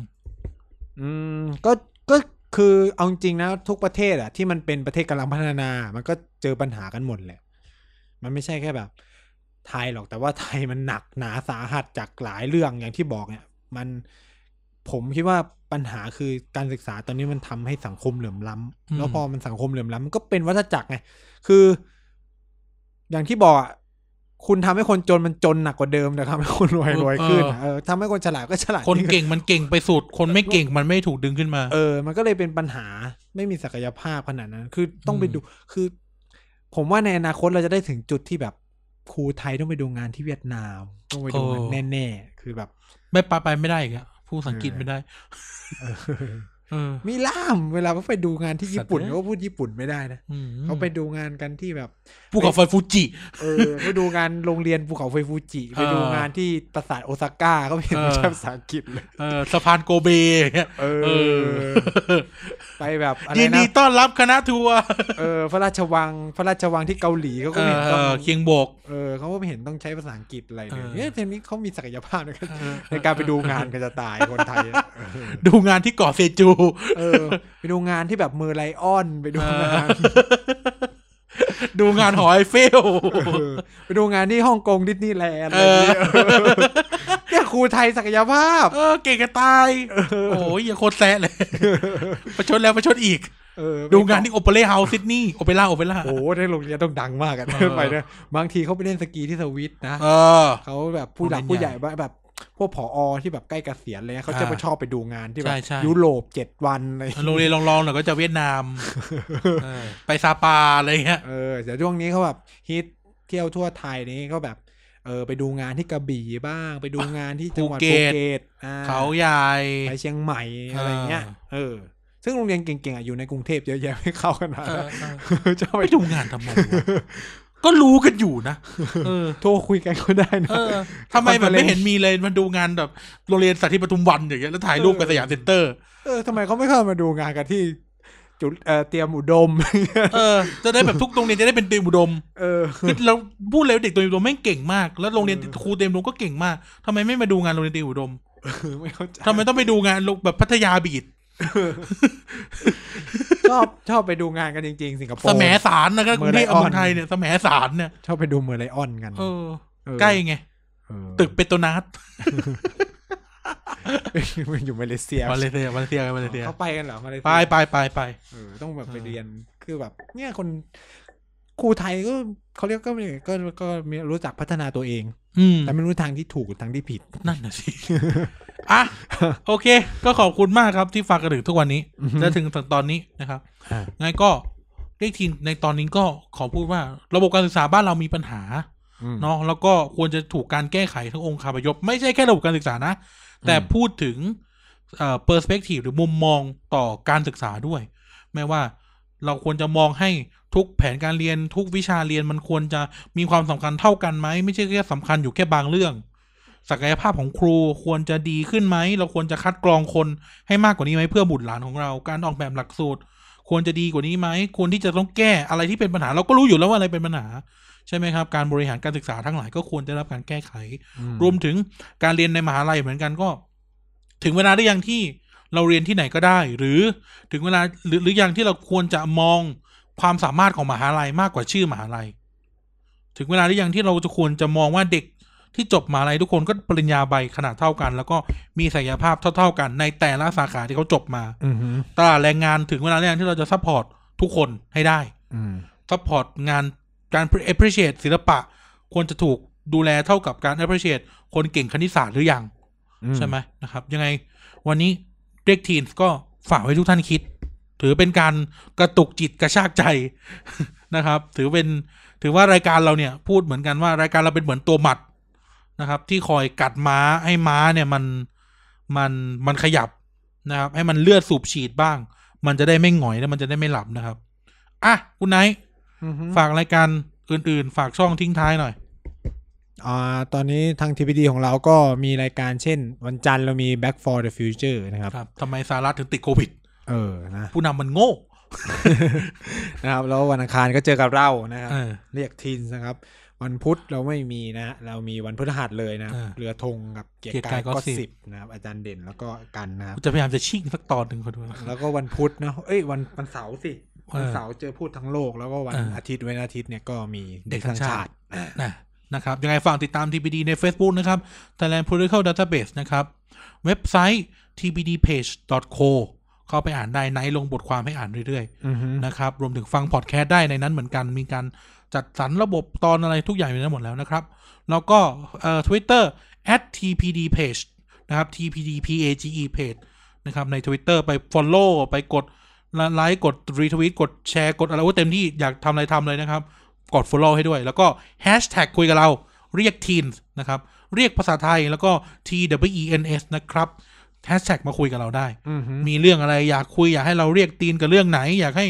A: อืมก็ก็คือเอาจริงๆนะ ทุกประเทศอะที่มันเป็นประเทศกำลังพัฒนา มันก็เจอปัญหากันหมดแหละ มันไม่ใช่แค่แบบ ไทยหรอกแต่ว่าไทยมันหนักหนาสาหัสจากหลายเรื่องอย่างที่บอกเนี่ย มันผมคิดว่าปัญหาคือการศึกษาตอนนี้มันทำให้สังคมเหลื่อมล้ำ
B: อืม
A: แล้วพอมันสังคมเหลื่อมล้ำมันก็เป็นวัฏจักรไงคือ อย่างที่บอกอะคุณทำให้คนจนมันจนหนักกว่าเดิมแต่ทำให้คนรวยรวยขึ้นอะเออทำให้คนฉลาดก็ฉลาด
B: คน
A: ยิ่งขึ้น
B: เก่งมันเก่งไปสุดคนไม่เก่งมันไม่ถูกดึงขึ้นมา
A: เออ มันก็เลยเป็นปัญหาไม่มีศักยภาพขนาดนั้น คือต้องไปดู คือ ผมว่าในอนาคตเราจะได้ถึงจุดที่แบบครูไทยต้องไปดูงานที่เวียดนาม ต้องไปดูงาน
B: โอ้
A: แน่ๆ คือแบบ <laughs>
B: ไม่ปาไปไม่ได้อีกอะพูดภาษาอังกฤษไม่ได้ เออ
A: มีล่าม เวลาเขาไปดูงานที่ญี่ปุ่น
B: สัตว์เอ้ย
A: เขาก็พูดญี่ปุ่นไม่ได้นะ
B: อืม
A: เขาไปดูงานกันที่แบบ
B: ภูเขาไฟฟูจิ
A: เออไปดูงานโรงเรียนภูเขาไฟฟู
B: <laughs>
A: จิ ไปดูงานที่ปราสาทโอซาก้าก็ไม่เห็น
B: เออ
A: ไม่ใช่ภาษาอังกฤษเลย
B: เออสะพานโกเบอย่างเงี้ย
A: เอ
B: เออ
A: อ ไปแบบอะไร
B: ยินดี
A: นะ
B: ต้อน <laughs> รับคณะทัวร์
A: เออ พระราชวัง พระราชวังที่เกาหลีเขาก็
B: เอ
A: ไม่เห็นต้อง
B: อเคียงโบก
A: เออเขาก็ไม่เห็นต้องใช้ภาษาอังกฤษอะไรเลย
B: เออ
A: เนี่ยทีนี้เขามีศักยภาพในการในการไปดูงานกันจะตายคนไทยอะ
B: ดูงานที่เกาะเซจู
A: เออ ไปดูงานที่แบบมือไลออน ไปดูงาน
B: ดูงานหอไอเฟ
A: <laughs>
B: ล
A: เออไปดูงานที่ฮ่องกงดิสนีย์แลนด์อะไร
B: เออ
A: เงี้ยเออเนี่ยครูไทยศักยภาพ
B: เออเก่งกระตายโอ้ยอย่าโคตรแซะ
A: <laughs>
B: เลย ประชดแล้วประชดอีก
A: เออ
B: ดูงานที่โอเปร่าเฮาส์ซิดนีย์โอเปร่าโอเปร่า
A: โอ้โหในโรงเรียนต้องดังมากอะ
B: เออ
A: ไปนะบางทีเขาไปเล่นสกีที่สวิตนะ
B: เออ
A: เขาแบบผู้หลักผู้ใหญ่แบบ พวกผอที่แบบใกล้เกษียณเลยเขาจะไปชอบไปดูงานที่แบ
B: ใช่
A: บ
B: ใช่
A: ยุโรปเจ็ดวันอะไร
B: โรงเรียนลองๆหน่อยก็จะเวียด
A: <laughs>
B: นามเออไปซาปาอะไรเงี้ย
A: เออเดี๋ยวช่วงนี้เขาแบบฮิตเที่ยวทั่วไทยนี่ก็แบบเออไปดูงานที่กระบี่บ้าง ไปดูงานที่จังหวัดภู
B: ภูเก็
A: เก็
B: ต
A: ตอ่
B: เขาใหญ่
A: ไปเชียงใหม่อะไรเงี้ย
B: อ่า
A: เออ ซึ่งโรงเรียนเก่งๆอ่ะอยู่ในกรุงเทพเยอะแยะไม่เข้ากันนะ
B: เออเออ
A: จะไป
B: ไปดูงานทำไมวะ ก็รู้กันอยู่นะ เออ
A: โทรคุยกันก็ได้นะ
B: เออทำไมแบบไม่เห็นมีเลยมันดูงานแบบโรงเรียนสาธิตปทุมวันอย่างเงี้ยแล้วถ่ายรูปกับ
A: เอ
B: ส
A: อ
B: ยามเซ็นเตอร์
A: เออทำไมเขาไม่เข้ามาดูงานกันที่ จุดเออเตรียมอุดม <laughs>
B: เออ จะได้แบบทุกโรงเรียนจะได้เป็นเตรียมอุดม
A: เออ
B: คือเราพูดเลยเด็กเตรียมอุดมแม่งเก่งมาก แล้วโรงเรียนครูเตรียมอุดมก็เก่งมากทำไมไม่มาดูงานโรงเรียนเตรียมอุดม
A: ไม่เข้าใจ
B: ทำไมต้องไปดูงานโรงแบบพัทยาบีด
A: ชอบชอบไปดูงานกันจริง ๆ สิงคโปร์
B: สมสารนะครับก
A: เมื่
B: รุ
A: อง ไหร่อ่อน
B: เทพเมืองไทยเนี่ยสมสารเนี่ย
A: ชอบไปดูเมอร์ไลออนกัน
B: เออ
A: เออ
B: ใกล้ไง
A: เออ
B: ตึกเปโตรนาส
A: มันอยู่ <laughs> มาเลเซีย
B: มาเลเซียมาเลเซียมาเลเซีย
A: เขาไปกันเหรอมาเลเซี
B: ไปไปไปไป
A: เออต้องแบบไป
B: เออ
A: เรียนคือแบบ เนี่ยคนครูไทยก็เขาเรียกก็มีก็ก็มีรู้จักพัฒนาตัวเอง
B: อืม
A: แต่ไม่รู้ทางที่ถูกหรือทางที่ผิด
B: นั่นนะสิ <laughs> อ่ะ โอเค ก็ขอบคุณมากครับที่ฟังกันถึงทุกวันนี้
A: อือฮึ
B: และถึงถึงตอนนี้นะครับ
A: อ่า
B: งั้นก็เรียกทีมในตอนนี้ก็ขอพูดว่า ระบบการศึกษาบ้านเรามีปัญหา
A: เนาะ
B: เนาะแล้วก็ควรจะถูกการแก้ไขทั้งองค์คาพยพ ไม่ใช่แค่ระบบการศึกษานะ แต่พูดถึงเอ่อเปอร์สเปกทีฟหรือมุมมองต่อการศึกษาด้วย แม้ว่าเราควรจะมองให้ทุกแผนการเรียนทุกวิชาเรียนมันควรจะมีความสำคัญเท่ากันไหม ไม่ใช่แค่สำคัญอยู่แค่บางเรื่อง ศักยภาพของครูควรจะดีขึ้นไหม เราควรจะคัดกรองคนให้มากกว่านี้ไหมเพื่อบุตรหลานของเรา การออกแบบหลักสูตร ควรจะดีกว่านี้ไหมควรที่จะต้องแก้อะไรที่เป็นปัญหา เราก็รู้อยู่แล้วว่าอะไรเป็นปัญหาใช่ไหมครับ การบริหารการศึกษาทั้งหลายก็ควรได้รับการแก้ไข รวมถึงการเรียนในมหาลัยเหมือนกันก็ ถึงเวลาหรือยังที่เราเรียนที่ไหนก็ได้ หรือถึงเวลาหรือหรือยังที่เราควรจะมองความสามารถของมหาลัยมากกว่าชื่อมหาลัย ถึงเวลาหรือยังที่เราจะควรจะมองว่าเด็กที่จบมหาลัยทุกคนก็ปริญญาใบขนาดเท่ากัน แล้วก็มีศักยภาพเท่า ๆกัน ในแต่ละสาขาที่เขาจบมา
A: อืมอืม
B: ตลาดแรงงานถึงเวลาหรือยังที่เราจะซัพพอร์ตทุกคนให้ได้
A: อืม
B: ซัพพอร์ตงานการ appreciate ศิลปะ ควรจะถูกดูแลเท่ากับการ appreciate คนเก่งคณิตศาสตร์หรือยัง ใช่ไหมนะครับ ยังไงวันนี้เรียกทีนก็ฝากไว้ทุกท่านคิด ถือเป็นการกระตุกจิตกระชากใจ <laughs> นะครับ ถือเป็นถือว่ารายการเราเนี่ย พูดเหมือนกันว่ารายการเราเป็นเหมือนตัวหมัดนะครับ ที่คอยกัดม้าให้ม้าเนี่ยมันมันมันขยับนะครับ ให้มันเลือดสูบฉีดบ้าง มันจะได้ไม่หงอยและมันจะได้ไม่หลับนะครับอ่ะคุณไนท์ ฝากรายการอื่นๆ ฝากช่องทิ้งท้ายหน่อย
A: อ่าตอนนี้ทางทีพีดีของเราก็มีรายการเช่น วันจันทร์เรามี Back for the Future นะครับ
B: ครับทำไมสารัฐถึงติดโควิด
A: เออนะ <laughs>
B: ผู้นำมันโง่
A: นะครับ แล้ววันอังคารก็เจอกับเรานะครับ
B: เออ
A: เรียกทีนนะครับ วันพุธเราไม่มีนะฮะเรามีวันพฤหัสเลยนะครับ
B: เออ
A: เรือธงกับเกียร
B: เกียรติกาก
A: ติาย ย
B: ก็
A: ก็
B: สิบ
A: สิบนะครับ อาจารย์เด่นแล้วก็กันนะครับ
B: กูจะพยายามจะชิ่งสักตอนหนึ่งคนดู
A: แล้วก็วันพุธเนอะเอ้ยวันวันเสาร์สิวันเสาร์เจอพูดทั้งโลกแล้วก็วัน
B: เอออ
A: อาทิตย์เว้นอาทิตย์เนี่ยก็มี
B: เด็
A: เด็
B: ก
A: ก
B: ทั้ง
A: ทั้ง
B: ชา
A: ชา
B: ติ
A: ติ
B: นะนะครับ ยังไงฝากติดตาม TPD ใน Facebook นะครับ Thailand Political Database นะครับ เว็บไซต์ tpdpage.co เข้าไปอ่านได้ไนท์ลงบทความให้อ่านเรื่อย
A: อือฮึ
B: ๆ นะครับ รวมถึงฟังพอดแคสต์ได้ในนั้นเหมือนกัน มีการจัดสรรระบบตอนอะไรทุกอย่างอยู่ในนั้นหมดแล้วนะครับ แล้วก็เอ่อ Twitter @tpdpage นะครับ tpdpage page นะครับใน Twitter ไป Follow ไปกดไลค์กดรีทวีตกดแชร์กดอะไรโอ้เต็มที่อยากทำอะไรทำเลยนะครับ กด Follow ให้ด้วย แล้วก็แฮชแท็กคุยกับเราเรียก Teens นะครับ เรียกภาษาไทยแล้วก็ T W E N S นะครับแฮชแท็กมาคุยกับเราได้
A: อือฮึ
B: มีเรื่องอะไรอยากคุยอยากให้เราเรียกตีนกับเรื่องไหน อยากให้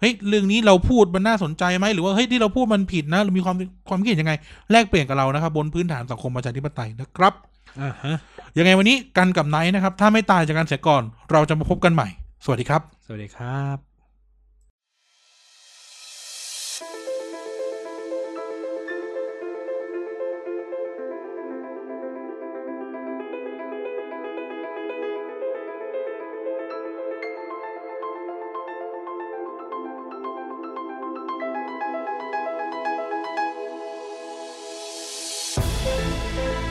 B: เฮ้ยเรื่องนี้เราพูดมันน่าสนใจไหมหรือว่าเฮ้ยที่เราพูดมันผิดนะหรือมีความความคิดเห็นยังไง แลกเปลี่ยนกับเรานะครับ บนพื้นฐานสังคมประชาธิปไตยนะครับ
A: อ่าฮะ
B: ยังไงวันนี้กันกับไนท์นะครับ ถ้าไม่ตายจากการเสียก่อน เราจะมาพบกันใหม่ สวัสดีครับ
A: สวัสดีครับ
C: 「